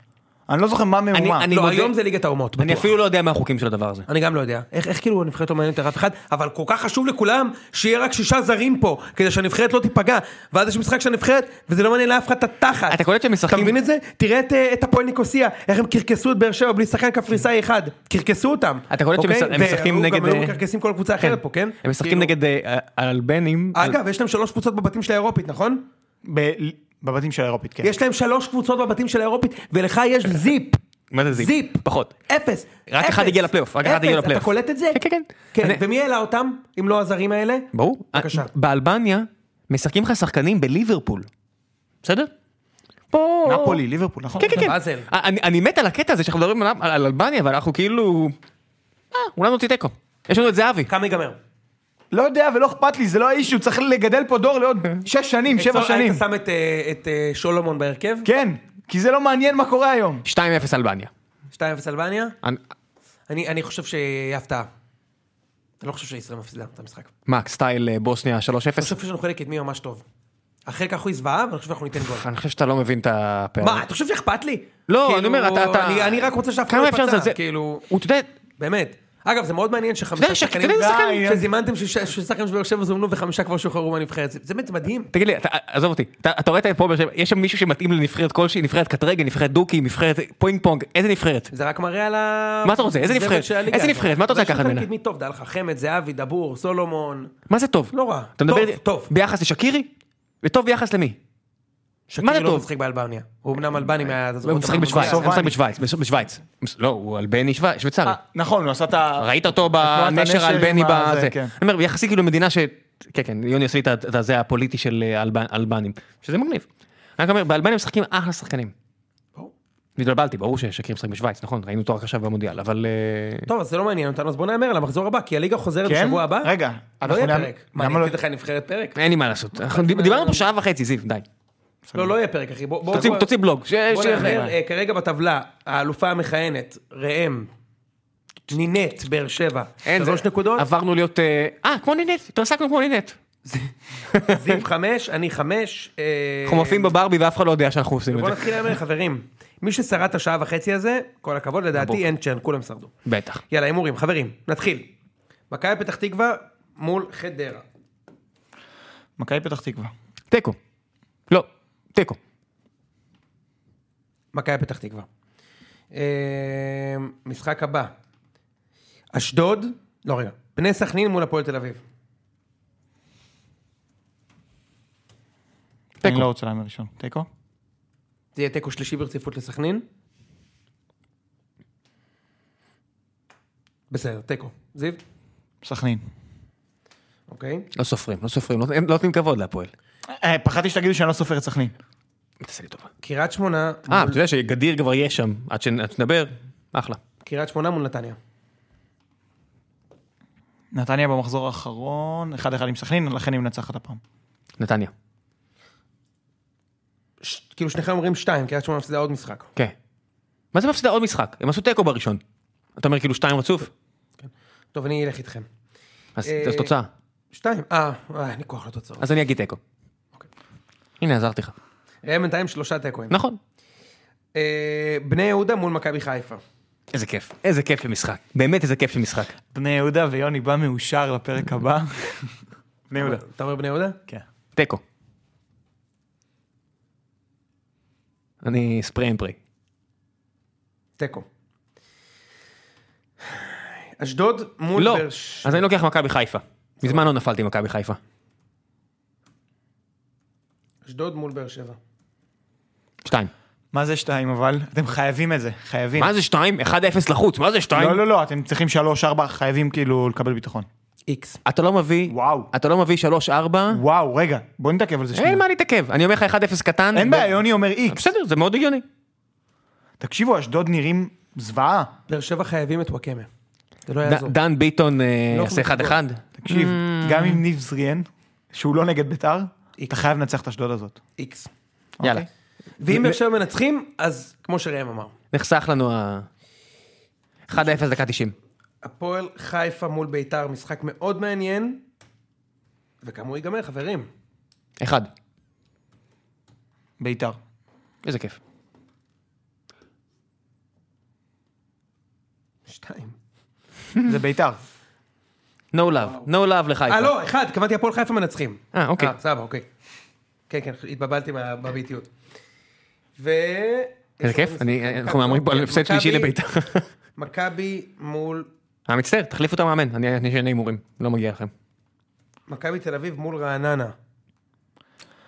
[SPEAKER 3] אני לא זוכר מה
[SPEAKER 1] אני-
[SPEAKER 3] מהומה.
[SPEAKER 1] אני-
[SPEAKER 2] לא,
[SPEAKER 1] מודה-
[SPEAKER 2] היום זה ליגת האומות,
[SPEAKER 1] אני
[SPEAKER 2] בטוח.
[SPEAKER 1] אפילו לא יודע מה החוקים של הדבר הזה.
[SPEAKER 2] אני גם לא יודע. איך איך כאילו הנבחרת לא מעניינת אף אחד, אבל כל כך חשוב לכולם שיהיה רק שישה זרים פה, כדי שהנבחרת לא תיפגע. ואז יש משחק של הנבחרת, וזה לא מעניין לאף אחד את התחת.
[SPEAKER 1] אתה קולט שהם משחקים-
[SPEAKER 2] אתה מבין את זה? תראה את, אה, את הפועל ניקוסיה, איך הם קרקסו את באר שבע בלי שחקן קפריסאי אחד. קרקסו אותם.
[SPEAKER 1] אתה קולט שהם
[SPEAKER 2] אוקיי?
[SPEAKER 1] משח- הם משחקים
[SPEAKER 2] והוא
[SPEAKER 1] נגד,
[SPEAKER 2] גם היו
[SPEAKER 1] אה,
[SPEAKER 2] מקרקסים כל קבוצה אחרת פה, כן?
[SPEAKER 1] הם משחקים
[SPEAKER 2] כאילו-
[SPEAKER 1] נגד אה, האלבנים.
[SPEAKER 2] אגב, יש להם שלוש קבוצות בבתים של האירופית, נכון?
[SPEAKER 3] ב... בבתים של האירופית, כן.
[SPEAKER 2] יש להם שלוש קבוצות בבתים של האירופית, ולך יש זיפ.
[SPEAKER 1] מה זה זיפ?
[SPEAKER 2] זיפ.
[SPEAKER 1] פחות.
[SPEAKER 2] אפס.
[SPEAKER 1] רק אחד
[SPEAKER 2] אפס.
[SPEAKER 1] הגיע לפלייאוף, רק אחד
[SPEAKER 2] אפס.
[SPEAKER 1] הגיע לפלייאוף.
[SPEAKER 2] אתה קולט את זה?
[SPEAKER 1] כן, כן, כן.
[SPEAKER 2] כן,
[SPEAKER 1] אני-
[SPEAKER 2] ומי העלה אותם, אם לא הזרים האלה?
[SPEAKER 1] ברור.
[SPEAKER 2] בבקשה.
[SPEAKER 1] אה, באלבניה משחקים לך שחקנים בליברפול. בסדר? פה...
[SPEAKER 3] נפולי, ליברפול, נכון?
[SPEAKER 1] כן, כן,
[SPEAKER 2] באזל.
[SPEAKER 1] כן. אני אני מת על הקטע הזה שאנחנו מדברים על- על אלבניה, ואנחנו כאילו... אה, אולי נוציא תיקו. יש לנו את זהבי.
[SPEAKER 2] כמה ייגמר?
[SPEAKER 3] לא יודע ולא אכפת לי, זה לא האישיו, צריך לגדל פה דור לעוד שש שנים, שבע שנים.
[SPEAKER 2] היית שם את, אה, את אה, שולומון בהרכב?
[SPEAKER 3] כן, כי זה לא מעניין מה קורה היום.
[SPEAKER 1] 2-0 אלבניה.
[SPEAKER 2] 2-0 אלבניה?
[SPEAKER 1] אני-
[SPEAKER 2] אני אני חושב שיהיה הפתעה. אני לא חושב שישראל מפסידה את המשחק. אני
[SPEAKER 1] מה, סטייל אה, בוסניה 3-0?
[SPEAKER 2] חושב שיש לנו חלק קדמי ממש טוב. אחרי כך הוא יזוועה, ואני חושב שאנחנו ניתן גול.
[SPEAKER 1] אני חושב שאתה לא מבין את הפערים.
[SPEAKER 2] מה, אתה חושב שאכפת לי?
[SPEAKER 1] לא,
[SPEAKER 2] כאילו,
[SPEAKER 1] אני אומר, אתה... אתה-
[SPEAKER 2] אני- אני רק רוצה שאף אחד
[SPEAKER 1] כמה
[SPEAKER 2] לא
[SPEAKER 1] אפשר לזלזל? כן,
[SPEAKER 2] יפצע, כאילו...
[SPEAKER 1] הוא, אתה יודע...
[SPEAKER 2] באמת. אגב, זה מאוד מעניין
[SPEAKER 1] אתה יודע,
[SPEAKER 2] שחמישה
[SPEAKER 1] ש- אתה
[SPEAKER 2] שחקנים
[SPEAKER 1] יודע איזה
[SPEAKER 3] די.
[SPEAKER 1] שחקן?
[SPEAKER 2] שזימנתם שישה שישה שחקנים של באר שבע זומנו וחמישה כבר שוחררו מהנבחרת. זה זה באמת מדהים.
[SPEAKER 1] תגיד לי, אתה- עזוב אותי, אתה אתה רואה את הפועל באר שבע, יש שם מישהו שמתאים לנבחרת כלשהי, נבחרת קטרגל, נבחרת דוקי, נבחרת פוינג פונג, איזה נבחרת?
[SPEAKER 2] זה רק מראה על ה...
[SPEAKER 1] מה אתה רוצה? איזה
[SPEAKER 2] זבל
[SPEAKER 1] נבחרת?
[SPEAKER 2] של הליגה
[SPEAKER 1] איזה
[SPEAKER 2] הזאת.
[SPEAKER 1] נבחרת? מה אתה רוצה
[SPEAKER 2] אבל יש
[SPEAKER 1] לקחת
[SPEAKER 2] שחקן
[SPEAKER 1] ממנה?
[SPEAKER 2] קדמי טוב, דע לך, חמד, זהבי, דבור, סולומון.
[SPEAKER 1] מה זה טוב?
[SPEAKER 2] לא רע.
[SPEAKER 1] אתה מדבר
[SPEAKER 2] טוב,
[SPEAKER 1] איתי-
[SPEAKER 2] טוב.
[SPEAKER 1] ביחס לשקירי? וטוב ביחס למי? מה זה
[SPEAKER 2] שקירי לא
[SPEAKER 1] טוב? אה,
[SPEAKER 2] משחק באלבניה. הוא אמנם אלבני מה... אתה זוכר
[SPEAKER 1] הוא
[SPEAKER 2] אותו
[SPEAKER 1] משחק
[SPEAKER 2] במונדיאל.
[SPEAKER 1] בשוויץ, הוא משחק
[SPEAKER 3] סובאני.
[SPEAKER 1] בשוויץ, בש- בשוויץ. לא, הוא אלבני שוויץ- שוויצרי.
[SPEAKER 3] אה, נכון, הוא עשה את ה...
[SPEAKER 1] ראית אותו
[SPEAKER 3] תנועת
[SPEAKER 1] בנשר
[SPEAKER 3] הנשר עם
[SPEAKER 1] האלבני
[SPEAKER 3] ה- זה,
[SPEAKER 1] בזה.
[SPEAKER 3] כן.
[SPEAKER 1] אני אומר, יחסית כאילו מדינה ש... כן, כן, יוני עושה לי את ה- את הזה הפוליטי של אה, אלבנ- אלבנים, שזה מגניב. אני רק אומר, באלבניה משחקים אחלה שחקנים. התבלבלתי, ברור ששקרים משחק בשוויץ, נכון, ראינו אותו רק עכשיו במונדיאל, אבל... אה,
[SPEAKER 2] טוב, אז זה לא מעניין אותנו, אז בוא נהמר למחזור הבא, כי הליגה חוזרת
[SPEAKER 3] כן?
[SPEAKER 2] בשבוע הבא.
[SPEAKER 3] רגע,
[SPEAKER 1] אה,
[SPEAKER 2] לא
[SPEAKER 1] נכון,
[SPEAKER 2] יהיה
[SPEAKER 3] נאמ-
[SPEAKER 2] פרק. מה,
[SPEAKER 3] למה
[SPEAKER 2] אני
[SPEAKER 3] לא-
[SPEAKER 2] אגיד לך נבחרת פרק?
[SPEAKER 1] אין לי מה לעשות, אנחנו דיב- דיברנו פה שעה וחצי, זיו, די.
[SPEAKER 2] לא, לא יהיה פרק, אחי. בוא- בוא-
[SPEAKER 1] תוציא-
[SPEAKER 2] בוא-
[SPEAKER 1] תוציא בלוג. ש-
[SPEAKER 2] בוא
[SPEAKER 1] ש-
[SPEAKER 2] נאמר, אה, כרגע בטבלה, האלופה המכהנת, ראם, נינט, באר שבע,
[SPEAKER 1] אין זה.
[SPEAKER 2] שלוש נקודות,
[SPEAKER 1] עברנו להיות... אה, אה, כמו נינט, התרסקנו כמו נינט.
[SPEAKER 2] זיו חמש, אני חמש. אה,
[SPEAKER 1] אנחנו מופיעים בברבי ואף אחד לא יודע שאנחנו עושים את
[SPEAKER 2] בוא
[SPEAKER 1] זה.
[SPEAKER 2] נתחיל להמר, חברים. מי ששרד את השעה וחצי הזה, כל הכבוד, לדעתי אין צ'אן, כולם שרדו.
[SPEAKER 1] בטח.
[SPEAKER 2] יאללה, הימורים, חברים, נתחיל. מכבי פתח תקווה מול חדרה.
[SPEAKER 3] מכבי פתח תקווה.
[SPEAKER 1] תיקו. לא, תיקו.
[SPEAKER 2] מכבי פתח תקווה. אה, משחק הבא. אשדוד, לא רגע, בני סכנין מול הפועל תל אביב.
[SPEAKER 3] אני לא רוצה להמר ראשון. תיקו?
[SPEAKER 2] זה יהיה תיקו שלישי ברציפות לסכנין? בסדר, תיקו. זיו?
[SPEAKER 3] סכנין.
[SPEAKER 2] אוקיי.
[SPEAKER 1] לא סופרים, לא סופרים, לא הם לא נותנים כבוד להפועל.
[SPEAKER 3] אה, פחדתי שתגידו שאני לא סופר את סכנין.
[SPEAKER 1] תעשה לי טובה.
[SPEAKER 2] קריית שמונה,
[SPEAKER 1] אה,
[SPEAKER 2] מול-
[SPEAKER 1] אתה יודע שגדיר כבר יש שם, עד שנ- עד שנדבר, אחלה.
[SPEAKER 2] קריית שמונה מול נתניה.
[SPEAKER 3] נתניה במחזור האחרון, 1-1 עם סכנין, לכן היא מנצחת הפעם.
[SPEAKER 1] נתניה.
[SPEAKER 2] ש- כאילו שניכם אומרים שתיים, קריית שמונה מפסידה עוד משחק.
[SPEAKER 1] כן. מה זה מפסידה עוד משחק? הם עשו תיקו בראשון. אתה אומר כאילו שתיים רצוף?
[SPEAKER 2] טוב, אני אלך איתכם.
[SPEAKER 1] אז
[SPEAKER 2] אה,
[SPEAKER 1] אז תוצאה.
[SPEAKER 2] שתיים. אה, אה, אין לי כוח לתוצאות.
[SPEAKER 1] אז אני אגיד תיקו. אוקיי. הנה, עזרתי לך.
[SPEAKER 2] הם בינתיים שלושה תיקואים.
[SPEAKER 1] נכון.
[SPEAKER 2] אה, בני יהודה מול מכבי חיפה.
[SPEAKER 1] איזה כיף. איזה כיף של משחק. באמת איזה כיף של משחק.
[SPEAKER 3] בני יהודה ויוני בא מאושר לפרק הבא. בני יהודה.
[SPEAKER 2] אתה אומר בני יהודה?
[SPEAKER 3] כן.
[SPEAKER 1] תיקו. אני ספרי אמפרי.
[SPEAKER 2] תיקו. אשדוד מול
[SPEAKER 1] לא,
[SPEAKER 2] באר ש-
[SPEAKER 1] אז אני לוקח מכבי חיפה. מזמן לא נפלתי עם מכבי חיפה.
[SPEAKER 2] אשדוד מול באר שבע.
[SPEAKER 1] שתיים.
[SPEAKER 3] מה זה שתיים אבל? אתם חייבים את זה, חייבים.
[SPEAKER 1] מה זה שתיים? 1-0 לחוץ, מה זה שתיים?
[SPEAKER 3] לא, לא, לא, אתם צריכים שלוש, ארבע, חייבים כאילו לקבל ביטחון.
[SPEAKER 2] איקס.
[SPEAKER 1] אתה לא מביא,
[SPEAKER 3] וואו.
[SPEAKER 1] אתה לא מביא 3-4,
[SPEAKER 3] וואו, רגע, בוא נתעכב על זה שנייה.
[SPEAKER 1] אין מה להתעכב. אני אומר לך 1-0 קטן.
[SPEAKER 3] אין
[SPEAKER 1] ב-
[SPEAKER 3] בעיה, יוני אומר איקס.
[SPEAKER 1] בסדר, זה מאוד הגיוני.
[SPEAKER 3] תקשיבו, אשדוד נראים זוועה.
[SPEAKER 2] באר שבע חייבים את וואקמה. זה לא
[SPEAKER 1] ד-
[SPEAKER 2] יעזור.
[SPEAKER 1] דן ביטון אה,
[SPEAKER 2] לא
[SPEAKER 1] יעשה
[SPEAKER 2] יכולים
[SPEAKER 1] 1-1.
[SPEAKER 3] תקשיב, גם עם ניב זריאן, שהוא לא נגד ביתר, אתה חייב לנצח את אשדוד הזאת.
[SPEAKER 2] איקס.
[SPEAKER 1] יאללה.
[SPEAKER 3] אוקיי?
[SPEAKER 2] ואם באר שבע מנצחים, אז כמו שראם אמר.
[SPEAKER 1] נחסך לנו ה... 1-0 דקה 90.
[SPEAKER 2] הפועל חיפה מול ביתר, משחק מאוד מעניין, וכאמור ייגמר, חברים.
[SPEAKER 1] אחד.
[SPEAKER 3] ביתר.
[SPEAKER 1] איזה כיף.
[SPEAKER 2] שתיים. אה,
[SPEAKER 3] זה ביתר.
[SPEAKER 1] No love, no love לחיפה.
[SPEAKER 2] אה, לא, אחד, קבעתי הפועל חיפה מנצחים.
[SPEAKER 1] אה, אוקיי.
[SPEAKER 2] אה, סבבה, אוקיי. כן, כן, התבלבלתי מה- בביתיות. ו...
[SPEAKER 1] איזה כיף, אני- אנחנו מהמרים פה על
[SPEAKER 2] כן,
[SPEAKER 1] הפסד שלישי
[SPEAKER 2] מכבי-
[SPEAKER 1] לביתר.
[SPEAKER 2] מכבי מול... אה,
[SPEAKER 1] אה, מצטער, תחליפו את המאמן, אני אני אשנה הימורים, לא מגיע לכם.
[SPEAKER 2] מכבי תל אביב מול רעננה.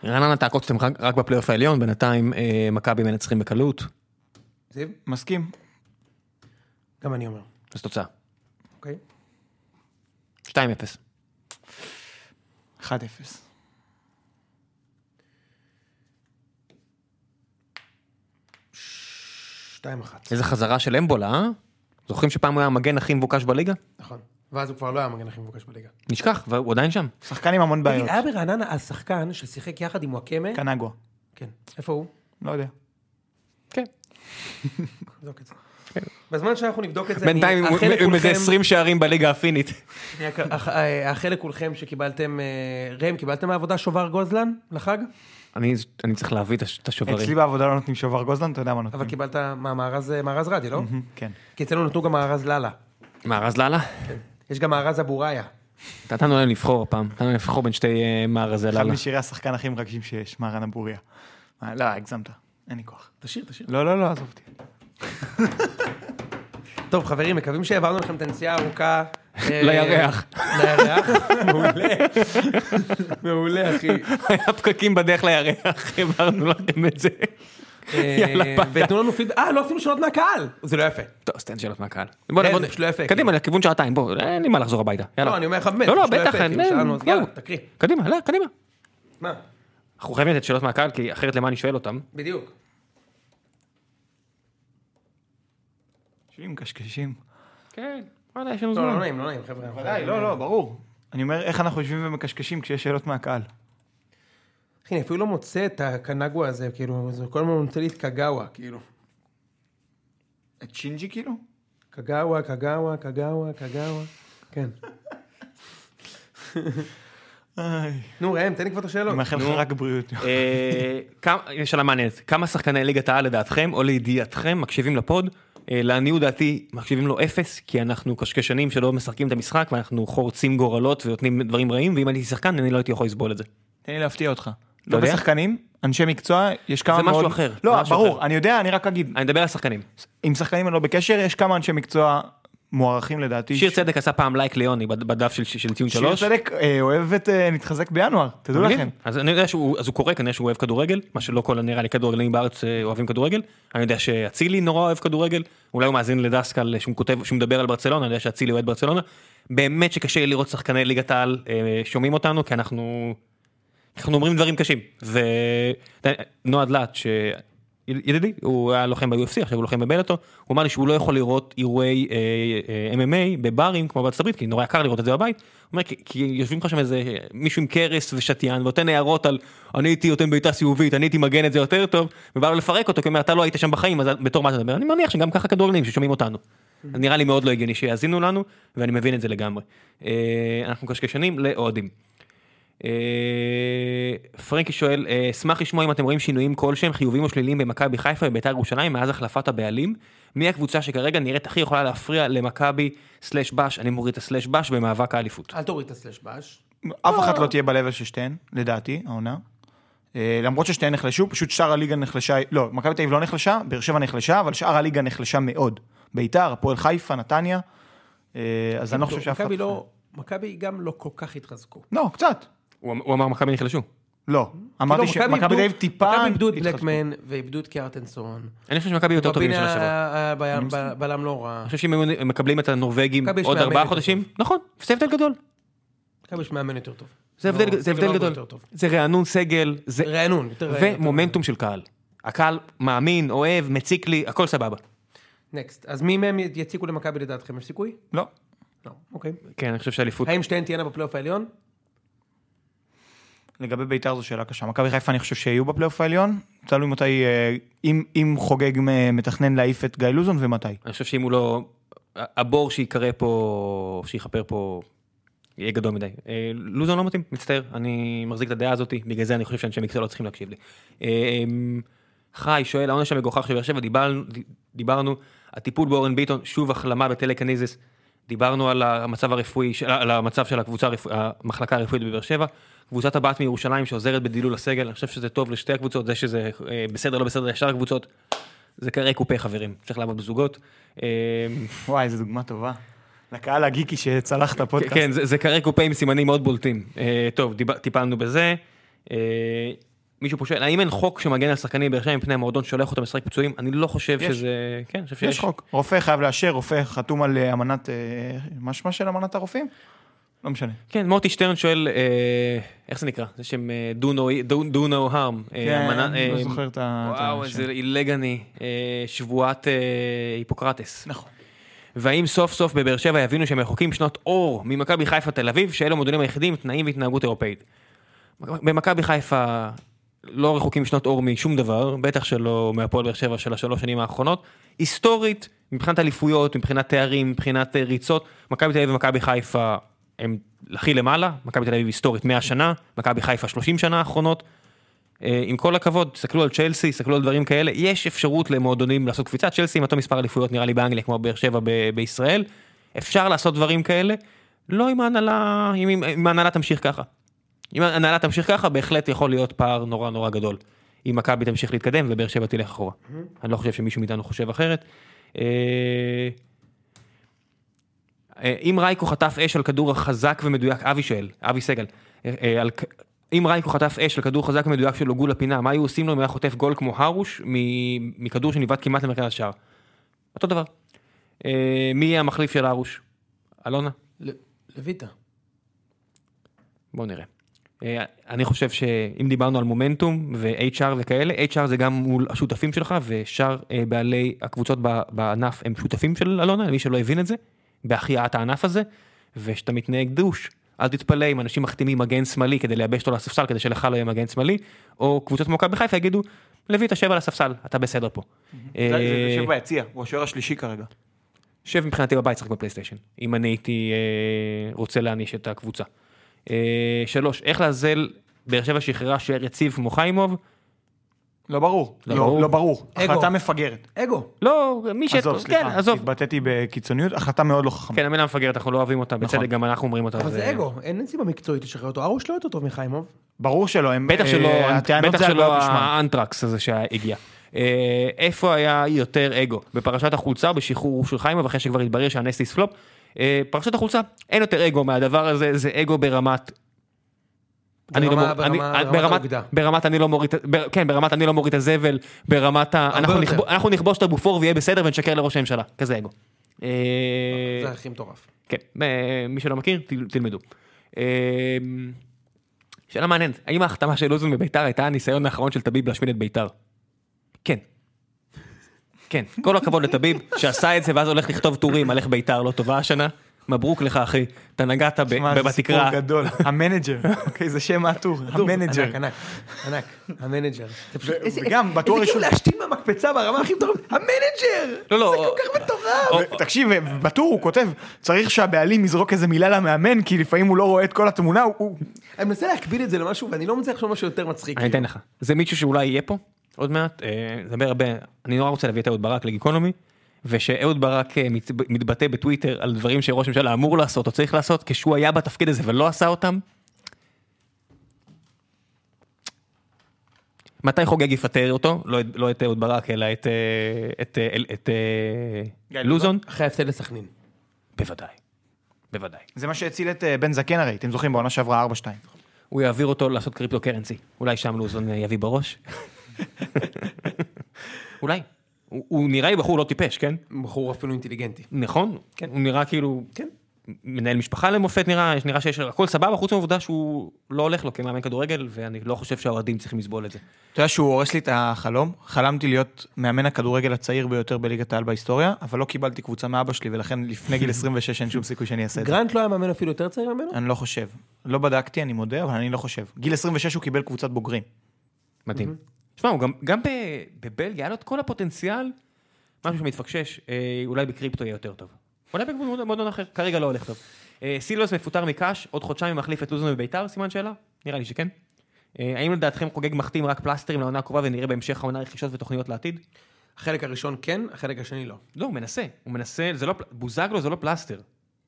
[SPEAKER 1] רעננה תעקוץ אתם רק- רק בפלייאוף העליון, בינתיים אה, מכבי מנצחים בקלות,
[SPEAKER 2] זיו?
[SPEAKER 3] מסכים.
[SPEAKER 2] גם אני אומר.
[SPEAKER 1] אז תוצאה.
[SPEAKER 2] אוקיי?
[SPEAKER 1] 2-0.
[SPEAKER 3] 1-0.
[SPEAKER 2] שתיים אחת.
[SPEAKER 1] איזה חזרה של אמבולה, אה? זוכרים שפעם הוא היה המגן הכי מבוקש בליגה?
[SPEAKER 2] נכון. ואז הוא כבר לא היה המגן הכי מבוקש בליגה.
[SPEAKER 1] נשכח, והוא עדיין שם.
[SPEAKER 3] שחקן עם המון בעיות.
[SPEAKER 2] היה ברעננה אז שחקן ששיחק יחד עם וואקמה.
[SPEAKER 3] קנגווה.
[SPEAKER 2] כן. איפה הוא?
[SPEAKER 3] לא יודע.
[SPEAKER 1] כן.
[SPEAKER 2] נבדוק את זה. בזמן שאנחנו נבדוק את זה,
[SPEAKER 1] בינתיים
[SPEAKER 2] אני
[SPEAKER 1] הוא-
[SPEAKER 2] אאחל
[SPEAKER 1] הוא עם איזה
[SPEAKER 2] לכולכם-
[SPEAKER 1] 20 שערים בליגה הפינית.
[SPEAKER 2] אני אק- אח- אה, אאחל לכולכם שקיבלתם, אה, ראם, קיבלתם מהעבודה שובר גוזלן לחג?
[SPEAKER 1] אני אני צריך להביא את הש- את
[SPEAKER 3] אצלי
[SPEAKER 1] השוברים.
[SPEAKER 3] בעבודה לא נותנים שובר גוזלן, אתה יודע מה
[SPEAKER 2] אבל
[SPEAKER 3] נותנים.
[SPEAKER 2] קיבלת מה, מארז מארז רדי, לא?
[SPEAKER 3] כן.
[SPEAKER 2] כי אצלנו נתנו גם מארז ללה.
[SPEAKER 1] מארז לאללה?
[SPEAKER 2] יש גם מארז אבוריה.
[SPEAKER 1] נתנו להם לבחור הפעם, נתנו להם לבחור בין שתי אה, מארזי
[SPEAKER 3] אחד
[SPEAKER 1] לאללה.
[SPEAKER 3] משירי השחקן הכי מרגשים שיש, מרן אבוריה. אה, לא, הגזמת. אין לי כוח.
[SPEAKER 2] תשאיר, תשאיר.
[SPEAKER 3] לא, לא, לא, עזוב אותי.
[SPEAKER 2] טוב, חברים, מקווים שהעברנו לכם את הנסיעה הארוכה. אה,
[SPEAKER 1] לירח.
[SPEAKER 2] לירח? מעולה. מעולה, אחי.
[SPEAKER 1] היה פקקים בדרך לירח, העברנו לכם את זה. יאללה,
[SPEAKER 2] אה,
[SPEAKER 1] ביי.
[SPEAKER 2] ותנו לנו פיד... אה, לא עשינו שאלות מהקהל! זה לא יפה.
[SPEAKER 1] טוב, אז תן שאלות מהקהל. בוא
[SPEAKER 2] כן,
[SPEAKER 1] נעבוד,
[SPEAKER 2] זה פשוט לא יפה,
[SPEAKER 1] קדימה, לכיוון שעתיים, בוא, אה, אין לי מה לחזור הביתה. יאללה.
[SPEAKER 2] לא, אני אומר לך באמת,
[SPEAKER 1] לא, לא,
[SPEAKER 2] פשוט לא
[SPEAKER 1] בטח,
[SPEAKER 2] יפה,
[SPEAKER 1] אין-
[SPEAKER 2] כאילו, שאלנו, אז
[SPEAKER 1] לא.
[SPEAKER 2] יאללה, תקריא.
[SPEAKER 1] קדימה, לא, קדימה.
[SPEAKER 2] מה?
[SPEAKER 1] אנחנו חייבים לתת שאלות מהקהל, כי אחרת למה אני שואל אותם?
[SPEAKER 2] בדיוק.
[SPEAKER 3] שירים קשקשים.
[SPEAKER 1] כן, וואלה, יש לנו
[SPEAKER 2] לא, לא
[SPEAKER 1] זמן.
[SPEAKER 2] נעים, לא נעים, חבר'ה.
[SPEAKER 3] ודאי, לא, לא, ברור. אני אומר, איך אנחנו יושבים ומקשקשים כשיש שאלות מהקהל.
[SPEAKER 2] אחי, אני אפילו לא מוצא את הקנגווה הזה, כאילו, זה כל הזמן נותן לי את קגאווה, כאילו.
[SPEAKER 3] את שינג'י כאילו?
[SPEAKER 2] קגאווה, קגאווה, קגאווה, קגאווה. כן. נו, ראם, תן לי כבר את השאלות.
[SPEAKER 3] אני מאחל לך רק בריאות.
[SPEAKER 1] אה, כמה- הנה שאלה מעניינת, כמה שחקני ליגת העל לדעתכם, או לידיעתכם, מקשיבים לפוד? אה, לעניות דעתי, מקשיבים לו אפס, כי אנחנו קשקשנים שלא משחקים את המשחק, ואנחנו חורצים גורלות ונותנים דברים רעים, ואם הייתי שחקן, אני לא הייתי יכול לסבול את זה.
[SPEAKER 3] תן לי להפתיע אותך.
[SPEAKER 1] לא
[SPEAKER 3] לא
[SPEAKER 1] יודע?
[SPEAKER 3] בשחקנים, אנשי מקצוע, יש כמה
[SPEAKER 1] משהו
[SPEAKER 3] מאוד...
[SPEAKER 1] אחר, זה
[SPEAKER 3] לא,
[SPEAKER 1] משהו
[SPEAKER 3] ברור,
[SPEAKER 1] אחר.
[SPEAKER 3] אני יודע, אני רק אגיד.
[SPEAKER 1] אני מדבר על שחקנים.
[SPEAKER 3] עם שחקנים אני לא בקשר, יש כמה אנשי מקצוע מוערכים לדעתי.
[SPEAKER 1] שיר צדק עשה פעם לייק ליוני בד- בדף של- של ציון
[SPEAKER 3] שיר
[SPEAKER 1] שלוש.
[SPEAKER 3] צדק אה, אוהב את אה, נתחזק בינואר, תדעו
[SPEAKER 1] מגניב.
[SPEAKER 3] לכם.
[SPEAKER 1] אז אני יודע שהוא, אז הוא קורא כנראה שהוא אוהב כדורגל, מה שלא כל הנראה לי כדורגלנים בארץ אה, אוהבים כדורגל. אני יודע שאצילי נורא אוהב כדורגל, אולי הוא מאזין לדסקל אה, שהוא כותב, שהוא מדבר על ברצלונה, אני יודע שאצילי אוהד ברצלונה. באמת שקשה לי לראות שחקני ליגת העל אה, שומעים אותנו, כי אנחנו, אנחנו אומרים דברים קשים. ונועד להט, ש... ידידי, הוא היה לוחם ב-UFC, עכשיו הוא לוחם בבלאטו, הוא אמר לי שהוא לא יכול לראות אירועי אה, אה, MMA בברים כמו בארצות הברית, כי נורא יקר לראות את זה בבית. הוא אומר, כי, כי יושבים לך שם איזה אה, מישהו עם קרס ושתיין ונותן הערות על אני הייתי נותן בעיטה סיבובית, אני הייתי מגן את זה יותר טוב, ובא לו לפרק אותו, כי הוא אומר, אתה לא היית שם בחיים, אז בתור מה אתה מדבר? אני מניח שגם ככה כדורגלנים ששומעים אותנו. אז נראה לי מאוד לא הגיוני שיאזינו לנו, ואני מבין את זה לגמרי. אה, אנחנו קשקשנים לאוהדים. אה, פרנקי שואל, אה, אשמח לשמוע אם אתם רואים שינויים כלשהם חיוביים או שליליים במכבי חיפה ובית"ר ירושלים מאז החלפת הבעלים. מי הקבוצה שכרגע נראית הכי יכולה להפריע למכבי סלאש בש, אני מוריד את הסלאש בש במאבק האליפות.
[SPEAKER 2] אל תוריד את הסלש בש.
[SPEAKER 3] אף אחת לא תהיה ב-level של שתיהן, לדעתי, העונה. אה, למרות ששתיהן נחלשו, פשוט שאר הליגה נחלשה, לא, מכבי תל אביב לא נחלשה, באר שבע נחלשה, אבל שאר הליגה נחלשה מאוד. ביתר, הפועל חיפה, נתניה. אה, אז אני לא חושב שאף אחד...
[SPEAKER 2] מכבי לא... מכבי גם לא כל כך התחזקו.
[SPEAKER 3] לא, קצת.
[SPEAKER 1] הוא אמ-, הוא אמר מכבי נחלשו.
[SPEAKER 3] לא. אמרתי
[SPEAKER 2] לא,
[SPEAKER 3] שמכבי
[SPEAKER 2] איבדו-
[SPEAKER 3] תל אביב טיפה...
[SPEAKER 2] מכבי איבדו את
[SPEAKER 3] התחזקו.
[SPEAKER 2] בלקמן, ואיבדו את קיארטנסון.
[SPEAKER 1] אני חושב שמכבי יותר טובים משנה שעברה.
[SPEAKER 2] רבינה בלם לא רע.
[SPEAKER 1] אני חושב שאם היו מקבלים את הנורבגים
[SPEAKER 2] מכבי יש
[SPEAKER 1] עוד
[SPEAKER 2] מאמן
[SPEAKER 1] ארבעה
[SPEAKER 2] יותר
[SPEAKER 1] חודשים, נכון, זה הבדל גדול.
[SPEAKER 2] מכבי יש מאמן יותר טוב.
[SPEAKER 1] זה הבדל,
[SPEAKER 2] לא,
[SPEAKER 1] זה
[SPEAKER 2] לא
[SPEAKER 1] הבדל גדול.
[SPEAKER 2] יותר טוב.
[SPEAKER 1] זה רענון סגל, זה
[SPEAKER 2] רענון, יותר רענון.
[SPEAKER 1] ומומנטום של קהל. הקהל מאמין, אוהב, מציק לי, הכל סבבה.
[SPEAKER 2] נקסט. אז מי מהם יציקו למכבי לדעתכם? יש סיכוי?
[SPEAKER 3] לא.
[SPEAKER 2] לא. אוקיי.
[SPEAKER 1] כן, אני חושב שהאליפות...
[SPEAKER 2] האם שתיהן תהיינה בפלייאוף העליון?
[SPEAKER 3] לגבי ביתר זו שאלה קשה. מכבי חיפה אני חושב שיהיו בפלייאוף העליון, תלוי מתי, אה, אם- אם חוגג מ- מתכנן להעיף את גיא לוזון ומתי.
[SPEAKER 1] אני חושב שאם הוא לא... הבור שיקרא פה, שיכפר פה, יהיה גדול מדי. אה, לוזון לא מתאים, מצטער, אני מחזיק את הדעה הזאת, בגלל זה אני חושב שאנשי מקצוע לא צריכים להקשיב לי. אה, אמ, חי שואל, העונש המגוחך של באר שבע, דיברנו, דיברנו, הטיפול באורן ביטון, שוב החלמה בטלקניזיס, דיברנו על המצב הרפואי, של- על המצב של הקבוצה, הרפוא- המחלקה הרפואית בבאר שבע, קבוצת הבת מירושלים שעוזרת בדילול הסגל, אני חושב שזה טוב לשתי הקבוצות, זה שזה אה, בסדר, לא בסדר, לשאר הקבוצות, זה קרי קופי חברים, צריך לעבוד בזוגות. אה,
[SPEAKER 3] וואי, זו דוגמה טובה. לקהל הגיקי שצלח את הפודקאסט.
[SPEAKER 1] כן, זה זה קרי קופי עם סימנים מאוד בולטים. אה, טוב, דיב- טיפלנו בזה. אה, מישהו פה שואל, האם אין חוק שמגן על שחקני באר שבע מפני המועדון שולח אותם לשחק פצועים? אני לא חושב
[SPEAKER 3] יש.
[SPEAKER 1] שזה... כן, אני חושב שיש.
[SPEAKER 3] יש חוק. רופא חייב לאשר, רופא חתום על אה, אמנת... אה, מה שמה של אמנת הרופאים? לא משנה.
[SPEAKER 1] כן, מוטי שטרן שואל, אה, איך זה נקרא? זה שם אה, do no, do, do no harm. אה,
[SPEAKER 3] כן,
[SPEAKER 1] אמנה-
[SPEAKER 3] אני לא
[SPEAKER 1] אה,
[SPEAKER 3] זוכר את ה- את
[SPEAKER 1] וואו,
[SPEAKER 3] השם.
[SPEAKER 1] איזה עילג אני. אה, שבועת אה, היפוקרטס.
[SPEAKER 3] נכון.
[SPEAKER 1] והאם סוף סוף בבאר שבע יבינו שהם רחוקים שנות אור ממכבי חיפה תל אביב, שאלו המועדונים היחידים עם תנאים והתנהגות אירופאית. במכבי חיפה לא רחוקים שנות אור משום דבר, בטח שלא מהפועל באר שבע של השלוש שנים האחרונות. היסטורית, מבחינת אליפויות, מבחינת תארים, מבחינת אה, ריצות, מכבי תל אביב ומכבי חיפה הם הכי למעלה, מכבי תל אביב היסטורית 100 שנה, מכבי חיפה 30 שנה האחרונות. אה, עם כל הכבוד, תסתכלו על צ'לסי, תסתכלו על דברים כאלה, יש אפשרות למועדונים לעשות קפיצה, צ'לסי עם אותו מספר אליפויות נראה לי באנגליה כמו באר שבע ב- בישראל, אפשר לעשות דברים כאלה, לא אם ההנהלה, אם- אם אם ההנהלה תמשיך ככה. אם ההנהלה תמשיך ככה, בהחלט יכול להיות פער נורא נורא גדול. אם מכבי תמשיך להתקדם ובאר שבע תלך אחורה. אני לא חושב שמישהו מאיתנו חושב אחרת. אה, אה, אם רייקו חטף אש על כדור החזק ומדויק, אבי שואל, אבי סגל, אה, אה, על כ- אם רייקו חטף אש לכדור חזק ומדויק של הוגו לפינה, מה היו עושים לו אם היה חוטף גול כמו הרוש מ- מכדור שניווט כמעט למרכז השער? אותו דבר. אה, מי יהיה המחליף של הרוש? אלונה?
[SPEAKER 4] לויטה.
[SPEAKER 1] בואו נראה. אה, אני חושב שאם דיברנו על מומנטום ו-HR וכאלה, HR זה גם מול השותפים שלך, ושאר אה, בעלי הקבוצות ב- בענף הם שותפים של אלונה, למי שלא הבין את זה, בהחייאת הענף הזה, ושאתה מתנהג דוש. אל תתפלא אם אנשים מחתימים מגן שמאלי כדי לייבש אותו לספסל כדי שלך לא יהיה מגן שמאלי, או קבוצות כמו מכבי חיפה יגידו, לוי תשב על הספסל, אתה בסדר פה.
[SPEAKER 3] זה
[SPEAKER 1] אה,
[SPEAKER 3] יושב ביציע, הוא השוער השלישי כרגע.
[SPEAKER 1] שב מבחינתי בבית, שחק בפלייסטיישן, אם אני הייתי אה, רוצה להעניש את הקבוצה. אה, שלוש, איך לעזל באר שבע שחררה שוער יציב כמו חיימוב?
[SPEAKER 3] לא ברור.
[SPEAKER 1] לא ברור.
[SPEAKER 3] לא ברור.
[SPEAKER 4] אגו.
[SPEAKER 3] החלטה מפגרת.
[SPEAKER 4] אגו.
[SPEAKER 1] לא, מי ש...
[SPEAKER 3] עזוב,
[SPEAKER 1] כן,
[SPEAKER 3] סליחה.
[SPEAKER 1] עזוב.
[SPEAKER 3] התבטאתי בקיצוניות, החלטה מאוד לא חכמה.
[SPEAKER 1] כן, המילה מפגרת, אנחנו לא אוהבים אותה, בצדק גם אנחנו אומרים אותה.
[SPEAKER 2] נכון. אבל
[SPEAKER 1] אז,
[SPEAKER 2] זה
[SPEAKER 1] אה,
[SPEAKER 2] אגו, אין סיבה מקצועית לשחרר אותו. ארוש לא יותר טוב מחיימוב.
[SPEAKER 3] ברור שלא, הם...
[SPEAKER 1] בטח
[SPEAKER 3] אה,
[SPEAKER 1] שלא,
[SPEAKER 3] הטענות
[SPEAKER 1] בטח
[SPEAKER 3] זה על
[SPEAKER 1] שלא
[SPEAKER 3] בעיות משמעת.
[SPEAKER 1] האנטרקס הזה שהגיע. אה, איפה היה יותר אגו? בפרשת החולצה או בשחרור של חיימוב אחרי שכבר התברר שהנסטיס פלופ? אה, פרשת החולצה, אין יותר אגו מהדבר הזה, זה אגו ברמת... אני לא
[SPEAKER 2] ברמה-
[SPEAKER 1] מור- אני-
[SPEAKER 2] ברמה-
[SPEAKER 1] אה,
[SPEAKER 2] ברמת
[SPEAKER 1] ברמת-
[SPEAKER 2] האוגדה.
[SPEAKER 1] ברמת אני לא מוריד, את- בר- כן, ברמת אני לא מוריד את הזבל, ברמת ה- אנחנו
[SPEAKER 2] יותר.
[SPEAKER 1] נכבוש- אנחנו נכבוש את הבופור ויהיה בסדר ונשקר לראש הממשלה, כזה אגו. אה,
[SPEAKER 2] אוקיי, זה הכי מטורף.
[SPEAKER 1] כן, אה, מי שלא מכיר, תל- תלמדו. אה, שאלה מעניינת, האם ההחתמה של אוזן בביתר הייתה הניסיון האחרון של טביב להשמיד את ביתר? כן. כן, כל הכבוד לטביב שעשה את זה ואז הולך לכתוב טורים על איך ביתר לא טובה השנה. מברוק לך אחי, אתה נגעת ב-
[SPEAKER 3] מה, זה סיפור
[SPEAKER 1] בתקרה.
[SPEAKER 3] גדול. המנג'ר. אוקיי, זה שם העטור.
[SPEAKER 2] ענק,
[SPEAKER 3] המנג'ר.
[SPEAKER 2] ענק, ענק, המנג'ר. זה פשוט- איזה-
[SPEAKER 3] וגם,
[SPEAKER 2] איזה
[SPEAKER 3] בתואר
[SPEAKER 2] כאילו
[SPEAKER 3] ראשון-
[SPEAKER 2] להשתין מהמקפצה ברמה הכי מטורפת, המנג'ר!
[SPEAKER 1] לא, אוקיי. לא,
[SPEAKER 2] זה כל כך מטורף!
[SPEAKER 3] ו- תקשיב, אה, בטור הוא כותב, צריך שהבעלים יזרוק איזה מילה למאמן, כי לפעמים הוא לא רואה את כל התמונה, הוא- הוא...
[SPEAKER 2] אני מנסה להקביל את זה למשהו, ואני לא מצליח לחשוב משהו יותר מצחיק.
[SPEAKER 1] אני אתן לך. זה מישהו שאולי יהיה פה עוד מעט, אה, נדבר הרבה, אני נורא רוצה להביא את אהוד ברק לגיקונומי, ושאהוד ברק אה, מת, מתבטא בטוויטר על דברים שראש הממשלה אמור לעשות או צריך לעשות, כשהוא היה בתפקיד הזה ולא עשה אותם. מתי חוגג יפטר אותו? לא, את- לא את אהוד ברק, אלא את, אה, את, אה, אל- את, אה, לוזון?
[SPEAKER 2] אחרי ההפסד לסכנין.
[SPEAKER 1] בוודאי. בוודאי.
[SPEAKER 3] זה מה שהציל את אה, בן זקן הרי, אתם זוכרים, בעונה שעברה 4-2.
[SPEAKER 1] הוא יעביר אותו לעשות קריפטו קרנסי. אולי שם לוזון אה, יביא בראש. אולי. הוא, הוא נראה לי בחור לא טיפש, כן?
[SPEAKER 2] בחור אפילו אינטליגנטי.
[SPEAKER 1] נכון? כן. הוא נראה כאילו...
[SPEAKER 2] כן.
[SPEAKER 1] מנהל משפחה למופת נראה, יש- נראה שיש הכל סבבה, חוץ מהעובדה שהוא לא הולך לו כמאמן כדורגל, ואני לא חושב שהאוהדים צריכים לסבול את זה.
[SPEAKER 3] אתה יודע שהוא הורס לי את החלום? חלמתי להיות מאמן הכדורגל הצעיר ביותר בליגת העל בהיסטוריה, אבל לא קיבלתי קבוצה מאבא שלי, ולכן לפני גיל 26 אין שום סיכוי שאני אעשה את זה.
[SPEAKER 2] גרנט לא היה מאמן אפילו יותר צעיר ממנו?
[SPEAKER 3] אני לא חושב. לא בדקתי, אני מודה, אבל אני לא חושב. גיל 26 הוא קיבל קבוצת בוגרים.
[SPEAKER 1] מדהים. תשמע, הוא גם, גם ב, בבלגיה היה לו את כל הפוטנציאל, משהו שמתפקשש, אה, אולי בקריפטו יהיה יותר טוב. אולי במועדון אחר, כרגע לא הולך טוב. אה, סילבס מפוטר מקאש, עוד חודשיים מחליף את לוזון בביתר, סימן שאלה? נראה לי שכן. אה, האם לדעתכם חוגג מחתים רק פלסטרים לעונה הקרובה ונראה בהמשך העונה רכישות ותוכניות לעתיד?
[SPEAKER 2] החלק הראשון כן, החלק השני לא.
[SPEAKER 1] לא, הוא מנסה, הוא מנסה, זה לא, פל- בוזגלו זה לא פלסטר.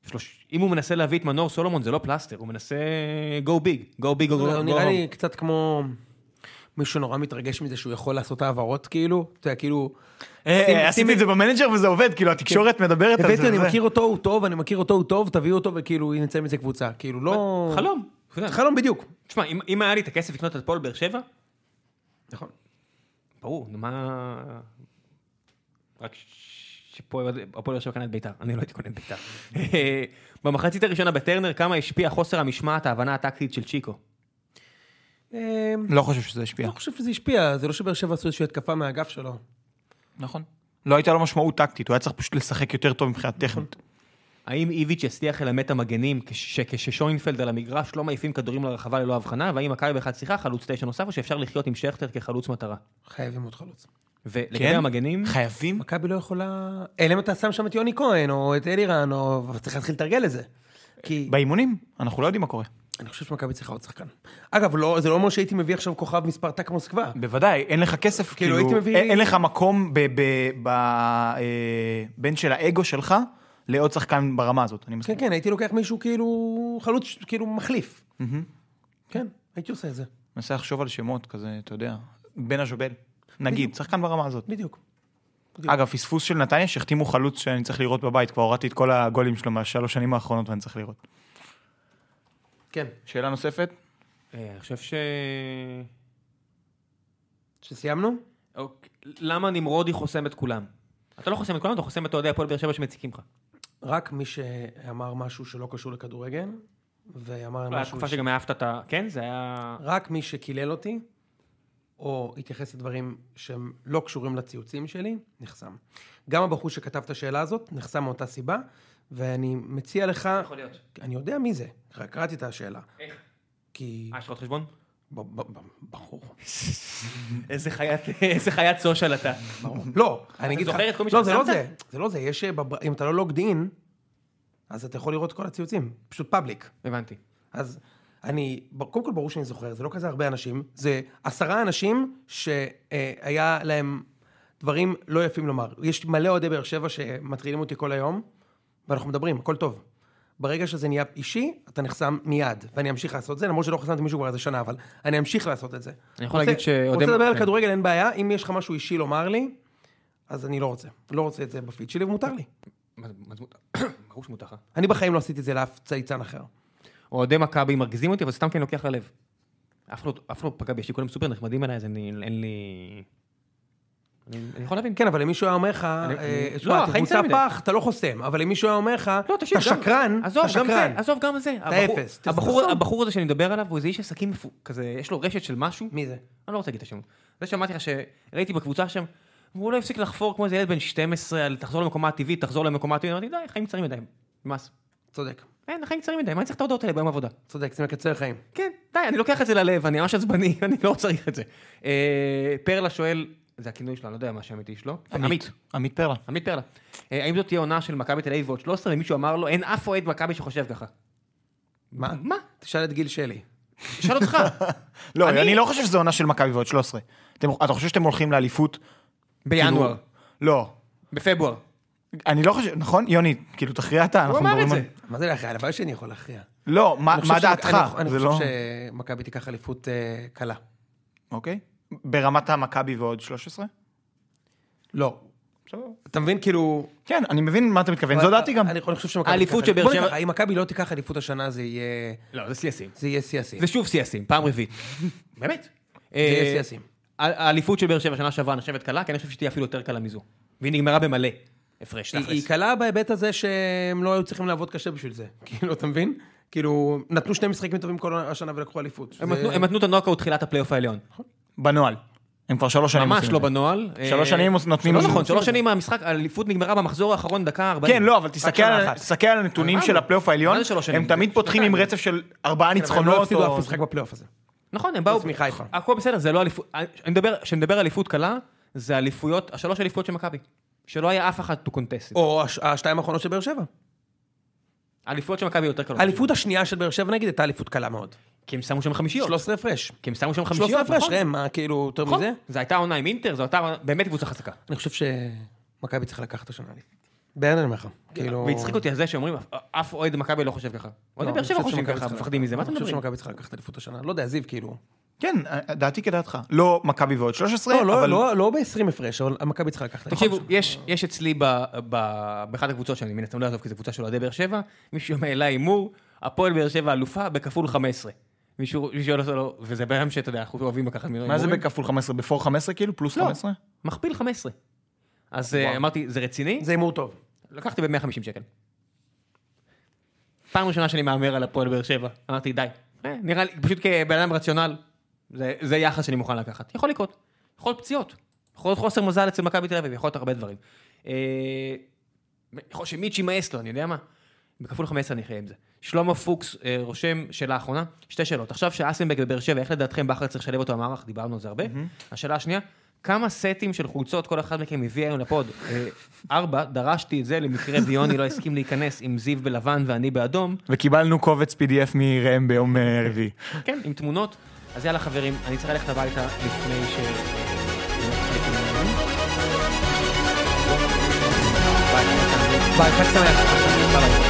[SPEAKER 1] שלוש, אם הוא מנסה להביא את מנור סולומון זה לא פלסטר, הוא מנסה go big, go big או
[SPEAKER 2] לא,
[SPEAKER 1] go
[SPEAKER 2] נראה
[SPEAKER 1] home.
[SPEAKER 2] לי קצת כמו מישהו נורא מתרגש מזה שהוא יכול לעשות העברות, כאילו, אתה יודע, כאילו...
[SPEAKER 1] אה,
[SPEAKER 2] שים- שים-
[SPEAKER 3] אה, עשיתי את זה במנג'ר וזה עובד, כאילו התקשורת מדברת על
[SPEAKER 2] הבאתי,
[SPEAKER 3] זה.
[SPEAKER 2] אני
[SPEAKER 3] וזה.
[SPEAKER 2] מכיר אותו, הוא טוב, אני מכיר אותו, הוא טוב, תביאו אותו וכאילו נצא מזה קבוצה. כאילו, לא...
[SPEAKER 1] אה, חלום. אתה יודע.
[SPEAKER 2] חלום בדיוק.
[SPEAKER 1] תשמע, אם, אם היה לי את הכסף לקנות את הפועל באר שבע,
[SPEAKER 2] נכון.
[SPEAKER 1] ברור, נו, מה... רק ש- שפה הפועל באר שבע קנה את ביתר, אני לא הייתי קונה את ביתר. אה, במחצית הראשונה בטרנר, כמה השפיע חוסר המשמעת, ההבנה הטקטית של צ'יקו?
[SPEAKER 2] אה,
[SPEAKER 3] לא חושב שזה השפיע.
[SPEAKER 2] לא חושב שזה השפיע, זה לא שבאר שבע עשו איזושהי התקפה מהאגף שלו.
[SPEAKER 3] נכון. לא הייתה לו משמעות טקטית, הוא היה צריך פשוט לשחק יותר טוב מבחינה טכנית.
[SPEAKER 1] האם איביץ' יצליח ללמד את המגנים כש- כששוינפלד על המגרש לא מעיפים כדורים לרחבה ללא הבחנה, והאם מכבי בכלל צריכה חלוץ תשע נוסף, או שאפשר לחיות עם שכטר כחלוץ מטרה?
[SPEAKER 2] חייבים עוד חלוץ.
[SPEAKER 1] ולגבי
[SPEAKER 3] כן?
[SPEAKER 1] המגנים,
[SPEAKER 3] חייבים?
[SPEAKER 2] מכבי לא יכולה... אלא אם אתה שם שם את יוני כהן, או את אלירן, או... אבל צריך להתחיל לתרגל את זה. כי
[SPEAKER 3] באימונים? אנחנו לא יודעים מה קורה.
[SPEAKER 2] אני חושב שמכבי צריכה עוד שחקן. אגב, לא- זה לא אומר שהייתי מביא עכשיו כוכב מספרטק מוסקבה.
[SPEAKER 3] בוודאי, אין לך כסף, כאילו,
[SPEAKER 2] הייתי מביא-
[SPEAKER 3] אין אין לך מקום ב- ב- ב- אה, בין של האגו שלך לעוד שחקן ברמה הזאת, אני מסכים.
[SPEAKER 2] כן, כן, הייתי לוקח מישהו כאילו... חלוץ, כאילו מחליף. כן, הייתי עושה את זה.
[SPEAKER 3] מנסה לחשוב על שמות כזה, אתה יודע, בן הז'ובל, נגיד, שחקן ברמה הזאת.
[SPEAKER 2] בדיוק.
[SPEAKER 3] אגב, פספוס של נתניה שהחתימו חלוץ שאני צריך לראות בבית, כבר הורדתי את כל הגולים שלו מהשלוש שנים האחרונות ואני צריך לראות.
[SPEAKER 2] כן.
[SPEAKER 3] שאלה נוספת?
[SPEAKER 1] אה, אני חושב ש...
[SPEAKER 2] שסיימנו?
[SPEAKER 1] אוקיי, למה נמרודי חוסם את כולם? אתה לא חוסם את כולם, אתה חוסם את אוהדי הפועל באר שבע שמציקים לך.
[SPEAKER 2] רק מי שאמר משהו שלא קשור לכדורגל, ואמר
[SPEAKER 1] לא, היה
[SPEAKER 2] משהו...
[SPEAKER 1] תקופה
[SPEAKER 2] ש-
[SPEAKER 1] שגם העפת את ה... כן, זה היה...
[SPEAKER 2] רק מי שקילל אותי, או התייחס לדברים שהם לא קשורים לציוצים שלי, נחסם. גם הבחור שכתב את השאלה הזאת, נחסם מאותה סיבה, ואני מציע לך...
[SPEAKER 1] יכול להיות.
[SPEAKER 2] אני יודע מי זה, רק קראתי את השאלה.
[SPEAKER 1] איך?
[SPEAKER 2] כי...
[SPEAKER 1] אה, יש לך עוד חשבון?
[SPEAKER 2] ב- ב- ב- ברור.
[SPEAKER 1] איזה חיית, איזה חיית סושל אתה.
[SPEAKER 2] ברור. לא, אני אגיד לך...
[SPEAKER 1] זוכר את כל מי
[SPEAKER 2] לא, זה לא
[SPEAKER 1] שחסמת?
[SPEAKER 2] זה, זה לא זה, יש... אה, בב- אם אתה לא לוגד אין, אז אתה יכול לראות את כל הציוצים, פשוט פאבליק.
[SPEAKER 1] הבנתי.
[SPEAKER 2] אז אני, קודם כל ברור שאני זוכר, זה לא כזה הרבה אנשים, זה עשרה אנשים שהיה להם דברים לא יפים לומר. יש מלא אוהדי באר שבע שמטרידים אותי כל היום, ואנחנו מדברים, הכל טוב. ברגע שזה נהיה אישי, אתה נחסם מיד, ואני אמשיך לעשות את זה, למרות שלא חסמתי מישהו כבר איזה שנה, אבל אני אמשיך לעשות את זה.
[SPEAKER 1] אני יכול
[SPEAKER 2] רוצה-
[SPEAKER 1] להגיד שאוהדי-
[SPEAKER 2] רוצה לדבר על
[SPEAKER 1] כן.
[SPEAKER 2] כדורגל, אין בעיה, אם יש לך משהו אישי לומר לי, אז אני לא רוצה. לא רוצה את זה בפיד שלי, ומותר לי.
[SPEAKER 1] מה זה- מה זה מותר? ברור שמותר לך.
[SPEAKER 2] אני בחיים לא עשיתי את זה לאף צייצן אחר.
[SPEAKER 1] אוהדי מכבי מרגיזים אותי, אבל סתם כי אני לוקח ללב. אף אחד לא- אף אחד לא פגע בי, יש לי כולם סופר נחמדים אליי, אז אני- אין לי... אני אני יכול להבין.
[SPEAKER 2] כן, אבל אם מישהו היה אומר לך,
[SPEAKER 1] אני-
[SPEAKER 2] אה,
[SPEAKER 1] לא,
[SPEAKER 2] שמע, אתה
[SPEAKER 1] החיים
[SPEAKER 2] קבוצה
[SPEAKER 1] קטנים מדי.
[SPEAKER 2] פח, אתה לא חוסם, אבל אם מישהו היה אומר לך,
[SPEAKER 1] לא,
[SPEAKER 2] אתה
[SPEAKER 1] תקשיב, גם-
[SPEAKER 2] שקרן,
[SPEAKER 1] עזוב,
[SPEAKER 2] אתה
[SPEAKER 1] גם
[SPEAKER 2] שקרן.
[SPEAKER 1] זה, עזוב, גם זה.
[SPEAKER 2] אתה
[SPEAKER 1] הבחור-
[SPEAKER 2] אפס, אתה
[SPEAKER 1] הבחור-
[SPEAKER 2] חסום.
[SPEAKER 1] הבחור הזה שאני מדבר עליו, הוא איזה איש עסקים, מפו- כזה, יש לו רשת של משהו.
[SPEAKER 2] מי זה?
[SPEAKER 1] אני לא רוצה להגיד את השם. זה שאמרתי לך שראיתי בקבוצה שם, והוא לא הפסיק לחפור כמו איזה ילד בן 12, על תחזור למקומה הטבעי, תחזור למקומה הטבעי, אמרתי, די, חיים קצרים מדי, נמאס.
[SPEAKER 2] צודק,
[SPEAKER 1] אין, החיים קצרים מדי, מה אני צריך את ההודעות האלה ביום עבודה?
[SPEAKER 2] צודק, זה מקצר חיים.
[SPEAKER 1] כן, די, אני לוקח את זה ללב, אני ממש עצבני, אני לא צריך את זה. אה, פרלה שואל, זה הכינוי שלו, אני לא יודע מה השם האמיתי שלו. עמית.
[SPEAKER 3] עמית פרלה.
[SPEAKER 1] עמית פרלה. אה, האם זאת תהיה עונה של מכבי תל אביב ועוד 13, ומישהו אמר לו, אין אף אוהד מכבי שחושב ככה.
[SPEAKER 2] מה?
[SPEAKER 1] מה?
[SPEAKER 2] תשאל את גיל שלי.
[SPEAKER 1] שאל אותך.
[SPEAKER 3] לא,
[SPEAKER 1] אני-
[SPEAKER 3] אני לא חושב שזו עונה של מכבי ועוד 13. אתם- אתה חושב שאתם הולכים לאליפות?
[SPEAKER 1] בינואר,
[SPEAKER 3] כאילו- לא.
[SPEAKER 1] בפברואר.
[SPEAKER 3] אני לא חושב, נכון? יוני, כאילו, תכריע אתה.
[SPEAKER 1] הוא
[SPEAKER 3] אנחנו
[SPEAKER 1] אמר את
[SPEAKER 3] מדברים
[SPEAKER 1] זה.
[SPEAKER 3] על-
[SPEAKER 2] מה זה להכריע? הלוואי שאני יכול להכריע.
[SPEAKER 3] לא, מה
[SPEAKER 2] אני חושב
[SPEAKER 3] מה
[SPEAKER 2] ש-
[SPEAKER 3] דעתך?
[SPEAKER 2] אני-
[SPEAKER 3] זה
[SPEAKER 2] אני
[SPEAKER 3] לא...
[SPEAKER 2] חושב שמכבי תיקח אליפות אה, קלה.
[SPEAKER 3] אוקיי. ברמת המכבי ועוד 13?
[SPEAKER 2] לא.
[SPEAKER 3] בסדר.
[SPEAKER 2] אתה מבין, כאילו...
[SPEAKER 3] כן, אני מבין מה אתה מתכוון, זו דעתי גם.
[SPEAKER 2] אני אני חושב שמכבי...
[SPEAKER 1] האליפות
[SPEAKER 2] תיקח-
[SPEAKER 1] שבאר
[SPEAKER 2] בוא
[SPEAKER 1] שבע-
[SPEAKER 2] ניקח, אם מכבי לא תיקח אליפות השנה, זה יהיה...
[SPEAKER 1] לא, זה שיא השיאים.
[SPEAKER 2] זה יהיה שיא השיאים.
[SPEAKER 1] זה שוב שיא השיאים, פעם רביעית. באמת.
[SPEAKER 2] יהיה
[SPEAKER 1] אה,
[SPEAKER 2] שיא השיאים.
[SPEAKER 1] ה- האליפות של באר שבע שנה שעברה נחשבת קלה, כי אני חושב שתהיה אפילו יותר קלה מזו. והיא נגמרה במלא. הפרש,
[SPEAKER 2] היא- היא
[SPEAKER 1] תכלס.
[SPEAKER 2] קלה בהיבט הזה שהם לא היו צריכים לעבוד קשה בשביל זה. כאילו, אתה מבין? כאילו, נתנו שני משחקים טובים כל השנה ולקחו אליפות.
[SPEAKER 1] הם
[SPEAKER 2] זה- לא
[SPEAKER 1] נתנו- הם נתנו את הנוקאוט תחילת הפלייאוף העליון.
[SPEAKER 3] נכון. בנוהל. הם כבר שלוש שנים
[SPEAKER 1] ממש
[SPEAKER 3] עושים
[SPEAKER 1] לא
[SPEAKER 3] את זה.
[SPEAKER 1] בנוהל.
[SPEAKER 3] שלוש
[SPEAKER 1] אה,
[SPEAKER 3] שנים נותנים...
[SPEAKER 1] לא נכון, שלוש שנים המשחק, האליפות נגמרה במחזור האחרון, דקה 40.
[SPEAKER 3] כן, לא, אבל תסתכל
[SPEAKER 2] שנה
[SPEAKER 3] על-
[SPEAKER 2] אחת. אה,
[SPEAKER 3] תסתכל על הנתונים
[SPEAKER 1] מה
[SPEAKER 3] של
[SPEAKER 1] זה?
[SPEAKER 3] הפלייאוף העליון,
[SPEAKER 1] מה זה שלוש שנים?
[SPEAKER 3] הם תמיד
[SPEAKER 1] זה
[SPEAKER 3] פותחים עם
[SPEAKER 1] שנתיים.
[SPEAKER 3] רצף של ארבעה
[SPEAKER 2] אבל הם לא
[SPEAKER 3] ניצחונות.
[SPEAKER 2] הפסידו
[SPEAKER 3] או-
[SPEAKER 2] אף משחק בפלייאוף הזה.
[SPEAKER 1] נכון, הם באו...
[SPEAKER 2] חוץ מחיפה.
[SPEAKER 1] הכל בסדר, זה לא אליפות... אני אני מדבר, כשמדבר אליפות קלה, זה אליפויות, השלוש אליפויות של מכבי. שלא היה אף אחת to contest.
[SPEAKER 2] או הש- השתיים האחרונות של באר שבע.
[SPEAKER 1] האליפויות של מכבי יותר קלות.
[SPEAKER 2] האליפות השנייה של באר שבע נגיד הייתה אליפות קלה מאוד.
[SPEAKER 1] כי הם שמו שם חמישיות.
[SPEAKER 2] 13 הפרש.
[SPEAKER 1] כי הם שמו שם
[SPEAKER 2] 13
[SPEAKER 1] חמישיות,
[SPEAKER 2] הפרש,
[SPEAKER 1] נכון?
[SPEAKER 2] ראם, מה, כאילו, יותר
[SPEAKER 1] נכון.
[SPEAKER 2] מזה?
[SPEAKER 1] זו הייתה עונה עם אינטר, זו הייתה באמת קבוצה חזקה.
[SPEAKER 2] אני חושב שמכבי צריכה לקחת את השנה. בעד אני אומר לך. כאילו...
[SPEAKER 1] והצחיק אותי על זה שאומרים, "אף- אף אוהד מכבי לא חושב ככה.
[SPEAKER 2] לא,
[SPEAKER 1] אוהדי באר
[SPEAKER 2] אני
[SPEAKER 1] שבע
[SPEAKER 2] חושב
[SPEAKER 1] חושבים
[SPEAKER 2] שמכבי
[SPEAKER 1] ככה,
[SPEAKER 2] צריכה-
[SPEAKER 1] מפחדים מזה, מה אתם
[SPEAKER 2] אני חושב
[SPEAKER 1] מדברים?
[SPEAKER 2] שמכבי צריכה לקחת אליפות השנה. לא יודע, זיו, כאילו.
[SPEAKER 3] כן, דעתי כדעתך. לא מכבי ועוד 13,
[SPEAKER 2] לא, לא,
[SPEAKER 3] אבל...
[SPEAKER 2] לא, לא ב-20 הפרש, אבל מכבי צריכה לקחת אליפות.
[SPEAKER 1] תקשיבו, יש, יש אצלי ב, ב, באחת הקבוצות שאני מן הסתם לא אעזוב כי זו קבוצה של אוהדי באר שבע, מישהו העלה הימור, הפועל באר שבע אלופה בכפול 15. מישהו מישהו עושה לו, וזה בן אדם שאתה יודע, אנחנו אוהבים לקחת ממנו
[SPEAKER 3] מה זה
[SPEAKER 1] הימורים.
[SPEAKER 3] בכפול 15? בפור 15 כאילו?
[SPEAKER 2] לא.
[SPEAKER 3] פלוס 15?
[SPEAKER 1] מכפיל 15. אז אה, אמרתי, זה רציני?
[SPEAKER 2] זה הימור טוב.
[SPEAKER 1] לקחתי ב-150 שקל. פעם ראשונה שאני מהמר על הפועל באר שבע, אמרתי די. אה, נראה לי, פשוט כבן אדם רציונל, זה, זה יחס שאני מוכן לקחת. יכול לקרות, יכול להיות פציעות, יכול להיות חוסר מזל אצל מכבי תל אביב, יכול להיות הרבה דברים. אה, יכול שמיץ' יימאס לו, אני יודע מה. בכפול 15 אני אחיה עם זה. שלמה פוקס אה, רושם שאלה אחרונה, שתי שאלות. עכשיו שאסנבק בבאר שבע, איך לדעתכם בכר צריך לשלב אותו במערך? דיברנו על זה הרבה. השאלה השנייה, כמה סטים של חולצות כל אחד מכם הביא היום לפוד? אה, ארבע, דרשתי את זה למקרה ויוני לא הסכים להיכנס עם זיו בלבן ואני באדום.
[SPEAKER 3] וקיבלנו קובץ PDF מראם ביום אה, רביעי.
[SPEAKER 1] כן, עם תמונות. אז יאללה חברים, אני צריך ללכת הביתה לפני ש... ביי, חג שמח. ביי ביי.